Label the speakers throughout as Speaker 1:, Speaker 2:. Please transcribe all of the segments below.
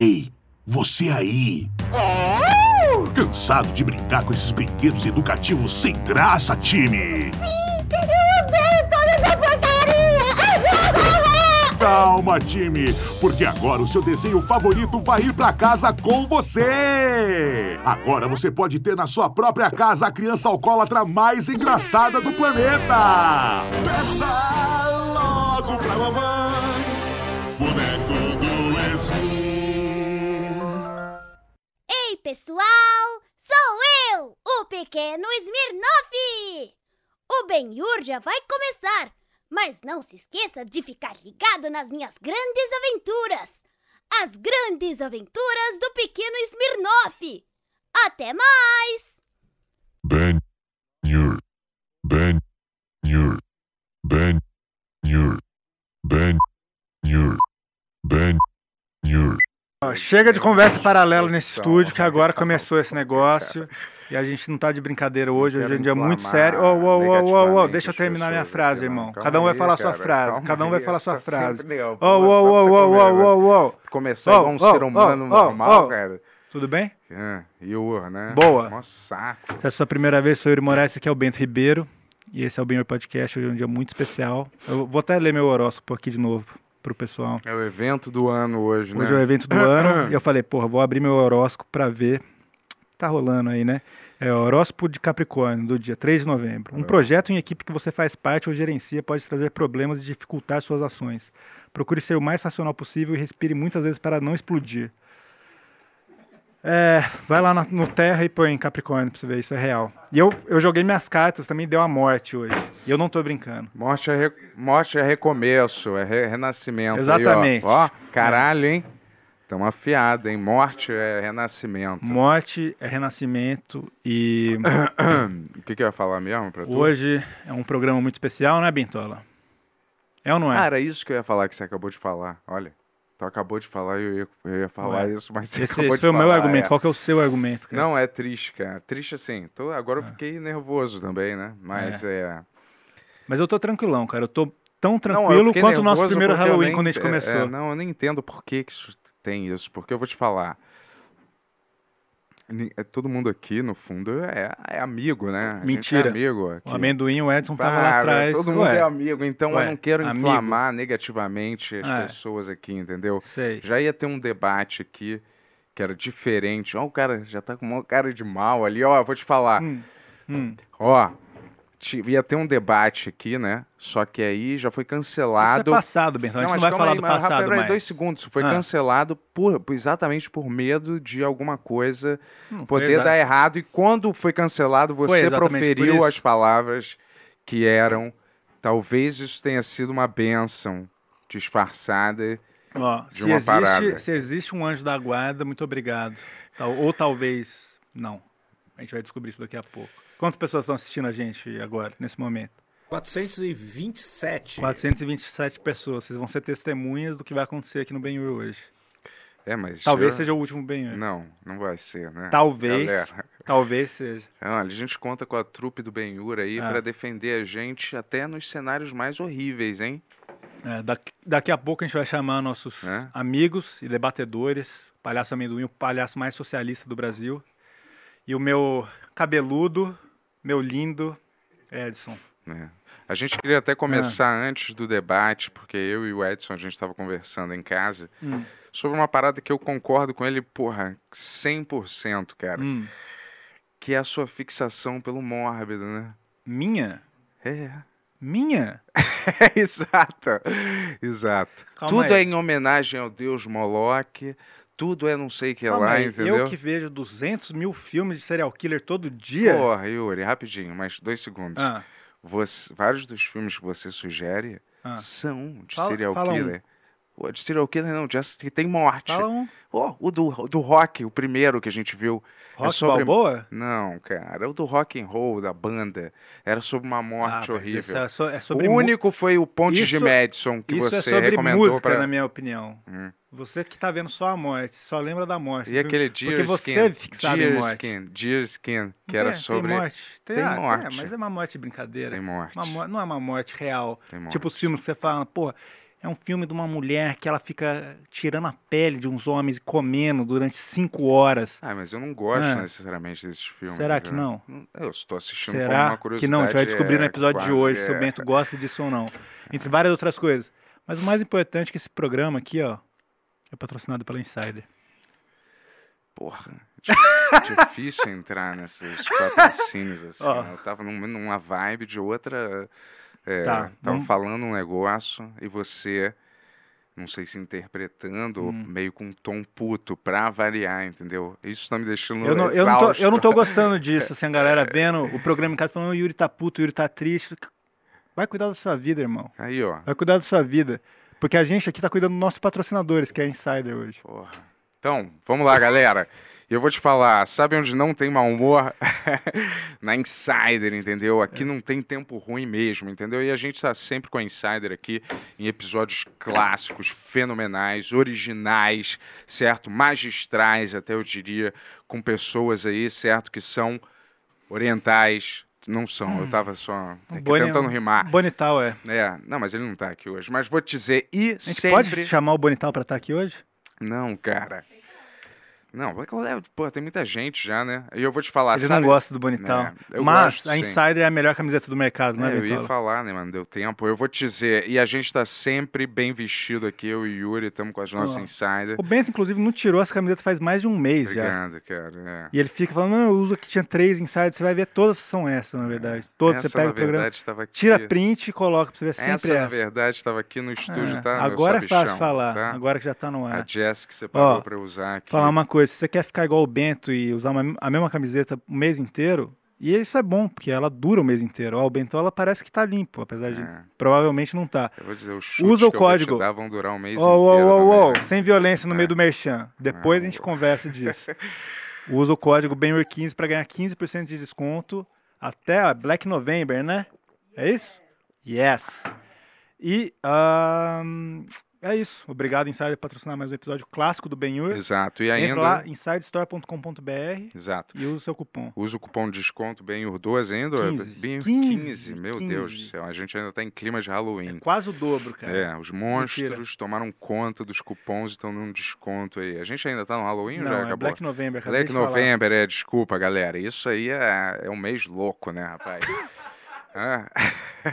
Speaker 1: Ei, você aí! Cansado de brincar com esses brinquedos educativos sem graça, time?
Speaker 2: Eu odeio toda essa porcaria!
Speaker 1: Calma, time, porque agora o seu desenho favorito vai ir pra casa com você! Agora você pode ter na sua própria casa a criança alcoólatra mais engraçada do planeta!
Speaker 3: Peça logo pra mamãe Boneco do Esmin
Speaker 2: Ei, pessoal! Sou eu, o pequeno Smirnoff! O Benhur já vai começar, mas não se esqueça de ficar ligado nas minhas grandes aventuras! As grandes aventuras do pequeno Smirnoff! Até mais!
Speaker 4: Ben Nur. Ben Nur. Ben Nur. Ben Nur. Ben Nur.
Speaker 5: Ó, Chega de conversa paralela nesse estúdio, que agora começou esse negócio. E a gente não tá de brincadeira hoje, hoje é um dia muito sério. Ô, ô, ô, ô, ô, deixa eu terminar minha frase, irmão. Cada um vai falar sua frase, cada um vai falar
Speaker 6: tá
Speaker 5: sua frase. Ô, ô, ô, ô, ô, ô, ô,
Speaker 6: Começar igual um
Speaker 5: Ô,
Speaker 6: ser
Speaker 5: ô,
Speaker 6: humano
Speaker 5: ô, ô,
Speaker 6: normal,
Speaker 5: ô.
Speaker 6: cara.
Speaker 5: tudo bem?
Speaker 6: Ah, E o, né?
Speaker 5: Boa.
Speaker 6: Mó saco.
Speaker 5: Se é a sua primeira vez, sou Yuri Moraes, esse aqui é o Bento Ribeiro. E esse é o Benhur Podcast, hoje é um dia muito especial. Eu vou até ler meu horóscopo aqui de novo pro pessoal.
Speaker 6: É o evento do ano hoje, né?
Speaker 5: Hoje é o evento do ano e eu falei, porra, vou abrir meu horóscopo pra ver. Tá rolando aí, né? É o horóscopo de Capricórnio, do dia 3 de novembro.
Speaker 6: É.
Speaker 5: Um projeto em equipe que você faz parte ou gerencia pode trazer problemas e dificultar suas ações. Procure ser o mais racional possível e respire muitas vezes para não explodir. É, vai lá na- no Terra e põe Capricórnio pra você ver, isso é real. E eu, eu joguei minhas cartas também, deu a morte hoje. E eu não tô brincando.
Speaker 6: Morte é, re- morte é recomeço, é re- renascimento. aí, ó.
Speaker 5: Exatamente.
Speaker 6: ó. caralho, hein? Tamo afiado, hein? Morte é renascimento.
Speaker 5: Morte é renascimento e
Speaker 6: o que que eu ia falar mesmo pra tu?
Speaker 5: Hoje é um programa muito especial, né, Bintola? É ou não é?
Speaker 6: Ah, era isso que eu ia falar que você acabou de falar. Olha, tu acabou de falar e eu ia, eu ia falar
Speaker 5: Ué.
Speaker 6: isso, mas você
Speaker 5: é. esse esse
Speaker 6: acabou de
Speaker 5: foi o meu
Speaker 6: falar,
Speaker 5: argumento.
Speaker 6: é.
Speaker 5: Qual que é Ah. o seu argumento? Cara?
Speaker 6: Não, é triste, cara. Triste assim. Tô, agora eu fiquei nervoso também, né? Mas é.
Speaker 5: Mas eu tô tranquilão, cara. Eu tô tão
Speaker 6: Não, eu
Speaker 5: tranquilo
Speaker 6: fiquei
Speaker 5: quanto o nosso
Speaker 6: nervoso
Speaker 5: primeiro
Speaker 6: porque eu
Speaker 5: Halloween
Speaker 6: nem-
Speaker 5: quando a gente
Speaker 6: é,
Speaker 5: começou.
Speaker 6: é, não, eu nem entendo por que, que isso tem isso, porque eu vou te falar. Ni- é, Todo mundo aqui, no fundo, é, é amigo, né? A gente é
Speaker 5: Mentira.
Speaker 6: amigo aqui.
Speaker 5: o amendoim, o Edson tava lá
Speaker 6: Para,
Speaker 5: atrás.
Speaker 6: Todo mundo
Speaker 5: Ué,
Speaker 6: é amigo, então
Speaker 5: Ué,
Speaker 6: eu não quero
Speaker 5: amigo.
Speaker 6: inflamar negativamente as
Speaker 5: É.
Speaker 6: pessoas aqui, entendeu?
Speaker 5: Sei.
Speaker 6: Já ia ter um debate aqui que era diferente. Ó, o cara já tá com uma cara de mal ali. Ó, eu vou te falar.
Speaker 5: Hum, hum.
Speaker 6: Ó, ti- ia ter um debate aqui, né? Só que aí já foi
Speaker 5: Isso é
Speaker 6: cancelado.
Speaker 5: passado, Bentão. A gente não,
Speaker 6: mas
Speaker 5: vai
Speaker 6: calma
Speaker 5: falar
Speaker 6: aí,
Speaker 5: do
Speaker 6: mas rápido,
Speaker 5: passado
Speaker 6: peraí,
Speaker 5: mais.
Speaker 6: dois segundos. Foi
Speaker 5: Ah.
Speaker 6: cancelado por, por- exatamente por medo de alguma coisa
Speaker 5: Não, foi
Speaker 6: poder
Speaker 5: exato.
Speaker 6: dar errado. E quando foi cancelado, você
Speaker 5: é. exatamente por
Speaker 6: proferiu
Speaker 5: isso.
Speaker 6: as palavras que eram. Talvez isso tenha sido uma bênção disfarçada.
Speaker 5: Ó,
Speaker 6: de
Speaker 5: se,
Speaker 6: uma
Speaker 5: existe,
Speaker 6: parada.
Speaker 5: se existe um anjo da guarda, muito obrigado. Tal- ou talvez não. A gente vai descobrir isso daqui a pouco. Quantas pessoas estão assistindo a gente agora, nesse momento?
Speaker 7: 427.
Speaker 5: 427 pessoas. Vocês vão ser testemunhas do que vai acontecer aqui no Benhur hoje.
Speaker 6: É, mas.
Speaker 5: Talvez
Speaker 6: eu-
Speaker 5: seja o último Benhur.
Speaker 6: Não, não vai ser, né?
Speaker 5: Talvez.
Speaker 6: Galera.
Speaker 5: Talvez seja.
Speaker 6: Olha, a gente conta com a trupe do Benhur aí
Speaker 5: É.
Speaker 6: pra defender a gente até nos cenários mais horríveis, hein?
Speaker 5: É, daqui, daqui a pouco a gente vai chamar nossos
Speaker 6: É.
Speaker 5: amigos e debatedores. Palhaço Amendoim, o palhaço mais socialista do Brasil. E o meu cabeludo, meu lindo Edson.
Speaker 6: né? A gente queria até começar antes do debate, porque eu e o Edson a gente estava conversando em casa
Speaker 5: Hum.
Speaker 6: sobre uma parada que eu concordo com ele, porra, 100%, cara,
Speaker 5: Hum.
Speaker 6: que é a sua fixação pelo mórbido, né?
Speaker 5: Minha?
Speaker 6: É,
Speaker 5: Minha?
Speaker 6: exato, exato.
Speaker 5: Calma
Speaker 6: tudo
Speaker 5: aí.
Speaker 6: é em homenagem ao deus Moloch, tudo é não sei o que
Speaker 5: Calma
Speaker 6: lá,
Speaker 5: aí,
Speaker 6: entendeu?
Speaker 5: Eu que vejo 200 mil filmes de serial killer todo dia.
Speaker 6: Porra, Yuri, rapidinho, mas dois segundos.
Speaker 5: Ah,
Speaker 6: Você- vários dos filmes que você sugere
Speaker 5: Ah.
Speaker 6: são de
Speaker 5: Fala-
Speaker 6: serial
Speaker 5: fala um.
Speaker 6: killer. Pô, De serial killer não, de essas que tem morte.
Speaker 5: fala um.
Speaker 6: Pô, o do, o do rock, o primeiro que a gente viu. é
Speaker 5: Rock
Speaker 6: sobre-
Speaker 5: Balboa?
Speaker 6: Não, cara, é o do rock and roll, da banda. Era sobre uma morte
Speaker 5: Ah, mas isso
Speaker 6: horrível.
Speaker 5: É, so- é sobre
Speaker 6: O
Speaker 5: mu-
Speaker 6: único foi o Ponte de
Speaker 5: Isso-
Speaker 6: Madison que
Speaker 5: Isso
Speaker 6: você
Speaker 5: é sobre
Speaker 6: recomendou
Speaker 5: música,
Speaker 6: pra.
Speaker 5: na minha opinião.
Speaker 6: Hum.
Speaker 5: Você que tá vendo só a morte, só lembra da morte.
Speaker 6: E aquele
Speaker 5: Porque
Speaker 6: Deer
Speaker 5: você
Speaker 6: Skin,
Speaker 5: é fixado em morte.
Speaker 6: Deerskin, Deerskin, que era
Speaker 5: Tem-
Speaker 6: sobre.
Speaker 5: Tem morte. Tem,
Speaker 6: Tem
Speaker 5: ah, tem,
Speaker 6: morte.
Speaker 5: mas é uma morte brincadeira.
Speaker 6: Tem morte.
Speaker 5: Uma mo- não é uma morte real.
Speaker 6: Tem morte.
Speaker 5: Tipo os filmes que você fala, pô, É um filme de uma mulher que ela fica tirando a pele de uns homens e comendo durante cinco horas.
Speaker 6: Ah, mas eu não gosto
Speaker 5: Ah.
Speaker 6: necessariamente desses filmes.
Speaker 5: Será que
Speaker 6: né?
Speaker 5: não?
Speaker 6: Eu estou assistindo por
Speaker 5: Será
Speaker 6: uma
Speaker 5: que não? A gente
Speaker 6: curiosidade,
Speaker 5: vai descobrir no
Speaker 6: é
Speaker 5: episódio de
Speaker 6: quase- é.
Speaker 5: hoje se o Bento gosta disso ou não. Entre várias outras coisas. Mas o mais importante é que esse programa aqui, ó, é patrocinado pela Insider.
Speaker 6: Porra, di- difícil entrar nesses patrocínios assim.
Speaker 5: Ó.
Speaker 6: né? Eu tava num- numa vibe de outra. É,
Speaker 5: Tá,
Speaker 6: tava
Speaker 5: vamos-
Speaker 6: falando um negócio e você, não sei se interpretando, ou
Speaker 5: Hum.
Speaker 6: meio com um tom puto pra variar, entendeu? Isso tá me deixando.
Speaker 5: Eu não, eu, não tô, eu não tô
Speaker 6: exausto.
Speaker 5: gostando disso, assim, a galera vendo o programa em casa falando, o Yuri tá puto, o Yuri tá triste. Vai cuidar da sua vida, irmão.
Speaker 6: Aí, ó.
Speaker 5: Vai cuidar da sua vida. Porque a gente aqui tá cuidando dos nossos patrocinadores, que é a Insider hoje.
Speaker 6: Porra. Então, vamos lá, galera. E Eu vou te falar, sabe onde não tem mau humor? Na Insider, entendeu? Aqui não tem tempo ruim mesmo, entendeu? E a gente tá sempre com a Insider aqui em episódios clássicos, fenomenais, originais, certo? Magistrais, até eu diria, com pessoas aí, certo? Que são orientais. Não são, eu tava só aqui
Speaker 5: Hum. Um Boni-
Speaker 6: tentando rimar.
Speaker 5: Bonital, é.
Speaker 6: É, não, mas ele não tá aqui hoje. Mas vou te dizer, e
Speaker 5: A gente
Speaker 6: sempre...
Speaker 5: pode chamar o Bonital pra estar aqui hoje?
Speaker 6: Não, cara. Não, vai que eu levo. Pô, tem muita gente já, né? E eu vou te falar,
Speaker 5: Eles
Speaker 6: sabe?
Speaker 5: não gostam do Bonital.
Speaker 6: Né, eu
Speaker 5: Mas
Speaker 6: gosto,
Speaker 5: a
Speaker 6: sim.
Speaker 5: Insider é a melhor camiseta do mercado, não
Speaker 6: É,
Speaker 5: é,
Speaker 6: eu ia
Speaker 5: Bitola?
Speaker 6: falar, né, mano? Deu tempo. Eu vou te dizer. E a gente tá sempre bem vestido aqui, eu e o Yuri, estamos com as nossas
Speaker 5: Ó.
Speaker 6: insider.
Speaker 5: O Bento, inclusive, não tirou essa camiseta faz mais de um mês já.
Speaker 6: Obrigado, cara. É.
Speaker 5: E ele fica falando, não, eu uso aqui, tinha três insiders, você vai ver, todas são essas, na verdade. Todas,
Speaker 6: Essa,
Speaker 5: você pega
Speaker 6: na
Speaker 5: o programa,
Speaker 6: verdade, tava aqui.
Speaker 5: tira print e coloca pra você ver sempre
Speaker 6: Essa,
Speaker 5: essa.
Speaker 6: na verdade, estava aqui no estúdio,
Speaker 5: É,
Speaker 6: tá? meu
Speaker 5: Agora é fácil
Speaker 6: sabichão,
Speaker 5: falar,
Speaker 6: tá?
Speaker 5: agora que já tá no ar.
Speaker 6: A Jess que você pagou
Speaker 5: Ó,
Speaker 6: pra eu usar aqui.
Speaker 5: Falar uma coisa, se você quer ficar igual o Bento e usar uma- a mesma camiseta o mês inteiro, e isso é bom, porque ela dura o mês inteiro. Ó, o Bento, ela parece que tá limpo, apesar de
Speaker 6: É,
Speaker 5: provavelmente não tá.
Speaker 6: eu vou dizer, os chutes
Speaker 5: Usa o
Speaker 6: que eu
Speaker 5: código.
Speaker 6: vou te dar vão durar um mês
Speaker 5: Uou, uou,
Speaker 6: inteiro.
Speaker 5: uou,
Speaker 6: também,
Speaker 5: uou,
Speaker 6: né?
Speaker 5: sem violência no
Speaker 6: É.
Speaker 5: meio do merchan. Depois a gente
Speaker 6: Ah,
Speaker 5: conversa disso. Usa o código BENWER15 para ganhar 15% de desconto até a Black November, né? É isso? Yes. E ahn, é isso. Obrigado, Insider, por patrocinar mais um episódio clássico do BENWER.
Speaker 6: Exato. E
Speaker 5: Entra
Speaker 6: ainda... um-
Speaker 5: lá, insidestore.com.br
Speaker 6: Exato.
Speaker 5: e usa o seu cupom.
Speaker 6: Usa o cupom de desconto BENHUR12 ainda? ou é
Speaker 5: 15,
Speaker 6: Benhur
Speaker 5: 15,
Speaker 6: 15, meu
Speaker 5: 15.
Speaker 6: Deus do céu. A gente ainda tá em clima de Halloween.
Speaker 5: É Quase o dobro, cara.
Speaker 6: É, os monstros tomaram conta dos cupons e estão dando desconto aí. A gente ainda tá no Halloween ou já
Speaker 5: Não, é
Speaker 6: acabou?
Speaker 5: Black November. acabei
Speaker 6: Black
Speaker 5: de falar.
Speaker 6: November, é, desculpa, galera. Isso aí é, é um mês louco, né, rapaz? Hã?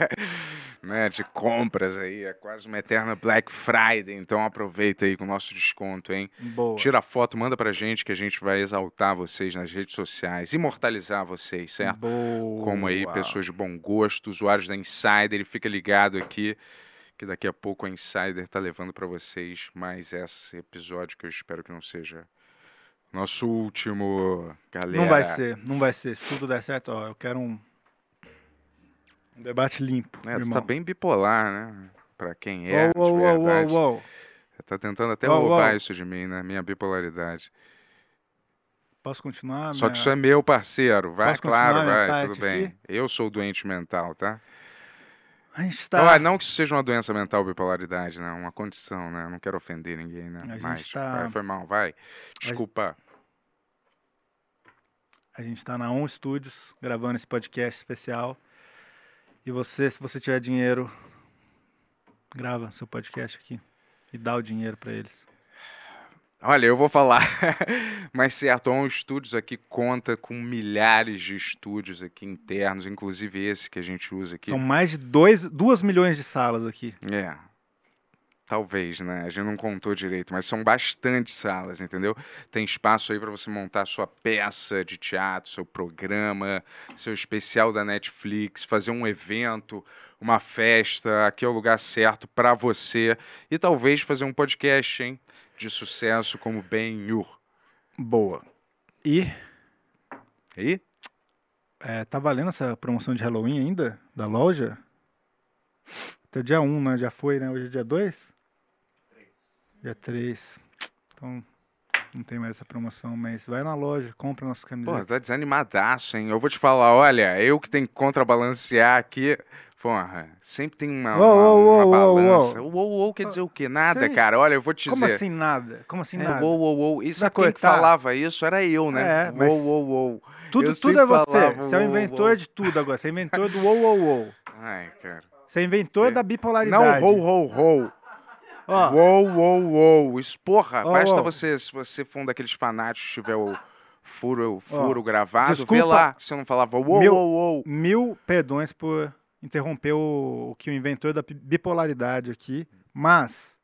Speaker 6: né, de compras aí, é quase uma eterna Black Friday. Então aproveita aí com o nosso desconto, hein?
Speaker 5: Boa.
Speaker 6: Tira a foto, manda pra gente que a gente vai exaltar vocês nas redes sociais, imortalizar vocês, certo?
Speaker 5: Boa.
Speaker 6: Como aí, pessoas de bom gosto, usuários da Insider, e fica ligado aqui que daqui a pouco a Insider tá levando pra vocês mais esse episódio que eu espero que não seja nosso último, galera.
Speaker 5: Não vai ser, não vai ser. Se tudo der certo, ó, eu quero um, um debate limpo,
Speaker 6: É, tu
Speaker 5: irmão.
Speaker 6: tá bem bipolar, né? Pra quem é,
Speaker 5: Uou, uou,
Speaker 6: de
Speaker 5: uou,
Speaker 6: verdade.
Speaker 5: uou, uou.
Speaker 6: Tá tentando até
Speaker 5: Uou,
Speaker 6: roubar
Speaker 5: uou.
Speaker 6: isso de mim, né? Minha bipolaridade.
Speaker 5: Posso continuar?
Speaker 6: Só que
Speaker 5: minha-
Speaker 6: isso é meu, parceiro. Vai,
Speaker 5: Posso
Speaker 6: claro,
Speaker 5: continuar minha
Speaker 6: vai,
Speaker 5: parte
Speaker 6: tudo bem.
Speaker 5: aqui?
Speaker 6: Eu sou doente mental, tá?
Speaker 5: A gente
Speaker 6: Não,
Speaker 5: tá...
Speaker 6: é- não que isso seja uma doença mental, bipolaridade, né? Uma condição, né? Não quero ofender ninguém, né?
Speaker 5: A gente
Speaker 6: Mas
Speaker 5: tá-
Speaker 6: vai, foi mal, vai. Desculpa.
Speaker 5: A gente tá na On Studios, gravando esse podcast especial. E você, se você tiver dinheiro, grava seu podcast aqui. E dá o dinheiro pra eles.
Speaker 6: Olha, eu vou falar. Mas certo, a Studios aqui conta com milhares de estúdios aqui internos, inclusive esse que a gente usa aqui.
Speaker 5: São mais de 2 milhões de salas aqui.
Speaker 6: É. Talvez, né? A gente não contou direito, mas são bastante salas, entendeu? Tem espaço aí para você montar sua peça de teatro, seu programa, seu especial da Netflix, fazer um evento, uma festa. Aqui é o lugar certo para você. E talvez fazer um podcast, hein? De sucesso como Ben Yur.
Speaker 5: Boa. E
Speaker 6: Aí?
Speaker 5: É, tá valendo essa promoção de Halloween ainda? Da loja? Até dia 1, né? Já foi, né? Hoje é dia 2? Dia 3. Então, não tem mais essa promoção, mas vai na loja, compra nossas
Speaker 6: Pô,
Speaker 5: camisetas.
Speaker 6: tá desanimadaço, hein? Eu vou te falar, olha, eu que tenho que contrabalancear aqui. Porra, sempre tem uma,
Speaker 5: Uou,
Speaker 6: uma,
Speaker 5: uou,
Speaker 6: uma
Speaker 5: uou,
Speaker 6: balança. Uou, uou, quer dizer o quê? Nada,
Speaker 5: Sei.
Speaker 6: cara. Olha, eu vou te
Speaker 5: Como
Speaker 6: dizer.
Speaker 5: assim nada? Como assim
Speaker 6: É,
Speaker 5: nada?
Speaker 6: uou, uou, uou. Isso
Speaker 5: Vai
Speaker 6: quem que
Speaker 5: cortar?
Speaker 6: falava isso era eu, né?
Speaker 5: É, mas-
Speaker 6: Uou, uou, uou.
Speaker 5: tudo
Speaker 6: eu
Speaker 5: tudo
Speaker 6: sempre
Speaker 5: é você.
Speaker 6: falava,
Speaker 5: você é o
Speaker 6: uou, uou,
Speaker 5: inventor
Speaker 6: uou.
Speaker 5: de tudo agora. Você é inventor do wow, wow, wow.
Speaker 6: Ai, cara.
Speaker 5: Você é inventor
Speaker 6: É.
Speaker 5: da bipolaridade.
Speaker 6: Não, rou, rou, rou.
Speaker 5: Ó,
Speaker 6: Uou, uou, uou. Isso, porra,
Speaker 5: Ó,
Speaker 6: basta
Speaker 5: uou.
Speaker 6: você, se você for um daqueles fanáticos, tiver o furo, o furo gravado, vê
Speaker 5: desculpa.
Speaker 6: lá se eu não falava uou,
Speaker 5: Meu-
Speaker 6: uou, uou.
Speaker 5: mil perdões por interromper o, o que o inventor da pi- bipolaridade aqui, mas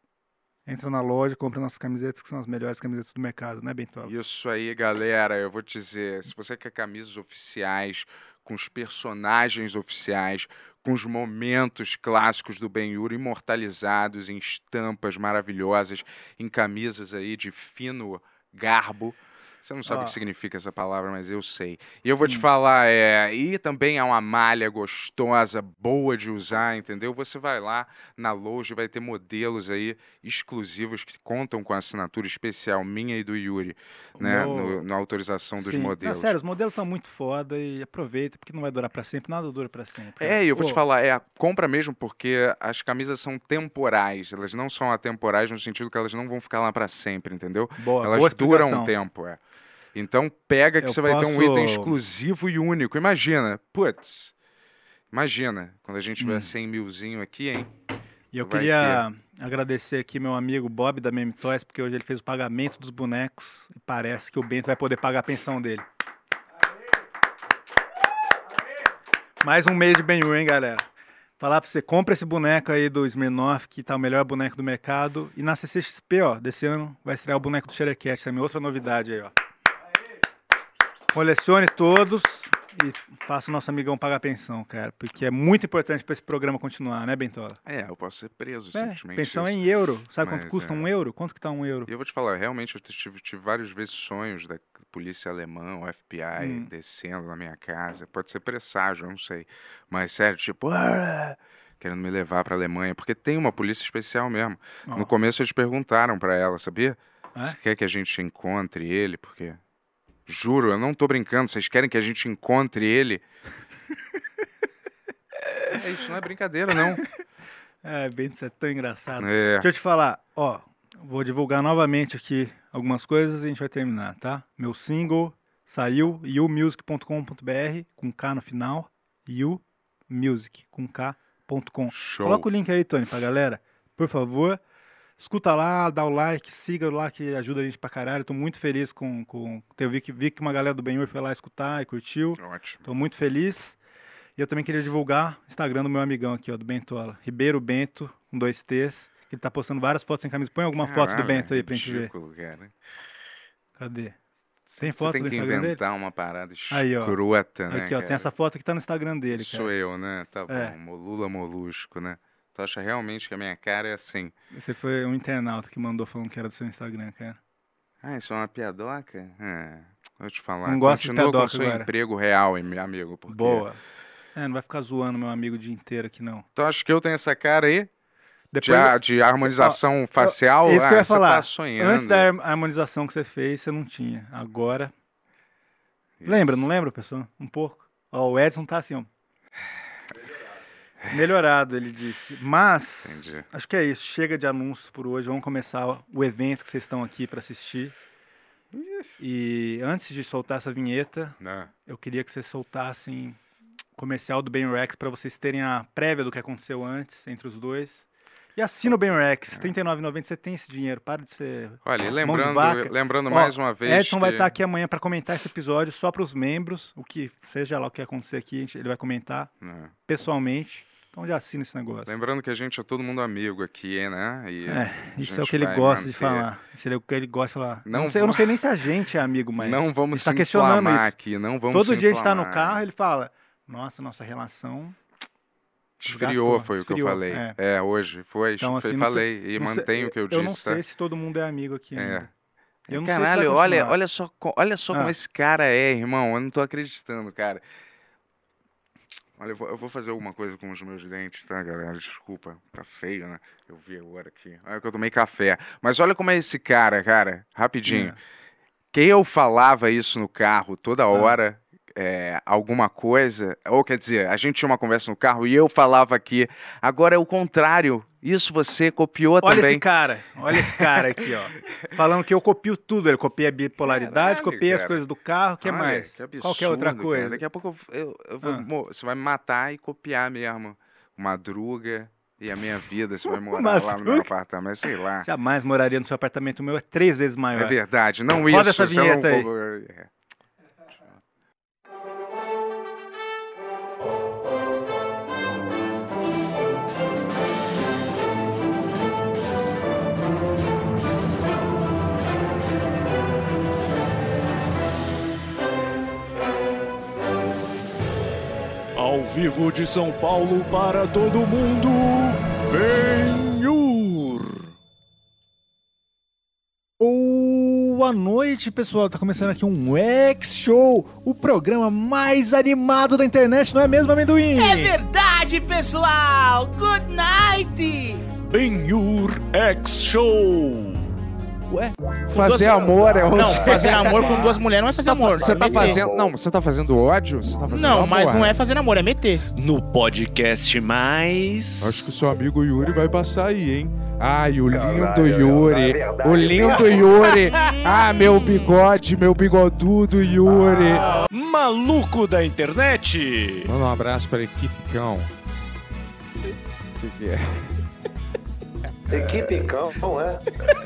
Speaker 5: entra na loja, compra nossas camisetas, que são as melhores camisetas do mercado, né, Bentola?
Speaker 6: Isso aí, galera, eu vou te dizer, se você quer camisas oficiais, com os personagens oficiais, com os momentos clássicos do Ben-Hur imortalizados em estampas maravilhosas, em camisas aí de fino garbo. Você não sabe o
Speaker 5: Ó.
Speaker 6: que significa essa palavra, mas eu sei. E eu vou te falar, é, e também é uma malha gostosa, boa de usar, entendeu? Você vai lá na loja, vai ter modelos aí exclusivos que contam com a assinatura especial minha e do Yuri, né?
Speaker 5: Meu-
Speaker 6: no- na autorização dos
Speaker 5: Sim. Tá
Speaker 6: modelos.
Speaker 5: Não, sério, os modelos estão muito foda e aproveita, porque não vai durar pra sempre, nada dura pra sempre.
Speaker 6: É, e eu vou te
Speaker 5: Ô,
Speaker 6: falar, é a compra mesmo, porque as camisas são temporais. Elas não são atemporais no sentido que elas não vão ficar lá pra sempre, entendeu?
Speaker 5: Boa, boa
Speaker 6: elas duram um
Speaker 5: explicação.
Speaker 6: tempo, é. Então pega que
Speaker 5: Eu
Speaker 6: você vai ter um
Speaker 5: posso-
Speaker 6: item exclusivo e único. Imagina, putz. Imagina, quando a gente tiver 100 milzinho aqui, hein?
Speaker 5: Hum. E eu
Speaker 6: Vai
Speaker 5: queria agradecer aqui meu amigo Bob da Meme Toys, porque hoje ele fez o pagamento dos bonecos e parece que o Bento vai poder pagar a pensão dele. Mais um mês de ben hein, galera? Falar pra você, compra esse boneco aí do Smirnoff, que tá o melhor boneco do mercado. E na CCXP, ó, desse ano, vai estrear o boneco do Xerequete, também outra novidade aí, ó. Colecione todos e faça o nosso amigão pagar a pensão, cara, porque é muito importante pra esse programa continuar, né, Bentola?
Speaker 6: É, eu posso ser preso,
Speaker 5: É,
Speaker 6: simplesmente.
Speaker 5: pensão
Speaker 6: isso.
Speaker 5: é em euro. Sabe quanto
Speaker 6: Mas,
Speaker 5: custa
Speaker 6: é.
Speaker 5: um euro? Quanto que tá um euro?
Speaker 6: E eu vou te falar, realmente eu tive, tive várias vezes sonhos da polícia alemã, o FBI,
Speaker 5: Hum.
Speaker 6: descendo na minha casa. Pode ser presságio, eu não sei. Mas sério, tipo, "Ah", querendo me levar pra Alemanha, porque tem uma polícia especial mesmo.
Speaker 5: Ó,
Speaker 6: No começo eles perguntaram pra ela, sabia?
Speaker 5: É?
Speaker 6: Você quer que a gente encontre ele? Porque. Juro, eu não tô brincando. Vocês querem que a gente encontre ele? é, isso não é brincadeira, não.
Speaker 5: É, Bento, isso é tão engraçado.
Speaker 6: É.
Speaker 5: Deixa eu te falar, ó, vou divulgar novamente aqui algumas coisas e a gente vai terminar, tá? Meu single saiu, youmusic.com.br, com K no final, youmusic, com K.com.
Speaker 6: Show.
Speaker 5: Coloca o link aí, Tony, pra galera, por favor. Escuta lá, dá o like, siga lá que ajuda a gente pra caralho. Tô muito feliz com. com... Eu vi que, vi que uma galera do Benhur foi lá escutar e curtiu.
Speaker 6: Ótimo.
Speaker 5: Estou muito feliz. E eu também queria divulgar o Instagram do meu amigão aqui, ó, do Bentola. Ribeiro Bento, com dois T's. Ele tá postando várias fotos sem camisa. Põe alguma foto do
Speaker 6: Caralho, é
Speaker 5: Bento aí pra gente ver.
Speaker 6: ridículo, cara.
Speaker 5: Cadê? Tem
Speaker 6: Você
Speaker 5: foto
Speaker 6: tem
Speaker 5: do
Speaker 6: que
Speaker 5: Instagram dele?
Speaker 6: inventar uma parada
Speaker 5: Aí, ó.
Speaker 6: escrota, né?
Speaker 5: aqui, ó, tem
Speaker 6: cara?
Speaker 5: essa foto que tá no Instagram dele,
Speaker 6: Sou
Speaker 5: cara.
Speaker 6: eu, né? Tá
Speaker 5: É.
Speaker 6: bom. Molula molusco, né? Tu acha realmente que a minha cara é assim?
Speaker 5: Você foi um internauta que mandou falando que era do seu Instagram, cara.
Speaker 6: Ah, isso é uma piadoca? Ah, vou te falar.
Speaker 5: Não gosto de
Speaker 6: Continua com
Speaker 5: piadoca
Speaker 6: o seu
Speaker 5: agora.
Speaker 6: emprego real, hein, meu amigo. Porque
Speaker 5: Boa. É, não vai ficar zoando meu amigo o dia inteiro aqui, não.
Speaker 6: Tu acha Então, que eu tenho essa cara aí? De,
Speaker 5: Depois,
Speaker 6: a- de harmonização facial?
Speaker 5: É isso que eu
Speaker 6: Ah,
Speaker 5: ia
Speaker 6: você
Speaker 5: falar.
Speaker 6: tá sonhando.
Speaker 5: antes da har- harmonização que você fez, você não tinha. Agora.
Speaker 6: Isso.
Speaker 5: Lembra, não lembra, pessoal? Um pouco. Ó, o Edson tá assim, ó. Melhorado, ele disse. Mas.
Speaker 6: Entendi.
Speaker 5: Acho que é isso. Chega de anúncios por hoje. Vamos começar o evento que vocês estão aqui para assistir. E antes de soltar essa vinheta,
Speaker 6: Não.
Speaker 5: eu queria que vocês soltassem o comercial do Ben Rex para vocês terem a prévia do que aconteceu antes entre os dois. E assina o Ben
Speaker 8: É.
Speaker 5: Rex, R$ 39,90. Você tem esse dinheiro, para de ser.
Speaker 6: Olha, e
Speaker 5: mão de
Speaker 6: lembrando,
Speaker 5: vaca.
Speaker 6: lembrando
Speaker 5: Ó,
Speaker 6: mais uma vez.
Speaker 5: Edson vai
Speaker 6: que-
Speaker 5: estar aqui amanhã para comentar esse episódio só para os membros. O que seja lá o que acontecer aqui, a gente- ele vai comentar
Speaker 6: Não.
Speaker 5: pessoalmente. Então já assina esse negócio.
Speaker 6: Lembrando que a gente é todo mundo amigo aqui, né? E
Speaker 5: É,
Speaker 6: a
Speaker 5: isso é o
Speaker 6: gente
Speaker 5: que ele
Speaker 6: vai
Speaker 5: gosta de
Speaker 6: manter.
Speaker 5: falar. Isso é o que ele gosta de falar.
Speaker 6: Não
Speaker 5: eu, não sei, eu não
Speaker 6: vamos-
Speaker 5: sei nem se a gente é amigo, mas.
Speaker 6: não vamos
Speaker 5: está
Speaker 6: se
Speaker 5: questionando
Speaker 6: inflamar
Speaker 5: isso.
Speaker 6: aqui, não vamos
Speaker 5: todo
Speaker 6: se
Speaker 5: dia a gente tá no
Speaker 6: inflamar.
Speaker 5: carro, ele fala: Nossa, nossa relação.
Speaker 6: Esfriou,
Speaker 5: Gastou,
Speaker 6: foi o que eu
Speaker 5: esfriou,
Speaker 6: falei.
Speaker 5: é.
Speaker 6: É, hoje foi,
Speaker 5: Então,
Speaker 6: foi-
Speaker 5: assim, não
Speaker 6: falei. e
Speaker 5: não sei-
Speaker 6: mantenho o que eu disse.
Speaker 5: Eu não
Speaker 6: tá?
Speaker 5: sei se todo mundo é amigo aqui.
Speaker 6: É.
Speaker 5: ainda. Eu não sei se vai
Speaker 6: Caralho, olha,
Speaker 5: continuar.
Speaker 6: olha só, co- olha só como
Speaker 5: Ah.
Speaker 6: esse cara é, irmão. Eu não tô acreditando, cara. Olha, eu vou, eu vou fazer alguma coisa com os meus dentes, tá, galera? Desculpa, tá feio, né? Eu vi agora aqui. Olha que eu tomei café. Mas olha como é esse cara, cara. Rapidinho.
Speaker 5: É.
Speaker 6: Que eu falava isso no carro
Speaker 5: Ah.
Speaker 6: toda hora, é, alguma coisa. Ou quer dizer, a gente tinha uma conversa no carro e eu falava aqui. Agora é o contrário. Isso você copiou
Speaker 5: Olha
Speaker 6: também.
Speaker 5: esse cara, olha esse cara aqui, ó. Falando que eu copio tudo. Ele copia a bipolaridade,
Speaker 6: Caralho,
Speaker 5: copia as
Speaker 6: cara.
Speaker 5: coisas do carro, o que
Speaker 6: Olha,
Speaker 5: mais?
Speaker 6: que
Speaker 5: Qualquer outra
Speaker 6: absurdo, cara.
Speaker 5: coisa.
Speaker 6: Daqui a pouco eu, eu vou-
Speaker 5: Ah.
Speaker 6: mo- você vai me matar e copiar mesmo. Madruga E a minha vida, se vai
Speaker 5: Uma
Speaker 6: morar lá no meu
Speaker 5: truque.
Speaker 6: apartamento, sei lá.
Speaker 5: Jamais moraria no seu apartamento. O meu é três vezes maior.
Speaker 6: É verdade, não
Speaker 5: Roda
Speaker 6: isso. um
Speaker 5: essa
Speaker 6: você não
Speaker 5: vinheta aí.
Speaker 6: compra- é.
Speaker 9: Ao vivo de São Paulo para todo mundo, Benhur.
Speaker 1: Boa noite, pessoal. Tá começando aqui um X-Show, o programa mais animado da internet, não é mesmo, amendoim?
Speaker 10: É verdade, pessoal! Good night!
Speaker 9: Benhur X Show.
Speaker 8: Fazer amor é onde...
Speaker 10: Não, fazer amor com duas mulheres não é fazer amor.
Speaker 8: Você tá
Speaker 10: meter.
Speaker 8: fazendo... Não, você tá fazendo ódio? Você tá fazendo
Speaker 10: Não,
Speaker 8: amor?
Speaker 10: mas não é fazer amor, é meter.
Speaker 9: No podcast mais.
Speaker 8: Acho que o seu amigo Yuri vai passar aí, hein? Ai, o lindo Yuri. O lindo Yuri. Ah, meu bigode, meu bigodudo Yuri.
Speaker 9: Maluco da internet.
Speaker 8: Manda um abraço pra Equipicão. Que que é?
Speaker 11: Equipe Cão, é?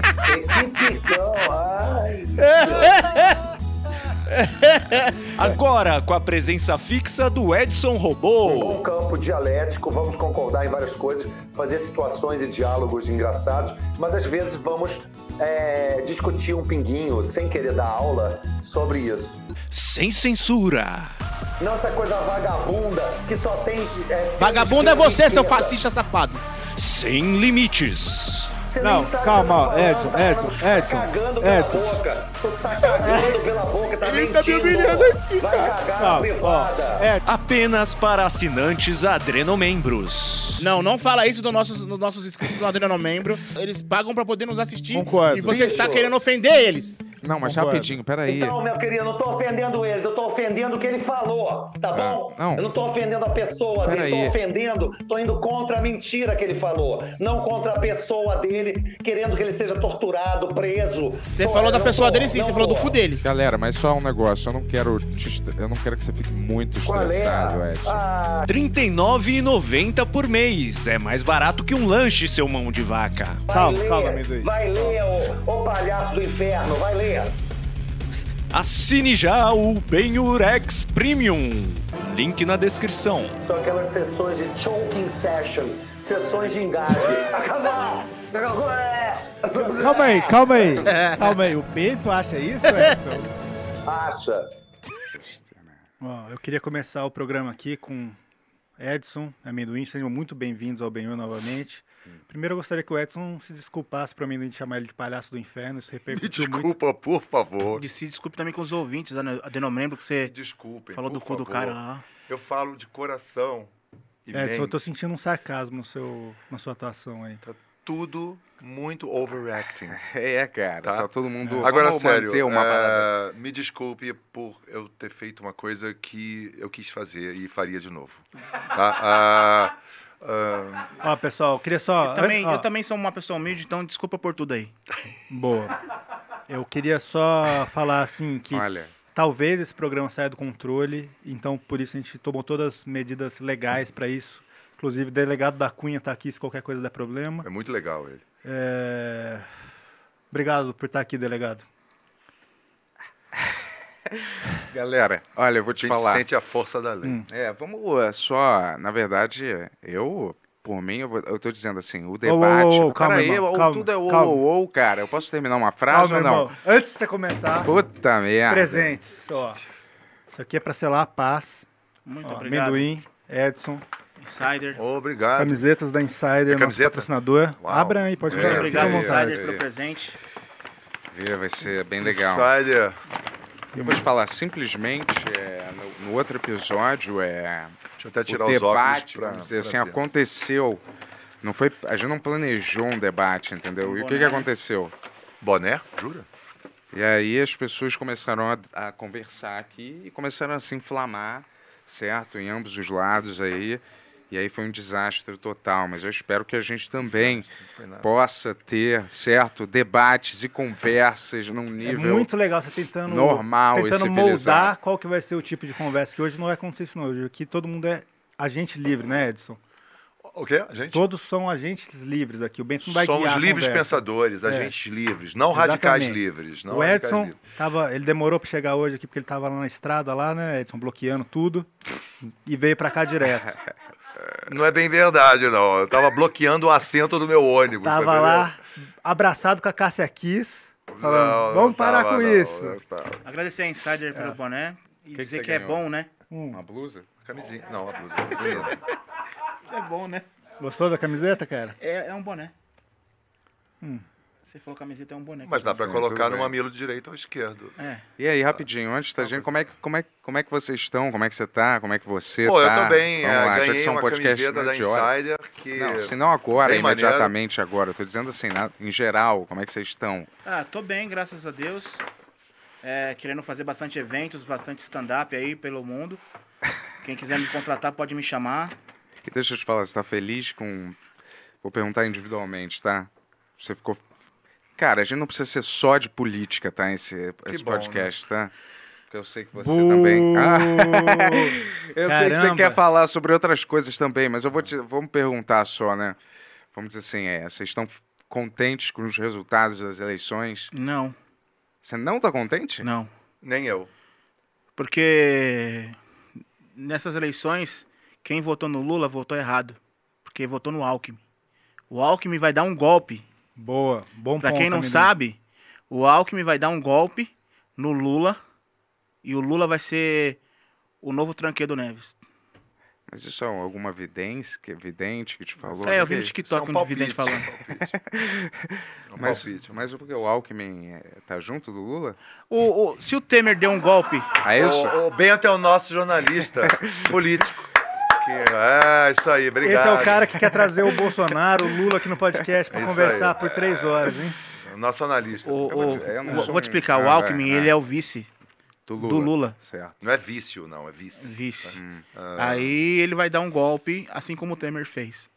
Speaker 11: ah. Equipe Cão, ai.
Speaker 9: Agora com a presença fixa do Edson Robô.
Speaker 11: Um campo dialético, vamos concordar em várias coisas, fazer situações e diálogos engraçados, mas às vezes vamos é, discutir um pinguinho, sem querer dar aula, sobre isso.
Speaker 9: Sem censura.
Speaker 11: Não essa é coisa vagabunda que só tem. é, sempre
Speaker 10: Vagabundo
Speaker 11: esquerda
Speaker 10: é
Speaker 11: e
Speaker 10: você, seu
Speaker 11: esquerda.
Speaker 10: fascista safado.
Speaker 9: Sem limites.
Speaker 11: Você
Speaker 1: Não,
Speaker 11: nem sabe
Speaker 1: calma,
Speaker 11: o que tá
Speaker 1: Edson,
Speaker 11: falando, tá
Speaker 1: Edson,
Speaker 11: falando, tá
Speaker 1: Edson,
Speaker 11: cagando pela
Speaker 1: Edson.
Speaker 11: boca. Tu tá cagando pela boca, tá
Speaker 10: Ele
Speaker 11: mentindo.
Speaker 10: tá me humilhando aqui,
Speaker 11: Vai cagar na
Speaker 1: Não, ó,
Speaker 11: privada.
Speaker 1: é,
Speaker 9: Apenas para assinantes adrenomembros.
Speaker 10: Não, não fala isso dos nossos, dos nossos inscritos do Adriano Não Membro. Eles pagam pra poder nos assistir.
Speaker 1: Concordo.
Speaker 10: E você está querendo ofender eles.
Speaker 8: Não, mas
Speaker 1: Concordo.
Speaker 8: rapidinho, peraí.
Speaker 11: Então, meu querido, eu não tô ofendendo eles, eu tô ofendendo o que ele falou, tá bom?
Speaker 8: não.
Speaker 11: Eu não tô ofendendo a pessoa
Speaker 8: Pera
Speaker 11: dele,
Speaker 8: aí.
Speaker 11: tô ofendendo, tô indo contra a mentira que ele falou, não contra a pessoa dele, querendo que ele seja torturado, preso.
Speaker 10: Você
Speaker 11: Tô-
Speaker 10: falou da
Speaker 11: não tô,
Speaker 10: pessoa dele sim,
Speaker 11: não
Speaker 10: você falou do
Speaker 11: tô.
Speaker 10: cu dele.
Speaker 8: Galera, mas só um negócio. Eu não quero te estre- Eu não quero que você fique muito
Speaker 11: Qual é?
Speaker 8: estressado, Edson.
Speaker 11: Ah,
Speaker 9: R$ 39,90 por mês. É mais barato que um lanche, seu mão de vaca.
Speaker 11: vai
Speaker 1: Calma,
Speaker 11: ler,
Speaker 1: calma, amendoim.
Speaker 11: Vai ler, ô, ô palhaço do inferno, vai ler.
Speaker 9: Assine já o Benurex Premium. Link na descrição.
Speaker 11: São aquelas sessões de choking session, sessões de engasgo. Acabou! Acabou! é.
Speaker 1: Calma aí, calma aí. Calma aí. O Bento acha isso, Edson?
Speaker 11: Acha.
Speaker 5: Ó, eu queria começar o programa aqui com Edson, amendoim. Sejam muito bem-vindos ao Benhur novamente. Primeiro eu gostaria que o Edson se desculpasse para o amendoim chamar ele de palhaço do inferno. Isso repercutiu muito.
Speaker 6: por favor.
Speaker 12: E se desculpe também com os ouvintes, Adenombro, que você
Speaker 6: Desculpem.
Speaker 12: falou do
Speaker 6: por
Speaker 12: cu do
Speaker 6: favor.
Speaker 12: cara lá.
Speaker 6: Eu falo de coração. E
Speaker 5: Edson,
Speaker 6: bem,
Speaker 5: eu tô sentindo um sarcasmo no seu, na sua atuação aí.
Speaker 3: Tá Tudo muito overacting.
Speaker 6: É, cara. Tá,
Speaker 3: Tá.
Speaker 6: todo mundo.
Speaker 3: Agora,
Speaker 6: Vamos
Speaker 3: sério,
Speaker 6: manter uma
Speaker 3: é,
Speaker 6: parada.
Speaker 3: me desculpe por eu ter feito uma coisa que eu quis fazer e faria de novo. Tá? Ah, ah,
Speaker 5: Ó, pessoal, eu queria só.
Speaker 12: Também,
Speaker 5: ó,
Speaker 12: eu também sou uma pessoa humilde, então desculpa por tudo aí.
Speaker 5: Boa. Eu queria só falar assim que
Speaker 6: Olha.
Speaker 5: talvez esse programa saia do controle, então por isso a gente tomou todas as medidas legais para isso. Inclusive, o delegado da Cunha tá aqui se qualquer coisa der problema.
Speaker 3: é muito legal ele.
Speaker 5: É, Obrigado por estar aqui, delegado.
Speaker 6: Galera, olha, eu vou
Speaker 3: A
Speaker 6: te
Speaker 3: gente
Speaker 6: falar.
Speaker 3: sente a força da lei.
Speaker 5: Hum.
Speaker 6: É, vamos uh, só. Na verdade, eu. Por mim, eu, vou, eu tô dizendo assim, o
Speaker 5: ô, ô,
Speaker 6: debate.
Speaker 5: ô, calma,
Speaker 6: Peraí,
Speaker 5: irmão,
Speaker 6: ou
Speaker 5: calma,
Speaker 6: tudo é ou,
Speaker 5: calma.
Speaker 6: ou, ou, cara. Eu posso terminar uma frase
Speaker 5: Calma,
Speaker 6: ou não?
Speaker 5: irmão. Antes de você começar,
Speaker 6: Puta merda.
Speaker 5: presentes. Ó. Isso aqui é para selar a paz.
Speaker 12: Muito
Speaker 5: Ó,
Speaker 12: obrigado.
Speaker 5: amendoim, Edson,
Speaker 12: Insider.
Speaker 3: Obrigado.
Speaker 5: camisetas da Insider, nosso
Speaker 3: camiseta?
Speaker 5: patrocinador.
Speaker 3: Uau.
Speaker 5: Abra aí, pode
Speaker 12: Muito
Speaker 5: ficar.
Speaker 12: obrigado,
Speaker 5: Fica à vontade.
Speaker 12: Insider,
Speaker 3: É.
Speaker 12: pelo presente.
Speaker 6: Vê, Vai ser bem legal.
Speaker 3: Insider.
Speaker 6: Eu vou te falar, simplesmente, é, no, no outro episódio, é,
Speaker 3: Deixa eu até tirar
Speaker 6: o
Speaker 3: os óculos
Speaker 6: debate,
Speaker 3: pra,
Speaker 6: vamos
Speaker 3: pra
Speaker 6: dizer assim,
Speaker 3: ver.
Speaker 6: aconteceu. Não foi, a gente não planejou um debate, entendeu? e o que, que
Speaker 12: Boné.
Speaker 6: aconteceu?
Speaker 3: Boné? Jura?
Speaker 6: E aí as pessoas começaram a, a conversar aqui e começaram a se inflamar, certo? Em ambos os lados aí. E aí foi um desastre total, mas eu espero que a gente também
Speaker 3: Não foi nada.
Speaker 6: possa ter, certo, debates e conversas num
Speaker 5: É
Speaker 6: nível
Speaker 5: muito legal você tentando,
Speaker 6: normal e
Speaker 5: tentando
Speaker 6: civilizado.
Speaker 5: moldar qual que vai ser o tipo de conversa, que hoje não vai acontecer isso não. Hoje aqui todo mundo é agente livre, né, Edson?
Speaker 3: O quê? A gente?
Speaker 5: Todos são agentes livres aqui. O Bento não vai
Speaker 3: Somos
Speaker 5: guiar a
Speaker 3: livres
Speaker 5: conversa.
Speaker 3: pensadores,
Speaker 5: É.
Speaker 3: agentes livres, não radicais
Speaker 5: Exatamente.
Speaker 3: livres. Não
Speaker 5: o
Speaker 3: radicais
Speaker 5: Edson,
Speaker 3: livres.
Speaker 5: tava, ele demorou pra chegar hoje aqui, porque ele tava lá na estrada, lá, né, Edson, bloqueando tudo, e veio pra cá direto.
Speaker 3: Não é bem verdade, não. Eu tava bloqueando o assento do meu ônibus.
Speaker 5: Tava
Speaker 3: entendeu?
Speaker 5: lá, abraçado com a Cássia Kiss, falando,
Speaker 3: Não, não
Speaker 5: vamos parar
Speaker 3: tava,
Speaker 5: Tá com
Speaker 3: não,
Speaker 5: isso.
Speaker 3: não tava.
Speaker 10: Agradecer a Insider
Speaker 5: É.
Speaker 10: pelo boné e
Speaker 3: que
Speaker 10: dizer
Speaker 3: você
Speaker 10: que é
Speaker 3: ganhou?
Speaker 10: bom, né?
Speaker 3: Uma blusa? Hum. Camisinha. Não, uma blusa. Bonito.
Speaker 10: É bom, né?
Speaker 5: Gostou da camiseta, cara?
Speaker 10: É, é um boné.
Speaker 5: Hum.
Speaker 10: Você falou camiseta, é um boné.
Speaker 3: Mas dá pra
Speaker 6: Sim,
Speaker 3: colocar
Speaker 6: tudo
Speaker 3: no
Speaker 6: bem.
Speaker 3: mamilo direito ou esquerdo.
Speaker 10: É.
Speaker 6: E aí, rapidinho, antes da gente, como é, que- como, é, como é que vocês estão? Como é que você tá? Como é que você
Speaker 3: Pô, eu
Speaker 6: tá?
Speaker 3: também
Speaker 6: Vamos
Speaker 3: é,
Speaker 6: lá, já que
Speaker 3: ganhei
Speaker 6: isso é um
Speaker 3: uma
Speaker 6: podcast
Speaker 3: camiseta da
Speaker 6: meio de hora.
Speaker 3: Insider que... é
Speaker 6: Não, se não agora,
Speaker 3: Bem maneiro.
Speaker 6: imediatamente agora. Eu tô dizendo assim, na- em geral, como é que vocês estão?
Speaker 10: Ah, tô bem, graças a Deus. É, querendo fazer bastante eventos, bastante stand-up aí pelo mundo. Quem quiser me contratar pode me chamar.
Speaker 6: E deixa eu te falar, você tá feliz com. Vou perguntar individualmente, tá? Você ficou. Cara, a gente não precisa ser só de política, tá? Esse, esse
Speaker 7: bom,
Speaker 6: podcast, tá? Porque eu sei que você
Speaker 7: Buh!
Speaker 6: também. Ah, eu sei que você
Speaker 7: Caramba.
Speaker 6: quer falar sobre outras coisas também, mas eu vou te. Vamos perguntar só, né? Vamos dizer assim, é. Vocês estão contentes com os resultados das eleições?
Speaker 10: Não.
Speaker 6: Você não tá contente?
Speaker 10: Não.
Speaker 3: Nem eu.
Speaker 10: Porque nessas eleições, quem votou no Lula votou errado. Porque votou no Alckmin. O Alckmin vai dar um golpe.
Speaker 5: Boa, bom
Speaker 10: Pra
Speaker 5: ponto,
Speaker 10: quem não
Speaker 5: amendoim.
Speaker 10: sabe, o Alckmin vai dar um golpe no Lula. E o Lula vai ser o novo tranqueiro Neves.
Speaker 6: Mas isso é alguma vidência, que vidente que te falou?
Speaker 10: É, eu
Speaker 6: O que
Speaker 10: vi no
Speaker 6: isso?
Speaker 10: TikTok um vidente falando.
Speaker 3: um
Speaker 6: Mas, mas porque o Alckmin é, tá junto do Lula?
Speaker 10: O, o- se o Temer deu um golpe.
Speaker 6: É isso?
Speaker 3: O, o Bento é o nosso jornalista político. Que, é, isso aí, obrigado.
Speaker 5: Esse é o cara que quer trazer o Bolsonaro, o Lula aqui no podcast pra
Speaker 3: Isso
Speaker 5: conversar
Speaker 3: aí. É,
Speaker 5: por três horas, hein?
Speaker 3: O Nosso analista. Eu
Speaker 10: O,
Speaker 3: vou
Speaker 10: o-
Speaker 3: dizer, eu não
Speaker 10: vou,
Speaker 3: sou
Speaker 10: vou te
Speaker 3: um-
Speaker 10: explicar. O
Speaker 3: Ah,
Speaker 10: Alckmin, ele é o vice
Speaker 6: do
Speaker 10: Lula.
Speaker 3: Não é vício, não, é vice.
Speaker 10: Vice.
Speaker 3: Ah,
Speaker 10: Aí ele vai dar um golpe, assim como o Temer fez.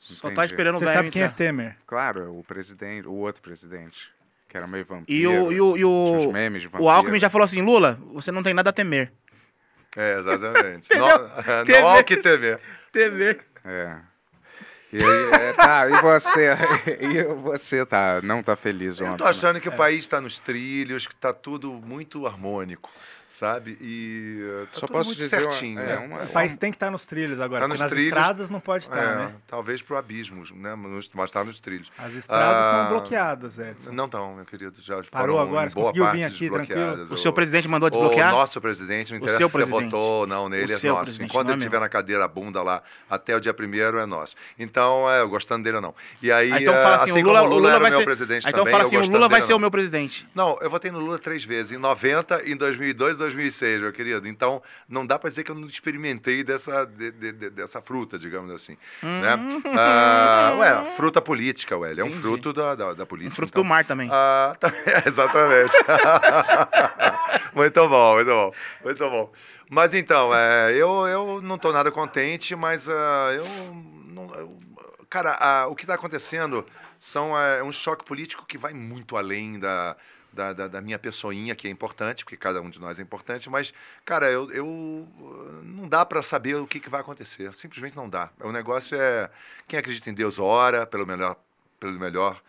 Speaker 10: Só tá
Speaker 6: Entendi.
Speaker 10: esperando o velho
Speaker 3: é
Speaker 10: entrar.
Speaker 5: Temer?
Speaker 6: Claro, é o presidente, o outro presidente, que era meio vampiro. né?
Speaker 10: E o, e o, e o,
Speaker 6: tinha os memes de vampiro.
Speaker 10: o Alckmin já falou assim, Lula, você não tem nada a temer.
Speaker 3: É, exatamente.
Speaker 10: Entendeu?
Speaker 3: não,
Speaker 10: TV.
Speaker 3: não há o que temer.
Speaker 10: Temer.
Speaker 6: É. E, aí, é, tá, e você, e você tá, não tá feliz ontem.
Speaker 3: Eu
Speaker 10: né?
Speaker 3: tô achando
Speaker 10: É.
Speaker 3: que o país está nos trilhos, que tá tudo muito harmônico, sabe? E eh, tá
Speaker 6: Só
Speaker 3: tudo
Speaker 6: posso
Speaker 3: muito
Speaker 6: dizer uma-
Speaker 3: certinho,
Speaker 6: é,
Speaker 3: né?
Speaker 6: uma-
Speaker 10: um
Speaker 5: O país tem que estar nos trilhos agora,
Speaker 3: Tá
Speaker 5: porque
Speaker 3: nos
Speaker 5: nas
Speaker 3: trilhos.
Speaker 5: estradas não pode estar,
Speaker 3: É,
Speaker 5: né?
Speaker 3: Talvez pro abismo, né? Mas mas tá nos trilhos.
Speaker 5: As estradas estão
Speaker 3: Ah,
Speaker 5: bloqueadas, Edson.
Speaker 3: Não estão, meu querido. Já
Speaker 5: Parou
Speaker 3: foram
Speaker 5: agora,
Speaker 3: em
Speaker 5: você
Speaker 3: boa
Speaker 5: conseguiu
Speaker 3: parte
Speaker 5: vir aqui tranquilo?
Speaker 3: desbloqueadas.
Speaker 10: O seu presidente mandou desbloquear?
Speaker 3: O nosso presidente, não
Speaker 10: O
Speaker 3: interessa
Speaker 10: seu
Speaker 3: se você
Speaker 10: presidente.
Speaker 3: votou ou não
Speaker 10: O
Speaker 3: nele, é
Speaker 10: seu
Speaker 3: nosso.
Speaker 10: presidente,
Speaker 3: Enquanto
Speaker 10: não é
Speaker 3: ele
Speaker 10: meu.
Speaker 3: estiver na cadeira bunda lá até o dia primeiro, é nosso. Então, é, eu gostando dele ou não. E aí,
Speaker 10: Aí então fala assim,
Speaker 3: eh,
Speaker 10: o Lula,
Speaker 3: como
Speaker 10: o Lula
Speaker 3: era
Speaker 10: vai
Speaker 3: meu
Speaker 10: ser...
Speaker 3: presidente
Speaker 10: Aí então
Speaker 3: também,
Speaker 10: fala
Speaker 3: eu
Speaker 10: assim, o
Speaker 3: gostando
Speaker 10: Lula vai
Speaker 3: dele
Speaker 10: ser
Speaker 3: ou
Speaker 10: o meu presidente.
Speaker 3: não, eu votei no Lula três vezes, em 90, em 2002 2006, meu querido. Então, não dá pra dizer que eu não experimentei dessa, de- de- de- dessa fruta, digamos assim. Né? Ah, ué, fruta política, ué. Ele é um
Speaker 10: Entendi.
Speaker 3: fruto da, da, da política.
Speaker 10: Fruto
Speaker 3: então.
Speaker 10: do mar também.
Speaker 3: Ah, tá- exatamente. muito bom, muito bom, muito bom. Mas então, é, eu, eu não estou nada contente, mas ah, eu, não- eu- Cara, ah, o que está acontecendo são, é um choque político que vai muito além da, da, da- da minha pessoinha, que é importante, porque cada um de nós é importante, mas, cara, eu, eu ah, não dá para saber o que, que vai acontecer. Simplesmente não dá. O negócio é. Quem acredita em Deus ora pelo melhor pelo melhor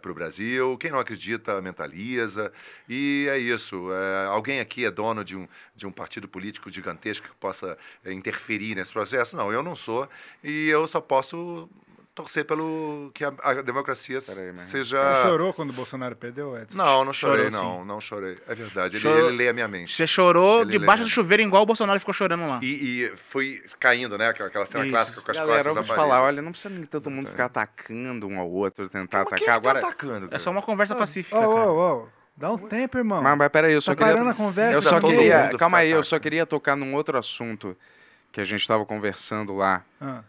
Speaker 3: para o Brasil. Quem não acredita, mentaliza. E é isso. É, alguém aqui é dono de um, de um partido político gigantesco que possa é, interferir nesse processo? Não, eu não sou. E eu só posso torcer pelo que a, a democracia seja.
Speaker 5: Você chorou quando o Bolsonaro perdeu, Edson?
Speaker 3: Não, não chorei,
Speaker 5: Chorou,
Speaker 3: não. Não chorei. É verdade. Ele,
Speaker 10: Chorou.
Speaker 3: ele lê a minha mente.
Speaker 10: Você chorou
Speaker 3: Ele
Speaker 10: debaixo
Speaker 3: lembra.
Speaker 10: do chuveiro igual o Bolsonaro ficou chorando lá.
Speaker 3: E, e foi caindo, né? Aquela, aquela cena
Speaker 10: Isso.
Speaker 3: clássica com as
Speaker 6: Galera, eu vou
Speaker 3: costas
Speaker 6: te
Speaker 3: na
Speaker 6: falar,
Speaker 3: parede.
Speaker 6: olha, não precisa nem todo mundo ficar atacando um ao outro, tentar
Speaker 3: Mas
Speaker 6: atacar.
Speaker 3: quem é que tá
Speaker 6: Agora,
Speaker 3: atacando,
Speaker 10: É
Speaker 3: cara?
Speaker 10: só uma conversa pacífica,
Speaker 5: Ô,
Speaker 10: cara.
Speaker 5: ô, ô, dá um tempo, irmão.
Speaker 6: Mas, mas peraí, eu só
Speaker 5: Tá
Speaker 6: queria.
Speaker 5: parando a conversa,
Speaker 6: eu só
Speaker 5: todo
Speaker 6: queria.
Speaker 5: mundo né?
Speaker 6: Calma
Speaker 5: fica
Speaker 6: aí, eu só queria tocar num outro assunto que a gente estava conversando lá.
Speaker 5: Ah,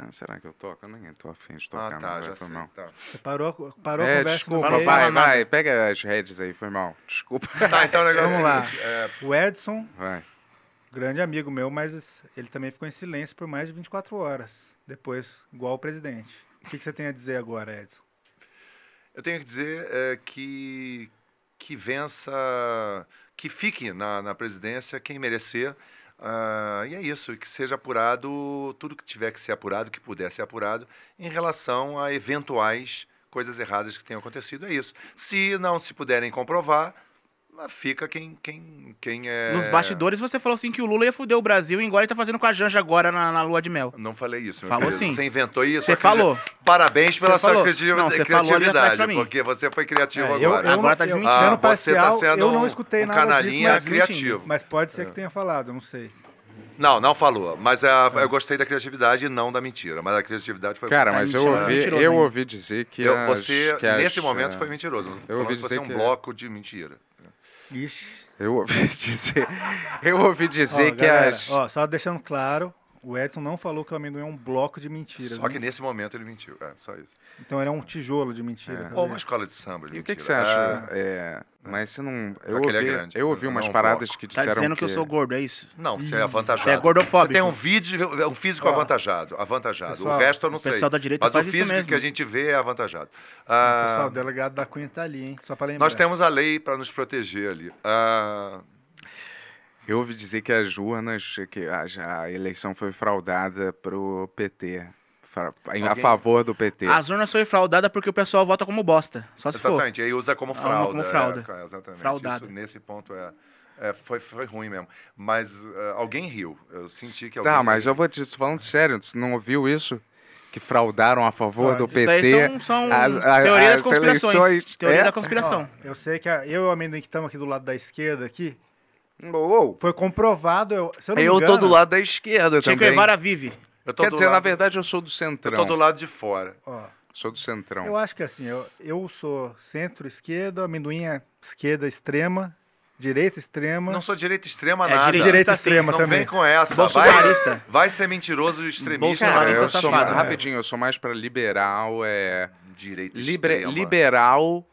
Speaker 6: Ah, será que eu toco? Eu nem tô afim de tocar,
Speaker 3: tá, já
Speaker 6: não, vai, foi
Speaker 3: sei,
Speaker 6: mal.
Speaker 5: você parou, a- parou a
Speaker 6: é,
Speaker 5: conversa.
Speaker 6: desculpa,
Speaker 5: não
Speaker 6: vai,
Speaker 5: veio.
Speaker 6: vai, pega as redes aí, foi mal. Desculpa.
Speaker 3: Tá, então o negócio
Speaker 5: Vamos
Speaker 3: é o
Speaker 5: lá.
Speaker 3: seguinte, é,
Speaker 5: O Edson,
Speaker 6: Vai.
Speaker 5: grande amigo meu, mas ele também ficou em silêncio por mais de 24 horas. Depois, igual o presidente. O que, que você tem a dizer agora, Edson?
Speaker 3: Eu tenho que dizer é, que que vença, que fique na, na presidência quem merecer. Ah, e é isso, que seja apurado tudo que tiver que ser apurado, que puder ser apurado, em relação a eventuais coisas erradas que tenham acontecido. É isso. Se não se puderem comprovar, ah, fica quem, quem, quem é.
Speaker 10: Nos bastidores você falou assim que o Lula ia foder o Brasil e agora ele tá fazendo com a Janja agora na, na lua de mel.
Speaker 3: Não falei isso, meu
Speaker 10: Falou
Speaker 3: querido.
Speaker 10: sim.
Speaker 3: Você inventou isso?
Speaker 10: Você
Speaker 3: eu acredito.
Speaker 10: falou.
Speaker 3: Parabéns pela
Speaker 10: Você
Speaker 3: sua
Speaker 10: falou.
Speaker 3: criativa-
Speaker 10: Não, você falou ali atrás
Speaker 3: criatividade,
Speaker 10: pra mim.
Speaker 3: porque você foi criativo
Speaker 5: É,
Speaker 3: agora.
Speaker 5: eu, eu
Speaker 10: tá
Speaker 5: não, eu-
Speaker 3: Ah,
Speaker 5: Você tá
Speaker 3: Você tá sendo
Speaker 5: eu não
Speaker 3: um-
Speaker 5: escutei
Speaker 3: um
Speaker 5: nada
Speaker 3: canalinha
Speaker 5: disso, mas,
Speaker 3: criativo. É.
Speaker 5: mas pode ser que tenha falado, eu não sei.
Speaker 3: Não, não falou. Mas ah, eu gostei da criatividade e não da mentira. Mas a criatividade foi Tá
Speaker 6: Cara, mas eu ouvi, eu ouvi dizer que.
Speaker 3: Eu-
Speaker 6: as-
Speaker 3: você,
Speaker 6: que as,
Speaker 3: nesse momento,
Speaker 6: eh,
Speaker 3: foi mentiroso.
Speaker 6: Eu ouvi
Speaker 3: Falando que você
Speaker 6: dizer
Speaker 3: é um
Speaker 6: que.
Speaker 3: bloco de mentira.
Speaker 6: Eu ouvi dizer. Eu ouvi dizer
Speaker 5: Ó,
Speaker 6: que
Speaker 5: galera,
Speaker 6: as.
Speaker 5: ó, só deixando claro, o Edson não falou que o amendoim é um bloco de mentira.
Speaker 3: Só
Speaker 10: né?
Speaker 3: que nesse momento ele mentiu. É, só isso.
Speaker 5: Então ele é um tijolo de mentira. tá
Speaker 3: Ou uma escola de Ah, samba.
Speaker 6: E o que, que você acha? É, mas você não. Eu
Speaker 3: Aquele
Speaker 6: ouvi,
Speaker 3: é grande.
Speaker 6: eu ouvi
Speaker 3: Não
Speaker 6: umas
Speaker 3: é um
Speaker 6: paradas
Speaker 3: bloco.
Speaker 6: que
Speaker 3: Tá
Speaker 6: disseram.
Speaker 3: dizendo que eu sou
Speaker 10: gordo, é isso?
Speaker 3: Não, você é avantajado.
Speaker 10: Você é gordofóbico.
Speaker 3: Você tem um vídeo, um físico
Speaker 10: Ó.
Speaker 3: avantajado. Avantajado.
Speaker 5: Pessoal,
Speaker 3: o resto eu não
Speaker 5: o
Speaker 3: sei.
Speaker 5: pessoal da direita
Speaker 3: mas
Speaker 5: faz
Speaker 3: o
Speaker 5: isso
Speaker 3: físico
Speaker 5: mesmo.
Speaker 3: que a gente vê é avantajado.
Speaker 5: O
Speaker 3: Ah,
Speaker 5: pessoal, o delegado da Cunha tá ali, hein? Só pra lembrar.
Speaker 3: nós temos a lei para nos proteger ali. Ah,
Speaker 6: Eu ouvi dizer que as urnas, que a, já a eleição foi fraudada pro PT. fra- em- A
Speaker 10: Alguém- Ah,
Speaker 6: favor do PT.
Speaker 10: As urnas foi fraudadas é porque o pessoal vota como bosta. Só se for.
Speaker 3: exatamente. Aí usa como
Speaker 10: Ah,
Speaker 3: frauda.
Speaker 10: como frauda.
Speaker 3: é, exatamente.
Speaker 10: Fraudada.
Speaker 3: Isso, nesse ponto é, é, foi, foi ruim mesmo. Mas ah, alguém riu. Eu senti que alguém.
Speaker 6: Tá, mas eu vou te falando sério, você não ouviu isso? Que fraudaram a favor do
Speaker 10: Isso aí
Speaker 6: PT.
Speaker 10: são- são
Speaker 6: as- a-
Speaker 10: teoria das
Speaker 6: as
Speaker 10: conspirações.
Speaker 6: eleições-
Speaker 10: Teoria
Speaker 6: É?
Speaker 10: da conspiração.
Speaker 5: Ó, eu sei que a- eu e o amendoim que estamos aqui do lado da esquerda aqui.
Speaker 6: Foi
Speaker 5: comprovado. Eu, se eu, não me
Speaker 6: Eu tô
Speaker 5: engano-
Speaker 6: do lado da esquerda
Speaker 5: Che
Speaker 6: também.
Speaker 5: Guevara
Speaker 10: vive.
Speaker 3: tô
Speaker 6: Quer
Speaker 3: do
Speaker 6: dizer, na
Speaker 3: lado-
Speaker 6: verdade eu sou do centrão.
Speaker 3: Eu tô do lado de fora.
Speaker 5: Ó,
Speaker 6: Sou do centrão.
Speaker 5: Eu acho que assim, eu, eu sou centro-esquerda, amendoim é esquerda extrema, direita extrema.
Speaker 3: Não sou direita extrema
Speaker 5: É,
Speaker 3: nada.
Speaker 5: direita Direita sim, extrema
Speaker 3: não
Speaker 5: também.
Speaker 3: vem com essa.
Speaker 5: Bolsonarista.
Speaker 3: Vai, vai ser mentiroso e extremista. né?
Speaker 6: Cara,
Speaker 10: é
Speaker 6: eu
Speaker 3: Vai-
Speaker 6: sou mais, rapidinho, eu sou mais pra liberal, é
Speaker 3: direita
Speaker 6: libre-
Speaker 3: extrema.
Speaker 6: liberal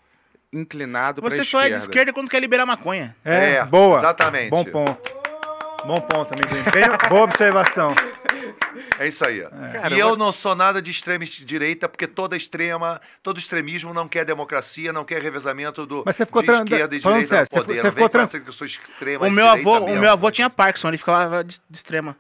Speaker 6: inclinado pra
Speaker 10: Você
Speaker 6: esquerda.
Speaker 10: só é de esquerda quando quer liberar maconha.
Speaker 5: É, boa.
Speaker 3: exatamente.
Speaker 5: Bom ponto. Bom ponto, amendoim. Bem- boa observação.
Speaker 3: É isso aí. ó.
Speaker 5: Cara,
Speaker 3: e eu
Speaker 5: eu-
Speaker 3: não sou nada de extrema direita, porque toda extrema, todo extremismo não quer democracia, não quer revezamento do
Speaker 5: Mas você ficou
Speaker 3: de
Speaker 5: tran-
Speaker 3: esquerda e
Speaker 5: falando
Speaker 3: direita
Speaker 5: sério,
Speaker 3: no
Speaker 5: você
Speaker 3: poder. Não
Speaker 5: ficou- você ficou
Speaker 3: vem com
Speaker 5: tran-
Speaker 3: essa que eu sou extrema
Speaker 10: O meu,
Speaker 3: direita
Speaker 10: avô, o
Speaker 3: mesmo.
Speaker 10: meu avô tinha Parkinson, ele ficava de, de extrema.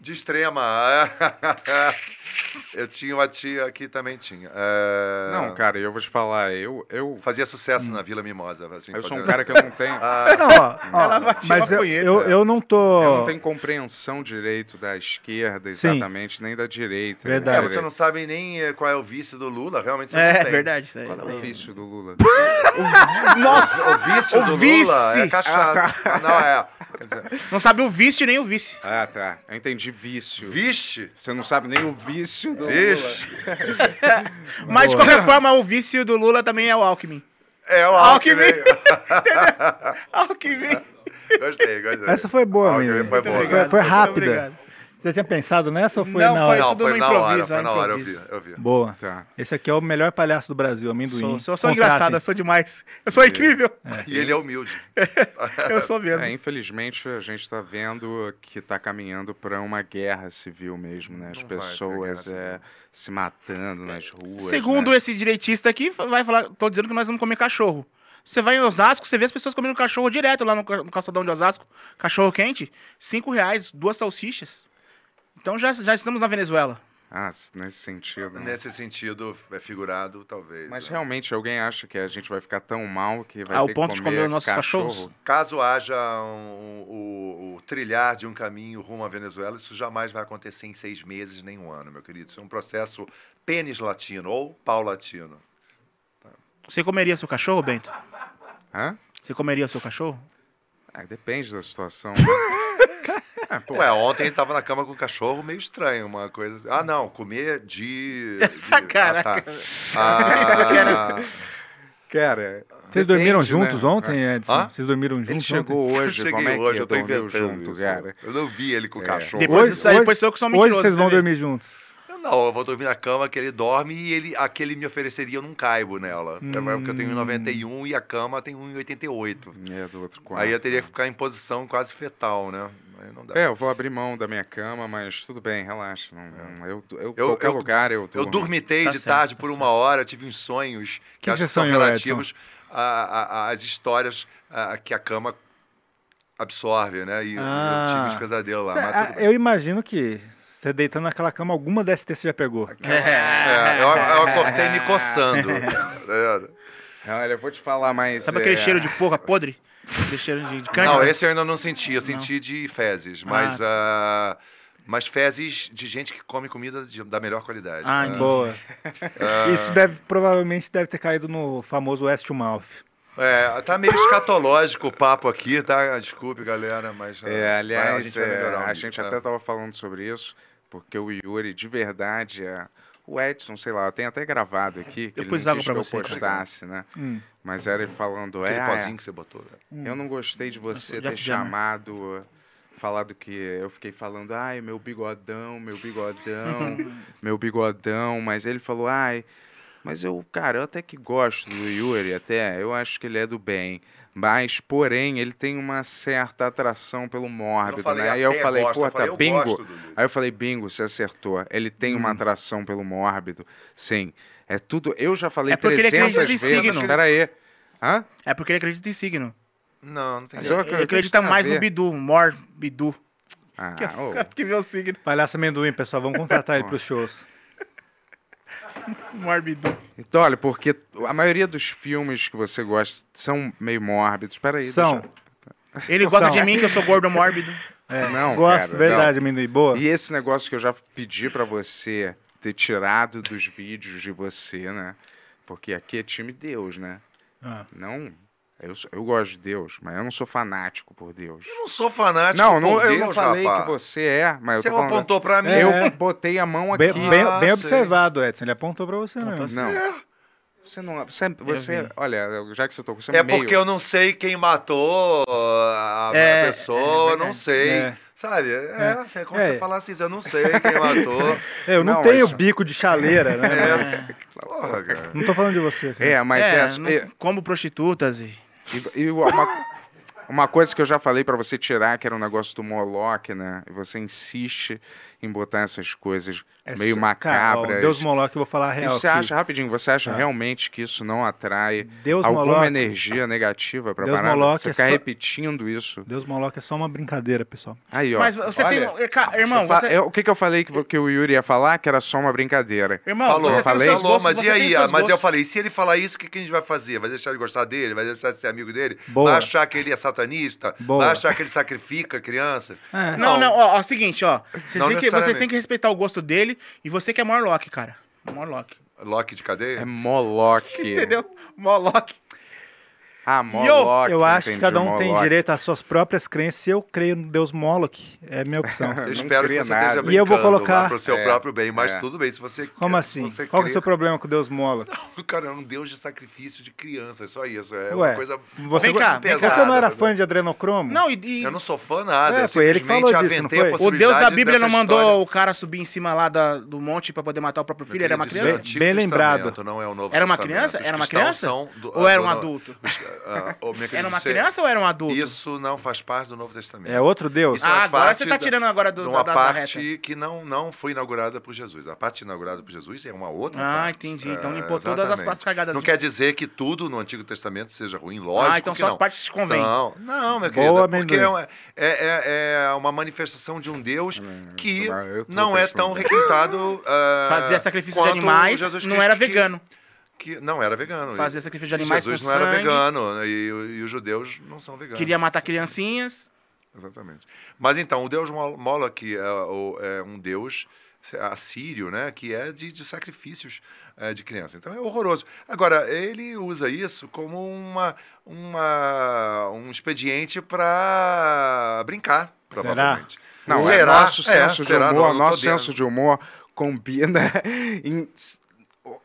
Speaker 3: De extrema. eu tinha uma tia que também tinha. É...
Speaker 6: Não, cara, eu vou te falar, eu... eu... Hum.
Speaker 3: Fazia sucesso na Vila Mimosa. assim,
Speaker 6: Eu sou um
Speaker 3: fazendo-
Speaker 6: cara que eu não tenho...
Speaker 3: Ah.
Speaker 5: É, Não, ó, ó, mas eu, eu, eu não tô.
Speaker 6: Eu não tenho compreensão direito da esquerda,
Speaker 5: Sim.
Speaker 6: exatamente, nem da direita.
Speaker 5: Verdade.
Speaker 3: É,
Speaker 6: Da
Speaker 3: você
Speaker 6: direita.
Speaker 3: não sabe nem eh, qual é o vício do Lula, realmente você
Speaker 6: É,
Speaker 3: não tem.
Speaker 6: verdade, isso
Speaker 10: aí.
Speaker 6: Qual é o vício do Lula?
Speaker 10: Nossa!
Speaker 3: O vício
Speaker 10: O
Speaker 3: do Lula
Speaker 10: vice!
Speaker 3: é cachaça.
Speaker 10: Ah, tá.
Speaker 3: Não, é.
Speaker 10: Não sabe o vício nem o vice.
Speaker 6: Ah, tá. Eu entendi vício.
Speaker 3: Vixe?
Speaker 6: Você não sabe nem o vício do
Speaker 10: Vixe.
Speaker 6: Lula.
Speaker 10: Mas de
Speaker 6: Boa.
Speaker 10: qualquer forma, o vício do Lula também é o Alckmin.
Speaker 3: É o
Speaker 10: Alckmin.
Speaker 3: Alckmin. Gostei, gostei.
Speaker 5: Essa foi boa, amendoim.
Speaker 3: É. Ah, foi boa.
Speaker 5: Foi, foi
Speaker 3: Muito
Speaker 5: rápida.
Speaker 3: obrigado.
Speaker 5: Você tinha pensado nessa ou foi
Speaker 3: Não,
Speaker 5: na
Speaker 3: foi
Speaker 5: hora?
Speaker 3: tudo Não, foi no na hora, improviso, foi no na hora, eu improviso. vi, eu vi.
Speaker 5: Boa.
Speaker 6: Tá.
Speaker 5: Esse aqui é o melhor palhaço do Brasil, amendoim.
Speaker 10: Sou, sou, sou
Speaker 5: Contratem.
Speaker 10: engraçado, eu sou demais.
Speaker 5: É.
Speaker 10: Eu sou incrível.
Speaker 3: E ele é humilde.
Speaker 10: Eu sou mesmo.
Speaker 6: É, infelizmente, a gente está vendo que está caminhando para uma guerra civil mesmo, né? As
Speaker 10: Não vai ter
Speaker 6: pessoas é, se matando nas ruas.
Speaker 10: Segundo
Speaker 6: né?
Speaker 10: esse direitista aqui, vai falar, tô dizendo que nós vamos comer cachorro. Você vai em Osasco, você vê as pessoas comendo cachorro direto lá no, ca- no calçadão de Osasco. Cachorro quente, cinco reais, duas salsichas. Então já, já estamos na Venezuela.
Speaker 6: Ah, s- nesse sentido. né?
Speaker 3: Nesse sentido, é figurado, talvez.
Speaker 6: Mas realmente alguém acha que a gente vai ficar tão mal que vai
Speaker 10: Ao
Speaker 6: ter
Speaker 10: ponto
Speaker 6: que
Speaker 10: de
Speaker 6: comer
Speaker 10: comer os nossos
Speaker 6: cachorro?
Speaker 3: Caso haja um- o, o trilhar de um caminho rumo à Venezuela, isso jamais vai acontecer em seis meses nem um ano, meu querido. Isso é um processo pênis latino ou pau latino.
Speaker 10: Você comeria seu cachorro, Bento?
Speaker 6: Hã?
Speaker 10: Você comeria seu cachorro?
Speaker 6: Ah, depende da situação. né? Ah, pô.
Speaker 3: Ué, ontem ele tava na cama com um cachorro meio estranho, uma coisa assim. Ah, não, comer de. de
Speaker 10: Caraca.
Speaker 3: Ah, tá. Ah,
Speaker 6: Cara. depende,
Speaker 5: Vocês dormiram
Speaker 6: né?
Speaker 5: juntos ontem, É, Edson?
Speaker 6: Hã?
Speaker 5: Vocês dormiram juntos
Speaker 6: Ele chegou
Speaker 5: ontem?
Speaker 6: hoje,
Speaker 3: eu
Speaker 6: como é
Speaker 3: cheguei
Speaker 6: que
Speaker 3: hoje, eu tô
Speaker 6: dormiu
Speaker 3: inventando.
Speaker 6: junto,
Speaker 3: isso.
Speaker 6: cara? É.
Speaker 3: Eu não vi ele com o cachorro.
Speaker 5: Hoje- hoje-
Speaker 6: um
Speaker 5: Hoje
Speaker 6: né,
Speaker 5: vocês vão dormir juntos.
Speaker 3: Eu Não, eu vou dormir na cama que ele dorme e ele, a que ele me ofereceria eu não caibo nela. É Porque eu tenho 1,91 e a cama tem 1,88.
Speaker 6: Hum. É, do outro quarto.
Speaker 3: Aí eu teria que ficar em posição quase fetal, né? Aí não dá.
Speaker 6: É, eu vou abrir mão da minha cama, mas tudo bem, relaxa. não- não- eu, eu,
Speaker 3: É. Eu-
Speaker 6: qualquer
Speaker 3: eu-
Speaker 6: lugar eu
Speaker 3: Eu
Speaker 6: durmo.
Speaker 3: dormitei
Speaker 6: Tá
Speaker 3: de
Speaker 6: certo,
Speaker 3: tarde
Speaker 6: tá
Speaker 3: por uma hora, eu tive uns sonhos que,
Speaker 6: Que
Speaker 3: acho
Speaker 6: que
Speaker 3: que são
Speaker 6: sonhou,
Speaker 3: relativos a- a- a- às histórias a- que a cama absorve, né? E
Speaker 5: Ah.
Speaker 3: eu tive uns pesadelos lá.
Speaker 5: Cê-
Speaker 3: mas
Speaker 6: é,
Speaker 5: ah,
Speaker 3: tudo bem.
Speaker 5: eu imagino que você deitando naquela cama, alguma DST você já pegou.
Speaker 3: É, eu, eu acordei me coçando. É.
Speaker 6: Olha, eu vou te falar mais. é,
Speaker 3: Sabe
Speaker 10: aquele cheiro de porra podre? Aquele cheiro de, de
Speaker 3: Não,
Speaker 10: cânhamo?
Speaker 3: esse eu ainda não senti. Eu senti de fezes, mas. ah, mas fezes de gente que come comida de- da melhor
Speaker 6: Tá
Speaker 3: qualidade.
Speaker 5: Ah,
Speaker 3: Ah,
Speaker 5: Boa.
Speaker 3: ah,
Speaker 5: Isso deve, provavelmente deve ter caído no famoso West to Mouth.
Speaker 3: É, tá meio escatológico o papo aqui, tá? Desculpe, galera, mas. ah,
Speaker 6: É, aliás, é,
Speaker 3: vai,
Speaker 6: a gente, até
Speaker 3: tá?
Speaker 6: estava falando sobre isso, porque o Yuri, de verdade, é- o Edson, sei lá, eu tenho até gravado aqui, que
Speaker 10: Eu
Speaker 6: ele
Speaker 10: pus
Speaker 6: não
Speaker 10: água
Speaker 6: quis que
Speaker 10: pra
Speaker 6: eu
Speaker 10: você, cara.
Speaker 6: postasse, né?
Speaker 10: Hum.
Speaker 6: Mas era ele falando,
Speaker 3: Aquele
Speaker 6: é,
Speaker 3: pozinho que você botou. né?"
Speaker 5: Hum.
Speaker 6: eu não gostei de você
Speaker 3: Jeff
Speaker 6: ter
Speaker 10: né?
Speaker 3: Jammer.
Speaker 6: chamado, falado que eu fiquei falando, ai, meu bigodão, meu bigodão, meu bigodão, mas ele falou, ai, mas eu, cara, eu até que gosto do Yuri, até, eu acho que ele é do bem. Mas, porém, ele tem uma certa atração pelo mórbido,
Speaker 3: falei
Speaker 6: né? Aí eu
Speaker 3: até
Speaker 6: falei,
Speaker 3: gosto, eu
Speaker 6: pô,
Speaker 3: falei,
Speaker 6: tá
Speaker 3: eu
Speaker 6: bingo.
Speaker 3: gosto do Yuri.
Speaker 6: Aí eu falei, bingo, você acertou. Ele tem
Speaker 10: Uhum.
Speaker 6: uma atração pelo mórbido. Sim. É tudo. Eu já falei
Speaker 10: É porque ele
Speaker 6: 300
Speaker 10: acredita em
Speaker 6: vezes.
Speaker 10: signo. né?
Speaker 6: Peraí. Hã?
Speaker 10: É porque ele acredita em signo.
Speaker 3: Não, não tem
Speaker 6: Mas eu
Speaker 10: Ele
Speaker 6: acredito
Speaker 10: acredita
Speaker 6: na
Speaker 10: mais
Speaker 6: veia.
Speaker 10: no Bidu,
Speaker 5: um
Speaker 10: Mor Bidu.
Speaker 6: Ah,
Speaker 10: que,
Speaker 6: ô.
Speaker 10: que vê o signo.
Speaker 5: Palhaço amendoim, pessoal, vamos contratar ele pros shows.
Speaker 10: Mor Bidu.
Speaker 6: Então, olha, porque a maioria dos filmes que você gosta são meio mórbidos. Peraí.
Speaker 5: São.
Speaker 6: deixa eu-
Speaker 10: Ele gosta
Speaker 6: São.
Speaker 10: de mim, que eu sou gordo mórbido.
Speaker 6: É, não,
Speaker 5: Gosto,
Speaker 6: cara,
Speaker 5: verdade,
Speaker 6: não.
Speaker 5: amendoim, boa.
Speaker 6: E esse negócio que eu já pedi pra você ter tirado dos vídeos de você, né? Porque aqui é time Deus, né?
Speaker 5: Ah.
Speaker 6: Não, eu, sou- eu gosto de Deus, mas eu não sou fanático por Deus.
Speaker 3: Eu não sou fanático
Speaker 6: Não, não,
Speaker 3: por
Speaker 6: eu
Speaker 3: Deus,
Speaker 6: não falei
Speaker 3: rapaz.
Speaker 6: que você é, mas
Speaker 3: Você
Speaker 6: eu tô falando-
Speaker 3: apontou pra mim.
Speaker 6: Eu botei a mão aqui. Ah,
Speaker 5: Bem, bem- bem observado, Edson. Ele apontou pra você né? mesmo.
Speaker 6: Não. Você não. é, Você, você
Speaker 5: vi.
Speaker 6: olha, já que você tocou, você
Speaker 3: É
Speaker 6: meio-
Speaker 3: porque eu não sei quem matou ah, a a
Speaker 6: É,
Speaker 3: pessoa,
Speaker 6: é
Speaker 3: eu não
Speaker 6: verdade.
Speaker 3: sei.
Speaker 6: É.
Speaker 3: Sabe? É, é como
Speaker 5: É.
Speaker 3: você falar assim, eu não sei quem matou.
Speaker 5: É, eu não,
Speaker 6: Não,
Speaker 5: tenho
Speaker 6: Edson.
Speaker 5: bico de chaleira, né?
Speaker 6: É.
Speaker 5: mas-
Speaker 3: Porra, cara.
Speaker 5: Não tô falando de você. cara.
Speaker 6: É, mas é,
Speaker 10: não como prostitutas e.
Speaker 6: E, e uma, uma coisa que eu já falei pra você tirar, que era um negócio do Moloch, né? E você insiste em botar essas coisas
Speaker 5: É
Speaker 6: meio
Speaker 5: só- Cara, ó,
Speaker 6: macabras.
Speaker 5: Deus Moloch, eu vou falar a
Speaker 6: E
Speaker 5: real.
Speaker 6: você
Speaker 5: aqui.
Speaker 6: acha, rapidinho, você acha
Speaker 5: Ah.
Speaker 6: realmente que isso não atrai
Speaker 5: Deus
Speaker 6: alguma
Speaker 5: Moloch-
Speaker 6: energia negativa pra
Speaker 5: Deus
Speaker 6: parada?
Speaker 5: Moloch
Speaker 6: Você
Speaker 5: é
Speaker 6: ficar
Speaker 5: só-
Speaker 6: repetindo isso.
Speaker 5: Deus Moloch é só uma brincadeira, pessoal.
Speaker 6: Aí, ó.
Speaker 10: Mas você
Speaker 6: olha,
Speaker 10: tem. um, Ca- Irmão,
Speaker 6: eu fa-
Speaker 10: você.
Speaker 6: eu- o que, que eu falei que, vo- que o Yuri ia falar? Que era só uma brincadeira.
Speaker 10: Irmão, Falou.
Speaker 6: eu
Speaker 10: você tem
Speaker 6: falei.
Speaker 10: os seus
Speaker 3: Falou, mas
Speaker 10: você
Speaker 3: e
Speaker 10: tem
Speaker 3: aí?
Speaker 10: seus
Speaker 3: Ah, Mas eu
Speaker 10: gostos.
Speaker 3: falei, se ele falar isso, o que, que a gente vai fazer? Vai deixar ele gostar dele? Vai deixar de ser amigo dele?
Speaker 5: Boa.
Speaker 3: Vai achar que ele é satanista?
Speaker 5: Boa.
Speaker 3: Vai achar que ele sacrifica criança?
Speaker 5: É.
Speaker 10: É. Não, não, ó, ó, o seguinte, ó. Vocês
Speaker 3: Não
Speaker 10: têm, que, vocês têm
Speaker 3: necessariamente.
Speaker 10: que respeitar o gosto dele e você que é Morlock, cara. Morlock.
Speaker 3: Loki de cadeia?
Speaker 6: É Moloch.
Speaker 10: Entendeu? Morlock.
Speaker 6: Ah,
Speaker 5: eu,
Speaker 6: Moloch.
Speaker 3: né,
Speaker 5: eu acho que
Speaker 6: entendi,
Speaker 5: cada um tem
Speaker 6: Moloch.
Speaker 5: direito às suas próprias crenças. e Eu creio no Deus Moloch. É a minha opção.
Speaker 3: Eu espero que
Speaker 6: cria
Speaker 3: você
Speaker 6: nada.
Speaker 3: esteja brincando
Speaker 5: E eu vou
Speaker 3: lá
Speaker 5: colocar-
Speaker 3: pro seu
Speaker 6: É,
Speaker 3: próprio bem, mas
Speaker 6: é.
Speaker 3: tudo bem, se você...
Speaker 5: Como
Speaker 3: se
Speaker 5: assim?
Speaker 3: você
Speaker 5: Qual que é
Speaker 3: crê-
Speaker 5: o seu problema com o Deus Moloch?
Speaker 3: Cara, é um deus de sacrifício de criança, é só isso. É
Speaker 5: Ué,
Speaker 3: uma coisa
Speaker 5: você,
Speaker 3: muito pesada,
Speaker 5: você não era
Speaker 3: né?
Speaker 5: fã de adrenocromo?
Speaker 10: Não, e. e-
Speaker 3: Eu não sou fã nada, assim,
Speaker 5: É,
Speaker 3: eu
Speaker 5: foi ele que falou
Speaker 3: simplesmente
Speaker 5: disso, não
Speaker 3: aventei a
Speaker 5: foi?
Speaker 10: O
Speaker 3: possibilidade
Speaker 10: Deus da Bíblia não
Speaker 3: dessa
Speaker 10: mandou
Speaker 3: história.
Speaker 10: o cara subir em cima lá da- do monte pra poder matar o próprio filho? Era uma
Speaker 3: Querido, isso é
Speaker 10: criança?
Speaker 3: Antigo
Speaker 5: Bem
Speaker 3: Testamento,
Speaker 5: lembrado.
Speaker 3: Não é o novo
Speaker 10: Era uma
Speaker 3: Testamento.
Speaker 10: criança?
Speaker 3: Os
Speaker 10: Era uma
Speaker 3: cristãos
Speaker 10: criança?
Speaker 3: são do-
Speaker 10: Ou era um
Speaker 3: do-
Speaker 10: adulto?
Speaker 3: Os- ah, ô, minha
Speaker 10: Era
Speaker 3: querida,
Speaker 10: uma
Speaker 3: você-
Speaker 10: criança ou era um adulto?
Speaker 3: Isso não faz parte do Novo Testamento.
Speaker 5: É outro Deus?
Speaker 3: Isso faz
Speaker 10: Ah, agora
Speaker 3: parte
Speaker 10: você tá
Speaker 3: da-
Speaker 10: tirando agora do-
Speaker 3: de
Speaker 10: da-
Speaker 3: uma
Speaker 10: da- da
Speaker 3: parte
Speaker 10: reta.
Speaker 3: que não, não foi inaugurada por Jesus. A parte inaugurada por Jesus é uma outra
Speaker 10: Ah,
Speaker 3: parte.
Speaker 10: entendi. Então
Speaker 3: É,
Speaker 10: limpou todas as
Speaker 3: exatamente.
Speaker 10: partes cagadas.
Speaker 3: Não quer dizer que tudo no Antigo Testamento seja ruim, lógico
Speaker 10: Ah, então
Speaker 3: que
Speaker 10: só as
Speaker 3: não.
Speaker 10: partes que convêm.
Speaker 3: Não, não, meu querido.
Speaker 5: Boa,
Speaker 3: porque é
Speaker 5: amendoim.
Speaker 3: uma, é, é- é uma manifestação de um Deus que
Speaker 6: eu tô
Speaker 3: não é tão requintado... ah,
Speaker 10: Fazia sacrifício de
Speaker 3: quanto
Speaker 10: animais,
Speaker 3: Jesus
Speaker 10: não
Speaker 3: Cristo
Speaker 10: era
Speaker 3: que-
Speaker 10: vegano.
Speaker 3: que não era vegano.
Speaker 10: Fazia
Speaker 3: E
Speaker 10: sacrifício de animais
Speaker 3: Jesus
Speaker 10: com
Speaker 3: não era
Speaker 10: sangue.
Speaker 3: vegano né, e, e os judeus não são veganos.
Speaker 10: Queria matar criancinhas.
Speaker 3: Exatamente. Mas então, o deus Mol- Moloch é, o- é um deus assírio, né, que é de, de sacrifícios é, de criança. Então é horroroso. Agora, ele usa isso como uma, uma- um expediente para brincar, provavelmente.
Speaker 6: Não, é
Speaker 3: Será?
Speaker 6: nosso
Speaker 3: É,
Speaker 6: senso de
Speaker 3: será?
Speaker 6: humor,
Speaker 3: Não, não tô
Speaker 6: nosso
Speaker 3: dizendo.
Speaker 6: senso de humor combina em s- o-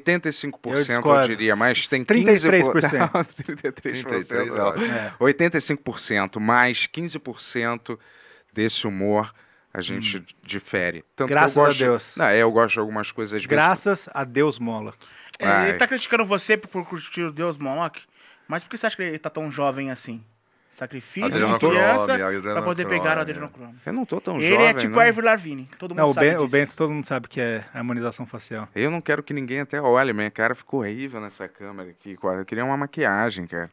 Speaker 6: 85%, eu,
Speaker 5: discordo.
Speaker 6: diria, mas tem
Speaker 5: 33%.
Speaker 6: 15%. Não, 33%. não.
Speaker 3: 33%, é.
Speaker 6: 85% mais 15% desse humor a gente difere. Tanto que eu
Speaker 5: Hum. Graças a
Speaker 6: gosto-
Speaker 5: Deus.
Speaker 6: Não, é, eu gosto de algumas coisas às vezes.
Speaker 5: Graças a Deus Moloch.
Speaker 10: É,
Speaker 6: Ai.
Speaker 10: ele tá criticando você por por curtir o Deus Moloch, mas por que você acha que ele tá tão jovem assim? Sacrifício de
Speaker 3: Adrenocrome,
Speaker 10: criança pra
Speaker 3: adrenocrome.
Speaker 10: poder pegar o adrenocromo.
Speaker 6: Eu não tô tão
Speaker 10: Ele
Speaker 6: jovem.
Speaker 10: é tipo
Speaker 6: não.
Speaker 10: a Irving Lavigne, todo mundo
Speaker 5: Tá né? Não, o,
Speaker 10: sabe
Speaker 5: Ben- o
Speaker 10: disso.
Speaker 5: Bento todo mundo sabe que é harmonização facial.
Speaker 6: Eu não quero que ninguém até olhe, minha cara ficou horrível nessa câmera aqui. quase. Eu queria uma maquiagem, cara.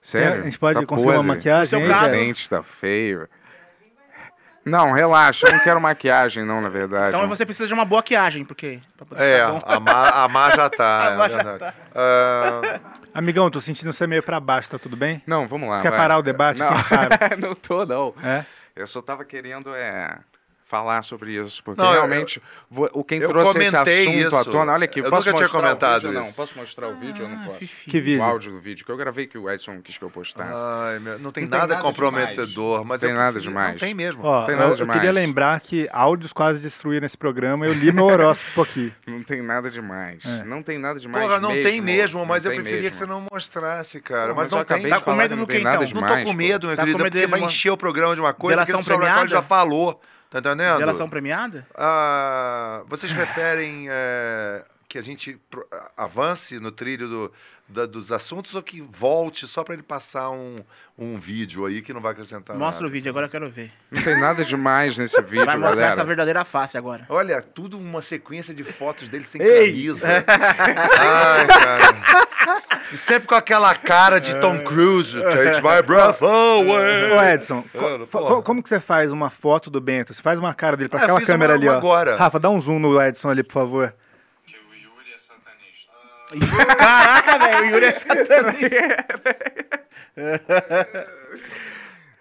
Speaker 6: Sério?
Speaker 5: É, A gente pode
Speaker 6: Tá
Speaker 5: conseguir uma
Speaker 6: podre.
Speaker 5: maquiagem aí,
Speaker 6: Tá
Speaker 5: cara?
Speaker 6: Gente, tá feio. Não, relaxa, eu não quero maquiagem, não, na verdade.
Speaker 10: Então você precisa de uma boa maquiagem, porque. pra poder
Speaker 3: É,
Speaker 10: ficar bom.
Speaker 3: a má, a má já tá,
Speaker 10: A má
Speaker 3: é
Speaker 10: já
Speaker 3: verdade.
Speaker 10: tá.
Speaker 3: Ah,
Speaker 5: Amigão, tô sentindo você meio pra baixo, tá tudo bem?
Speaker 6: Não, vamos lá.
Speaker 5: Você quer
Speaker 6: vai.
Speaker 5: parar o debate?
Speaker 6: Não,
Speaker 5: Quem para?
Speaker 6: não tô, não.
Speaker 5: É?
Speaker 6: Eu só tava querendo é, falar sobre isso, porque
Speaker 3: Não, eu-
Speaker 6: realmente vo- o quem
Speaker 3: eu
Speaker 6: trouxe esse
Speaker 3: comentei
Speaker 6: assunto à
Speaker 3: isso.
Speaker 6: tona, olha aqui,
Speaker 3: Eu
Speaker 6: posso
Speaker 3: nunca tinha
Speaker 6: mostrar o
Speaker 3: comentado
Speaker 6: vídeo? Não,
Speaker 3: isso.
Speaker 6: posso mostrar o vídeo ou
Speaker 5: Ah,
Speaker 6: não posso?
Speaker 3: Que vídeo?
Speaker 6: O áudio do vídeo, que eu gravei que o Edson quis que eu postasse.
Speaker 3: Ai, meu, não tem nada comprometedor,
Speaker 6: demais.
Speaker 3: mas
Speaker 6: Tem
Speaker 3: eu
Speaker 6: nada
Speaker 3: prefiro-
Speaker 6: demais.
Speaker 3: não tem mesmo.
Speaker 5: Ó,
Speaker 6: tem
Speaker 5: eu,
Speaker 6: nada
Speaker 5: eu
Speaker 6: demais.
Speaker 5: queria lembrar que áudios quase destruíram esse programa. Eu li meu horóscopo aqui.
Speaker 6: Não tem nada demais.
Speaker 5: É.
Speaker 6: Não tem nada demais.
Speaker 3: Porra, não tem mesmo,
Speaker 6: não
Speaker 3: mas eu
Speaker 6: tem
Speaker 3: preferia que
Speaker 6: mesmo.
Speaker 3: você não mostrasse, cara.
Speaker 6: Pô,
Speaker 3: mas,
Speaker 6: mas eu
Speaker 3: não tem.
Speaker 6: acabei de Tá com falar medo que não do tem quê, nada então?
Speaker 3: Não
Speaker 6: demais,
Speaker 3: tô com medo,
Speaker 6: pô.
Speaker 3: meu
Speaker 6: Tá com
Speaker 3: querido, é
Speaker 6: medo
Speaker 3: porque
Speaker 6: de
Speaker 3: vai
Speaker 6: uma-
Speaker 3: encher o programa de uma coisa que
Speaker 10: Delação
Speaker 3: o Sobre a Qual
Speaker 10: premiada?
Speaker 3: já falou. Tá entendendo?
Speaker 10: Delação premiada?
Speaker 3: Ah, vocês preferem é, que a gente pro- avance no trilho do- da- dos assuntos ou que volte só pra ele passar um, um vídeo aí que não vai acrescentar
Speaker 10: Mostra o
Speaker 3: Tá nada?
Speaker 10: vídeo, agora eu quero ver.
Speaker 6: Não tem nada demais nesse vídeo,
Speaker 10: Vai mostrar
Speaker 6: galera.
Speaker 10: essa verdadeira face agora.
Speaker 3: Olha, tudo uma sequência de fotos dele sem
Speaker 10: Ei! É.
Speaker 3: camisa. Ai, cara. E sempre com aquela cara de
Speaker 6: É.
Speaker 3: Tom Cruise. Takes my breath away. É,
Speaker 5: Ô, Edson, co-
Speaker 3: Cara,
Speaker 5: co-
Speaker 3: porra.
Speaker 5: como que você faz uma foto do Bento? Você faz uma cara dele pra
Speaker 3: Ah, eu
Speaker 5: aquela
Speaker 3: fiz
Speaker 5: câmera
Speaker 3: uma-
Speaker 5: ali,
Speaker 3: uma
Speaker 5: ó.
Speaker 3: agora.
Speaker 5: Rafa, dá um zoom no Edson ali, por favor.
Speaker 10: Caraca, velho, o Yuri é satanista.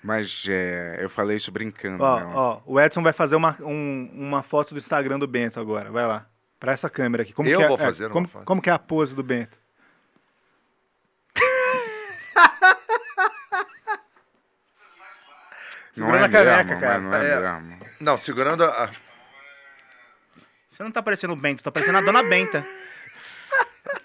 Speaker 6: Mas é, eu falei isso brincando.
Speaker 5: Ó,
Speaker 6: né?
Speaker 5: ó, o Edson vai fazer uma, um- uma foto do Instagram do Bento agora. Vai lá. Pra essa câmera aqui. Como
Speaker 3: Eu
Speaker 5: que é,
Speaker 3: vou
Speaker 5: é,
Speaker 3: fazer uma
Speaker 5: como,
Speaker 3: foto.
Speaker 5: como que é a pose do Bento?
Speaker 6: Não é
Speaker 5: Segurando a caneca,
Speaker 6: mesmo,
Speaker 5: cara.
Speaker 6: mas não é
Speaker 3: É.
Speaker 6: mesmo.
Speaker 3: Não, segurando a. a-
Speaker 10: Você não tá parecendo o Bento, tá parecendo a dona Benta.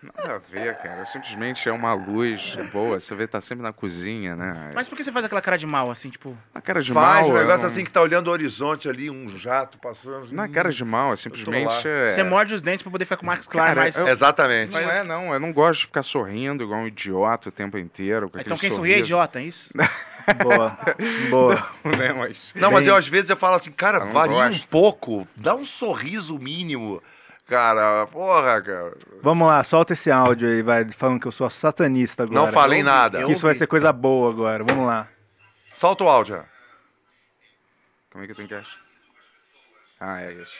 Speaker 6: Nada a ver, cara. Simplesmente é uma luz boa. Você vê, tá sempre na cozinha, né?
Speaker 10: Mas por que você faz aquela cara de mal, assim, tipo.
Speaker 6: A cara de
Speaker 3: Faz
Speaker 6: mal.
Speaker 3: um
Speaker 6: eu
Speaker 3: negócio
Speaker 6: não-
Speaker 3: assim que tá olhando o horizonte ali, um jato passando.
Speaker 6: Não é cara de mal, é
Speaker 3: lá.
Speaker 6: simplesmente.
Speaker 10: Você
Speaker 6: É...
Speaker 10: morde os dentes pra poder ficar com o Max Clark,
Speaker 6: Cara,
Speaker 10: mas.
Speaker 6: eu-
Speaker 3: Exatamente.
Speaker 6: Não é, não. Eu não gosto de ficar sorrindo igual um idiota o tempo inteiro. com
Speaker 10: Então
Speaker 6: aquele
Speaker 10: quem sorri é
Speaker 6: um sorriso.
Speaker 10: idiota, é isso?
Speaker 5: Boa. Boa.
Speaker 6: Não, né, mas...
Speaker 3: Não, mas eu às vezes eu falo assim, cara,
Speaker 6: Eu não
Speaker 3: varia um
Speaker 6: gosto.
Speaker 3: pouco. Dá um sorriso mínimo. Cara, porra, cara.
Speaker 5: Vamos lá, solta esse áudio aí, vai, falando que eu sou satanista agora.
Speaker 3: Não falei nada.
Speaker 5: Que isso vai ser coisa boa agora. Vamos lá.
Speaker 3: Solta o áudio.
Speaker 6: Como é que eu tenho que achar? Ah, é isso.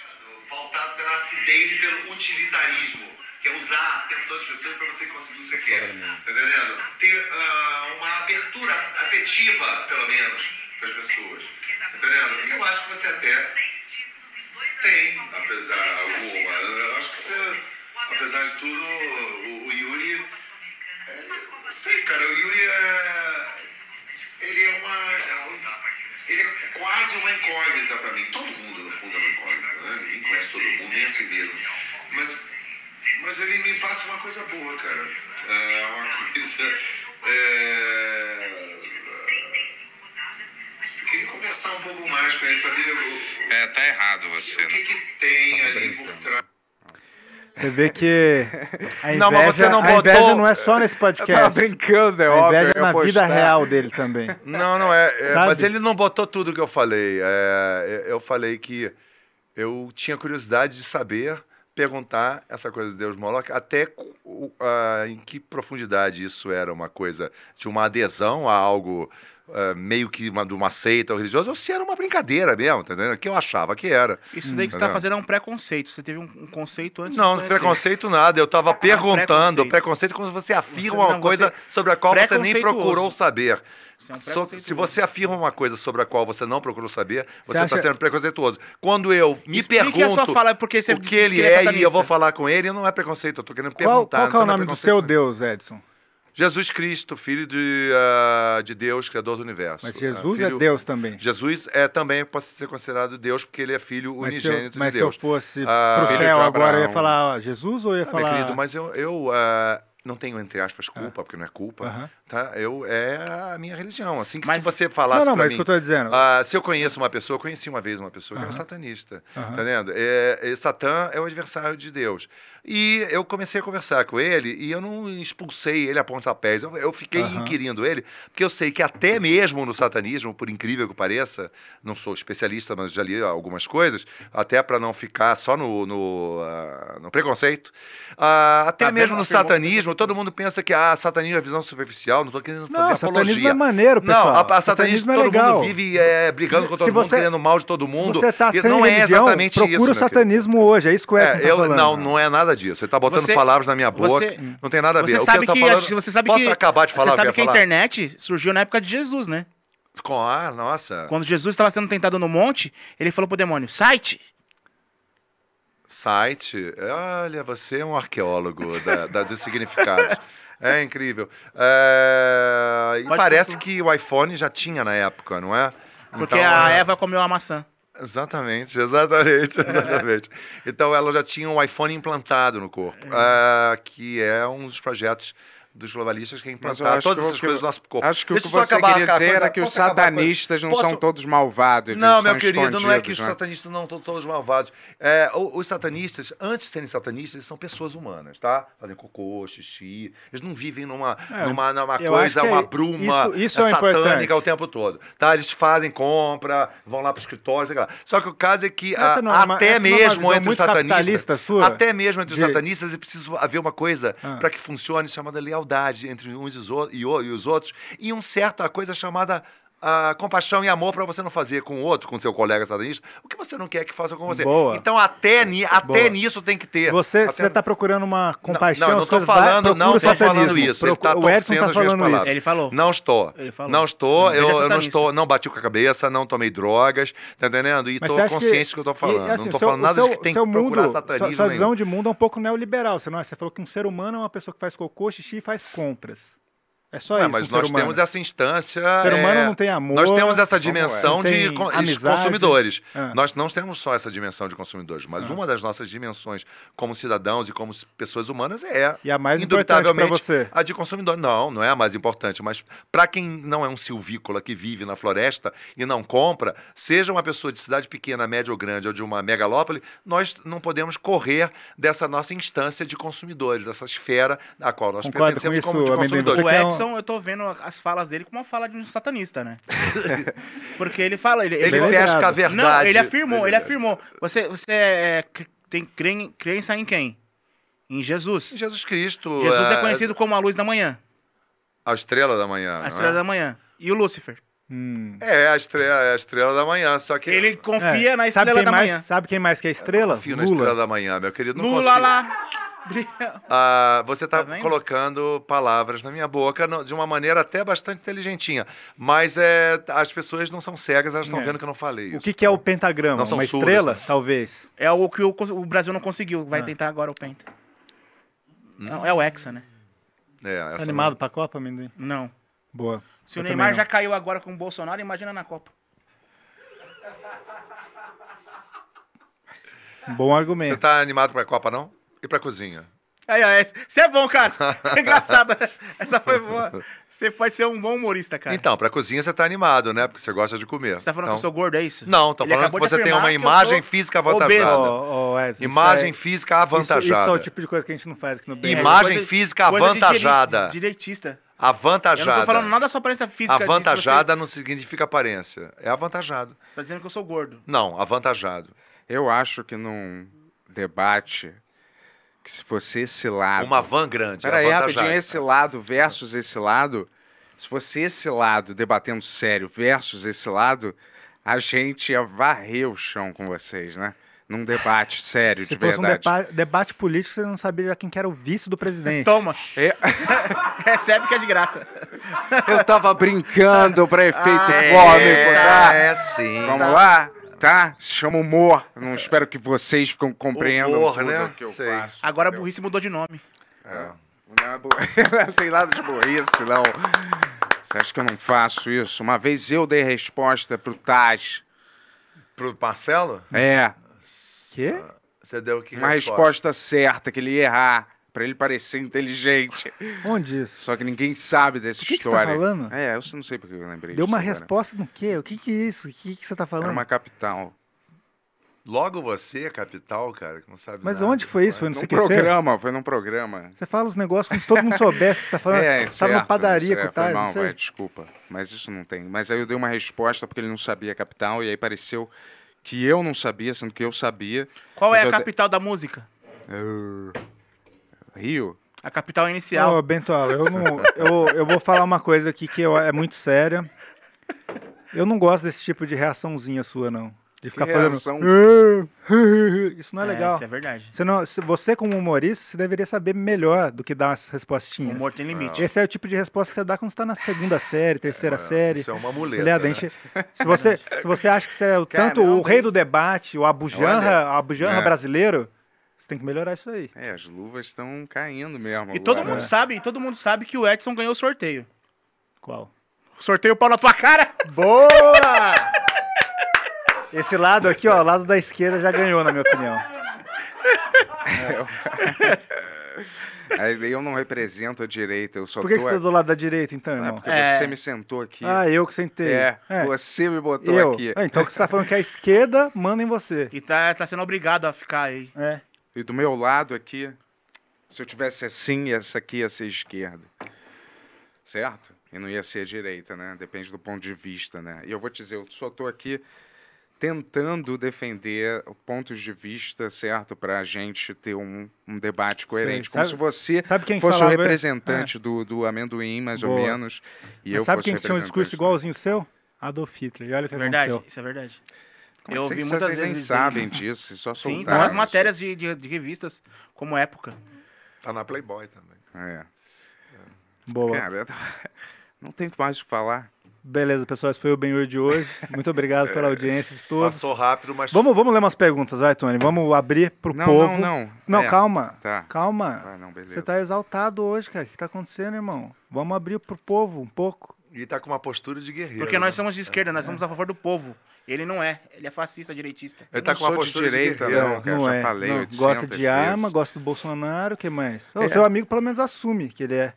Speaker 13: pautado pela acidez e pelo utilitarismo, que é usar o tempo todo as pessoas para você conseguir o que você quer. Tá entendendo? Ter ah, uma abertura afetiva, pelo menos, para as pessoas. Tá entendendo? E eu acho que você até tem, apesar alguma. Eu acho que você, apesar de tudo, o, o Yuri. É, sei, cara, o Yuri é. Ele é uma. Ele é quase uma incógnita pra mim. Todo mundo, no fundo, é uma incógnita. Né? Ninguém conhece todo mundo, nem a si mesmo. Mas, mas ele me faz uma coisa boa, cara. É uma coisa. É... Eu queria conversar um pouco mais com ele, saber o,
Speaker 9: É, tá errado você.
Speaker 3: né?
Speaker 13: o que, que tem ali por trás.
Speaker 5: Você vê que a inveja,
Speaker 13: Não, mas você não
Speaker 5: a inveja
Speaker 13: botou-
Speaker 5: não é só nesse podcast.
Speaker 6: Eu tava brincando, é
Speaker 5: a
Speaker 6: óbvio,
Speaker 5: inveja
Speaker 6: eu
Speaker 5: na
Speaker 6: ia
Speaker 5: vida
Speaker 6: postar.
Speaker 5: real dele também.
Speaker 3: Não, não é. é,
Speaker 5: Sabe?
Speaker 3: mas ele não botou tudo que eu falei. É, eu- eu falei que eu tinha curiosidade de saber, perguntar essa coisa de Deus Moloch, até cu- o- ah, em que profundidade isso era uma coisa de uma adesão a algo ah, meio que uma, de uma seita religiosa, ou se era uma brincadeira mesmo, tá entendendo? Que eu achava que era.
Speaker 10: Isso daí que você
Speaker 3: Entendeu?
Speaker 10: tá fazendo é um preconceito. Você teve um, um conceito antes
Speaker 3: Não,
Speaker 10: de conhecer.
Speaker 3: preconceito nada. Eu tava perguntando.
Speaker 10: preconceito.
Speaker 3: Preconceito, quando você afirma
Speaker 10: Você-
Speaker 3: uma
Speaker 10: não,
Speaker 3: coisa
Speaker 10: você-
Speaker 3: sobre a qual você nem
Speaker 10: preconceituoso.
Speaker 3: procurou saber.
Speaker 10: é um
Speaker 3: So- se
Speaker 10: preconceituoso.
Speaker 3: você afirma uma coisa sobre a qual você não procurou saber, você está
Speaker 10: acha-
Speaker 3: sendo preconceituoso. Quando eu me
Speaker 10: Explique a
Speaker 3: pergunto
Speaker 10: sua fala, porque você
Speaker 3: o
Speaker 10: disse
Speaker 3: que ele
Speaker 10: que ele é
Speaker 3: é e
Speaker 10: satanista.
Speaker 3: eu vou falar com ele, não é preconceito. Eu tô querendo
Speaker 5: Qual,
Speaker 3: perguntar.
Speaker 5: qual que é o
Speaker 3: então não
Speaker 5: nome do
Speaker 3: preconceito.
Speaker 5: seu Deus, Edson?
Speaker 3: Jesus Cristo, filho de, ah, de Deus, criador do universo.
Speaker 5: Mas
Speaker 3: Ah,
Speaker 5: Jesus é
Speaker 3: filho-
Speaker 5: Deus também.
Speaker 3: Jesus é também pode ser considerado Deus porque ele é filho
Speaker 5: Mas se eu,
Speaker 3: unigênito
Speaker 5: mas
Speaker 3: de
Speaker 5: se eu
Speaker 3: Deus.
Speaker 5: fosse
Speaker 3: Ah,
Speaker 5: pro
Speaker 3: filho de
Speaker 5: céu agora, eu ia
Speaker 3: Abraão.
Speaker 5: falar ó, Jesus ou eu ia
Speaker 3: Ah,
Speaker 5: falar... Ah.
Speaker 3: Meu querido, mas eu, eu ah, não tenho, entre aspas, culpa, porque não é culpa,
Speaker 5: Aham.
Speaker 3: tá? Eu, é a minha religião. Assim que se você falasse
Speaker 5: Não, não,
Speaker 3: pra
Speaker 5: mas
Speaker 3: mim,
Speaker 5: é isso que eu tô dizendo.
Speaker 3: ah, se eu conheço uma pessoa, eu conheci uma vez uma pessoa que
Speaker 5: Aham.
Speaker 3: era satanista,
Speaker 5: Aham.
Speaker 3: tá vendo? É, é, Satã é o adversário de Deus. E eu comecei a conversar com ele e eu não expulsei ele a pontapés. Eu, eu fiquei
Speaker 5: Aham.
Speaker 3: inquirindo ele, porque eu sei que até mesmo no satanismo, por incrível que pareça, não sou especialista, mas já li algumas coisas, até para não ficar só no, no, ah, no preconceito, ah, até
Speaker 10: Tá vendo?
Speaker 3: mesmo no
Speaker 10: Afirmou.
Speaker 3: satanismo, todo mundo pensa que ah, satanismo é visão superficial, legal, não tô querendo
Speaker 5: Não,
Speaker 3: fazer
Speaker 5: satanismo
Speaker 3: apologia.
Speaker 5: é maneiro, pessoal.
Speaker 3: Não, a, a satanismo
Speaker 5: Satanismo é
Speaker 3: todo
Speaker 5: legal.
Speaker 3: mundo vive é, brigando
Speaker 5: Se-
Speaker 3: com
Speaker 5: se
Speaker 3: todo mundo,
Speaker 5: você-
Speaker 3: querendo mal de todo mundo.
Speaker 5: Se você tá
Speaker 3: e
Speaker 5: sem
Speaker 3: não é
Speaker 5: religião,
Speaker 3: exatamente isso.
Speaker 5: procura o
Speaker 3: meu querido.
Speaker 5: satanismo hoje, é isso que o Edson
Speaker 3: É,
Speaker 5: tá
Speaker 3: eu,
Speaker 5: falando.
Speaker 3: não, não é nada disso. Você tá botando
Speaker 5: Você-
Speaker 3: palavras na minha boca.
Speaker 5: você-
Speaker 3: não tem nada a ver.
Speaker 5: você
Speaker 3: O
Speaker 5: sabe
Speaker 3: eu tô
Speaker 5: que a-
Speaker 3: falando,
Speaker 5: você sabe
Speaker 3: posso
Speaker 5: que-
Speaker 3: acabar de falar o que
Speaker 10: Você
Speaker 3: eu
Speaker 10: sabe
Speaker 3: ia
Speaker 10: que a
Speaker 3: falar?
Speaker 10: internet surgiu na época de Jesus, né?
Speaker 3: Com a, nossa.
Speaker 10: Quando Jesus estava sendo tentado no monte, ele falou pro demônio, site!
Speaker 3: Site. Olha, você é um arqueólogo da, da- dos significados. É incrível. É, E
Speaker 10: Pode
Speaker 3: parece
Speaker 10: continuar.
Speaker 3: que o iPhone já tinha na época, não é?
Speaker 10: Porque
Speaker 3: Então,
Speaker 10: a
Speaker 3: é-
Speaker 10: Eva comeu a maçã.
Speaker 3: Exatamente, exatamente, exatamente. Então ela já tinha um iPhone implantado no corpo, ah, que é um dos projetos dos globalistas que é
Speaker 6: Mas eu
Speaker 3: implantar
Speaker 6: acho que
Speaker 3: todas
Speaker 6: o
Speaker 3: essas
Speaker 6: que-
Speaker 3: coisas no nosso corpo.
Speaker 6: Acho que
Speaker 3: Deixa
Speaker 6: o
Speaker 3: eu
Speaker 6: que
Speaker 3: só
Speaker 6: você
Speaker 3: acabar
Speaker 6: queria
Speaker 3: com a
Speaker 6: dizer
Speaker 3: coisa-
Speaker 6: era que os
Speaker 3: posso acabar com a coisa?
Speaker 6: satanistas não
Speaker 3: Posso-
Speaker 6: são todos malvados. eles
Speaker 3: Não, meu
Speaker 6: são
Speaker 3: querido, não é que os
Speaker 6: escondidos, né?
Speaker 3: satanistas não estão todos malvados. É, o- os satanistas, antes de serem satanistas, eles são pessoas humanas, tá? Fazem cocô, xixi. Eles não vivem numa,
Speaker 5: É,
Speaker 3: numa, numa
Speaker 5: eu acho
Speaker 3: coisa,
Speaker 5: que é-
Speaker 3: uma bruma
Speaker 5: isso- isso é o importante.
Speaker 3: satânica o tempo todo. Tá? Eles fazem compra, vão lá para escritório, sei lá. Só que o caso é que
Speaker 5: Essa
Speaker 3: ah,
Speaker 5: não é uma-
Speaker 3: até
Speaker 5: essa não é uma
Speaker 3: mesmo
Speaker 5: visão
Speaker 3: entre os
Speaker 5: muito capitalista
Speaker 3: satanistas.
Speaker 5: sua?
Speaker 3: Até mesmo entre os
Speaker 5: De-
Speaker 3: satanistas é preciso haver uma coisa
Speaker 5: Ah.
Speaker 3: para que funcione chamada lealdade entre uns e os o- e o- e os outros. E um certo, a coisa chamada. ah, compaixão e amor para você não fazer com o outro, com seu colega satanista, o que você não quer que faça com você.
Speaker 5: Boa.
Speaker 3: Então até, ni- até
Speaker 5: Boa.
Speaker 3: nisso tem que ter.
Speaker 5: Você,
Speaker 3: Até-
Speaker 5: você tá procurando uma compaixão?
Speaker 3: não, não
Speaker 5: as
Speaker 3: tô
Speaker 5: coisas, vai,
Speaker 3: falando,
Speaker 5: procura
Speaker 3: não
Speaker 5: o
Speaker 3: tô falando
Speaker 5: satanismo,
Speaker 3: isso. Ele
Speaker 5: procura-
Speaker 3: tá
Speaker 5: o Edson
Speaker 3: torcendo
Speaker 5: tá
Speaker 3: as minhas
Speaker 5: falando
Speaker 3: palavras.
Speaker 5: isso.
Speaker 10: falou.
Speaker 3: Não estou.
Speaker 10: Ele falou.
Speaker 3: Não estou,
Speaker 10: Não seja
Speaker 3: eu, eu não
Speaker 10: satanista.
Speaker 3: estou, não bati com a cabeça, não tomei drogas, tá entendendo? E
Speaker 5: Mas
Speaker 3: tô
Speaker 5: você acha
Speaker 3: consciente do que eu tô falando.
Speaker 5: e, assim,
Speaker 3: não tô
Speaker 5: seu-
Speaker 3: falando nada
Speaker 5: seu-
Speaker 3: de que tem
Speaker 5: seu
Speaker 3: que procurar
Speaker 5: mundo-
Speaker 3: satanismo
Speaker 5: Sua, sua
Speaker 3: nenhum.
Speaker 5: visão de mundo é um pouco neoliberal. Você, não, é? você falou que um ser humano é uma pessoa que faz cocô, xixi e faz compras. É só
Speaker 3: Ah,
Speaker 5: isso.
Speaker 3: mas
Speaker 5: um
Speaker 3: nós
Speaker 5: ser humano.
Speaker 3: temos essa instância.
Speaker 5: Ser humano
Speaker 3: é,
Speaker 5: não tem amor,
Speaker 3: Nós temos essa
Speaker 5: não
Speaker 3: dimensão de
Speaker 5: tem
Speaker 3: con-
Speaker 5: amizade.
Speaker 3: consumidores.
Speaker 5: Ah.
Speaker 3: Nós não temos só essa dimensão de consumidores, mas uma das nossas dimensões como cidadãos e como s- pessoas humanas é.
Speaker 5: E a mais importante pra
Speaker 3: indubitavelmente
Speaker 5: você.
Speaker 3: a de consumidor. Não, não é a mais importante, mas para quem não é um silvícola que vive na floresta e não compra, seja uma pessoa de cidade pequena, média ou grande ou de uma megalópole, nós não podemos correr dessa nossa instância de consumidores, dessa esfera a qual nós
Speaker 5: Concorda com
Speaker 3: pertencemos
Speaker 5: isso,
Speaker 3: como de
Speaker 5: Amendoim? Você
Speaker 3: consumidores.
Speaker 5: quer um-
Speaker 10: O Edson, eu tô vendo as falas dele como uma fala de um satanista, né? Porque ele fala. Ele,
Speaker 3: Ele pesca a verdade. é-
Speaker 10: Não, ele afirmou,
Speaker 3: Ele-
Speaker 10: ele afirmou. Você, você é, cr- tem cren- crença em quem? Em Jesus.
Speaker 3: Jesus Cristo.
Speaker 10: Jesus é
Speaker 3: é-
Speaker 10: conhecido como a luz da manhã,
Speaker 3: A estrela da manhã.
Speaker 10: a estrela da manhã. E o Lúcifer.
Speaker 5: Hum. É.
Speaker 3: É, a estrela, é a estrela da manhã, só que. Ele
Speaker 10: confia na
Speaker 5: sabe
Speaker 10: estrela
Speaker 5: quem
Speaker 10: da
Speaker 5: mais,
Speaker 10: manhã.
Speaker 5: Sabe quem mais que é estrela?
Speaker 3: Confio na
Speaker 5: Lula.
Speaker 3: estrela da manhã, meu querido. Não
Speaker 10: Lula
Speaker 3: consigo.
Speaker 10: lá. Brilha.
Speaker 3: Ah, você está
Speaker 10: vendo?
Speaker 3: colocando palavras na minha boca não- de uma maneira até bastante inteligentinha. Mas é, as pessoas não são cegas, elas estão
Speaker 5: É.
Speaker 3: vendo que eu não falei isso.
Speaker 5: O que, que é o pentagrama?
Speaker 3: Não são
Speaker 5: Uma
Speaker 3: surdas,
Speaker 5: estrela,
Speaker 3: né?
Speaker 5: talvez.
Speaker 10: É o que o, cons- o Brasil não conseguiu. Vai
Speaker 3: É.
Speaker 5: Ah.
Speaker 10: tentar agora o Penta. Não, é o Hexa, né?
Speaker 3: É, essa
Speaker 5: Tá animado pra Copa, amendoim?
Speaker 10: Não.
Speaker 5: Boa.
Speaker 10: Se
Speaker 5: Eu
Speaker 10: o
Speaker 5: também
Speaker 10: Neymar
Speaker 5: não.
Speaker 10: já caiu agora com o Bolsonaro, imagina na Copa.
Speaker 5: Bom argumento.
Speaker 3: Você tá animado pra Copa, não? E pra cozinha?
Speaker 10: Aí, ó, esse- você é bom, cara. É engraçado. Essa foi boa. Você pode ser um bom humorista, cara.
Speaker 3: Então, pra cozinha você tá animado, né? Porque você gosta de comer. Você
Speaker 10: tá falando
Speaker 3: então...
Speaker 10: que eu sou gordo, é isso?
Speaker 3: Não, tô
Speaker 10: Ele
Speaker 3: falando
Speaker 10: acabou
Speaker 3: que
Speaker 10: de
Speaker 3: você tem
Speaker 10: afirmar
Speaker 3: uma
Speaker 10: que eu
Speaker 3: imagem
Speaker 10: sou
Speaker 3: física
Speaker 10: obeso.
Speaker 3: avantajada.
Speaker 5: Ó, ó, Edson, isso
Speaker 3: Imagem
Speaker 5: é-
Speaker 3: física
Speaker 5: Isso, isso é o
Speaker 3: avantajada.
Speaker 5: tipo de coisa que a gente não faz aqui no
Speaker 10: É,
Speaker 5: Brasil.
Speaker 3: Imagem
Speaker 10: coisa-
Speaker 3: física
Speaker 10: coisa de
Speaker 3: avantajada.
Speaker 10: direi- Direitista. Eu
Speaker 3: Avantajada.
Speaker 10: não tô falando nada da sua aparência física. disso,
Speaker 3: Avantajada não significa aparência. É avantajado.
Speaker 10: Você tá dizendo que eu sou gordo.
Speaker 3: Não, avantajado.
Speaker 6: Eu acho que num debate que se fosse esse lado.
Speaker 3: Uma van grande.
Speaker 6: Peraí,
Speaker 3: avantajado.
Speaker 6: rapidinho, esse lado versus esse lado. Se fosse esse lado debatendo sério versus esse lado, a gente ia varrer o chão com vocês, né? Num debate sério,
Speaker 5: Se
Speaker 6: de
Speaker 5: fosse um
Speaker 6: verdade.
Speaker 5: deba- debate político, você não sabia quem que era o vice do presidente.
Speaker 10: Toma.
Speaker 6: É-
Speaker 10: Recebe que é de graça.
Speaker 6: Eu tava brincando pra efeito
Speaker 10: Ah, é,
Speaker 6: cômico, tá?
Speaker 3: é, sim.
Speaker 6: Vamos
Speaker 3: Tá.
Speaker 6: lá, tá? Se Chama humor. Não espero que vocês ficam compreendam
Speaker 3: Humor,
Speaker 6: tudo
Speaker 3: né?
Speaker 6: que eu
Speaker 3: Sei.
Speaker 6: faço.
Speaker 10: Agora a burrice mudou de nome.
Speaker 6: É. Não, é bu- não tem nada de burrice, não. Você acha que eu não faço isso? Uma vez eu dei resposta pro Taj.
Speaker 3: Pro Marcelo?
Speaker 6: É,
Speaker 5: Quê?
Speaker 3: Você deu que
Speaker 6: uma resposta certa que ele ia errar, pra ele parecer inteligente.
Speaker 5: Onde isso?
Speaker 6: Só que ninguém sabe dessa
Speaker 5: que que você tá
Speaker 6: história.
Speaker 5: falando?
Speaker 6: É, eu não sei porque eu lembrei
Speaker 5: Deu
Speaker 6: disso
Speaker 5: uma
Speaker 6: agora.
Speaker 5: resposta no quê? O que que é isso? O que que você tá falando?
Speaker 6: Era uma capital.
Speaker 3: Logo você, capital, cara, que não sabe
Speaker 5: Mas
Speaker 3: nada.
Speaker 5: onde que foi isso? Foi no
Speaker 6: Num
Speaker 5: CQC?
Speaker 6: programa, foi num programa.
Speaker 5: Você fala os negócios como se todo mundo soubesse o que você tá falando.
Speaker 6: É,
Speaker 5: você tava na
Speaker 6: certo,
Speaker 5: padaria
Speaker 6: é,
Speaker 5: com o
Speaker 6: foi
Speaker 5: Tais,
Speaker 6: mal,
Speaker 5: não sei.
Speaker 6: vai, desculpa. Mas isso não tem. Mas aí eu dei uma resposta porque ele não sabia a capital e aí pareceu que eu não sabia, sendo que eu sabia.
Speaker 10: Qual
Speaker 6: Mas
Speaker 10: é a
Speaker 6: eu de-
Speaker 10: capital da música?
Speaker 6: Uh, Rio?
Speaker 10: A capital inicial.
Speaker 5: Ô, Bentola, eu, não, eu, eu vou falar uma coisa aqui que eu- é muito séria. Eu não gosto desse tipo de reaçãozinha sua, não. De ficar
Speaker 6: Reação?
Speaker 5: fazendo. Isso não é,
Speaker 10: É,
Speaker 5: legal.
Speaker 10: isso é verdade.
Speaker 5: Você, não- se- você, como humorista, você deveria saber melhor do que dar as respostinhas.
Speaker 10: Humor tem limite.
Speaker 5: Esse é o tipo de resposta que você dá quando você tá na segunda série, terceira série.
Speaker 3: isso é uma muleta,
Speaker 5: Mulher, a
Speaker 3: né?
Speaker 5: gente- se, você, se você acha que você é o, tanto o
Speaker 6: Caramba,
Speaker 5: rei do debate, o abujanra,
Speaker 3: né?
Speaker 6: Olha.
Speaker 5: abujanra
Speaker 6: É.
Speaker 5: brasileiro, você tem que melhorar isso aí.
Speaker 6: É, as luvas estão caindo mesmo.
Speaker 10: E todo
Speaker 6: agora.
Speaker 10: mundo sabe, e todo mundo sabe que o Edson ganhou o sorteio.
Speaker 5: Qual?
Speaker 10: Sorteio o pau na tua cara!
Speaker 5: Boa! Esse lado aqui, ó, o lado da esquerda já ganhou, na minha opinião.
Speaker 3: É,
Speaker 6: Aí Eu não represento a direita, eu só
Speaker 5: Por que, que
Speaker 6: tô
Speaker 5: você tá do lado da direita, então,
Speaker 6: É
Speaker 5: irmão?
Speaker 6: porque você me sentou aqui.
Speaker 5: Ah, eu que sentei.
Speaker 6: É,
Speaker 5: É.
Speaker 6: você me botou
Speaker 5: Eu?
Speaker 6: aqui.
Speaker 5: Ah, então o que você tá falando que a esquerda manda em você.
Speaker 10: E tá, tá sendo obrigado a ficar aí.
Speaker 5: É.
Speaker 6: E do meu lado aqui, se eu tivesse assim, essa aqui ia ser esquerda. Certo? E não ia ser direita, né? Depende do ponto de vista, né? E eu vou te dizer, eu só tô aqui tentando defender pontos de vista, certo? Pra gente ter um, um debate coerente. Como
Speaker 5: sabe-
Speaker 6: se você
Speaker 5: sabe quem
Speaker 6: fosse
Speaker 5: falava- É.
Speaker 6: o representante do, do amendoim, mais ou
Speaker 5: Boa.
Speaker 6: menos. E
Speaker 5: Mas
Speaker 6: eu
Speaker 5: sabe
Speaker 6: fosse
Speaker 5: quem que tinha um discurso
Speaker 6: representante.
Speaker 5: igualzinho o seu? Adolf Hitler. E olha o que
Speaker 10: Verdade,
Speaker 5: aconteceu.
Speaker 10: isso é verdade.
Speaker 6: Como é
Speaker 10: eu
Speaker 6: vocês-
Speaker 10: ouvi muitas
Speaker 6: vocês nem
Speaker 10: vezes.
Speaker 6: sabem
Speaker 10: isso.
Speaker 6: disso, vocês só
Speaker 10: Sim, tem
Speaker 6: soltaram
Speaker 10: umas
Speaker 6: isso.
Speaker 10: matérias de, de, de revistas como época.
Speaker 3: Tá na Playboy também.
Speaker 6: É.
Speaker 5: Boa.
Speaker 6: Cara, eu- não tem mais o que falar.
Speaker 5: Beleza, pessoal, esse foi o Benhur de hoje. Muito obrigado
Speaker 6: É.
Speaker 5: pela audiência de todos.
Speaker 3: Passou rápido, mas.
Speaker 5: Vamos, vamos ler umas perguntas, vai, Tony. Vamos abrir pro
Speaker 6: Não,
Speaker 5: povo.
Speaker 6: não, não.
Speaker 5: Não,
Speaker 6: É,
Speaker 5: calma.
Speaker 6: tá.
Speaker 5: Calma.
Speaker 6: Ah, não, beleza.
Speaker 5: Você tá exaltado hoje, cara. O que tá acontecendo, irmão? Vamos abrir pro povo um pouco.
Speaker 3: E tá com uma postura de guerreiro.
Speaker 10: Porque nós
Speaker 3: né?
Speaker 10: somos de esquerda, nós somos a favor do povo. Ele não é, ele é fascista, direitista.
Speaker 3: Ele tá
Speaker 6: não
Speaker 3: com uma
Speaker 6: sou de
Speaker 3: postura de
Speaker 6: direita,
Speaker 3: guerreiro.
Speaker 6: não, cara.
Speaker 5: não
Speaker 6: já
Speaker 5: é.
Speaker 6: falei
Speaker 5: não.
Speaker 6: 800
Speaker 5: Gosta de
Speaker 6: vezes.
Speaker 5: arma, gosta do Bolsonaro, o que mais? O
Speaker 6: É.
Speaker 5: seu amigo pelo menos assume que ele é.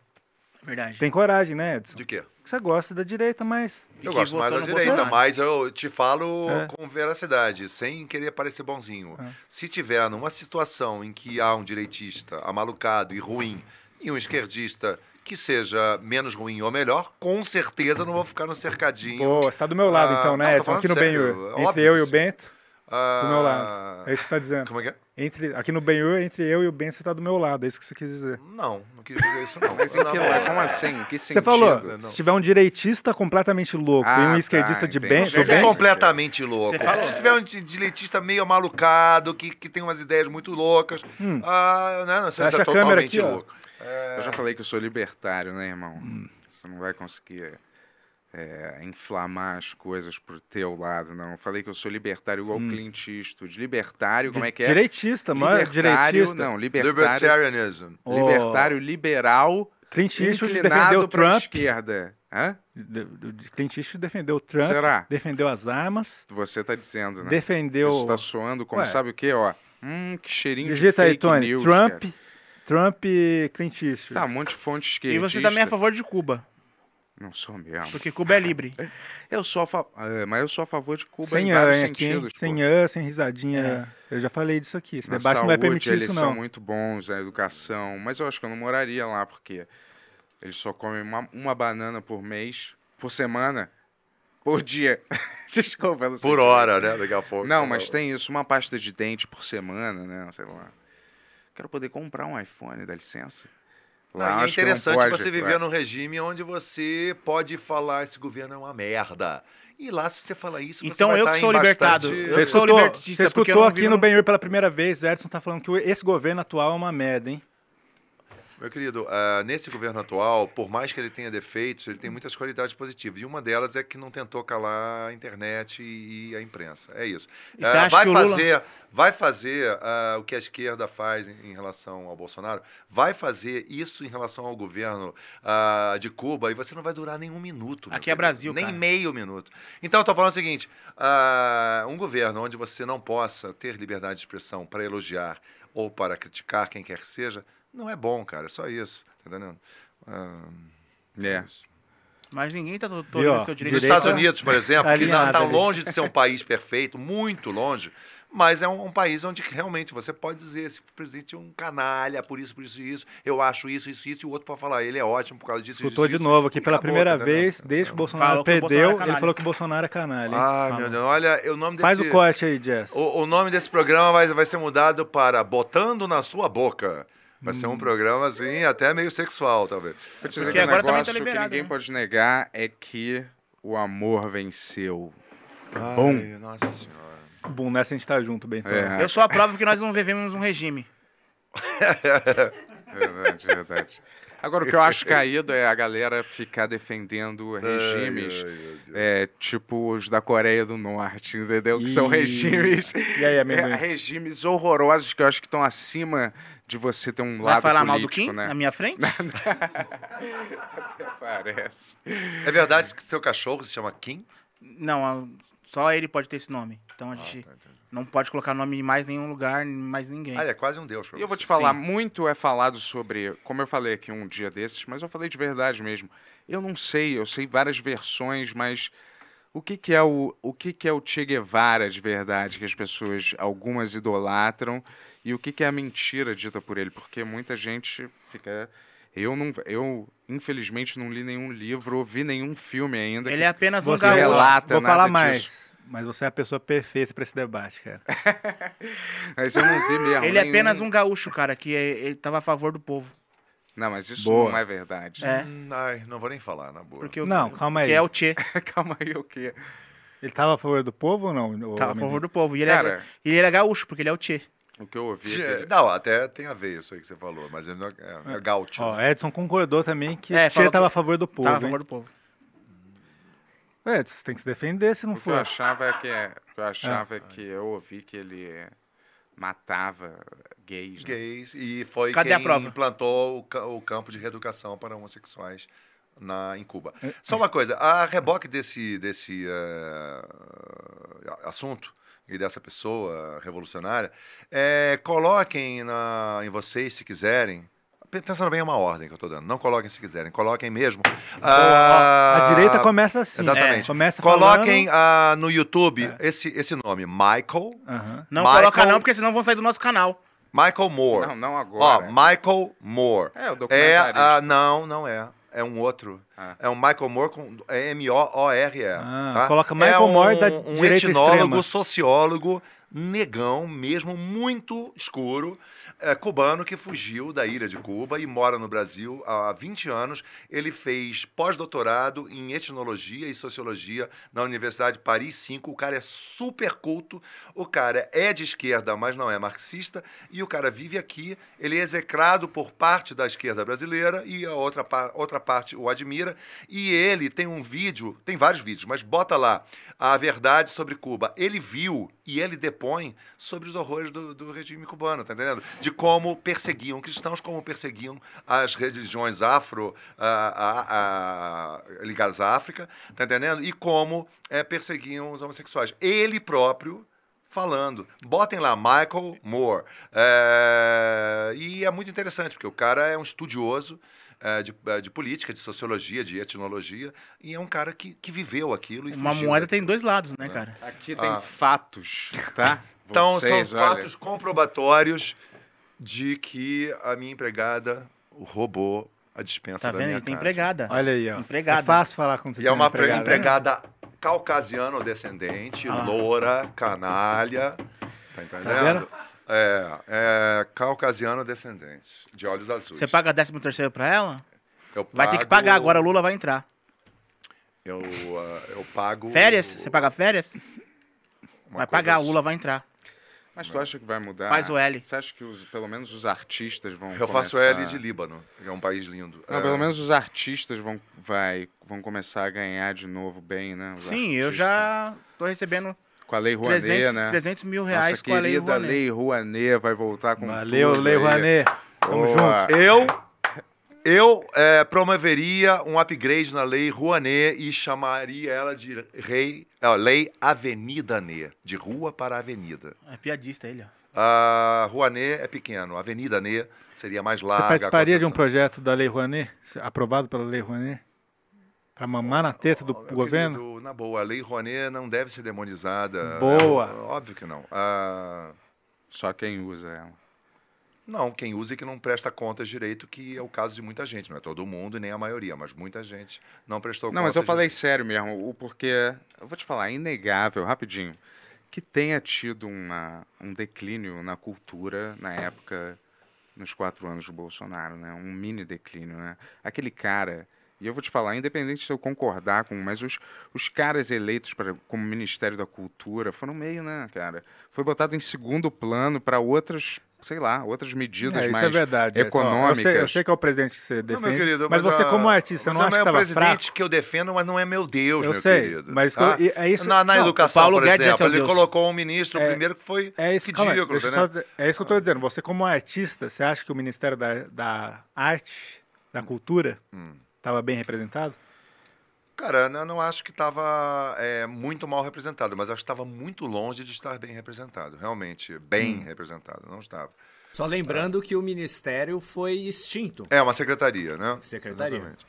Speaker 10: Verdade.
Speaker 5: Tem coragem, né, Edson?
Speaker 3: De quê?
Speaker 5: Você gosta da direita, mas.
Speaker 3: Eu gosto mais da
Speaker 10: votou no
Speaker 3: direita,
Speaker 10: Bolsonaro.
Speaker 3: mas eu te falo
Speaker 5: É.
Speaker 3: com veracidade, sem querer parecer bonzinho.
Speaker 5: É.
Speaker 3: Se tiver numa situação em que há um direitista amalucado e ruim e um esquerdista que seja menos ruim ou melhor, com certeza não vou ficar no cercadinho.
Speaker 5: Boa, você tá do meu lado
Speaker 3: Ah,
Speaker 5: então,
Speaker 3: não,
Speaker 5: né,
Speaker 3: tô
Speaker 5: Edson? Aqui no
Speaker 3: falando sério, é
Speaker 5: Benhur.
Speaker 3: óbvio
Speaker 5: Entre eu e
Speaker 3: que
Speaker 5: o
Speaker 3: sim.
Speaker 5: Bento,
Speaker 3: Ah,
Speaker 5: do meu lado. É isso que você tá dizendo.
Speaker 3: Como é que é?
Speaker 5: Entre, aqui no Benhur, entre eu e o Bento, você tá do meu lado. É isso que você quis dizer.
Speaker 3: Não, não quis dizer isso não. é.
Speaker 6: Mas em que lugar? Como assim? Em que
Speaker 5: Você
Speaker 6: sentido?
Speaker 5: falou,
Speaker 3: não.
Speaker 5: se tiver um direitista completamente louco e
Speaker 6: Ah,
Speaker 5: um
Speaker 6: tá,
Speaker 5: esquerdista de
Speaker 6: entendi.
Speaker 5: bem,
Speaker 3: Você
Speaker 5: do
Speaker 3: é
Speaker 5: bem,
Speaker 3: completamente louco.
Speaker 10: Você falou.
Speaker 3: Se tiver um di- direitista meio malucado, que, que tem umas ideias muito loucas,
Speaker 5: Hum.
Speaker 3: ah, não, não, você
Speaker 5: Fecha
Speaker 3: é
Speaker 5: a câmera
Speaker 3: totalmente
Speaker 5: aqui, ó. É. Hum.
Speaker 3: louco.
Speaker 6: Eu já falei que eu sou libertário, né, irmão? Você não vai conseguir é, inflamar as coisas pro teu lado, não. Eu falei que eu sou libertário igual Clint Eastwood. Libertário, como é que é?
Speaker 5: Hum. direitista, maior
Speaker 6: libertário,
Speaker 5: direitista.
Speaker 6: não, libertário.
Speaker 3: Libertarianism.
Speaker 5: Ô,
Speaker 6: Libertário, liberal,
Speaker 5: Clint Eastwood defendeu
Speaker 6: inclinado
Speaker 5: o
Speaker 6: pra
Speaker 5: Trump.
Speaker 6: esquerda. Hã?
Speaker 5: de- de- de- Clint Eastwood defendeu o Trump,
Speaker 6: Será?
Speaker 5: defendeu as armas,
Speaker 6: Você tá dizendo, né?
Speaker 5: defendeu.
Speaker 6: Isso tá soando como
Speaker 5: Ué.
Speaker 6: sabe o quê, ó? Hum, que cheirinho de
Speaker 5: Digita aí,
Speaker 6: fake
Speaker 5: Tony.
Speaker 6: news,
Speaker 5: Trump,
Speaker 6: cara.
Speaker 5: Trump e Clint Eastwood.
Speaker 6: Tá, um monte de fonte esquerdista.
Speaker 10: E você também é a favor de Cuba,
Speaker 6: Não sou mesmo.
Speaker 10: porque Cuba é livre.
Speaker 6: Eu sou a favor... mas eu sou a favor de Cuba
Speaker 5: sem
Speaker 6: em vários
Speaker 5: an aqui, hein?
Speaker 6: sentidos. pô.
Speaker 5: sem an, sem risadinha.
Speaker 10: É.
Speaker 5: Eu já falei disso aqui. Esse
Speaker 6: Na
Speaker 5: debate não vai
Speaker 6: saúde,
Speaker 5: permitir
Speaker 6: eles
Speaker 5: isso,
Speaker 6: são
Speaker 5: não.
Speaker 6: muito bons, a educação. Mas eu acho que eu não moraria lá, porque eles só comem uma, uma banana por mês, por semana, por dia. Desculpa, eu não sei
Speaker 3: Por
Speaker 6: dizer.
Speaker 3: hora, né? Daqui a pouco.
Speaker 6: Não, mas tem isso, uma pasta de dente por semana, né? Sei lá. Quero poder comprar um iPhone, dá licença. Lá
Speaker 3: Não, e é
Speaker 6: acho que não
Speaker 3: interessante
Speaker 6: pode,
Speaker 10: né?
Speaker 3: você viver
Speaker 6: claro.
Speaker 3: num regime onde você pode falar esse governo é uma merda. E lá, se você falar isso, você
Speaker 10: Então
Speaker 3: vai
Speaker 10: eu que
Speaker 3: tá em
Speaker 10: sou libertado.
Speaker 3: bastante-
Speaker 10: Eu
Speaker 5: Você
Speaker 10: sou
Speaker 5: escutou,
Speaker 10: libertista,
Speaker 5: você
Speaker 10: porque eu
Speaker 5: escutou
Speaker 10: não
Speaker 5: aqui
Speaker 10: vivo
Speaker 5: no
Speaker 10: no-
Speaker 5: Benhur pela primeira vez, Edson tá falando que esse governo atual é uma merda, hein?
Speaker 3: Meu querido, ah, nesse governo atual, por mais que ele tenha defeitos, ele tem muitas qualidades positivas. E uma delas é que não tentou calar a internet e a imprensa. É isso.
Speaker 10: E você
Speaker 3: Ah,
Speaker 10: acha
Speaker 3: vai,
Speaker 10: que o Lula-
Speaker 3: fazer, vai fazer ah, o que a esquerda faz em, em relação ao Bolsonaro, vai fazer isso em relação ao governo ah, de Cuba e você não vai durar nenhum minuto. meu
Speaker 10: Aqui é
Speaker 3: querido.
Speaker 10: Brasil,
Speaker 3: Nem
Speaker 10: cara.
Speaker 3: meio minuto. Então, eu tô falando o seguinte: ah, um governo onde você não possa ter liberdade de expressão para elogiar ou para criticar quem quer que seja, não é bom, cara. É só isso. Tá entendendo? Ah,
Speaker 6: É.
Speaker 3: isso.
Speaker 10: Mas ninguém tá to-
Speaker 5: Viu,
Speaker 10: tolhando
Speaker 5: ó,
Speaker 10: seu direito.
Speaker 3: Nos
Speaker 5: Direita
Speaker 3: Estados Unidos, por exemplo, que
Speaker 5: alinhada
Speaker 3: está
Speaker 5: ali.
Speaker 3: longe de ser um país perfeito, muito longe, mas é um, um país onde realmente você pode dizer, esse presidente é um canalha, por isso, por isso, isso, eu acho isso, isso, isso, e o outro pode falar, ele é ótimo por causa disso,
Speaker 5: Escutou
Speaker 3: isso,
Speaker 5: de
Speaker 3: isso.
Speaker 5: novo aqui
Speaker 3: E
Speaker 5: pela
Speaker 3: acabou,
Speaker 5: primeira
Speaker 3: tá entendendo?
Speaker 5: vez, desde que o Bolsonaro
Speaker 10: Falou que o Bolsonaro é
Speaker 5: perdeu, ele
Speaker 10: canalha. Ah,
Speaker 5: falou que o Bolsonaro é canalha. hein?
Speaker 3: Ai,
Speaker 5: Falou.
Speaker 3: Ah, meu Deus, olha, o nome desse...
Speaker 5: Faz o corte aí, Jess.
Speaker 3: O, o nome desse programa vai, vai ser mudado para Botando na Sua Boca. Vai
Speaker 5: Hum.
Speaker 3: ser um programa, assim, até meio sexual, talvez.
Speaker 6: Vou te dizer que um
Speaker 10: tá
Speaker 6: negócio que ninguém
Speaker 10: né?
Speaker 6: pode negar é que o amor venceu.
Speaker 3: Ai,
Speaker 6: Bom.
Speaker 3: Nossa senhora.
Speaker 5: Bom, nessa a gente tá junto, Bentão.
Speaker 6: É.
Speaker 10: Eu sou a prova que nós não vivemos um regime.
Speaker 6: É Verdade, verdade. Agora, o que eu acho caído é a galera ficar defendendo regimes, é, tipo os da Coreia do Norte, entendeu? Que são
Speaker 5: Ih.
Speaker 6: regimes,
Speaker 5: E aí, amendoim?
Speaker 6: é, regimes horrorosos que eu acho que estão acima de você ter um
Speaker 10: Vai
Speaker 6: lado
Speaker 10: falar mal do
Speaker 6: político,
Speaker 10: Kim
Speaker 6: né?
Speaker 10: na minha frente?
Speaker 6: Até parece.
Speaker 3: É verdade que seu cachorro se chama Kim?
Speaker 10: Não, a- só ele pode ter esse nome.
Speaker 3: Ah,
Speaker 10: Então a gente não pode colocar nome em mais nenhum lugar, em mais ninguém.
Speaker 3: tá, Ah, ele é quase um deus pra
Speaker 6: E eu vou te
Speaker 3: você.
Speaker 6: falar,
Speaker 3: Sim.
Speaker 6: muito é falado sobre, como eu falei aqui um dia desses, mas eu falei de verdade mesmo. Eu não sei, eu sei várias versões, mas o que que é o, o que que é o Che Guevara de verdade que as pessoas algumas idolatram e o que que é a mentira dita por ele? Porque muita gente fica eu não eu infelizmente não li nenhum livro, ouvi nenhum filme ainda.
Speaker 10: Ele
Speaker 6: que
Speaker 10: é apenas um
Speaker 6: você
Speaker 10: garoto.
Speaker 6: relata
Speaker 5: Vou
Speaker 6: nada
Speaker 5: falar
Speaker 6: disso.
Speaker 5: mais. Mas você é a pessoa perfeita pra esse debate, cara.
Speaker 6: Mas eu não vi mesmo.
Speaker 10: Ele é
Speaker 6: nenhum-
Speaker 10: apenas um gaúcho, cara, que é- ele tava a favor do povo.
Speaker 6: Não, mas isso
Speaker 5: Boa.
Speaker 6: não é verdade.
Speaker 10: É.
Speaker 3: Hum, Ai, não vou nem falar, na boa.
Speaker 10: Porque o-
Speaker 5: Não, calma aí.
Speaker 10: Que é o Tchê.
Speaker 6: Calma aí, o quê?
Speaker 5: Ele tava a favor do povo ou não? ô,
Speaker 10: Tava a
Speaker 5: amendoim?
Speaker 10: favor do povo. E ele,
Speaker 6: Cara.
Speaker 10: é, e ele é gaúcho, porque ele é o Tchê.
Speaker 6: O que eu ouvi.
Speaker 3: Se-
Speaker 6: é que-
Speaker 3: Não, até tem a ver isso aí que você falou, mas ele não é, é gaúcho.
Speaker 5: Ó, Edson concordou também que
Speaker 10: É,
Speaker 5: o Tchê
Speaker 10: falou-
Speaker 5: tava a favor do povo.
Speaker 10: Tava a
Speaker 5: hein?
Speaker 10: favor do povo.
Speaker 5: Edson, você tem que se defender se não
Speaker 6: O que eu
Speaker 5: for.
Speaker 6: achava é que o que eu achava é que eu ouvi que ele é, matava gays. né?
Speaker 3: Gays, e foi
Speaker 6: Cadê
Speaker 3: quem
Speaker 6: a prova?
Speaker 3: implantou o, ca- o campo de reeducação para homossexuais na, em Cuba.
Speaker 5: É,
Speaker 3: Só uma coisa, a reboque desse, desse eh, assunto e dessa pessoa revolucionária, eh, coloquem na, em vocês, se quiserem, pe- pensando bem, é uma ordem que eu estou dando, não coloquem se quiserem, coloquem mesmo.
Speaker 5: a
Speaker 3: ah,
Speaker 5: direita começa assim.
Speaker 3: Exatamente.
Speaker 5: É, começa
Speaker 3: coloquem
Speaker 5: falando- É.
Speaker 3: ah, no YouTube esse, esse nome, Michael.
Speaker 10: Não
Speaker 3: Michael-
Speaker 10: coloca não, porque senão vão sair do nosso canal.
Speaker 3: Michael Moore.
Speaker 6: Não, não
Speaker 3: Ó,
Speaker 6: agora.
Speaker 3: Michael Moore.
Speaker 6: É, o documentarista. Ah.
Speaker 3: documentarista. ah, não, não é. É um outro. É um Michael Moore com é M-O-O-R-E.
Speaker 5: Ah,
Speaker 3: tá?
Speaker 5: coloca
Speaker 3: é
Speaker 5: Michael
Speaker 3: um,
Speaker 5: Moore da
Speaker 3: um
Speaker 5: direita
Speaker 3: etnólogo,
Speaker 5: extrema.
Speaker 3: sociólogo, negão mesmo, muito escuro, é, cubano que fugiu da ilha de Cuba e mora no Brasil há 20 anos. Ele fez pós-doutorado em etnologia e sociologia na Universidade Paris 5. O cara é super culto, o cara é de esquerda, mas não é marxista, e o cara vive aqui, ele é execrado por parte da esquerda brasileira e a outra, pa- outra parte o admira. E ele tem um vídeo, tem vários vídeos, mas bota lá a verdade sobre Cuba. Ele viu e ele depõe sobre os horrores do, do regime cubano, tá entendendo? De como perseguiam cristãos, como perseguiam as religiões afro, ah, ah, ah, ligadas à África, tá entendendo? E como eh, perseguiam os homossexuais. Ele próprio falando. Botem lá, Michael Moore. É, E é muito interessante, porque o cara é um estudioso é, de, é, de política, de sociologia, de etnologia, e é um cara que, que viveu aquilo e
Speaker 10: Uma
Speaker 3: fugiu
Speaker 10: moeda
Speaker 3: daquilo.
Speaker 10: tem dois lados, né, cara?
Speaker 6: Aqui tem
Speaker 3: Ah.
Speaker 6: fatos, tá?
Speaker 3: Então,
Speaker 6: Vocês,
Speaker 3: são
Speaker 6: olha,
Speaker 3: fatos comprobatórios de que a minha empregada roubou a dispensa
Speaker 10: Tá
Speaker 3: da
Speaker 10: vendo?
Speaker 3: minha
Speaker 10: Ele tem
Speaker 3: casa.
Speaker 10: empregada.
Speaker 5: Olha aí, ó.
Speaker 10: Empregada.
Speaker 5: É fácil falar quando você
Speaker 3: E
Speaker 5: tem
Speaker 3: é uma pre-
Speaker 5: empregada. né?
Speaker 3: empregada, caucasiano descendente,
Speaker 5: Ah.
Speaker 3: loura, canalha. Tá entendendo?
Speaker 10: vendo?
Speaker 3: É, é caucasiano descendente, de olhos azuis.
Speaker 10: Você paga 13 terceiro pra ela?
Speaker 3: Eu
Speaker 10: Vai ter que
Speaker 3: pago-
Speaker 10: pagar agora, o Lula vai entrar.
Speaker 3: Eu, ah, eu pago.
Speaker 10: Férias? Você paga férias?
Speaker 3: Uma coisa
Speaker 10: vai pagar, o
Speaker 3: assim.
Speaker 10: Lula vai entrar.
Speaker 6: Mas tu acha que vai mudar?
Speaker 10: Faz o L.
Speaker 6: Você acha que os- pelo menos os artistas vão
Speaker 3: Eu faço
Speaker 6: começar-
Speaker 3: L de Líbano, que é um país lindo.
Speaker 6: Não,
Speaker 3: É,
Speaker 6: pelo menos os artistas vão, vai, vão começar a ganhar de novo bem, né? Os
Speaker 10: Sim, eu
Speaker 6: artistas.
Speaker 10: já tô recebendo
Speaker 6: Com a Lei Rouanet,
Speaker 10: 300,
Speaker 6: né?
Speaker 10: 300 mil
Speaker 6: Nossa
Speaker 10: reais com a Lei
Speaker 6: querida
Speaker 10: Rouanet.
Speaker 6: Lei Rouanet vai
Speaker 3: Tá
Speaker 6: voltar com
Speaker 5: Valeu,
Speaker 6: tudo
Speaker 5: Lei
Speaker 6: aí.
Speaker 5: Rouanet. Tamo
Speaker 6: Boa.
Speaker 5: junto.
Speaker 3: Eu, eu é, promoveria um upgrade na lei Rouanet e chamaria ela de rei, ó, lei Avenida Nê, de rua para avenida.
Speaker 10: É piadista ele, ó.
Speaker 3: A Rouanet é pequeno, Avenida Nê seria mais
Speaker 5: Você
Speaker 3: larga.
Speaker 5: participaria de um
Speaker 3: concessão.
Speaker 5: projeto da Lei Rouanet? Aprovado pela Lei Rouanet? Pra mamar na teta do
Speaker 3: Meu
Speaker 5: governo?
Speaker 3: querido, na boa, a lei Rouanet não deve ser demonizada.
Speaker 5: Boa.
Speaker 3: É, óbvio que não. Ah,
Speaker 6: Só quem usa ela.
Speaker 3: Não, quem usa e que não presta contas direito, que é o caso de muita gente. Não é todo mundo e nem a maioria, mas muita gente não prestou
Speaker 6: Não,
Speaker 3: contas.
Speaker 6: mas eu falei sério mesmo, o porquê. Eu vou te falar, é inegável, rapidinho, que tenha tido uma, um declínio na cultura na época nos quatro anos do Bolsonaro, né? Um mini declínio, né? Aquele cara, e eu vou te falar, independente se eu concordar com, mas os, os caras eleitos para como Ministério da Cultura foram meio, né, cara? Foi botado em segundo plano para outras, sei lá, outras medidas
Speaker 5: É, isso
Speaker 6: mais
Speaker 5: é verdade.
Speaker 6: econômicas.
Speaker 5: Eu sei, eu sei que é o presidente que você defende,
Speaker 3: Não, meu querido,
Speaker 5: mas, você
Speaker 3: ah,
Speaker 5: como artista,
Speaker 3: mas
Speaker 5: não acha que
Speaker 3: é o
Speaker 5: estava
Speaker 3: presidente
Speaker 5: fraco?
Speaker 3: que eu defendo, mas não é meu Deus,
Speaker 5: Eu
Speaker 3: meu
Speaker 5: sei,
Speaker 3: querido.
Speaker 5: mas
Speaker 3: tá?
Speaker 5: eu- é isso-
Speaker 3: na, na
Speaker 5: não,
Speaker 3: educação,
Speaker 5: Paulo
Speaker 3: por
Speaker 5: Guedes é
Speaker 3: exemplo,
Speaker 5: seu
Speaker 3: ele
Speaker 5: Deus.
Speaker 3: colocou um ministro
Speaker 5: É-
Speaker 3: primeiro que foi
Speaker 5: É isso, calma aí,
Speaker 3: ridículo,
Speaker 5: deixa eu
Speaker 3: né?
Speaker 5: só- é isso que eu estou dizendo. Você, como artista, você acha que o Ministério da, da Arte, da Cultura,
Speaker 3: Hum.
Speaker 5: estava bem representado?
Speaker 3: Cara, eu não acho que estava muito mal representado, mas acho que estava muito longe de estar bem representado. Realmente, bem
Speaker 9: Hum.
Speaker 3: representado, não estava.
Speaker 9: Só lembrando que o ministério foi extinto.
Speaker 3: É uma secretaria, né?
Speaker 9: Secretaria.
Speaker 3: Exatamente.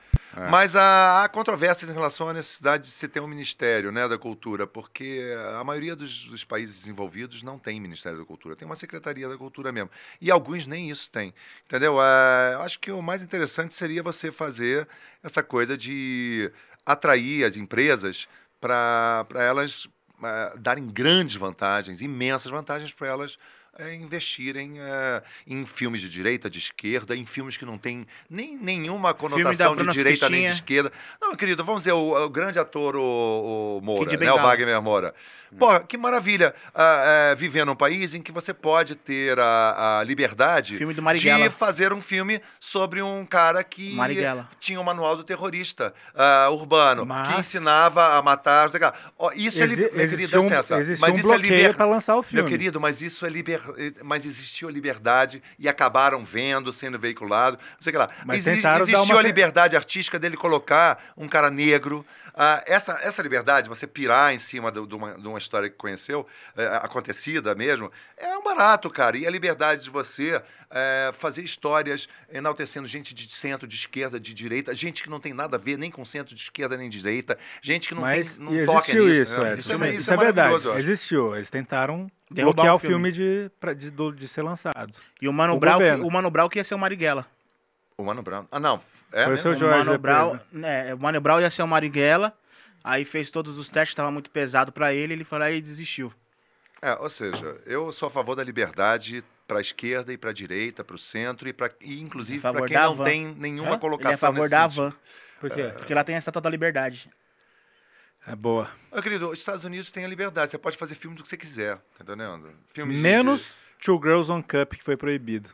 Speaker 3: Mas há, há controvérsias em relação à necessidade de se ter um Ministério né, da Cultura, porque a maioria dos, dos países desenvolvidos não tem Ministério da Cultura, tem uma Secretaria da Cultura mesmo. E alguns nem isso tem. Entendeu? É, eu acho que o mais interessante seria você fazer essa coisa de atrair as empresas para elas eh, darem grandes vantagens, imensas vantagens para elas eh, investirem eh, em filmes de direita, de esquerda, em filmes que não têm nem, nenhuma
Speaker 10: Filme da
Speaker 3: conotação de
Speaker 10: Bruna
Speaker 3: direita nem
Speaker 10: Fichinha.
Speaker 3: de esquerda. Não, meu querido, vamos dizer, o, o grande ator, o, o Moura,
Speaker 10: Kid
Speaker 3: né, o
Speaker 10: Bengala.
Speaker 3: Wagner Moura. Pô, que maravilha ah, eh, viver num país em que você pode ter a, a liberdade
Speaker 10: Filme do Marighella.
Speaker 3: de fazer um filme sobre um cara que
Speaker 10: Marighella.
Speaker 3: tinha o manual do terrorista ah, urbano, que ensinava a matar, não sei o que lá. Ó, isso é,
Speaker 5: Exi-
Speaker 3: li- meu querido, dá
Speaker 5: existiu um-
Speaker 3: licença,
Speaker 5: existiu
Speaker 3: mas
Speaker 5: um
Speaker 3: isso
Speaker 5: bloqueio
Speaker 3: é liber...
Speaker 5: pra lançar o filme.
Speaker 3: Meu querido, mas isso é liber... mas existiu a liberdade e acabaram vendo, sendo veiculado, não sei o que lá.
Speaker 5: Mas
Speaker 3: Exi-
Speaker 5: tentaram dar
Speaker 3: existiu
Speaker 5: uma-
Speaker 3: a liberdade artística dele colocar um cara negro. Ah, essa, essa liberdade, você pirar em cima do- de uma, de uma história que conheceu, eh, acontecida mesmo, é um barato, cara. E a liberdade de você eh, fazer histórias enaltecendo gente de centro, de esquerda, de direita, gente que não tem nada a ver nem com centro de esquerda nem de direita, gente que não,
Speaker 5: Mas
Speaker 3: tem, não
Speaker 5: e
Speaker 3: toca
Speaker 5: existiu
Speaker 3: nisso.
Speaker 5: isso,
Speaker 3: né?
Speaker 5: é,
Speaker 3: isso,
Speaker 5: tudo
Speaker 3: é,
Speaker 5: bem,
Speaker 3: isso é maravilhoso, eu
Speaker 5: verdade.
Speaker 3: acho.
Speaker 5: Existiu. Eles tentaram
Speaker 10: Derrubar
Speaker 5: bloquear
Speaker 10: o
Speaker 5: o
Speaker 10: filme.
Speaker 5: filme, de, pra- de, do- de ser lançado.
Speaker 10: E o Mano,
Speaker 5: O
Speaker 10: Brown, que,
Speaker 5: governo.
Speaker 10: o Mano Brown que ia ser o Marighella.
Speaker 3: O Mano Brown. Ah, não. É
Speaker 5: Foi o
Speaker 3: mesmo?
Speaker 5: seu Jorge
Speaker 10: Mano
Speaker 5: depois,
Speaker 10: Brown,
Speaker 5: né?
Speaker 10: né, o Mano Brown ia ser o Marighella, aí fez todos os testes, tava muito pesado pra ele, ele foi lá e desistiu.
Speaker 3: É, ou seja, eu sou a favor da liberdade para a esquerda e para a direita, para o centro e, pra, e
Speaker 5: é
Speaker 3: inclusive para quem não tem nenhuma colocação
Speaker 10: Ele é a favor
Speaker 3: nesse
Speaker 10: da
Speaker 3: sentido.
Speaker 10: Havan.
Speaker 5: Por quê?
Speaker 10: Porque lá tem a Estátua da Liberdade.
Speaker 5: É boa.
Speaker 3: Meu querido, os Estados Unidos têm a liberdade, você pode fazer filme do que você quiser, tá entendendo? Filme de-
Speaker 5: Menos Two Girls One Cup, que foi proibido.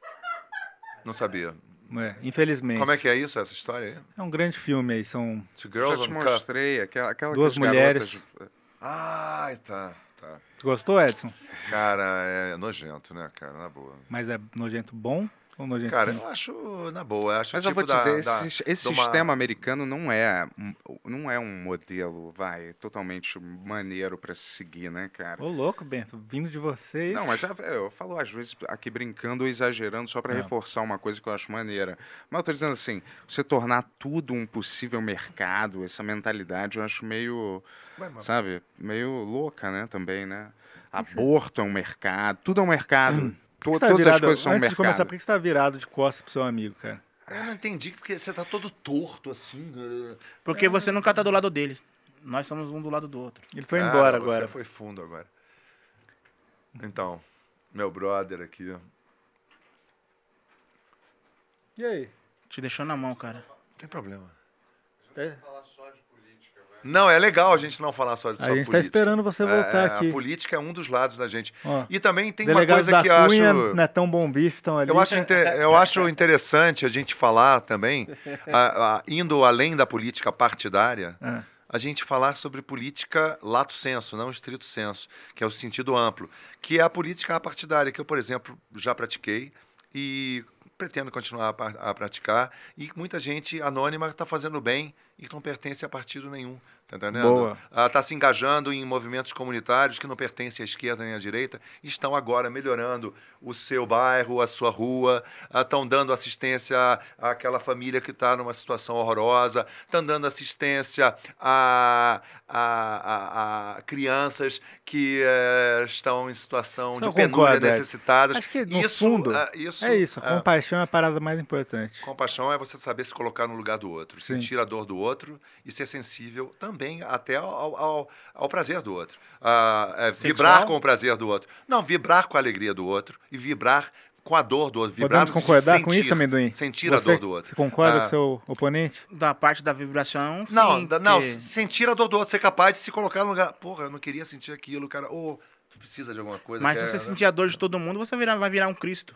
Speaker 3: de- Não sabia.
Speaker 5: É, infelizmente.
Speaker 3: Como é que é isso, essa história aí?
Speaker 5: É um grande filme aí. São
Speaker 3: Two
Speaker 6: Já
Speaker 3: Girls
Speaker 6: te
Speaker 3: on Cup.
Speaker 6: mostrei, aquela, aquela
Speaker 5: duas
Speaker 6: que as
Speaker 5: mulheres.
Speaker 6: garotas-
Speaker 3: Ai, tá, tá.
Speaker 5: Tu gostou, Edson?
Speaker 3: Cara, é nojento, né, cara? Na boa.
Speaker 5: Mas é nojento bom ou nojento
Speaker 3: Cara,
Speaker 5: ruim?
Speaker 3: eu acho na boa. Eu acho
Speaker 6: Mas
Speaker 3: tipo
Speaker 6: eu vou dizer,
Speaker 3: da, da-
Speaker 6: esse, esse
Speaker 3: de uma-
Speaker 6: sistema americano não é, um- não é um modelo, vai, totalmente maneiro pra se seguir, né, cara?
Speaker 5: Ô, louco, Bento. Vindo de vocês.
Speaker 6: Não, mas é- eu falo às vezes aqui brincando ou exagerando só para
Speaker 5: Não.
Speaker 6: reforçar uma coisa que eu acho maneira. Mas eu tô dizendo assim, você tornar tudo um possível mercado, essa mentalidade eu acho meio,
Speaker 3: Ué, mas-
Speaker 6: sabe, meio louca, né, também, né? Aborto é um mercado, tudo é um mercado.
Speaker 5: Por
Speaker 6: to-
Speaker 5: que você tá
Speaker 6: todas as
Speaker 5: virado-
Speaker 6: coisas são um
Speaker 5: Antes de começar,
Speaker 6: mercado.
Speaker 5: por que você tá virado de costas pro seu amigo, cara?
Speaker 3: Eu não entendi porque você tá todo torto assim.
Speaker 10: Porque você nunca tá do lado dele. Nós somos um do lado do outro.
Speaker 5: Ele
Speaker 3: Cara, você foi fundo agora. Então, meu brother aqui.
Speaker 5: E aí?
Speaker 10: Te deixou na mão, cara.
Speaker 3: Tem problema.
Speaker 5: É.
Speaker 3: Não, é legal a gente não falar só de
Speaker 5: A
Speaker 3: só
Speaker 5: gente tá
Speaker 3: política.
Speaker 5: esperando você voltar
Speaker 3: É,
Speaker 5: aqui.
Speaker 3: A política é um dos lados da gente.
Speaker 5: Ó,
Speaker 3: e também tem uma
Speaker 5: Delegados
Speaker 3: coisa
Speaker 5: da
Speaker 3: que
Speaker 5: Cunha,
Speaker 3: acho.
Speaker 5: Não é tão bom bife, estão ali. É,
Speaker 3: Eu acho, inte- eu acho interessante a gente falar também, a- a- indo além da política partidária,
Speaker 5: É.
Speaker 3: a gente falar sobre política lato senso, não estrito senso, que é o sentido amplo, que é a política partidária, que eu, por exemplo, já pratiquei e pretendo continuar a, par- a praticar, e muita gente anônima está fazendo bem e que não pertence a partido nenhum. Tá entendendo?
Speaker 5: Boa.
Speaker 3: Está se engajando em movimentos comunitários que não pertencem à esquerda nem à direita, e estão agora melhorando o seu bairro, a sua rua, estão dando assistência à- àquela família que está numa situação horrorosa, estão dando assistência a, a- a- a crianças que eh, estão em situação
Speaker 5: Isso eu
Speaker 3: de penúria,
Speaker 5: concordo, Ed.
Speaker 3: necessitadas.
Speaker 5: Acho que, no
Speaker 3: isso,
Speaker 5: fundo,
Speaker 3: ah, isso,
Speaker 5: é isso. A
Speaker 3: ah,
Speaker 5: compaixão é a parada mais importante.
Speaker 3: Compaixão é você saber se colocar no lugar do outro,
Speaker 5: Sim.
Speaker 3: sentir a dor do outro e ser sensível também até ao, ao, ao prazer do outro. Ah, é,
Speaker 10: Sexual?
Speaker 3: vibrar com o prazer do outro. Não, vibrar com a alegria do outro e vibrar com a dor do outro. Vibrar
Speaker 5: Podemos
Speaker 3: no sentido de
Speaker 5: concordar com
Speaker 3: sentir,
Speaker 5: isso, amendoim?
Speaker 3: Sentir
Speaker 5: você,
Speaker 3: a dor do outro.
Speaker 5: Você concorda
Speaker 3: Ah,
Speaker 5: com o seu oponente?
Speaker 10: Da parte da vibração, sim.
Speaker 3: Não, da- não,
Speaker 10: porque-
Speaker 3: se- sentir a dor do outro, ser capaz de se colocar no lugar. Porra, eu não queria sentir aquilo, cara. Ou tu precisa de alguma coisa.
Speaker 10: Mas se
Speaker 3: quer,
Speaker 10: você
Speaker 3: né?
Speaker 10: sentir a dor de todo mundo, você virar- vai virar um Cristo.